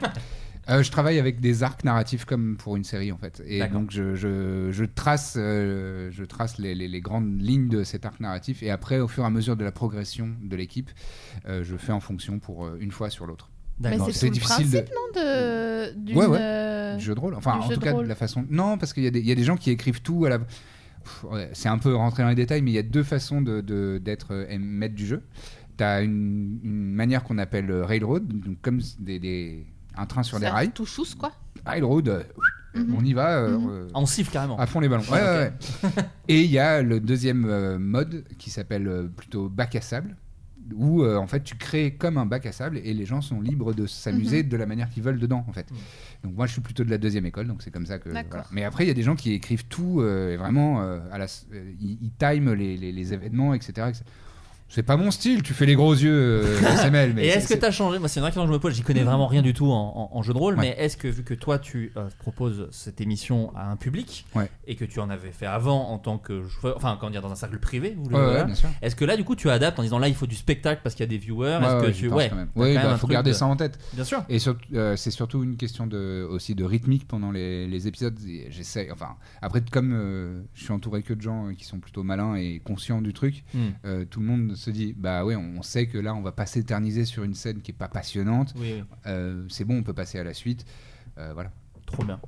Speaker 9: Euh, je travaille avec des arcs narratifs comme pour une série en fait. Et
Speaker 7: D'accord.
Speaker 9: donc je, je- je trace, euh, je trace les, les- les grandes lignes de cet arc narratif et après au fur et à mesure de la progression de l'équipe, euh, je fais en fonction pour euh, une fois sur l'autre.
Speaker 8: Mais
Speaker 7: D'accord.
Speaker 9: c'est
Speaker 8: c'est tout le
Speaker 9: difficile de-
Speaker 8: principe, non de... d'une,
Speaker 9: Ouais, ouais.
Speaker 8: euh,
Speaker 9: jeu de rôle. Enfin,
Speaker 8: du
Speaker 9: en
Speaker 8: jeu
Speaker 9: tout
Speaker 8: de
Speaker 9: cas,
Speaker 8: rôle.
Speaker 9: de la façon. Non, parce qu'il y, a des- il y a des gens qui écrivent tout à la. Pff, ouais, C'est un peu rentré dans les détails, mais il y a deux façons de- de- d'être de, maître du jeu. T'as une, une manière qu'on appelle euh, railroad, donc comme des, des- un train sur des
Speaker 8: ça
Speaker 9: rails.
Speaker 8: Touchousse, quoi. Mhm.
Speaker 9: Railroad, euh, on y va. euh, euh,
Speaker 7: Ah, On siffle carrément.
Speaker 9: à fond les ballons.
Speaker 7: Ouais,
Speaker 9: Ouais,
Speaker 7: ok.
Speaker 9: ouais, ouais. Et il y a le deuxième euh, mode qui s'appelle euh, plutôt bac à sable, où euh, en fait tu crées comme un bac à sable et les gens sont libres de s'amuser de la manière qu'ils veulent dedans en fait.
Speaker 7: Mhm.
Speaker 9: Donc moi je suis plutôt de la deuxième école, donc c'est comme ça que.
Speaker 8: D'accord.
Speaker 9: voilà. Mais après il y a des gens qui écrivent tout euh, et vraiment euh, à la, s- euh, ils, ils timent les, les- les événements etc. etc. C'est pas mon style, tu fais les gros yeux, euh, SML. Mais
Speaker 7: Et
Speaker 9: c'est-
Speaker 7: est-ce que
Speaker 9: c'est- Mm-hmm.
Speaker 7: t'as changé Moi, c'est une vraie question que je me pose. J'y connais vraiment rien du tout en, en- en jeu de rôle,
Speaker 9: Ouais.
Speaker 7: mais est-ce que vu que toi tu euh, proposes cette émission à un public
Speaker 9: Ouais.
Speaker 7: et que tu en avais fait avant en tant que joueur, enfin comment dire dans un cercle privé, vous le-
Speaker 9: Ouais, ouais,
Speaker 7: voilà.
Speaker 9: bien sûr.
Speaker 7: est-ce que là du coup tu adaptes en disant là il faut du spectacle parce qu'il y a des viewers
Speaker 9: Ouais,
Speaker 7: Est-ce que
Speaker 9: ouais,
Speaker 7: tu
Speaker 9: j'y pense
Speaker 7: ouais
Speaker 9: quand même.
Speaker 7: t'as
Speaker 9: Ouais,
Speaker 7: quand même
Speaker 9: bah,
Speaker 7: un
Speaker 9: faut
Speaker 7: truc
Speaker 9: garder
Speaker 7: de-
Speaker 9: ça en tête.
Speaker 7: Bien sûr.
Speaker 9: Et sur- euh, c'est surtout une question de, aussi de rythmique pendant les, les épisodes. Et J'essaie, enfin, après, comme euh, je suis entouré que de gens euh, qui sont plutôt malins et conscients du truc,
Speaker 7: Hmm.
Speaker 9: euh, tout le monde se dit bah ouais, on sait que là, on va pas s'éterniser sur une scène qui est pas passionnante.
Speaker 7: Oui, oui.
Speaker 9: Euh, c'est bon, on peut passer à la suite. Euh, voilà.
Speaker 7: Trop bien.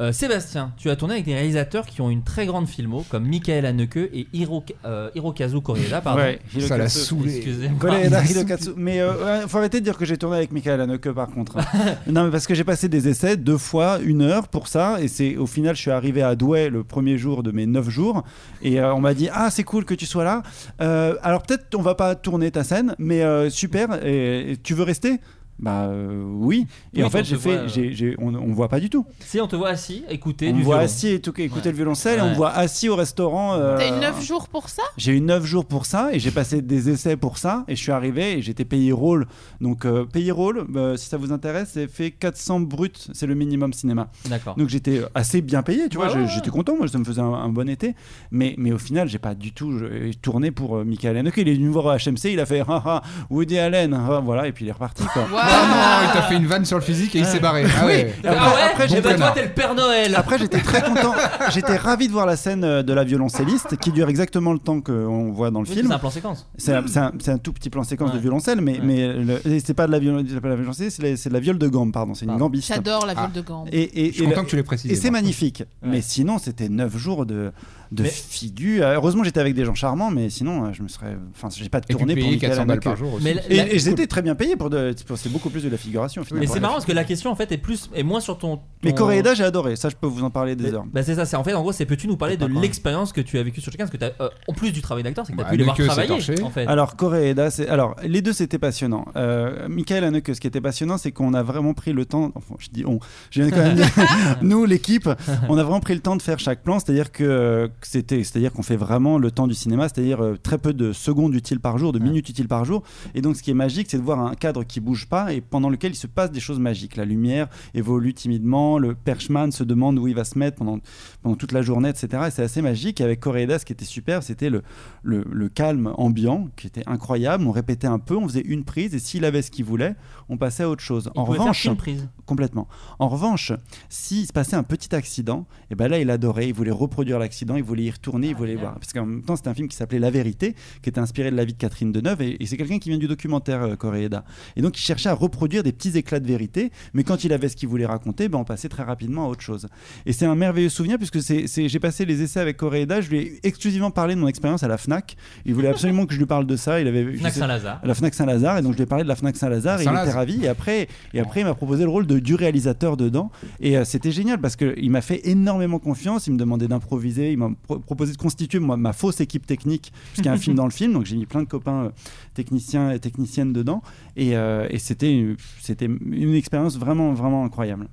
Speaker 7: Euh, Sébastien, tu as tourné avec des réalisateurs qui ont une très grande filmo, comme Michael Haneke et Hiro- euh, Hirokazu Koreeda, pardon.
Speaker 11: Ouais, Hideo
Speaker 9: Ça l'a Ah,
Speaker 11: Katsu.
Speaker 9: saoulé.
Speaker 7: Excusez-moi.
Speaker 11: Koreeda Hidokatsu. Mais euh, ouais, faut arrêter de dire que j'ai tourné avec Michael Haneke par contre. hein. non, mais parce que j'ai passé des essais deux fois, une heure pour ça. Et c'est au final, je suis arrivé à Douai le premier jour de mes neuf jours. Et euh, on m'a dit Ah, c'est cool que tu sois là. Euh, alors peut-être on va pas tourner ta scène, mais euh, super. Et, et tu veux rester bah euh, oui et
Speaker 7: Oui,
Speaker 11: en fait
Speaker 7: quand
Speaker 11: j'ai
Speaker 7: on te
Speaker 11: fait
Speaker 7: voit, euh,
Speaker 11: j'ai- j'ai- on, on voit pas du tout
Speaker 7: Si on te voit assis, écouter
Speaker 11: on
Speaker 7: du
Speaker 11: me voit
Speaker 7: violon.
Speaker 11: assis et tout, écouter
Speaker 7: Ouais.
Speaker 11: le violoncelle et on
Speaker 7: Ouais.
Speaker 11: me voit assis au restaurant euh,
Speaker 8: T'as eu 9 jours pour ça
Speaker 11: j'ai eu 9 jours pour ça et j'ai passé des essais pour ça et je suis arrivé et j'étais payé rôle. Donc euh, payé rôle, euh, si ça vous intéresse, c'est fait 400 bruts, c'est le minimum cinéma.
Speaker 7: D'accord.
Speaker 11: Donc j'étais euh, assez bien payé, tu vois,
Speaker 7: Ouais,
Speaker 11: j'ai-
Speaker 7: ouais, ouais.
Speaker 11: j'étais content, moi ça me faisait un, un bon été. Mais, mais au final, j'ai pas du tout je- tourné pour euh, Michael Haneke. Il est venu me voir à HMC, il a fait ah, ah, Woody Allen, ah, voilà, et puis il est reparti. Quoi.
Speaker 9: Ah non, il t'a fait une vanne sur le physique et il s'est barré. Ah ouais.
Speaker 11: Et après-
Speaker 7: Ah ouais
Speaker 11: après,
Speaker 7: Eh
Speaker 11: j'ai
Speaker 7: ben, toi,
Speaker 9: connard.
Speaker 7: t'es le Père Noël
Speaker 11: Après, j'étais très content. J'étais ravi de voir la scène euh, de la violoncelliste qui dure exactement le temps qu'on voit dans le
Speaker 7: Oui,
Speaker 11: film.
Speaker 7: C'est un plan séquence.
Speaker 11: C'est un, c'est un- c'est un tout petit plan séquence
Speaker 7: Ouais.
Speaker 11: de violoncelle, mais,
Speaker 7: Ouais.
Speaker 11: mais le- et c'est pas de la violon- c'est pas de la violoncelle, c'est la- c'est de la viole de gamme, pardon, c'est une
Speaker 7: Ah.
Speaker 11: gambiste.
Speaker 8: J'adore la
Speaker 9: Ah.
Speaker 8: ville de Gand.
Speaker 11: Et, et-
Speaker 9: Je suis
Speaker 11: et
Speaker 9: content
Speaker 11: la-
Speaker 9: que tu l'aies précisé.
Speaker 11: et c'est
Speaker 9: moi.
Speaker 11: magnifique. Mais sinon, c'était 9 jours de, de
Speaker 7: Mais-
Speaker 11: figure. Heureusement, j'étais avec des gens charmants, mais sinon, euh, je me serais. Enfin, j'ai pas
Speaker 9: Et
Speaker 11: tourné
Speaker 9: tu
Speaker 11: pour
Speaker 9: payes
Speaker 11: Michael
Speaker 9: 400 balles
Speaker 11: Haneke.
Speaker 9: par jour aussi.
Speaker 7: Mais la-
Speaker 11: Et,
Speaker 7: la-
Speaker 11: et j'étais très bien payé pour de. c'est pour- C'est beaucoup plus de la figuration,
Speaker 7: Bah, Mais
Speaker 11: finalement.
Speaker 7: c'est marrant parce que la question en fait est plus et moins sur ton. ton-
Speaker 11: Mais Coréeda, j'ai adoré. Ça, je peux vous en parler des
Speaker 7: Mais-
Speaker 11: heures.
Speaker 7: Bah c'est ça, c'est en fait en gros c'est peux-tu nous parler
Speaker 11: C'est
Speaker 7: de
Speaker 11: pas grave.
Speaker 7: l'expérience que tu as vécue sur chacun parce que t'as, euh, en plus du travail d'acteur c'est que t'as
Speaker 9: Bah,
Speaker 7: pu les voir
Speaker 9: Haneke, c'est
Speaker 7: travailler
Speaker 9: torché.
Speaker 7: en fait.
Speaker 11: Alors Coréeda, c'est alors les deux c'était passionnant. Euh, Michael Haneke, ce qui était passionnant, c'est qu'on a vraiment pris le temps. Enfin, je dis on. Je viens de quand même dire- nous l'équipe, on a vraiment pris le temps de faire chaque plan. C'est-à-dire que c'était, c'est-à-dire qu'on fait vraiment le temps du cinéma, c'est-à-dire euh, très peu de secondes utiles par jour, de minutes utiles par jour. Et donc, ce qui est magique, c'est de voir un cadre qui bouge pas et pendant lequel il se passe des choses magiques. La lumière évolue timidement, le perchman se demande où il va se mettre pendant, pendant toute la journée, etc. Et c'est assez magique. Et avec Coréda, ce qui était super, c'était le, le, le calme ambiant qui était incroyable. On répétait un peu, on faisait une prise et s'il avait ce qu'il voulait, on passait à autre chose.
Speaker 7: Il
Speaker 11: en
Speaker 7: pouvait faire
Speaker 11: revanche,
Speaker 7: qu'une prise.
Speaker 11: complètement. En revanche, s'il se passait un petit accident, et ben là, il adorait, il voulait reproduire l'accident, il voulait y retourner, il voulait voir. Parce qu'en même temps, c'était un film qui s'appelait La Vérité, qui était inspiré de la vie de Catherine Deneuve, et, et c'est quelqu'un qui vient du documentaire euh, Koreeda. Et donc, il cherchait à reproduire des petits éclats de vérité, mais quand il avait ce qu'il voulait raconter, ben, on passait très rapidement à autre chose. Et c'est un merveilleux souvenir, puisque c'est, c'est- j'ai passé les essais avec Koreeda, je lui ai exclusivement parlé de mon expérience à la FNAC. Il voulait absolument que je lui parle de ça. Il avait, je
Speaker 7: Fnac
Speaker 11: sais-
Speaker 7: Saint-Lazare.
Speaker 11: à la Fnac Saint-Lazare et donc je lui ai parlé de la Fnac Saint-Lazare et il
Speaker 7: Saint-Laz.
Speaker 11: était ravi et après et après il m'a proposé le rôle de du réalisateur dedans et euh, c'était génial parce que il m'a fait énormément confiance il me demandait d'improviser il m'a pro- proposé de constituer moi, ma fausse équipe technique puisqu'il y a un film dans le film donc j'ai mis plein de copains euh, techniciens et techniciennes dedans et, euh, et c'était c'était une expérience vraiment vraiment incroyable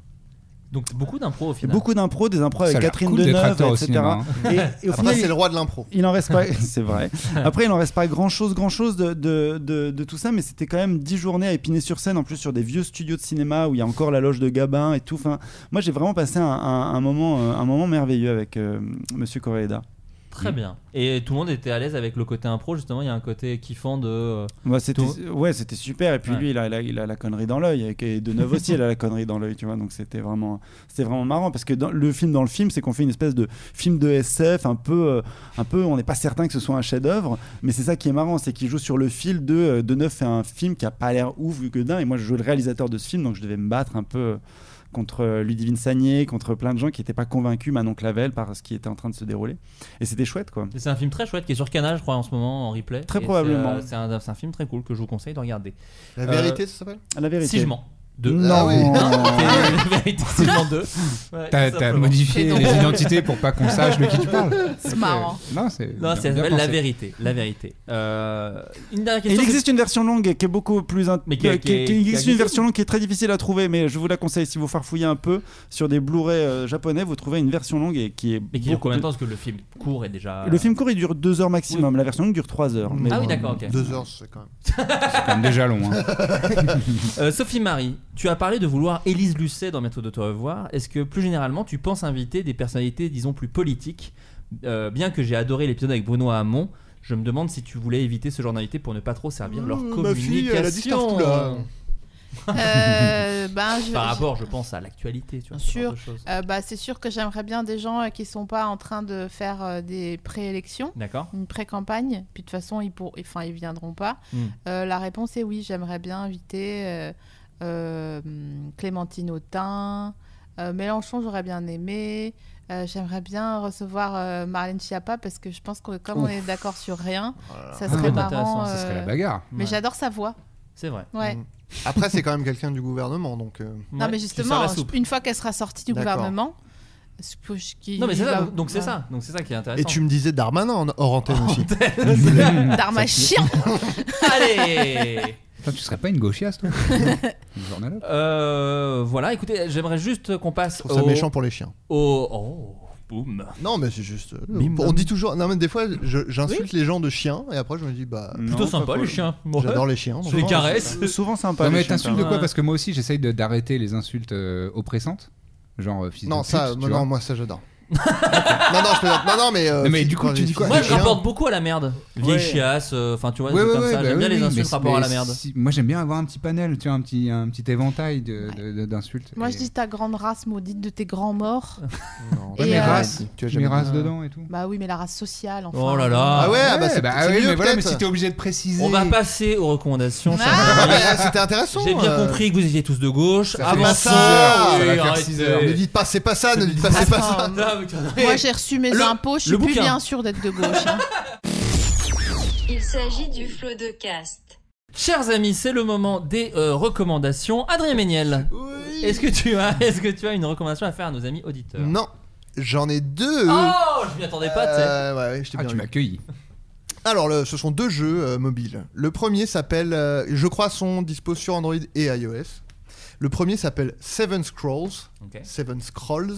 Speaker 7: Donc beaucoup d'impro au final.
Speaker 11: beaucoup d'impro des
Speaker 9: Ça
Speaker 11: impros avec
Speaker 9: a l'air
Speaker 11: Catherine
Speaker 9: cool d'être
Speaker 11: Deneuve
Speaker 9: acteur au
Speaker 11: etc
Speaker 9: cinéma, hein.
Speaker 11: et, et au
Speaker 3: Après,
Speaker 11: final
Speaker 3: c'est
Speaker 11: il-
Speaker 3: le roi de l'impro.
Speaker 11: il en reste pas, c'est vrai. Après, il en reste pas grand chose, grand chose de, de, de- de tout ça, mais c'était quand même 10 journées à épiner sur scène, en plus sur des vieux studios de cinéma où il y a encore la loge de Gabin et tout. Enfin, moi, j'ai vraiment passé un, un- un moment, euh, un moment merveilleux avec euh, Monsieur Correida.
Speaker 9: Mm.
Speaker 7: Très bien. Et tout le monde était à l'aise avec le côté impro, justement, il y a un côté kiffant de. euh,
Speaker 11: Moi, c'était,
Speaker 7: tout-
Speaker 11: ouais, c'était super. Et puis
Speaker 7: Ouais.
Speaker 11: lui, il a, il a- il a la connerie dans l'œil. Et- Et de neuf aussi, il a la connerie dans l'œil, tu vois. Donc c'était vraiment, c'était vraiment marrant parce que dans, le film dans le film, c'est qu'on fait une espèce de film de SF un peu, euh, un peu. On n'est pas certain que ce soit un chef-d'œuvre, mais c'est ça qui est marrant, c'est qu'il joue sur le fil de euh, de neuf fait un film qui a pas l'air ouf vu que d'un. Et moi, je joue le réalisateur de ce film, donc je devais me battre un peu. euh, contre euh, Ludivine Sagné, contre plein de gens qui n'étaient pas convaincus, Manon Clavel, par ce qui était en train de se dérouler. Et c'était chouette, quoi.
Speaker 7: C'est un film très chouette qui est sur Canal, je crois, en ce moment en replay.
Speaker 11: Très
Speaker 7: Et c'est,
Speaker 11: probablement.
Speaker 7: euh, C'est un, c'est un film très cool que je vous conseille de regarder.
Speaker 9: Euh,
Speaker 3: La vérité, ça s'appelle
Speaker 11: La vérité.
Speaker 7: Si je mens. Deux.
Speaker 11: Non.
Speaker 7: Ah oui.
Speaker 11: Oh.
Speaker 7: La vérité, si je mens deux. Ouais,
Speaker 9: T'as-
Speaker 7: tout
Speaker 9: T'as
Speaker 7: simplement.
Speaker 9: modifié
Speaker 7: Et donc-
Speaker 9: les identités pour pas qu'on sache de qui tu parles.
Speaker 8: C'est
Speaker 9: Ok.
Speaker 8: marrant.
Speaker 9: Non, c'est.
Speaker 7: Non, ça
Speaker 9: bien
Speaker 7: s'appelle La
Speaker 9: pensé.
Speaker 7: vérité. La vérité. Euh, une dernière
Speaker 11: Et il
Speaker 7: question.
Speaker 11: existe une version longue qui est beaucoup plus. int-
Speaker 7: Mais qui-
Speaker 11: euh,
Speaker 7: qui-
Speaker 11: qui-
Speaker 7: qui-
Speaker 11: Il existe
Speaker 7: qui-
Speaker 11: une version longue qui est très difficile à trouver, mais je vous la conseille si vous farfouillez un peu sur des Blu-ray euh, japonais, vous trouvez une version longue et qui est.
Speaker 7: Mais qui dure
Speaker 11: beaucoup
Speaker 7: combien de euh,
Speaker 11: plus-
Speaker 7: temps Parce que le film court est déjà.
Speaker 11: Le film court il dure 2 heures maximum, la version longue dure 3 heures. mais-
Speaker 7: Ah oui, d'accord, ok.
Speaker 3: Deux heures, c'est quand même.
Speaker 9: C'est quand même déjà long. hein.
Speaker 7: Euh, Sophie Marie, tu as parlé de vouloir Élise Lucet dans Maître de te revoir. Est-ce que plus généralement tu penses inviter des personnalités, disons, plus politiques Euh, Bien que j'ai adoré l'épisode avec Bruno Hamon, je me demande si tu voulais éviter ce genre d'invité pour ne pas trop servir leur
Speaker 3: Mmh,
Speaker 7: communication.
Speaker 3: ma fille, elle a dit Tartoula.
Speaker 8: Euh, ben, je-
Speaker 7: Par
Speaker 8: je-
Speaker 7: rapport, je pense, à l'actualité, tu vois.
Speaker 8: Bien
Speaker 7: ce genre
Speaker 8: sûr.
Speaker 7: de choses.
Speaker 8: Euh, bah, c'est sûr que j'aimerais bien des gens euh, qui sont pas en train de faire euh, des préélections,
Speaker 7: D'accord.
Speaker 8: une pré-campagne. Puis de toute façon, ils pour... enfin, ils viendront pas.
Speaker 7: Hmm.
Speaker 8: Euh, la réponse est oui. J'aimerais bien inviter euh, euh, hum, Clémentine Autain, euh, Mélenchon. J'aurais bien aimé. Euh, J'aimerais bien recevoir euh, Marlène Schiappa parce que je pense que comme on est d'accord sur rien,
Speaker 7: Oh
Speaker 8: ça
Speaker 7: Ça peut
Speaker 8: serait
Speaker 7: être
Speaker 8: marrant.
Speaker 7: intéressant, ça
Speaker 9: Ce serait la
Speaker 8: euh,
Speaker 9: bagarre.
Speaker 8: Mais
Speaker 7: Ouais.
Speaker 8: j'adore sa voix.
Speaker 7: C'est vrai.
Speaker 8: Ouais.
Speaker 3: Mmh. Après, c'est quand même quelqu'un du gouvernement, donc. euh,
Speaker 8: Non,
Speaker 7: Hmm. Ouais,
Speaker 8: mais
Speaker 7: tu sers
Speaker 8: justement,
Speaker 7: la soupe.
Speaker 8: une fois qu'elle sera sortie du
Speaker 3: D'accord.
Speaker 8: gouvernement, ce que je- qui-
Speaker 7: Non, mais c'est
Speaker 8: il
Speaker 7: ça,
Speaker 8: va-
Speaker 7: donc- donc c'est
Speaker 8: va-
Speaker 7: ça. Donc c'est ça qui est intéressant.
Speaker 3: Et tu me disais Darmanin en hors antenne
Speaker 9: Oh.
Speaker 3: aussi.
Speaker 8: Dharma chiant
Speaker 7: Allez
Speaker 9: Putain, tu serais pas une gauchiasse, toi Une journalope
Speaker 7: Euh, Voilà, écoutez, j'aimerais juste qu'on passe
Speaker 3: Je trouve ça
Speaker 9: Oh.
Speaker 7: au-
Speaker 3: méchant pour les chiens.
Speaker 7: au... Oh, boum
Speaker 3: Non, mais c'est juste. euh,
Speaker 7: Bim,
Speaker 3: on
Speaker 7: bam.
Speaker 3: dit toujours. Non, mais des fois, je- j'insulte les gens de chiens et après, je me dis, bah.
Speaker 11: Non,
Speaker 7: Ah, Plutôt
Speaker 11: pas
Speaker 7: sympa,
Speaker 11: cool.
Speaker 7: les chiens.
Speaker 3: J'adore les chiens. donc
Speaker 7: Je les
Speaker 3: voilà.
Speaker 7: caresse.
Speaker 11: Souvent sympa.
Speaker 9: Non,
Speaker 11: les
Speaker 9: mais
Speaker 11: chiens,
Speaker 9: t'insultes
Speaker 11: quand
Speaker 9: de
Speaker 11: même.
Speaker 9: quoi
Speaker 7: Ouais.
Speaker 9: Parce que moi aussi, j'essaye de- d'arrêter les insultes euh, oppressantes. Genre, euh, fils de
Speaker 3: Non,
Speaker 9: pute,
Speaker 3: ça,
Speaker 9: tu
Speaker 3: moi,
Speaker 9: vois.
Speaker 3: non, moi, ça, j'adore. non, non, je plaisante. Non, non, mais. euh,
Speaker 9: Non, mais
Speaker 3: si-
Speaker 9: du coup,
Speaker 3: quand
Speaker 9: tu
Speaker 3: j'ai
Speaker 9: dis quoi
Speaker 3: des
Speaker 7: Moi, je
Speaker 3: chiens-
Speaker 7: rapporte beaucoup à la merde. Vieille
Speaker 9: Ouais.
Speaker 7: chiasse, euh, enfin, tu vois,
Speaker 9: Ouais,
Speaker 7: des trucs
Speaker 9: ouais,
Speaker 7: comme
Speaker 9: ouais,
Speaker 7: ça.
Speaker 9: bah
Speaker 7: J'aime bien
Speaker 9: oui,
Speaker 7: les
Speaker 9: oui,
Speaker 7: insultes
Speaker 9: mais-
Speaker 7: rapport à la
Speaker 9: mais
Speaker 7: merde.
Speaker 9: si- moi, j'aime bien avoir un petit panel, tu vois, un petit, un petit éventail de- de- de- d'insultes.
Speaker 8: Moi, je
Speaker 9: Et-
Speaker 8: dis ta grande race maudite de tes grands morts.
Speaker 3: Non,
Speaker 8: Et,
Speaker 9: Ouais, mais
Speaker 8: euh,
Speaker 9: race,
Speaker 3: tu
Speaker 9: tu
Speaker 3: as
Speaker 9: as
Speaker 3: jamais
Speaker 9: mes
Speaker 3: dit-
Speaker 9: races dedans et tout.
Speaker 8: Bah oui, mais la race sociale, enfin.
Speaker 7: Oh là là.
Speaker 3: Ah ouais, ah bah, c'est
Speaker 9: bah,
Speaker 3: c'est
Speaker 9: oui,
Speaker 3: mieux,
Speaker 9: mais voilà, mais
Speaker 3: peut-être.
Speaker 9: si t'es obligé de préciser.
Speaker 7: On va passer aux recommandations. chers
Speaker 3: Ah,
Speaker 7: amis.
Speaker 3: mais C'était intéressant.
Speaker 7: J'ai bien
Speaker 3: euh,
Speaker 7: compris que vous étiez tous de gauche.
Speaker 9: Ça fait
Speaker 7: Avant
Speaker 9: six
Speaker 7: ça,
Speaker 3: heures, ça
Speaker 9: va
Speaker 7: Ah oui,
Speaker 9: faire
Speaker 7: arrêtez.
Speaker 9: six heures.
Speaker 3: Ne dites pas, c'est pas ça, ne dites pas, c'est pas ça.
Speaker 8: Attends,
Speaker 7: Non, Ah, mais tu-
Speaker 8: Moi, j'ai reçu mes
Speaker 7: Le-
Speaker 8: impôts, je suis
Speaker 7: le
Speaker 8: plus
Speaker 7: bouquin.
Speaker 8: bien sûre d'être de gauche. hein.
Speaker 12: Il s'agit du flot de cast.
Speaker 7: Chers amis, c'est le moment des euh, recommandations. Adrien Méniel, est-ce que tu as, est-ce que tu as une recommandation à faire à nos amis auditeurs
Speaker 3: Non, j'en ai deux.
Speaker 7: Oh, je m'y attendais pas. tu sais.
Speaker 3: Euh, ouais, ouais, je t'ai
Speaker 9: Ah,
Speaker 3: bien
Speaker 9: tu
Speaker 3: eu.
Speaker 9: m'accueilles.
Speaker 3: Alors, le- ce sont deux jeux euh, mobiles. Le premier s'appelle, euh, je crois, sont dispo sur Android et iOS. Le premier s'appelle Seven Scrolls.
Speaker 7: Ok.
Speaker 3: Seven Scrolls.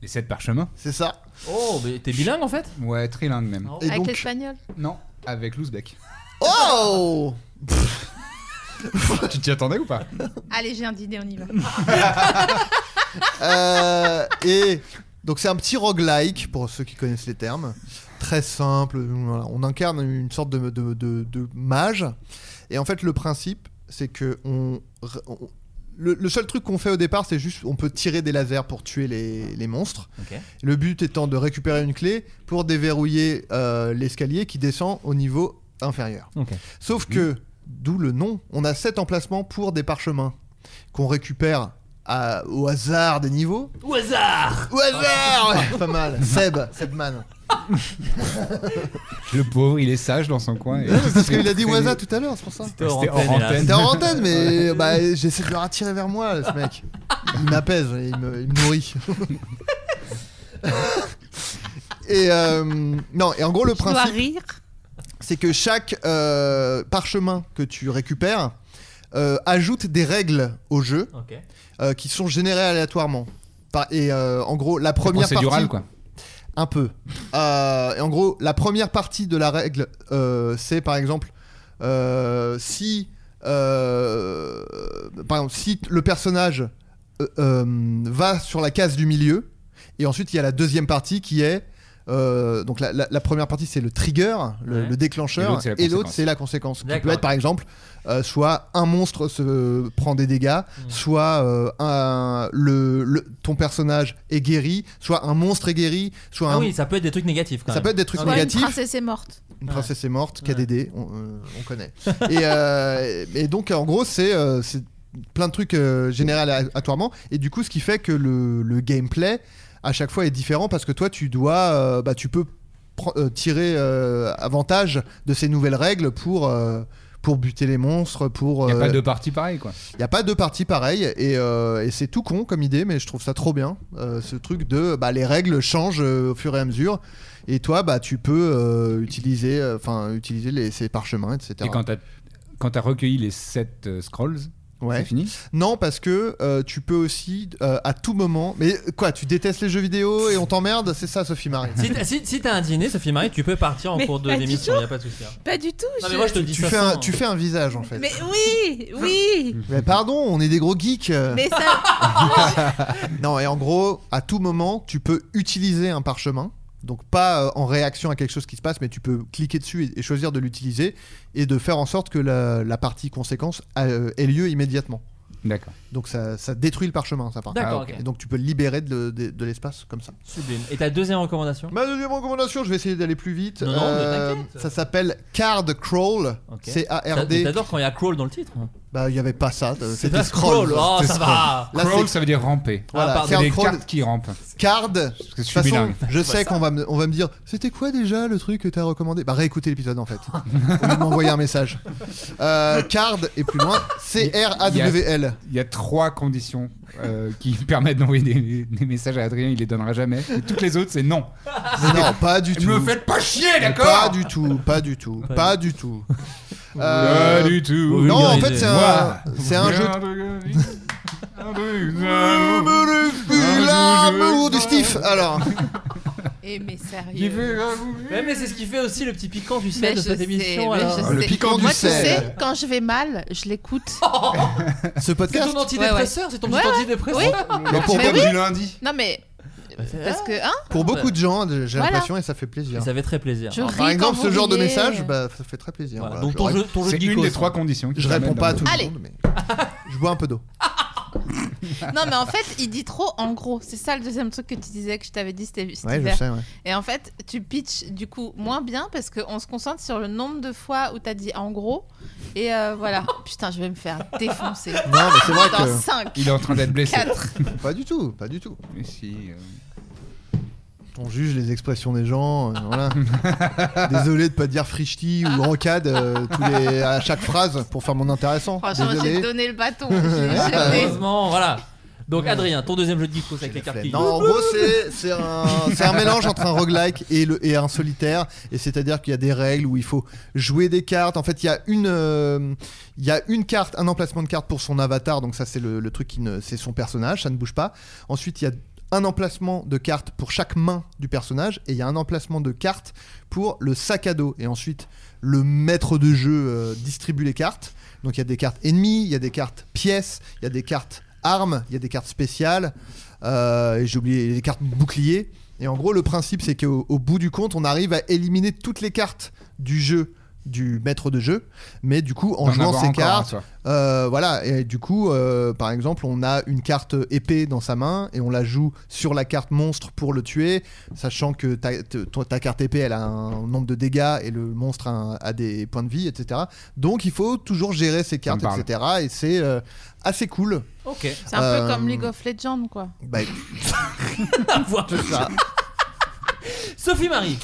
Speaker 9: Les sept parchemins.
Speaker 3: C'est ça.
Speaker 7: Oh, mais t'es bilingue en fait
Speaker 9: Ouais, trilingue même.
Speaker 8: Et Avec donc- l'espagnol
Speaker 9: Non, avec l'ouzbek.
Speaker 3: Oh
Speaker 9: tu t'y attendais ou pas
Speaker 8: Allez, j'ai un dîner, on y va.
Speaker 3: Euh, et donc c'est un petit roguelike pour ceux qui connaissent les termes. Très simple. voilà. On incarne une sorte de, de- de- de mage. Et en fait, le principe, c'est que on, on- le, le seul truc qu'on fait au départ, c'est juste on peut tirer des lasers pour tuer les, les monstres.
Speaker 7: Ok.
Speaker 3: Le but étant de récupérer une clé pour déverrouiller euh, l'escalier qui descend au niveau inférieur.
Speaker 7: Ok.
Speaker 3: Sauf que, d'où le nom, on a 7 emplacements pour des parchemins qu'on récupère à- au hasard des niveaux.
Speaker 7: Au hasard
Speaker 3: Au hasard ouais, Ah, Pas mal. Seb, Sebman.
Speaker 9: Le pauvre, il est sage dans son coin. et-
Speaker 3: Ouais, Parce qu'il a dit Waza tout à l'heure, c'est pour ça.
Speaker 9: C'était hors C'était hors antenne, antenne. hélas.
Speaker 3: C'était hors antenne, mais bah, j'essaie de le rattirer vers moi, là, ce mec. Il m'apaise, il me, il me nourrit. et euh, non, et en gros, le
Speaker 8: Je dois
Speaker 3: principe,
Speaker 8: rire.
Speaker 3: c'est que chaque euh, parchemin que tu récupères euh, ajoute des règles au jeu
Speaker 7: Ok.
Speaker 3: euh, qui sont générées aléatoirement. Par- Et euh, en gros, la première partie.
Speaker 9: procédural, quoi.
Speaker 3: Un peu. Euh, et en gros, la première partie de la règle, euh, c'est par exemple euh, si, euh, par exemple, si le personnage euh, euh, va sur la case du milieu, et ensuite il y a la deuxième partie qui est euh, donc la, la- la première partie c'est le trigger, le,
Speaker 7: Ouais.
Speaker 3: le
Speaker 9: Et
Speaker 3: déclencheur,
Speaker 9: l'autre, c'est la
Speaker 3: et l'autre
Speaker 9: conséquence.
Speaker 3: c'est la conséquence. Qui peut
Speaker 7: D'accord.
Speaker 3: être par exemple euh, soit un monstre se prend des dégâts, soit euh, un- le, le- ton personnage est guéri, soit un monstre est guéri, soit
Speaker 7: Ah
Speaker 3: un,
Speaker 7: oui, ça peut être des trucs négatifs quand
Speaker 3: ça
Speaker 7: même.
Speaker 3: peut être des trucs
Speaker 8: Soit une
Speaker 3: négatifs.
Speaker 8: princesse est morte.
Speaker 3: Une princesse est morte, KDD, on, euh, on connaît. et, euh, et donc, en gros, c'est euh, c'est plein de trucs euh, générés aléatoirement. Et du coup, ce qui fait que le, le gameplay, à chaque fois, est différent parce que toi, tu dois. euh, bah, tu peux pr- euh, tirer euh, avantage de ces nouvelles règles pour. euh, pour buter les monstres, pour...
Speaker 9: Il n'y a pas
Speaker 3: euh,
Speaker 9: deux parties pareilles, quoi.
Speaker 3: il n'y a pas deux parties pareilles et, euh, et c'est tout con comme idée, mais je trouve ça trop bien. euh, ce truc de bah, les règles changent euh, au fur et à mesure et toi bah tu peux euh, utiliser euh, enfin utiliser les, ces parchemins etc.
Speaker 9: Et quand t'as quand t'as recueilli les 7 scrolls,
Speaker 3: Ouais.
Speaker 9: c'est fini
Speaker 3: Non parce que euh, tu peux aussi euh, à tout moment. Mais quoi tu détestes les jeux vidéo et on t'emmerde c'est ça Sophie Marie.
Speaker 7: Si t'as si- si t'as un dîner, Sophie Marie, tu peux partir en
Speaker 8: Mais
Speaker 7: cours de
Speaker 8: pas du
Speaker 7: l'émission,
Speaker 8: tout.
Speaker 7: y a pas de souci. hein.
Speaker 8: Pas du tout.
Speaker 7: Non,
Speaker 8: je-
Speaker 7: mais moi je te dis
Speaker 3: Tu
Speaker 7: ça
Speaker 3: fais un
Speaker 7: sans-
Speaker 3: tu fais un visage en fait.
Speaker 8: Mais oui, oui.
Speaker 3: Mais pardon on est des gros geeks. euh.
Speaker 8: Mais ça,
Speaker 3: Non, et en gros, à tout moment, tu peux utiliser un parchemin. Donc pas euh, en réaction à quelque chose qui se passe, mais tu peux cliquer dessus et, et choisir de l'utiliser et de faire en sorte que la, la partie conséquence euh, ait lieu immédiatement.
Speaker 9: D'accord.
Speaker 3: Donc ça, ça détruit le parchemin, ça part.
Speaker 7: D'accord,
Speaker 9: Ah, ok.
Speaker 7: ok.
Speaker 3: Et donc tu peux le libérer de, de- de l'espace comme ça.
Speaker 7: Sublime. Et ta deuxième recommandation
Speaker 3: Ma deuxième recommandation, je vais essayer d'aller plus vite. Euh,
Speaker 7: Non, non, mais t'inquiète.
Speaker 3: ça s'appelle Card Crawl.
Speaker 7: Ok. T'as-
Speaker 3: C-A-R-D.
Speaker 7: T'adores quand il y a crawl dans le titre hein.
Speaker 3: Bah il y avait pas ça.
Speaker 7: pas
Speaker 3: C'était
Speaker 7: scroll.
Speaker 3: scroll.
Speaker 7: Oh,
Speaker 3: C'était
Speaker 7: ça
Speaker 3: scroll.
Speaker 7: va.
Speaker 3: Là,
Speaker 9: Crawl,
Speaker 3: c'est
Speaker 9: ça veut dire ramper.
Speaker 3: Voilà,
Speaker 7: pardon.
Speaker 9: C'est
Speaker 3: faire
Speaker 9: des
Speaker 3: crawl-
Speaker 9: cartes qui rampent.
Speaker 3: Card. De
Speaker 9: que je
Speaker 3: toute
Speaker 9: suis
Speaker 3: façon,
Speaker 9: bilingue.
Speaker 3: je sais qu'on va, me, on va me dire c'était quoi déjà le truc que t'as recommandé Bah réécoutez l'épisode en fait. Au lieu de m'envoyer un message. Euh, card et plus loin C-R-A-W-L.
Speaker 9: Il y a trois conditions euh, qui permettent d'envoyer des, des messages à Adrien, il les donnera jamais. Et toutes les autres, c'est non.
Speaker 3: Non, pas du tout.
Speaker 9: Ne me faites pas chier,
Speaker 3: Mais
Speaker 9: d'accord
Speaker 3: Pas du tout, pas du tout,
Speaker 7: Pas
Speaker 3: pas du tout.
Speaker 9: Pas
Speaker 3: Euh,
Speaker 9: du tout.
Speaker 7: Vous
Speaker 3: non, en fait,
Speaker 7: vulgarisez.
Speaker 3: c'est un,
Speaker 9: Moi,
Speaker 3: c'est un jeu.
Speaker 9: euh,
Speaker 3: L'amour de Steve. Alors,
Speaker 8: Eh, mais sérieux.
Speaker 7: Ouais, mais c'est ce qui fait aussi le petit piquant du
Speaker 8: Mais
Speaker 7: sel de
Speaker 8: je
Speaker 7: cette
Speaker 8: sais,
Speaker 7: émission.
Speaker 8: mais
Speaker 7: alors.
Speaker 8: je
Speaker 3: Ah, le
Speaker 8: sais. Oh.
Speaker 3: piquant du
Speaker 8: Moi,
Speaker 3: sel.
Speaker 8: tu sais, quand je vais mal, je l'écoute.
Speaker 3: ce
Speaker 7: C'est
Speaker 3: podcast.
Speaker 7: ton antidépresseur, c'est ton petit
Speaker 8: Ouais, ouais.
Speaker 7: antidépresseur.
Speaker 3: Bah,
Speaker 9: Le programme
Speaker 8: Mais oui.
Speaker 9: du lundi.
Speaker 8: Non mais
Speaker 7: Bah,
Speaker 8: parce que hein,
Speaker 3: Pour beaucoup de gens, j'ai
Speaker 8: Voilà.
Speaker 3: l'impression et ça fait plaisir.
Speaker 7: Ça fait très plaisir.
Speaker 8: je ris
Speaker 3: Par exemple,
Speaker 8: quand
Speaker 3: ce
Speaker 8: vous
Speaker 3: genre de
Speaker 8: riez.
Speaker 3: message, bah, ça fait très plaisir.
Speaker 7: Voilà,
Speaker 3: Voilà,
Speaker 7: Donc
Speaker 3: je
Speaker 7: ton
Speaker 3: répète.
Speaker 7: jeu, ton jeu
Speaker 9: C'est
Speaker 7: de
Speaker 9: une des
Speaker 7: geekos,
Speaker 9: trois
Speaker 7: hein.
Speaker 9: conditions. qui
Speaker 3: Je réponds
Speaker 9: permettent
Speaker 3: pas à
Speaker 9: d'envoyer.
Speaker 3: tout le
Speaker 8: Allez.
Speaker 3: monde, mais je bois un peu d'eau.
Speaker 8: Non mais en fait, il dit trop en gros. C'est ça le deuxième truc que tu disais que je t'avais dit c'était cet
Speaker 3: Ouais, je
Speaker 8: hiver.
Speaker 3: sais, ouais.
Speaker 8: Et en fait, tu pitches du coup moins bien parce qu'on se concentre sur le nombre de fois où t'as dit en gros. Et euh, voilà. Putain, je vais me faire défoncer.
Speaker 3: Non, mais c'est vrai
Speaker 8: Dans
Speaker 3: que.
Speaker 8: 5,
Speaker 9: Il est en train d'être blessé.
Speaker 8: 4.
Speaker 3: Pas du tout, pas du tout.
Speaker 9: Mais si, euh,
Speaker 3: On juge les expressions des gens, euh, voilà. Désolé de pas dire frichti ou rocade euh, tous les, à chaque phrase pour faire mon intéressant.
Speaker 8: Franchement, j'ai
Speaker 3: Désolé.
Speaker 8: donné le bâton. J'ai-
Speaker 3: Ah, bah,
Speaker 8: j'ai-
Speaker 7: Heureusement, voilà.
Speaker 3: Mmh.
Speaker 7: Donc Adrien, ton deuxième jeu de geekos avec les cartes qui-
Speaker 3: Non, en gros, c'est- c'est un, c'est un mélange entre un roguelike et, le, et un solitaire. Et c'est-à-dire qu'il y a des règles où il faut jouer des cartes. En fait, il y a une, euh, il y a une carte, un emplacement de carte pour son avatar. Donc ça, c'est le, le truc qui ne, c'est son personnage, ça ne bouge pas. Ensuite, il y a un emplacement de carte pour chaque main du personnage et il y a un emplacement de carte pour le sac à dos. Et ensuite, le maître de jeu euh, distribue les cartes. Donc il y a des cartes ennemies, il y a des cartes pièces, il y a des cartes armes, il y a des cartes spéciales, euh, et j'ai oublié les cartes boucliers. Et en gros, le principe, c'est qu'au au bout du compte, on arrive à éliminer toutes les cartes du jeu du maître de jeu, mais du coup en
Speaker 9: D'en
Speaker 3: jouant
Speaker 9: avoir
Speaker 3: ces
Speaker 9: encore hein,
Speaker 3: cartes,
Speaker 9: un, toi.
Speaker 3: euh, voilà, et du coup euh, par exemple on a une carte épée dans sa main et on la joue sur la carte monstre pour le tuer, sachant que ta, te- toi, ta carte épée elle a un nombre de dégâts et le monstre a, un- a des points de vie, etc. Donc il faut toujours gérer ces cartes,
Speaker 9: parle.
Speaker 3: etc. Et c'est euh, assez cool.
Speaker 7: Ok.
Speaker 8: C'est un
Speaker 3: Euh,
Speaker 8: peu comme League of Legends, quoi.
Speaker 3: Bah,
Speaker 7: voir.
Speaker 3: tout ça.
Speaker 7: Sophie Marie,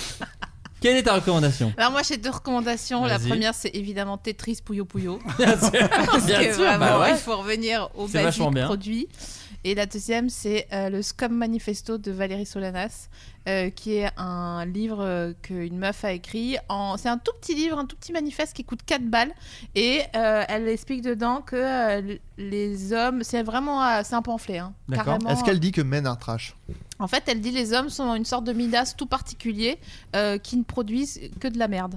Speaker 7: quelle est ta recommandation
Speaker 8: Alors moi j'ai deux recommandations. La
Speaker 7: Vas-y.
Speaker 8: première c'est évidemment Tetris Puyo Puyo.
Speaker 7: Bien sûr,
Speaker 8: Parce
Speaker 7: bien
Speaker 8: que
Speaker 7: sûr, bah
Speaker 8: vraiment
Speaker 7: ouais.
Speaker 8: il faut revenir au
Speaker 7: C'est vachement
Speaker 8: basique
Speaker 7: bien.
Speaker 8: produit. Et la deuxième c'est euh, le Scum Manifesto de Valérie Solanas, euh, qui est un livre euh, qu'une meuf a écrit. En... C'est un tout petit livre, un tout petit manifeste qui coûte 4 balles. Et euh, elle explique dedans que euh, les hommes, c'est vraiment, euh, c'est un pamphlet. hein.
Speaker 3: D'accord.
Speaker 8: Carrément,
Speaker 3: Est-ce qu'elle dit que men are trash
Speaker 8: en fait, elle dit les hommes sont dans une sorte de Midas tout particulier euh, qui ne produisent que de la merde.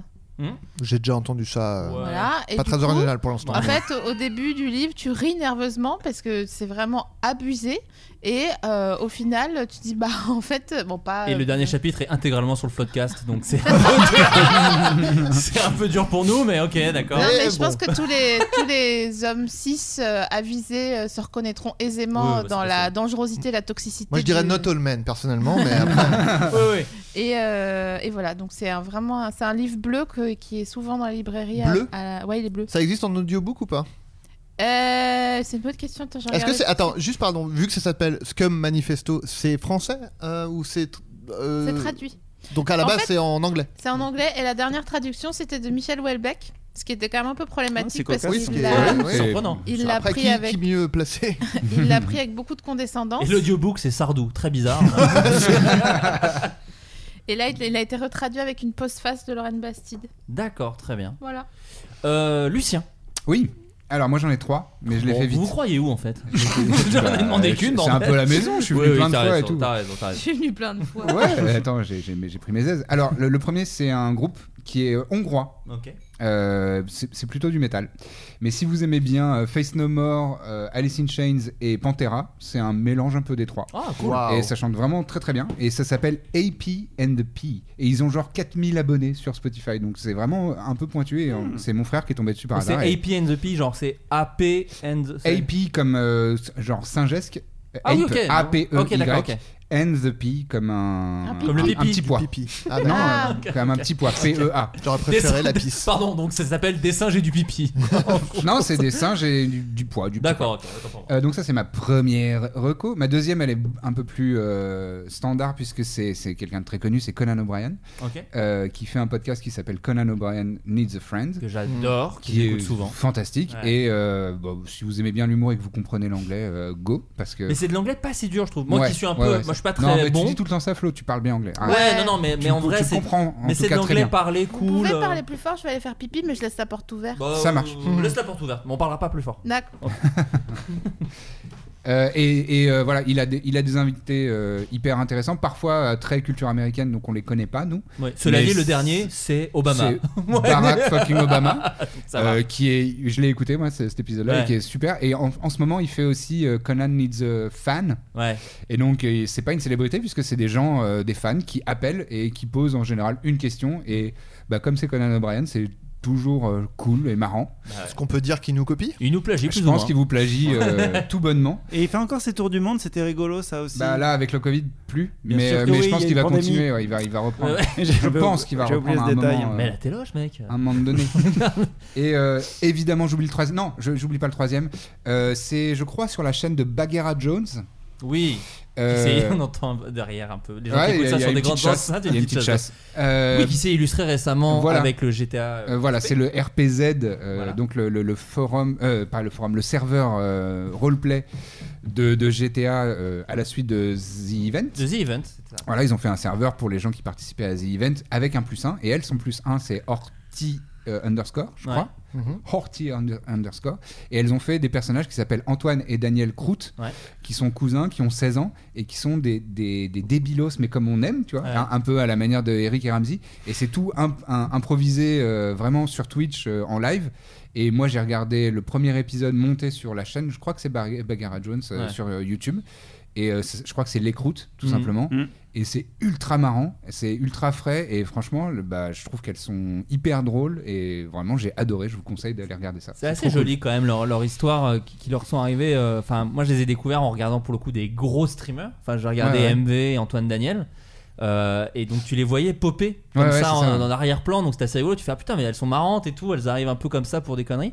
Speaker 3: J'ai déjà entendu ça. euh,
Speaker 8: Voilà, et
Speaker 3: Pas
Speaker 8: du
Speaker 3: très
Speaker 8: coup,
Speaker 3: original pour l'instant.
Speaker 8: En fait, au- au début du livre, tu ris nerveusement parce que c'est vraiment abusé. Et euh, au final, tu dis, bah en fait, bon, pas.
Speaker 7: Et
Speaker 8: euh,
Speaker 7: le dernier chapitre est intégralement sur le podcast, donc c'est un peu dur. c'est un peu dur pour nous, mais ok, d'accord.
Speaker 8: Non,
Speaker 3: Eh,
Speaker 8: mais je pense que tous les, tous les hommes cis euh, avisés euh, se reconnaîtront
Speaker 3: Oui,
Speaker 8: aisément
Speaker 3: oui, bah,
Speaker 8: dans
Speaker 3: c'est
Speaker 8: la dangerosité, la toxicité.
Speaker 3: Moi je dirais
Speaker 8: du-
Speaker 3: not all men personnellement, mais après.
Speaker 8: Et, euh, et voilà, donc c'est un, vraiment un, c'est un livre bleu que- qui est souvent dans la librairie. à-
Speaker 3: Bleu
Speaker 8: à la- Ouais, il est bleu.
Speaker 3: Ça existe en audiobook ou pas
Speaker 8: Euh, c'est une bonne question. Attends, je
Speaker 3: Est-ce que
Speaker 8: regarde.
Speaker 3: c'est attends juste pardon vu que ça s'appelle Scum Manifesto c'est français euh, ou c'est tr- euh,
Speaker 8: C'est traduit.
Speaker 3: donc à la
Speaker 8: En
Speaker 3: base
Speaker 8: fait-
Speaker 3: c'est en anglais
Speaker 8: C'est en anglais et la dernière traduction c'était de Michel Houellebecq, ce qui était quand même un peu
Speaker 3: Ah, c'est
Speaker 8: problématique
Speaker 3: cocasse,
Speaker 8: parce
Speaker 3: c'est-
Speaker 8: qu'il l'a-
Speaker 3: ouais, c'est surprenant.
Speaker 8: il l'a
Speaker 3: Après,
Speaker 8: pris
Speaker 3: qui-
Speaker 8: avec
Speaker 3: qui mieux placé
Speaker 8: il l'a pris avec beaucoup de condescendance.
Speaker 7: Et l'audiobook, c'est Sardou, très bizarre.
Speaker 8: Et là il, il a été retraduit avec une postface de Lorraine Bastide.
Speaker 7: d'accord, très bien.
Speaker 8: Voilà.
Speaker 7: Euh, Lucien.
Speaker 9: Oui. Alors moi j'en ai trois, mais je les
Speaker 7: Bon,
Speaker 9: fais vite.
Speaker 7: Vous vous croyez où en fait
Speaker 9: Bah,
Speaker 7: J'en ai demandé
Speaker 9: je-
Speaker 7: qu'une.
Speaker 9: C'est
Speaker 7: en
Speaker 9: un
Speaker 7: fait.
Speaker 9: peu la maison, je suis
Speaker 7: Oui,
Speaker 9: venu
Speaker 7: oui,
Speaker 9: plein de
Speaker 7: t'as
Speaker 9: fois et
Speaker 7: raison,
Speaker 9: tout.
Speaker 7: T'as raison, t'as
Speaker 8: Je
Speaker 7: raison.
Speaker 8: suis venu plein de fois.
Speaker 9: Ouais, euh, attends, j'ai j'ai- mais j'ai pris mes aises. Alors, le, le premier, c'est un groupe qui est euh, hongrois.
Speaker 7: Ok.
Speaker 9: Euh, c'est c'est plutôt du métal. Mais si vous aimez bien euh, Face No More, euh, Alice in Chains et Pantera, c'est un mélange un peu des trois.
Speaker 7: Ah, cool.
Speaker 9: Et ça chante vraiment très très bien. Et ça s'appelle AP and the P. Et ils ont genre 4000 abonnés sur Spotify. Donc c'est vraiment un peu pointu. Et euh, c'est mon frère qui est tombé dessus par
Speaker 7: Oh, C'est
Speaker 9: hasard. Et
Speaker 7: AP and the P, genre c'est AP and. c'est-
Speaker 9: AP comme euh, genre Saint-Gesque.
Speaker 7: Ah oui, ok.
Speaker 9: A P E
Speaker 7: Ok, d'accord, ok.
Speaker 9: Y. And the P comme un,
Speaker 7: Un pipi. Comme le
Speaker 9: un- un
Speaker 7: pipi.
Speaker 9: petit pois.
Speaker 3: Ah,
Speaker 9: non,
Speaker 3: d'accord.
Speaker 9: euh, comme un petit pois. P E A.
Speaker 3: j'aurais préféré
Speaker 7: Des-
Speaker 3: la pisse
Speaker 7: Pardon, donc ça s'appelle des singes et du pipi.
Speaker 9: Non, c'est des singes et du, du poids. Du petit
Speaker 7: D'accord,
Speaker 9: pois.
Speaker 7: ok, autant pour moi.
Speaker 9: Euh, donc ça c'est ma première reco. Ma deuxième elle est un peu plus euh, standard puisque c'est c'est quelqu'un de très connu, c'est Conan O'Brien,
Speaker 7: Ok.
Speaker 9: euh, qui fait un podcast qui s'appelle Conan O'Brien Needs a Friend.
Speaker 7: Que j'adore, que
Speaker 9: Qui est
Speaker 7: j'écoute souvent.
Speaker 9: fantastique.
Speaker 7: Ouais.
Speaker 9: Et euh, bon, si vous aimez bien l'humour et que vous comprenez l'anglais, euh, go. Parce que...
Speaker 7: Mais c'est de l'anglais pas si dur, je trouve. Moi
Speaker 9: Ouais,
Speaker 7: qui suis un
Speaker 9: ouais,
Speaker 7: peu.
Speaker 9: ouais,
Speaker 7: moi je suis
Speaker 9: ça-
Speaker 7: pas très
Speaker 9: non, mais
Speaker 7: bon.
Speaker 9: Tu dis tout le temps ça, Flo, tu parles bien anglais. Ah,
Speaker 7: Ouais, non, non, mais,
Speaker 9: Tu-
Speaker 7: mais en
Speaker 9: tu-
Speaker 7: vrai,
Speaker 9: tu
Speaker 7: c'est.
Speaker 9: comprends, en
Speaker 7: mais
Speaker 9: tout
Speaker 7: c'est de
Speaker 9: cas, très
Speaker 7: l'anglais
Speaker 9: bien.
Speaker 7: parlé
Speaker 8: Vous
Speaker 7: cool.
Speaker 8: pouvez
Speaker 7: euh,
Speaker 8: parler plus fort, je vais aller faire pipi mais je laisse la porte ouverte.
Speaker 7: bah,
Speaker 9: Ça marche.
Speaker 7: euh, Laisse la porte ouverte, mais on parlera pas plus fort.
Speaker 8: D'accord.
Speaker 9: Euh, et et, euh, voilà, il a des, il a des invités euh, hyper intéressants, parfois euh, très culture américaine, donc on les connaît pas nous.
Speaker 7: Ouais. Cela
Speaker 9: Mais
Speaker 7: dit, le
Speaker 9: c'est-
Speaker 7: dernier, c'est Obama.
Speaker 9: c'est
Speaker 7: Ouais.
Speaker 9: Barack fucking Obama,
Speaker 7: Ça va.
Speaker 9: euh, qui est, je l'ai écouté moi c- cet épisode-là,
Speaker 7: Ouais.
Speaker 9: et qui est super. Et en, en ce moment, il fait aussi euh, Conan Needs a Fan.
Speaker 7: Ouais.
Speaker 9: Et donc, euh, c'est pas une célébrité puisque c'est des gens, euh, des fans qui appellent et qui posent en général une question. Et bah, comme c'est Conan O'Brien, c'est toujours euh, cool et marrant.
Speaker 3: est-ce qu'on peut dire qu'il nous copie
Speaker 7: Il nous plagie
Speaker 9: Je
Speaker 7: plus ou
Speaker 9: pense
Speaker 7: moins.
Speaker 9: qu'il vous plagie euh, tout bonnement.
Speaker 4: Et il fait encore ses tours du monde, c'était rigolo ça aussi.
Speaker 9: Bah là, avec le Covid, plus.
Speaker 4: Bien
Speaker 9: mais
Speaker 4: sûr
Speaker 9: euh,
Speaker 4: que
Speaker 9: mais
Speaker 4: oui,
Speaker 9: je
Speaker 4: il
Speaker 9: pense
Speaker 4: y a
Speaker 9: qu'il
Speaker 4: une
Speaker 9: va
Speaker 4: pandémie.
Speaker 9: continuer, ouais, il va, il va reprendre.
Speaker 7: Ouais,
Speaker 4: ouais.
Speaker 9: Je
Speaker 4: J'avais-
Speaker 9: pense qu'il va
Speaker 4: j'ai oublié
Speaker 9: reprendre à un
Speaker 4: ce
Speaker 9: moment,
Speaker 4: détail.
Speaker 9: euh,
Speaker 7: Mais la téloge, mec.
Speaker 9: à un moment donné. Et euh, évidemment, j'oublie le troisième. Non, je- j'oublie pas le troisième. Euh, c'est, je crois, sur la chaîne de Bagheera Jones.
Speaker 7: Oui.
Speaker 9: Euh,
Speaker 7: Qui sait, on entend un peu derrière un peu. Les gens
Speaker 9: ouais,
Speaker 7: qui écoutent
Speaker 9: il y a-
Speaker 7: ça
Speaker 9: il y a
Speaker 7: sur
Speaker 9: une
Speaker 7: des
Speaker 9: petite
Speaker 7: grandes
Speaker 9: chasse.
Speaker 7: enceintes,
Speaker 9: Il y a une petite chasse. Euh,
Speaker 7: Oui, qui s'est illustré récemment
Speaker 9: voilà.
Speaker 7: avec le GTA. euh,
Speaker 9: Euh, voilà, c'est le RPZ, euh,
Speaker 7: Voilà.
Speaker 9: donc le, le- le forum, euh, pas le forum, le serveur euh, roleplay de, de GTA euh, à la suite de The Event.
Speaker 7: The Event. c'est ça.
Speaker 9: Voilà, ils ont fait un serveur pour les gens qui participaient à The Event avec un plus 1. Et elles, son plus 1, c'est Horti euh, underscore, je crois. Horty under- underscore. Et elles ont fait des personnages qui s'appellent Antoine et Daniel Croûte,
Speaker 7: Ouais.
Speaker 9: qui sont cousins, qui ont 16 ans et qui sont des, des, des débilos, mais comme on aime, tu vois, un, un peu à la manière de Eric et Ramsey. Et c'est tout imp- un- improvisé euh, vraiment sur Twitch euh, en live. Et moi, j'ai regardé le premier épisode monté sur la chaîne. Je crois que c'est Bar- Bagara Jones euh,
Speaker 7: Ouais.
Speaker 9: sur euh, YouTube. Et euh, c'est- je crois que c'est l'écroute, tout
Speaker 7: Mhm.
Speaker 9: simplement.
Speaker 7: Mhm.
Speaker 9: Et c'est ultra marrant, c'est ultra frais. Et franchement, le- bah, je trouve qu'elles sont hyper drôles. Et vraiment, j'ai adoré. Je vous conseille d'aller regarder ça.
Speaker 7: C'est assez
Speaker 9: trop cool.
Speaker 7: joli quand même leur, leur histoire euh, qui, qui leur sont arrivées. euh, Enfin, moi je les ai découverts en regardant pour le coup des gros streamers. Enfin, je regardais
Speaker 9: Ouais, ouais.
Speaker 7: MV et Antoine Daniel. Euh, et donc tu les voyais popper comme
Speaker 9: Ouais, ouais,
Speaker 7: ça,
Speaker 9: c'est
Speaker 7: en,
Speaker 9: ça.
Speaker 7: en arrière-plan. Donc c'était assez rigolo. Tu fais ah putain, mais elles sont marrantes et tout. Elles arrivent un peu comme ça pour des conneries.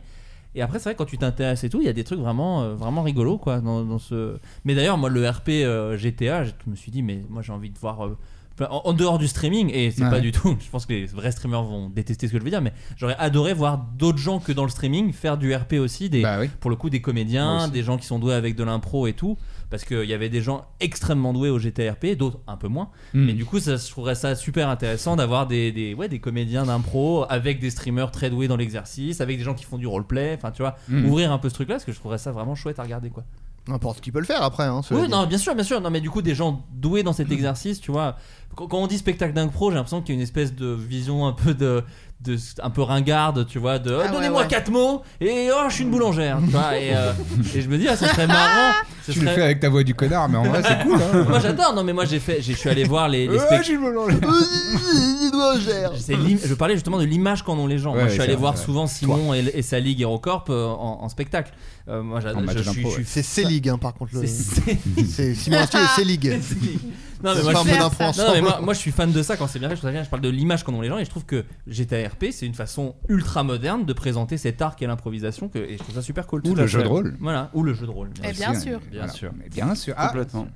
Speaker 7: Et après, c'est vrai, quand tu t'intéresses et tout, il y a des trucs vraiment, euh, vraiment rigolos quoi. Dans, dans ce... Mais d'ailleurs, moi le RP euh, GTA, je me suis dit, mais moi j'ai envie de voir. euh, Enfin, en, en dehors du streaming, et c'est
Speaker 9: Ouais.
Speaker 7: pas du tout, je pense que les vrais streamers vont détester ce que je veux dire, mais j'aurais adoré voir d'autres gens que dans le streaming faire du RP aussi, des, pour le coup des
Speaker 9: Bah, Moi
Speaker 7: comédiens,
Speaker 9: aussi.
Speaker 7: des gens qui sont doués avec de l'impro et tout, parce qu'il y avait des gens extrêmement doués au GTRP, d'autres un peu moins,
Speaker 9: Mm.
Speaker 7: mais du coup ça, je trouverais ça super intéressant d'avoir des, des, ouais, des comédiens d'impro avec des streamers très doués dans l'exercice, avec des gens qui font du roleplay, enfin tu vois,
Speaker 9: Hmm.
Speaker 3: Mm.
Speaker 7: ouvrir un peu ce truc-là, parce que je trouverais ça vraiment chouette à regarder quoi.
Speaker 3: N'importe qui peut le faire après. Hein, cela
Speaker 7: Oui,
Speaker 3: dit.
Speaker 7: non, bien sûr, bien sûr. Non, mais du coup, des gens doués dans cet
Speaker 9: Mm.
Speaker 7: exercice, tu vois. Quand, quand on dit spectacle d'impro, j'ai l'impression qu'il y a une espèce de vision un peu de, de un peu ringarde, tu vois, de oh,
Speaker 13: Ah ouais,
Speaker 7: donnez-moi
Speaker 13: ouais.
Speaker 7: quatre mots et oh, je suis une boulangère, tu vois. Et, euh, et je me dis, ah, ce serait marrant. Ce
Speaker 9: Tu
Speaker 7: serait-
Speaker 9: le fais avec ta voix du connard, mais en vrai, c'est cool. hein.
Speaker 7: moi j'adore, non mais moi j'ai fait, j'ai- je suis allé voir les, les
Speaker 9: Ouais,
Speaker 7: spect-
Speaker 9: j'ai le boulanger.
Speaker 7: C'est l'im- je parlais justement de l'image qu'en ont les gens.
Speaker 9: Ouais,
Speaker 7: moi, je
Speaker 9: ouais,
Speaker 7: suis
Speaker 9: c'est
Speaker 7: allé
Speaker 9: vrai,
Speaker 7: voir
Speaker 9: c'est vrai.
Speaker 7: souvent Simon et, et sa ligue HeroCorp euh, en, en spectacle. Euh, moi, j'a-
Speaker 3: En match
Speaker 7: je, je suis,
Speaker 3: d'impro,
Speaker 7: je
Speaker 3: ouais.
Speaker 7: suis-
Speaker 3: C'est C-League, hein, par contre, le-
Speaker 7: C'est
Speaker 3: C'est- Simon Astier et C-League.
Speaker 7: C'est C-League. Non, mais
Speaker 3: C'est
Speaker 7: moi,
Speaker 3: pas
Speaker 7: je
Speaker 3: un
Speaker 7: suis-
Speaker 3: peu d'impro
Speaker 7: non,
Speaker 3: ensemble.
Speaker 7: mais moi- moi, je suis fan de ça quand c'est bien fait. Je, trouve ça bien. Je parle de l'image qu'en ont les gens et je trouve que GTA RP, c'est une façon ultra moderne de présenter cet art qu'est l'improvisation que, et je trouve ça super cool.
Speaker 9: Ou
Speaker 7: Tout
Speaker 9: le
Speaker 7: à
Speaker 9: jeu
Speaker 7: fait.
Speaker 9: de rôle.
Speaker 7: Voilà, ou le jeu de rôle.
Speaker 3: Bah,
Speaker 8: Eh bien
Speaker 9: Aussi,
Speaker 8: sûr.
Speaker 9: hein,
Speaker 7: Bien
Speaker 9: voilà.
Speaker 7: sûr.
Speaker 9: Mais bien sûr. Ah,
Speaker 11: Complètement.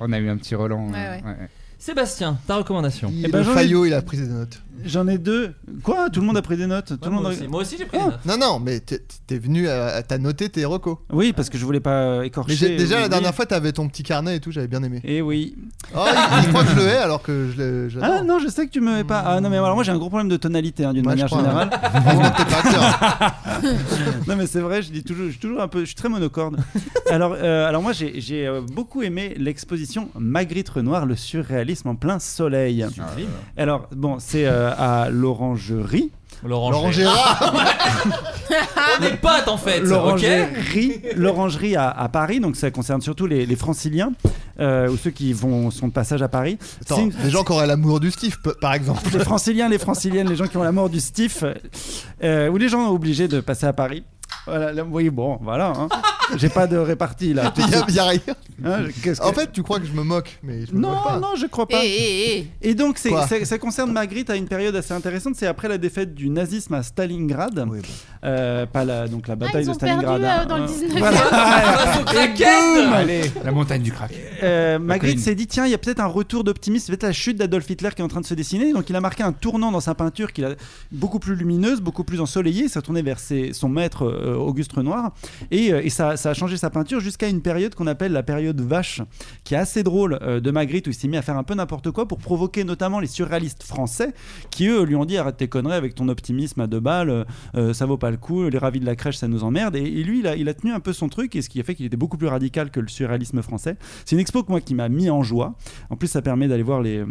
Speaker 9: On a eu un petit Roland. euh,
Speaker 8: ouais.
Speaker 9: ouais, ouais.
Speaker 7: Sébastien, ta recommandation
Speaker 3: Il-
Speaker 11: Eh ben,
Speaker 3: le
Speaker 11: j'en ai-
Speaker 3: Fayot, il a pris des notes.
Speaker 11: J'en ai deux. Quoi Tout le monde a pris des notes Tout le monde
Speaker 7: moi,
Speaker 11: a-
Speaker 7: aussi. Moi aussi, j'ai pris
Speaker 11: Ah.
Speaker 7: des notes.
Speaker 3: Non, non, mais t'es- t'es venu, à- t'as noté tes recos.
Speaker 11: Oui, parce que je voulais pas euh,
Speaker 3: Mais
Speaker 11: écorcher.
Speaker 3: j'ai- déjà, la dernière fois, t'avais ton petit carnet et tout, j'avais bien aimé.
Speaker 11: Et oui.
Speaker 7: Ah,
Speaker 3: Oh, il, il croit que je le hais alors que je le- je
Speaker 11: Ah
Speaker 3: l'adore.
Speaker 11: non, je sais que tu me mets pas. Ah non, mais alors moi j'ai un gros problème de tonalité hein, d'une
Speaker 3: Ouais, je
Speaker 11: manière
Speaker 3: crois,
Speaker 11: générale.
Speaker 3: Heureusement que t'es pas acteur.
Speaker 11: non mais c'est vrai, je dis toujours, je suis toujours un peu, je suis très monocorde. alors, euh, alors moi j'ai j'ai, euh, beaucoup aimé l'exposition Magritte Renoir, le surréalisme en plein soleil.
Speaker 9: Ah,
Speaker 7: Sublime.
Speaker 11: Alors bon, c'est euh, à l'Orangerie.
Speaker 7: Laurent,
Speaker 3: Laurent
Speaker 7: Gérard.
Speaker 3: Gérard,
Speaker 7: On est potes en fait, ok
Speaker 11: L'orangerie, l'orangerie à, à Paris, donc ça concerne surtout les, les franciliens euh, ou ceux qui vont sont de passage à Paris.
Speaker 3: Attends,
Speaker 11: C'est une-
Speaker 3: les gens qui auraient l'amour du Steve, pe- par exemple.
Speaker 11: les franciliens, les franciliennes, les gens qui ont la mort du stiff, euh, ou les gens obligés de passer à Paris. Voilà, là, oui, bon, voilà. hein. J'ai pas de répartie là. tout de
Speaker 3: Il y a-
Speaker 11: suite.
Speaker 3: il y a rien.
Speaker 11: Hein, je- Ah, qu'est-ce que-
Speaker 3: En fait, tu crois que je me moque, mais je me moque
Speaker 11: non,
Speaker 3: pas.
Speaker 11: non, je crois
Speaker 8: Eh,
Speaker 11: pas.
Speaker 8: eh, eh.
Speaker 11: Et donc, c'est-
Speaker 3: Quoi
Speaker 11: ça, ça concerne Magritte à une période assez intéressante. C'est après la défaite du nazisme à Stalingrad. Euh, pas la, donc la bataille
Speaker 8: Ah, ils
Speaker 11: de
Speaker 8: ont perdu,
Speaker 11: Stalingrad.
Speaker 8: euh,
Speaker 11: hein.
Speaker 8: dans le 19e.
Speaker 11: Voilà. Et boum
Speaker 9: Allez, la montagne du crack.
Speaker 11: euh, Magritte
Speaker 9: Cocaïne.
Speaker 11: s'est dit tiens, il y a peut-être un retour d'optimisme, c'est peut-être la chute d'Adolf Hitler qui est en train de se dessiner. Donc il a marqué un tournant dans sa peinture qu'il a beaucoup plus lumineuse, beaucoup plus ensoleillée. Il s'est tourné vers ses- son maître euh, Auguste Renoir et, euh, et ça, ça a changé sa peinture jusqu'à une période qu'on appelle la période vache, qui est assez drôle euh, de Magritte où il s'est mis à faire un peu n'importe quoi pour provoquer notamment les surréalistes français qui eux lui ont dit arrête tes conneries avec ton optimisme à deux balles, euh, ça vaut pas le coup, les ravis de la crèche ça nous emmerde. Et, et lui il a, il a tenu un peu son truc et ce qui a fait qu'il était beaucoup plus radical que le surréalisme français. C'est une expo que moi qui m'a mis en joie. En plus, ça permet d'aller voir les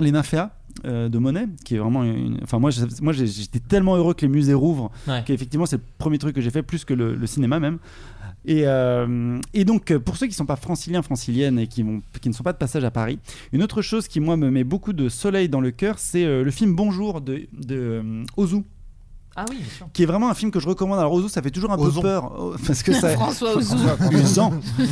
Speaker 11: les nymphéas euh, de Monet, qui est vraiment une. Enfin, moi, je- moi j'ai- j'étais tellement heureux que les musées rouvrent,
Speaker 7: Ouais.
Speaker 11: qu'effectivement, c'est le premier truc que j'ai fait, plus que le, le cinéma même. Et, euh, et donc, euh, pour ceux qui ne sont pas franciliens, franciliennes et qui, vont, qui ne sont pas de passage à Paris, une autre chose qui, moi, me met beaucoup de soleil dans le cœur, c'est euh, le film Bonjour de, de euh, Ozu,
Speaker 7: Ah oui, bien sûr.
Speaker 11: qui est vraiment un film que je recommande. Alors, Ozu, ça fait toujours un
Speaker 3: Ozon.
Speaker 11: peu peur, oh, parce que ça.
Speaker 8: François Ozou.
Speaker 11: Usant.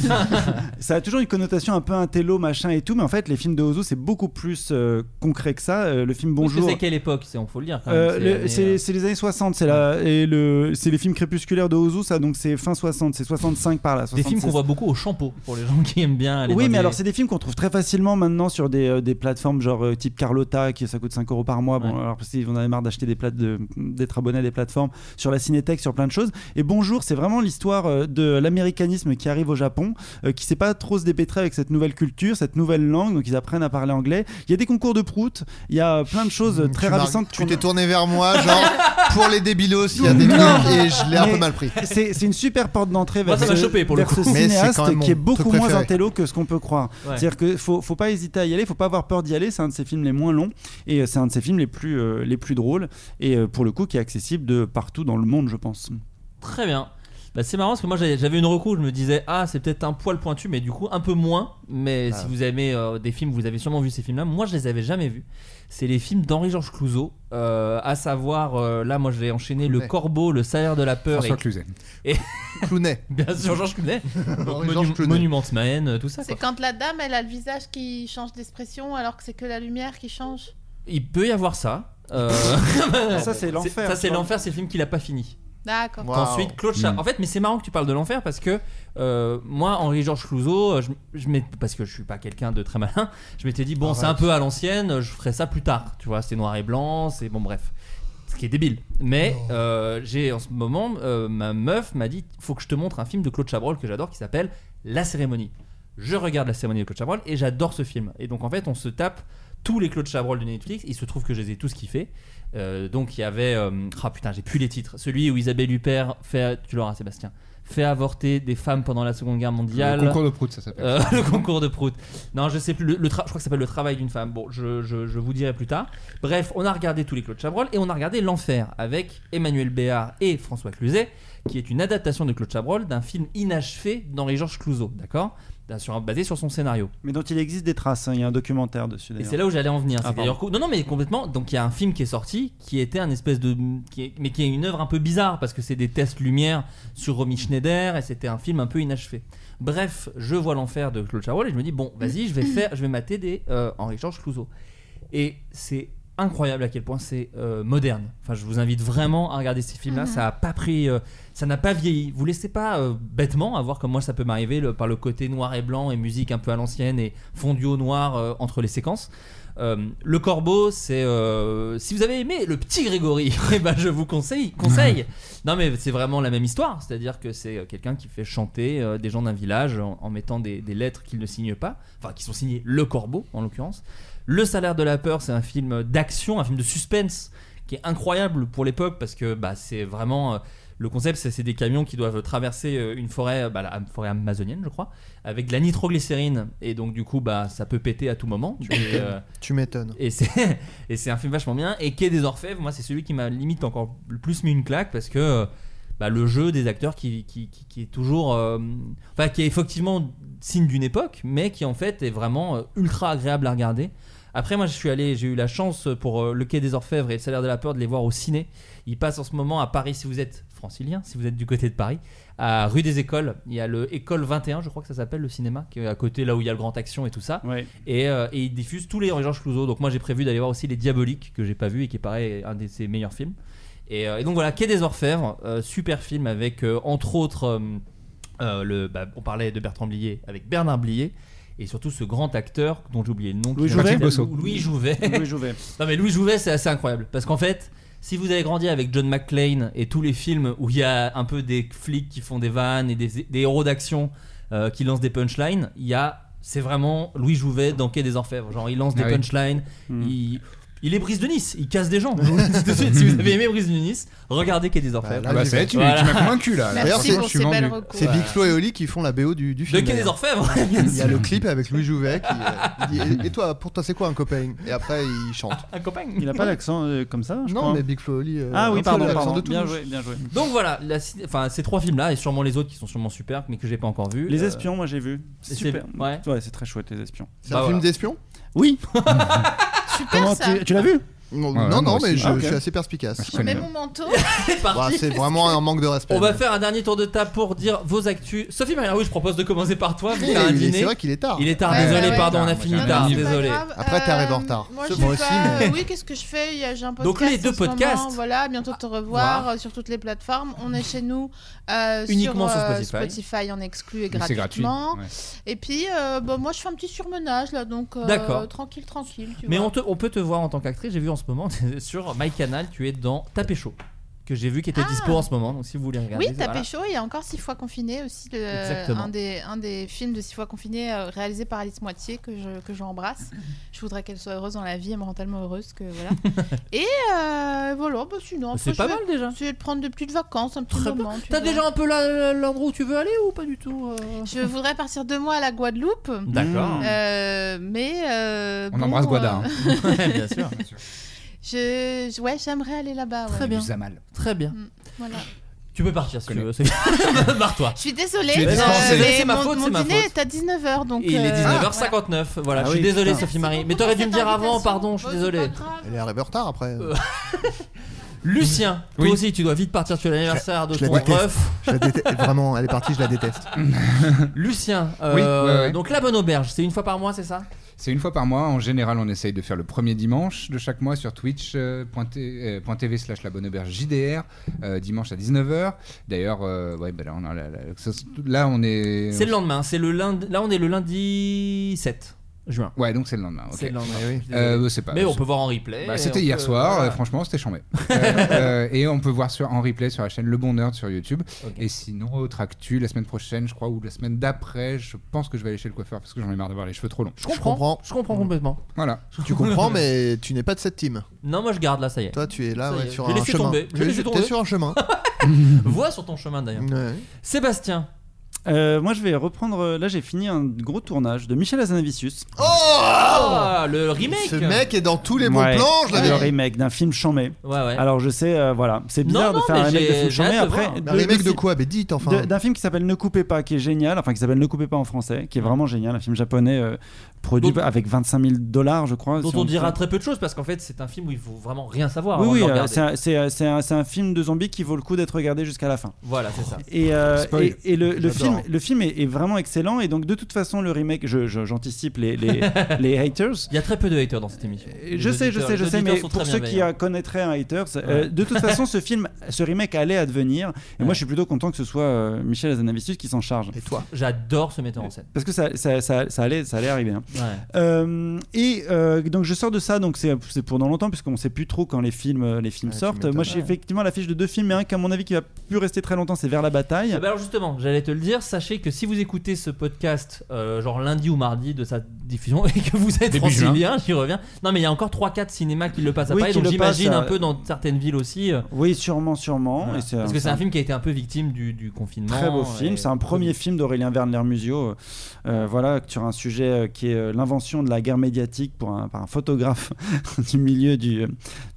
Speaker 11: ça a toujours une connotation un peu intello, machin et tout, mais en fait, les films de Ozu, c'est beaucoup plus euh, concret que ça. Euh, le film
Speaker 7: Parce que
Speaker 11: Bonjour.
Speaker 7: C'est quelle époque C'est on faut le dire. Quand même,
Speaker 11: euh, le-
Speaker 7: l'année,
Speaker 11: C'est
Speaker 7: euh,
Speaker 11: c'est les années 60, c'est la- et le- c'est les films crépusculaires de Ozu, ça, donc c'est fin 60, c'est 65 par là.
Speaker 7: des films
Speaker 11: 76.
Speaker 7: qu'on voit beaucoup au champeau pour les gens qui aiment bien. Aller
Speaker 11: Oui,
Speaker 7: dans
Speaker 11: mais
Speaker 7: des-
Speaker 11: alors c'est des films qu'on trouve très facilement maintenant sur des, euh, des plateformes genre euh, type Carlotta, qui ça coûte 5 euros par mois. Bon, alors parce qu'ils en avaient marre d'acheter des plates de, d'être abonnés abonnés à des plateformes, sur la cinétech, sur plein de choses. Et Bonjour, c'est vraiment l'histoire euh, de l'américanisme qui arrive au Japon, euh, qui sait pas trop se dépêtrer avec cette nouvelle culture, cette nouvelle langue, donc ils apprennent à parler anglais. Il y a des concours de prout, il y a euh, plein de choses euh, très
Speaker 3: Tu m'as-
Speaker 11: ravissantes.
Speaker 3: Tu t'es tourné vers moi, genre pour les débilos, il y a des
Speaker 11: Non.
Speaker 3: trucs et je l'ai un peu
Speaker 11: Mais
Speaker 3: mal pris.
Speaker 11: C'est c'est une super porte d'entrée
Speaker 3: Moi,
Speaker 11: vers,
Speaker 3: ça m'a
Speaker 11: ce-
Speaker 3: chopé, pour le
Speaker 11: vers
Speaker 3: coup.
Speaker 11: ce
Speaker 3: Mais c'est
Speaker 11: cinéaste
Speaker 3: quand même mon
Speaker 11: qui est beaucoup
Speaker 3: truc
Speaker 11: moins
Speaker 3: préféré.
Speaker 11: intello que ce qu'on peut croire.
Speaker 3: Ouais.
Speaker 11: C'est-à-dire que faut, faut pas hésiter à y aller, faut pas avoir peur d'y aller. C'est un de ses films les moins longs et euh, c'est un de ses films les plus, euh, les plus drôles et euh, pour le coup qui est accessible de partout dans le monde, je pense.
Speaker 7: Très bien. Bah, c'est marrant parce que moi j'avais j'avais une recours, je me disais ah c'est peut-être un poil pointu mais du coup un peu moins. Mais
Speaker 11: Ah.
Speaker 7: si vous aimez euh, des films, vous avez sûrement vu ces films-là. Moi je les avais jamais vus. C'est les films d'Henri-Georges Clouzot, euh, à savoir euh, là moi j'ai enchaîné Le
Speaker 14: Clounet.
Speaker 7: Corbeau, Le Salaire de la peur.
Speaker 9: François Cluzet.
Speaker 7: Et... Bien sûr Georges Clounet. Donc,
Speaker 14: Henri-Georges
Speaker 7: Monu-
Speaker 14: Clounet.
Speaker 7: Monument Man, euh, tout ça.
Speaker 8: C'est
Speaker 7: quoi.
Speaker 8: quand la dame, elle a le visage qui change d'expression alors que c'est que la lumière qui change.
Speaker 7: Il peut y avoir ça. Euh,
Speaker 3: Ah,
Speaker 11: Ça, c'est l'enfer,
Speaker 7: Ça c'est
Speaker 11: tu vois.
Speaker 7: l'enfer, c'est le film qu'il a pas fini.
Speaker 8: D'accord.
Speaker 7: Ensuite, Claude Chabrol. En fait, mais c'est marrant que tu parles de l'enfer parce que euh, moi, Henri-Georges Clouzot, euh, je, je m'étais- parce que je suis pas quelqu'un de très malin, je m'étais dit, bon, c'est un
Speaker 14: Arrête.
Speaker 7: peu à l'ancienne, je ferai ça plus tard. Tu vois, c'est noir et blanc, c'est bon, bref. Ce qui est débile. Mais euh, j'ai en ce moment, euh, ma meuf m'a dit, faut que je te montre un film de Claude Chabrol que j'adore qui s'appelle La cérémonie. Je regarde La cérémonie de Claude Chabrol et j'adore ce film. Et donc, en fait, on se tape tous les Claude Chabrol de Netflix. Il se trouve que je les ai tous kiffés. Euh, donc il y avait. euh, ah putain, j'ai plus les titres. Celui où Isabelle Huppert fait. Tu l'auras, Sébastien. Fait avorter des femmes pendant la Seconde Guerre mondiale.
Speaker 9: Le concours de Proust, ça s'appelle.
Speaker 7: Euh, le concours de Prout. Non, je sais plus. Le, le tra- je crois que ça s'appelle Le travail d'une femme. Bon, je, je- je vous dirai plus tard. Bref, on a regardé tous les Claude Chabrol et on a regardé L'Enfer avec Emmanuel Béard et François Cluzet, qui est une adaptation de Claude Chabrol d'un film inachevé d'Henri-Georges Clouzot, d'accord D'un- sur- Basé sur son scénario.
Speaker 11: Mais dont il existe des traces, hein, il y a un documentaire dessus.
Speaker 7: Et
Speaker 11: d'ailleurs.
Speaker 7: c'est là où j'allais en venir.
Speaker 11: Ah,
Speaker 7: C'est d'ailleurs cou- non, non, mais complètement. Donc il y a un film qui est sorti qui était un espèce de, qui est- mais qui est une œuvre un peu bizarre parce que c'est des tests lumière sur Romy Schneider et c'était un film un peu inachevé. Bref, je vois l'enfer de Claude Chabrol et je me dis bon, vas-y, je vais faire, je vais mater des euh, Henri Georges Clouzot. Et c'est incroyable à quel point c'est euh, moderne. Enfin, je vous invite vraiment à regarder ces films-là.
Speaker 14: Mhm.
Speaker 7: Ça a pas pris, euh, ça n'a pas vieilli. Vous laissez pas euh, bêtement avoir comme moi ça peut m'arriver le- par le côté noir et blanc et musique un peu à l'ancienne et fondu au noir euh, entre les séquences. Euh, le corbeau, c'est euh, si vous avez aimé le petit Grégory, eh ben je vous conseille. conseille. non mais c'est vraiment la même histoire, c'est-à-dire que c'est euh, quelqu'un qui fait chanter euh, des gens d'un village en, en mettant des, des lettres qu'il ne signe pas, enfin qui sont signées Le Corbeau en l'occurrence. Le salaire de la peur, c'est un film d'action, un film de suspense qui est incroyable pour l'époque parce que bah, c'est vraiment euh, le concept c'est c'est des camions qui doivent traverser euh, une forêt euh, bah, la forêt amazonienne je crois avec de la nitroglycérine et donc du coup bah ça peut péter à tout moment Et, euh,
Speaker 3: Tu m'étonnes.
Speaker 7: et c'est et c'est un film vachement bien et Quai des Orfèvres moi c'est celui qui m'a limite encore le plus mis une claque parce que euh, bah, le jeu des acteurs qui, qui, qui- qui est toujours euh, enfin qui est effectivement signe d'une époque mais qui en fait est vraiment euh, ultra agréable à regarder après moi je suis allé j'ai eu la chance pour euh, le Quai des Orfèvres et le Salaire de la Peur de les voir au ciné ils passent en ce moment à Paris si vous êtes francilien si vous êtes du côté de Paris à rue des Écoles il y a le École 21 je crois que ça s'appelle le cinéma qui est à côté là où il y a le Grand Action et tout ça et, euh, et ils diffusent tous les Henri-Georges Clouzot donc moi j'ai prévu d'aller voir aussi Les Diaboliques que j'ai pas vu et qui est pareil un de ses meilleurs films et, euh, et donc voilà, Quai des Orfèvres, euh, super film avec euh, entre autres, euh, euh, le, bah, on parlait de Bertrand Blier avec Bernard Blier. Et surtout ce grand acteur dont j'ai oublié le nom, qui
Speaker 11: Louis
Speaker 7: vient de
Speaker 11: Jouvet
Speaker 7: Louis
Speaker 11: Bosso.
Speaker 7: Jouvet. Louis Jouvet.
Speaker 11: Louis Jouvet.
Speaker 7: non mais Louis Jouvet, c'est assez incroyable parce qu'en fait, si vous avez grandi avec John McClane et tous les films où il y a un peu des flics qui font des vannes et des, des héros d'action euh, qui lancent des punchlines, il y a, c'est vraiment Louis Jouvet dans Quai des Orfèvres. Genre il lance des
Speaker 14: Ah oui.
Speaker 7: punchlines,
Speaker 3: Hmm.
Speaker 7: il, il est Brise de Nice, il casse des gens. Tout de suite, si vous avez aimé Brise de Nice, regardez Quai des Orfèvres.
Speaker 3: Bah, là, Ah bah, j'ai ça y est, tu- Voilà. tu m'as convaincu, là. Merci D'ailleurs, c'est- pour je suis ces vendu. belles recos. C'est Big Flo et Oli qui font la BO du, du
Speaker 7: De
Speaker 3: film.
Speaker 7: Quai des
Speaker 3: d'ailleurs.
Speaker 7: Orfèvres, bien
Speaker 3: Il y a
Speaker 7: sûr.
Speaker 3: le clip avec Louis Jouvet qui euh, il dit Et toi, pour toi, c'est quoi un copain Et après, il chante.
Speaker 7: Un copain
Speaker 11: Il n'a pas l'accent euh, comme ça, Ah, je
Speaker 3: Non,
Speaker 11: crois.
Speaker 3: mais Big Flo et Oli, euh,
Speaker 11: ah
Speaker 3: un
Speaker 11: oui,
Speaker 3: peu
Speaker 11: pardon,
Speaker 3: l'accent
Speaker 11: pardon.
Speaker 3: de Toulouse. Euh,
Speaker 11: bien joué, bien joué.
Speaker 7: Donc voilà, la cité- enfin ces trois films-là et sûrement les autres qui sont sûrement super, mais que j'ai pas encore vu.
Speaker 11: Les
Speaker 7: Euh,
Speaker 11: espions, moi j'ai vu. C'est
Speaker 7: c'est-
Speaker 11: super.
Speaker 7: Ouais.
Speaker 11: c'est très chouette, les espions.
Speaker 3: C'est un
Speaker 7: Bah
Speaker 3: film d'espions
Speaker 11: Oui. Comment
Speaker 8: ça.
Speaker 11: tu, tu l'as vu
Speaker 3: Non, non, non, mais je, je suis assez perspicace.
Speaker 11: Je connais.
Speaker 8: Mais mon manteau.
Speaker 3: Bah, c'est vraiment un manque de respect.
Speaker 7: On va faire un dernier tour de table pour dire vos actus. Sophie Marie, oui, je propose de commencer par toi. vu
Speaker 3: Il
Speaker 7: que t'as un
Speaker 3: est- il est-
Speaker 7: dîner.
Speaker 3: C'est vrai qu'il est tard.
Speaker 7: Il est
Speaker 8: Ah
Speaker 7: tard, désolé, pardon, on a fini tard, désolé.
Speaker 3: Après, t'es arrivé en retard.
Speaker 8: Euh, Moi, je sais
Speaker 3: aussi,
Speaker 8: pas,
Speaker 3: mais.
Speaker 8: euh, Oui, qu'est-ce que je fais Il y a- J'ai un podcast.
Speaker 7: Donc, les deux
Speaker 8: en ce moment,
Speaker 7: podcasts.
Speaker 8: voilà, bientôt te revoir euh, sur toutes les plateformes. On est chez nous euh,
Speaker 7: Uniquement
Speaker 8: sur,
Speaker 7: sur
Speaker 8: euh,
Speaker 7: Spotify.
Speaker 8: en exclu et
Speaker 7: Mais c'est gratuit,
Speaker 8: gratuitement.
Speaker 7: ouais.
Speaker 8: Et puis, euh, bah, moi, je fais un petit surmenage là, donc euh,
Speaker 7: D'accord.
Speaker 8: tranquille, tranquille. tu
Speaker 7: Mais
Speaker 8: vois.
Speaker 7: on, te- on peut te voir en tant qu'actrice, j'ai vu en ce moment sur My Canal, tu es dans Tapé Chaud. que j'ai vu qui était
Speaker 8: Ah.
Speaker 7: dispo en ce moment. Donc si vous voulez regarder.
Speaker 8: oui, Tapé
Speaker 7: voilà.
Speaker 8: chaud, il y a encore Six fois confiné aussi, le-
Speaker 7: Exactement.
Speaker 8: un, des, un des films de Six fois confiné euh, réalisé par Alice Moitié que je, que je embrasse. Je voudrais qu'elle soit heureuse dans la vie et mentalement heureuse. Que, voilà. et euh, voilà, bah, sinon,
Speaker 7: C'est
Speaker 8: après,
Speaker 7: pas
Speaker 8: je vais- Je vais prendre des petites vacances, un petit moment. tu
Speaker 7: T'as
Speaker 8: vois.
Speaker 7: déjà un peu la- la- l'endroit où tu veux aller ou pas du tout euh
Speaker 8: Je voudrais partir deux mois à la Guadeloupe.
Speaker 7: D'accord.
Speaker 8: Euh, mais. euh,
Speaker 9: On
Speaker 8: bon,
Speaker 9: embrasse
Speaker 8: euh,
Speaker 9: Guada. hein.
Speaker 7: bien sûr.
Speaker 8: Je, je- ouais, j'aimerais aller là-bas. ouais.
Speaker 7: Très bien. Très bien.
Speaker 8: Voilà.
Speaker 7: Tu peux partir si tu veux. c'est- Barre-toi.
Speaker 8: Je suis désolée.
Speaker 7: Tu
Speaker 8: euh,
Speaker 7: es dispensée.
Speaker 8: mais
Speaker 7: C'est ma
Speaker 8: mon,
Speaker 7: faute,
Speaker 8: mon
Speaker 7: c'est ma
Speaker 8: dîner
Speaker 7: faute.
Speaker 8: est à 19h. Donc,
Speaker 7: Il est
Speaker 8: euh,
Speaker 7: 19h59. Voilà,
Speaker 3: Ah
Speaker 7: je suis
Speaker 3: oui,
Speaker 7: désolé,
Speaker 3: putain.
Speaker 7: Sophie Marie. Mais t'aurais dû me dire avant, pardon, je suis désolé.
Speaker 3: Elle est arrivée en retard après.
Speaker 7: Euh. Lucien, toi aussi, tu dois vite partir. Tu as l'anniversaire de
Speaker 3: Je la
Speaker 7: ton
Speaker 3: déteste.
Speaker 7: ref.
Speaker 3: Je la déteste. Vraiment, elle est partie, je la déteste.
Speaker 7: Lucien,
Speaker 9: Oui,
Speaker 7: euh,
Speaker 9: ouais, ouais.
Speaker 7: donc la bonne auberge, c'est une fois par mois, c'est ça
Speaker 9: C'est une fois par mois. En général, on essaye de faire le premier dimanche de chaque mois sur euh, twitch.tv slash la bonne auberge JDR, euh, dimanche à 19h. D'ailleurs, euh, ouais, bah là, on a la- la- là, on est.
Speaker 7: C'est le lendemain, c'est le lundi. Là, on est le lundi 7 juin.
Speaker 9: Ouais, donc c'est le lendemain. ok.
Speaker 7: C'est le lendemain.
Speaker 9: Euh,
Speaker 7: Je suis désolé.
Speaker 9: bah, c'est pas-
Speaker 7: Mais on peut voir en replay.
Speaker 9: Bah,
Speaker 7: et
Speaker 9: c'était
Speaker 7: on
Speaker 9: hier
Speaker 7: peut-
Speaker 9: soir,
Speaker 7: voilà.
Speaker 9: euh, franchement, c'était chambé. Euh, euh, et on peut voir sur, en replay sur la chaîne Le Bon Nerd sur YouTube. Et sinon, autre actu, la semaine prochaine, je crois, ou la semaine d'après, je pense que je vais aller chez le coiffeur parce que j'en ai marre d'avoir les cheveux trop longs.
Speaker 7: Je comprends. Je comprends complètement.
Speaker 9: Voilà.
Speaker 3: Tu comprends, mais tu n'es pas de cette team.
Speaker 7: Non, moi je garde là, ça y est.
Speaker 3: Toi, tu es là,
Speaker 7: Ça y
Speaker 3: ouais,
Speaker 7: est.
Speaker 3: sur
Speaker 7: Je l'ai
Speaker 3: un
Speaker 7: fait
Speaker 3: chemin.
Speaker 7: tomber. Je
Speaker 3: Tu es-
Speaker 7: l'ai fait
Speaker 3: t'es
Speaker 7: tomber. Ah,
Speaker 3: sur un chemin.
Speaker 7: Vois sur ton chemin
Speaker 3: Mm.
Speaker 7: d'ailleurs. Sébastien.
Speaker 11: Euh, moi, je vais reprendre. euh, Là, j'ai fini un gros tournage de Michel Azanavicius.
Speaker 3: Oh,
Speaker 7: Ah, le remake.
Speaker 3: Ce mec est dans tous les bons
Speaker 11: Ouais,
Speaker 3: plans, je l'avais
Speaker 11: Le
Speaker 3: dit.
Speaker 11: remake d'un film chambé.
Speaker 7: Ouais, ouais.
Speaker 11: Alors, je sais, euh, voilà. C'est
Speaker 7: Non,
Speaker 11: bizarre
Speaker 7: non,
Speaker 11: de faire
Speaker 7: mais
Speaker 11: un remake de
Speaker 7: j'ai-
Speaker 11: film
Speaker 7: j'ai
Speaker 11: chambé.
Speaker 7: hâte de
Speaker 11: Après,
Speaker 7: voir.
Speaker 3: Un remake de
Speaker 11: si-
Speaker 3: quoi Ben dites enfin.
Speaker 11: de- D'un film qui s'appelle Ne coupez pas, qui est génial, enfin qui s'appelle Ne coupez pas en français, qui est vraiment génial, un film japonais euh, produit avec 25 000 dollars, je crois.
Speaker 7: Dont
Speaker 11: si
Speaker 7: on
Speaker 11: me
Speaker 7: dira
Speaker 11: trompe.
Speaker 7: très peu de choses parce qu'en fait, c'est un film où il faut vraiment rien savoir.
Speaker 11: Oui,
Speaker 7: avant
Speaker 11: oui,
Speaker 7: de le
Speaker 11: euh,
Speaker 7: regarder.
Speaker 11: c'est un- c'est un- c'est un, c'est un film de zombies qui vaut le coup d'être regardé jusqu'à la fin.
Speaker 7: Voilà, c'est ça.
Speaker 11: Et, euh,
Speaker 7: Spoil.
Speaker 11: et- et le, le
Speaker 7: J'adore.
Speaker 11: film, le film est, est vraiment excellent. Et donc, de toute façon, le remake, je- je- j'anticipe les, les, les haters.
Speaker 7: Il y a très peu de haters dans cette émission. Les
Speaker 11: Euh, Je sais, je
Speaker 7: auditeurs-
Speaker 11: sais, je
Speaker 7: les
Speaker 11: sais,
Speaker 7: auditeurs
Speaker 11: mais
Speaker 7: sont
Speaker 11: pour
Speaker 7: très
Speaker 11: ceux qui
Speaker 7: bienveillants.
Speaker 11: euh, connaîtraient un haters, euh,
Speaker 7: Ouais.
Speaker 11: de toute façon, ce film, ce remake allait advenir. Et moi, je suis plutôt content que ce soit euh, Michel Azanavicius qui s'en charge.
Speaker 3: Et toi
Speaker 7: J'adore ce metteur en scène.
Speaker 11: Parce que ça, ça, ça- ça allait, ça allait arriver. hein.
Speaker 7: Ouais.
Speaker 11: Euh, et euh, donc je sors de ça, donc c'est c'est pour dans longtemps puisqu'on sait plus trop quand les films euh, les films
Speaker 7: Ouais, tu
Speaker 11: sortent.
Speaker 7: m'étonnes.
Speaker 11: Moi, j'ai
Speaker 7: Ouais.
Speaker 11: effectivement l'affiche de deux films, mais un qui à mon avis qui va plus rester très longtemps, c'est Vers la bataille.
Speaker 7: Eh ben alors justement, j'allais te le dire, sachez que si vous écoutez ce podcast euh, genre lundi ou mardi de sa diffusion et que vous êtes
Speaker 9: Début juin.
Speaker 7: francilien, j'y reviens. Non mais il y a encore 3-4 cinémas qui le passent à
Speaker 11: Oui,
Speaker 7: Paris,
Speaker 11: qui
Speaker 7: donc
Speaker 11: le
Speaker 7: j'imagine
Speaker 11: passent,
Speaker 7: un
Speaker 11: euh,
Speaker 7: peu dans certaines villes aussi. euh,
Speaker 11: Oui, sûrement, sûrement.
Speaker 7: voilà.
Speaker 11: Et c'est-
Speaker 7: Parce que c'est un film qui a été un peu victime du, du confinement.
Speaker 11: Très beau
Speaker 7: et-
Speaker 11: film, c'est un premier film d'Aurélien Werner-Musio, euh, voilà, sur un sujet euh, qui est euh, l'invention de la guerre médiatique pour un, par un photographe du milieu du, euh,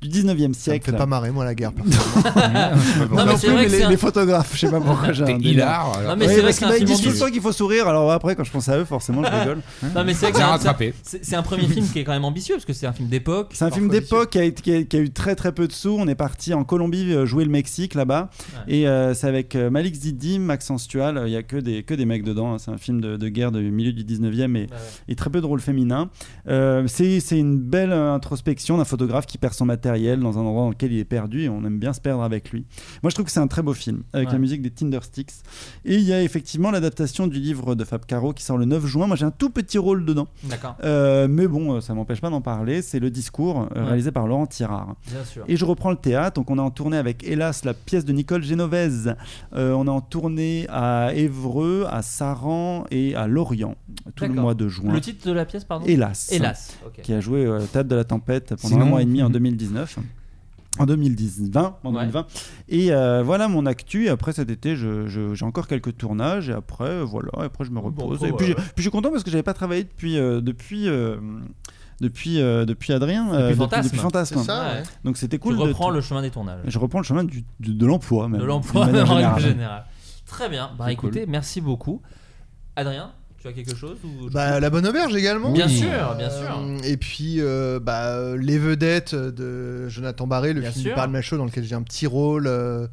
Speaker 11: du 19e
Speaker 3: Ça me
Speaker 11: siècle.
Speaker 3: fait pas marrer, moi, la guerre.
Speaker 7: Non, mais c'est
Speaker 11: plus,
Speaker 7: vrai que
Speaker 11: les,
Speaker 7: c'est un-
Speaker 11: les photographes, je sais pas pourquoi j'ai
Speaker 9: T'es
Speaker 11: un délire.
Speaker 9: hilar, alors.
Speaker 7: Non, mais
Speaker 11: Oui,
Speaker 7: c'est vrai
Speaker 11: parce
Speaker 7: que c'est
Speaker 11: que
Speaker 7: un
Speaker 11: ils disent
Speaker 7: film
Speaker 11: tout le temps qu'il faut sourire, alors après quand je pense à eux, forcément je rigole.
Speaker 7: Non mais c'est vrai que c'est
Speaker 9: Bien
Speaker 7: un-
Speaker 9: rattrapé.
Speaker 7: c'est c'est un premier film qui est quand même ambitieux parce que c'est un film d'époque.
Speaker 11: C'est un film
Speaker 7: parfois
Speaker 11: d'époque qui, a été- qui a- qui a eu très très peu de sous. On est parti en Colombie euh, jouer le Mexique là-bas.
Speaker 7: Ouais.
Speaker 11: Et euh, c'est avec euh, Malik Zidim, Maxence Tual. Il y a que des, que des mecs dedans. hein. C'est un film de, de guerre du milieu du 19e et,
Speaker 7: Bah
Speaker 11: et très peu de rôles féminins. Euh, c'est c'est une belle euh, introspection d'un photographe qui perd son matériel dans un endroit dans lequel il est perdu et on aime bien se perdre avec lui. Moi je trouve que c'est un très beau film avec
Speaker 7: Ouais.
Speaker 11: la musique des Tinder Sticks. Et il y a effectivement l'adaptation du livre de Fab Caro qui sort le 9 juin. Moi j'ai un tout petit rôle dedans.
Speaker 7: D'accord.
Speaker 11: Euh, mais bon, euh, ça m'empêche pas d'en parler. C'est le discours euh,
Speaker 7: Ouais.
Speaker 11: réalisé par Laurent Tirard.
Speaker 7: Bien sûr.
Speaker 11: Et je reprends le théâtre. Donc, on a en tournée avec, hélas, la pièce de Nicole Genovese. Euh, on a en tournée à Évreux, à Saran et à Lorient, tout le
Speaker 7: D'accord.
Speaker 11: mois de juin.
Speaker 7: Le titre de la pièce, pardon
Speaker 11: Hélas.
Speaker 7: Hein Hélas. ok.
Speaker 11: Qui a joué euh, au Théâtre de la Tempête pendant
Speaker 9: Sinon-
Speaker 11: un mois et demi en 2019. En 2010, 20, en
Speaker 7: Ouais.
Speaker 11: 2020. Et euh, voilà mon actu. Et Après cet été, je- je- j'ai encore quelques tournages. Et après, euh, voilà. Et après, je me repose.
Speaker 7: après,
Speaker 11: et puis,
Speaker 7: ouais,
Speaker 11: j'ai- puis je suis content parce que j'avais pas travaillé depuis, euh, depuis, euh, depuis, euh, depuis Adrien. euh,
Speaker 7: Depuis Fantasme.
Speaker 11: depuis Fantasme.
Speaker 3: C'est ça, ouais.
Speaker 11: Donc c'était
Speaker 7: Tu
Speaker 11: cool. de-
Speaker 7: reprends le chemin des tournages.
Speaker 11: Je reprends le chemin du- du- de l'emploi, même.
Speaker 7: de l'emploi
Speaker 11: d'une
Speaker 7: en
Speaker 11: manière
Speaker 7: général.
Speaker 11: générale.
Speaker 7: Très bien. Bah
Speaker 11: C'est cool.
Speaker 7: écoutez, merci beaucoup. Adrien, tu as quelque chose ou...
Speaker 3: Bah, la bonne auberge également.
Speaker 7: Bien sûr, bien sûr.
Speaker 3: Euh, Et puis, euh, bah, euh, Les Vedettes de Jonathan Barré, le
Speaker 7: Bien
Speaker 3: film
Speaker 7: sûr.
Speaker 3: Parle Macho, dans lequel j'ai un petit rôle euh,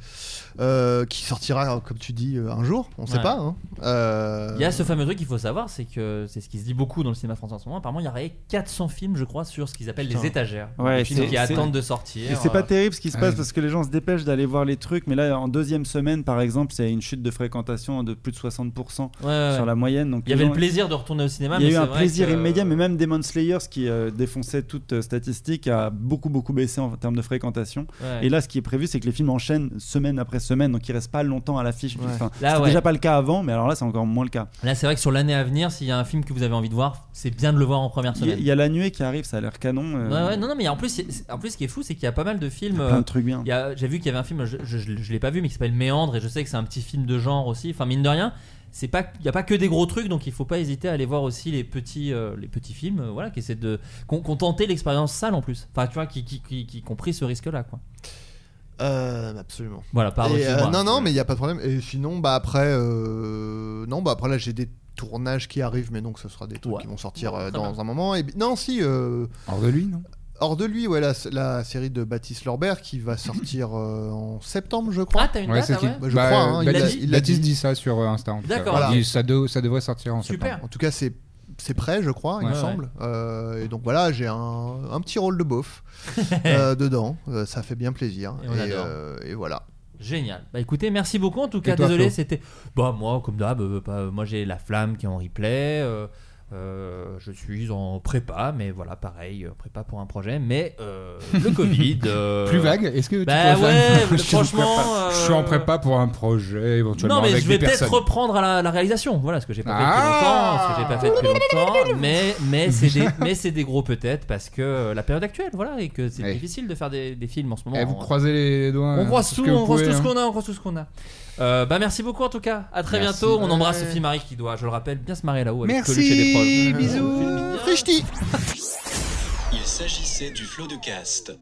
Speaker 3: euh, qui sortira, comme tu dis, euh, un jour. On sait
Speaker 7: Ouais.
Speaker 3: pas. hein. Euh,
Speaker 7: Il y a ce fameux truc qu'il faut savoir, c'est que c'est ce qui se dit beaucoup dans le cinéma français en ce moment. Apparemment, il y aurait 400 films, je crois, sur ce qu'ils appellent les
Speaker 3: Putain.
Speaker 7: étagères.
Speaker 11: Ouais,
Speaker 7: Des films
Speaker 11: c'est-
Speaker 7: qui
Speaker 11: c'est-
Speaker 7: attendent de sortir.
Speaker 11: Et c'est pas
Speaker 7: Euh,
Speaker 11: terrible ce qui se passe
Speaker 9: Ouais.
Speaker 11: parce que les gens se dépêchent d'aller voir les trucs, mais là en deuxième semaine par exemple, c'est une chute de fréquentation de plus de 60%
Speaker 7: Ah Ouais, ouais, ouais.
Speaker 11: sur la moyenne. Donc
Speaker 7: Il y J'avais le plaisir de retourner au cinéma.
Speaker 11: Il y a
Speaker 7: mais
Speaker 11: eu
Speaker 7: c'est
Speaker 11: un
Speaker 7: vrai
Speaker 11: plaisir
Speaker 7: que-
Speaker 11: immédiat, mais même Demon Slayers qui euh, défonçait toute euh, statistique a beaucoup beaucoup baissé en termes de fréquentation.
Speaker 7: Ouais.
Speaker 11: Et là, ce qui est prévu, c'est que les films enchaînent semaine après semaine, donc ils restent pas longtemps à l'affiche.
Speaker 7: Ouais.
Speaker 11: Enfin,
Speaker 7: Là,
Speaker 11: c'était
Speaker 7: ouais.
Speaker 11: déjà pas le cas avant, mais alors là, c'est encore moins le cas.
Speaker 7: Là, c'est vrai que sur l'année à venir, s'il y a un film que vous avez envie de voir, c'est bien de le voir en première
Speaker 11: Il y a-
Speaker 7: semaine.
Speaker 11: il y, a la nuée qui arrive, ça a l'air canon. euh,
Speaker 7: Ouais, ouais, non, non, mais en plus, c'est- c'est- en plus, ce qui est fou, c'est qu'il y a pas mal de films.
Speaker 11: Plein de
Speaker 7: euh,
Speaker 11: trucs bien.
Speaker 7: il y a- J'ai vu qu'il y avait un film, je, je, je- je l'ai pas vu, mais qui s'appelle Méandre, et je sais que c'est un petit film de genre aussi. Enfin, mine de rien, c'est pas, il y a pas que des gros trucs, donc il faut pas hésiter à aller voir aussi les petits, euh, les petits films, euh, voilà, qui essaient de, qu'on tenter l'expérience salle en plus. Enfin, tu vois, qui, qui, qui, qui ont pris ce risque-là, quoi.
Speaker 3: Euh, absolument.
Speaker 7: Voilà, pardon,
Speaker 3: Et, euh,
Speaker 7: excuse-moi.
Speaker 3: non, non, mais il n'y a pas de problème. Et sinon, bah après, euh, non, bah après là, j'ai des tournages qui arrivent, mais donc ce sera des trucs qui vont sortir euh, dans un moment. Et bi- non, si. euh,
Speaker 9: Hors de lui, non
Speaker 3: Hors de lui, ouais, la, la série de Baptiste Lorbert qui va sortir euh, en septembre, je crois.
Speaker 7: Ah, t'as une
Speaker 9: Ouais,
Speaker 7: date,
Speaker 9: c'est
Speaker 7: ah
Speaker 9: qui
Speaker 7: ouais
Speaker 3: Bah, je crois, hein, il l'a-
Speaker 9: Baptiste,
Speaker 3: il l'a
Speaker 9: Baptiste
Speaker 3: dit.
Speaker 9: dit ça sur euh, Insta. en tout cas.
Speaker 3: D'accord.
Speaker 9: Il dit,
Speaker 3: Voilà.
Speaker 9: ça, de- ça devrait sortir en septembre.
Speaker 3: En tout cas, c'est c'est prêt, je crois, il
Speaker 9: Ouais,
Speaker 3: me
Speaker 9: ouais.
Speaker 3: semble. Euh, et donc voilà, j'ai un, un petit rôle de beauf euh, dedans. Euh, ça fait bien plaisir.
Speaker 7: Eh. Et on adore.
Speaker 3: euh, et voilà.
Speaker 7: Génial. Bah écoutez, merci beaucoup en tout
Speaker 3: Et
Speaker 7: cas.
Speaker 3: toi,
Speaker 7: Désolé,
Speaker 3: Flo
Speaker 7: c'était. Bah moi, comme d'hab, euh, bah, moi j'ai la flamme qui est en replay. euh, euh, je suis en prépa, mais voilà, pareil, euh, prépa pour un projet, mais euh, le Covid. euh,
Speaker 9: Plus vague, est-ce que tu
Speaker 7: Bah
Speaker 9: pourrais
Speaker 7: ouais,
Speaker 9: faire une- Je suis en
Speaker 7: franchement. euh,
Speaker 9: prépa- Je suis en prépa pour un projet éventuellement.
Speaker 7: Non, mais
Speaker 9: avec
Speaker 7: je vais
Speaker 9: des
Speaker 7: peut-être
Speaker 9: personnes.
Speaker 7: reprendre à la, la réalisation. Voilà ce que j'ai pas fait depuis
Speaker 9: Ah
Speaker 7: longtemps. Ce que j'ai pas fait depuis longtemps. Mais, mais c'est des, mais c'est des gros peut-être parce que euh, la période actuelle, voilà, et que c'est
Speaker 9: Ouais.
Speaker 7: difficile de faire des, des films en ce moment.
Speaker 9: Eh, vous
Speaker 7: On-
Speaker 9: croisez les doigts.
Speaker 7: on
Speaker 9: hein,
Speaker 7: croise
Speaker 9: tout ce
Speaker 7: tout,
Speaker 9: que vous
Speaker 7: on croise
Speaker 9: pouvez,
Speaker 7: tout ce
Speaker 9: hein.
Speaker 7: qu'on a, on croise tout ce qu'on a. Euh, bah merci beaucoup en tout cas. À très
Speaker 9: Merci.
Speaker 7: bientôt. On
Speaker 9: Ouais.
Speaker 7: embrasse Sophie Marie qui doit, je le rappelle, bien se marrer là-haut avec
Speaker 9: Merci,
Speaker 7: Coluche et des proches.
Speaker 9: bisous.
Speaker 3: Frishti
Speaker 2: Il s'agissait du flot de caste.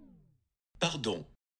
Speaker 2: Pardon.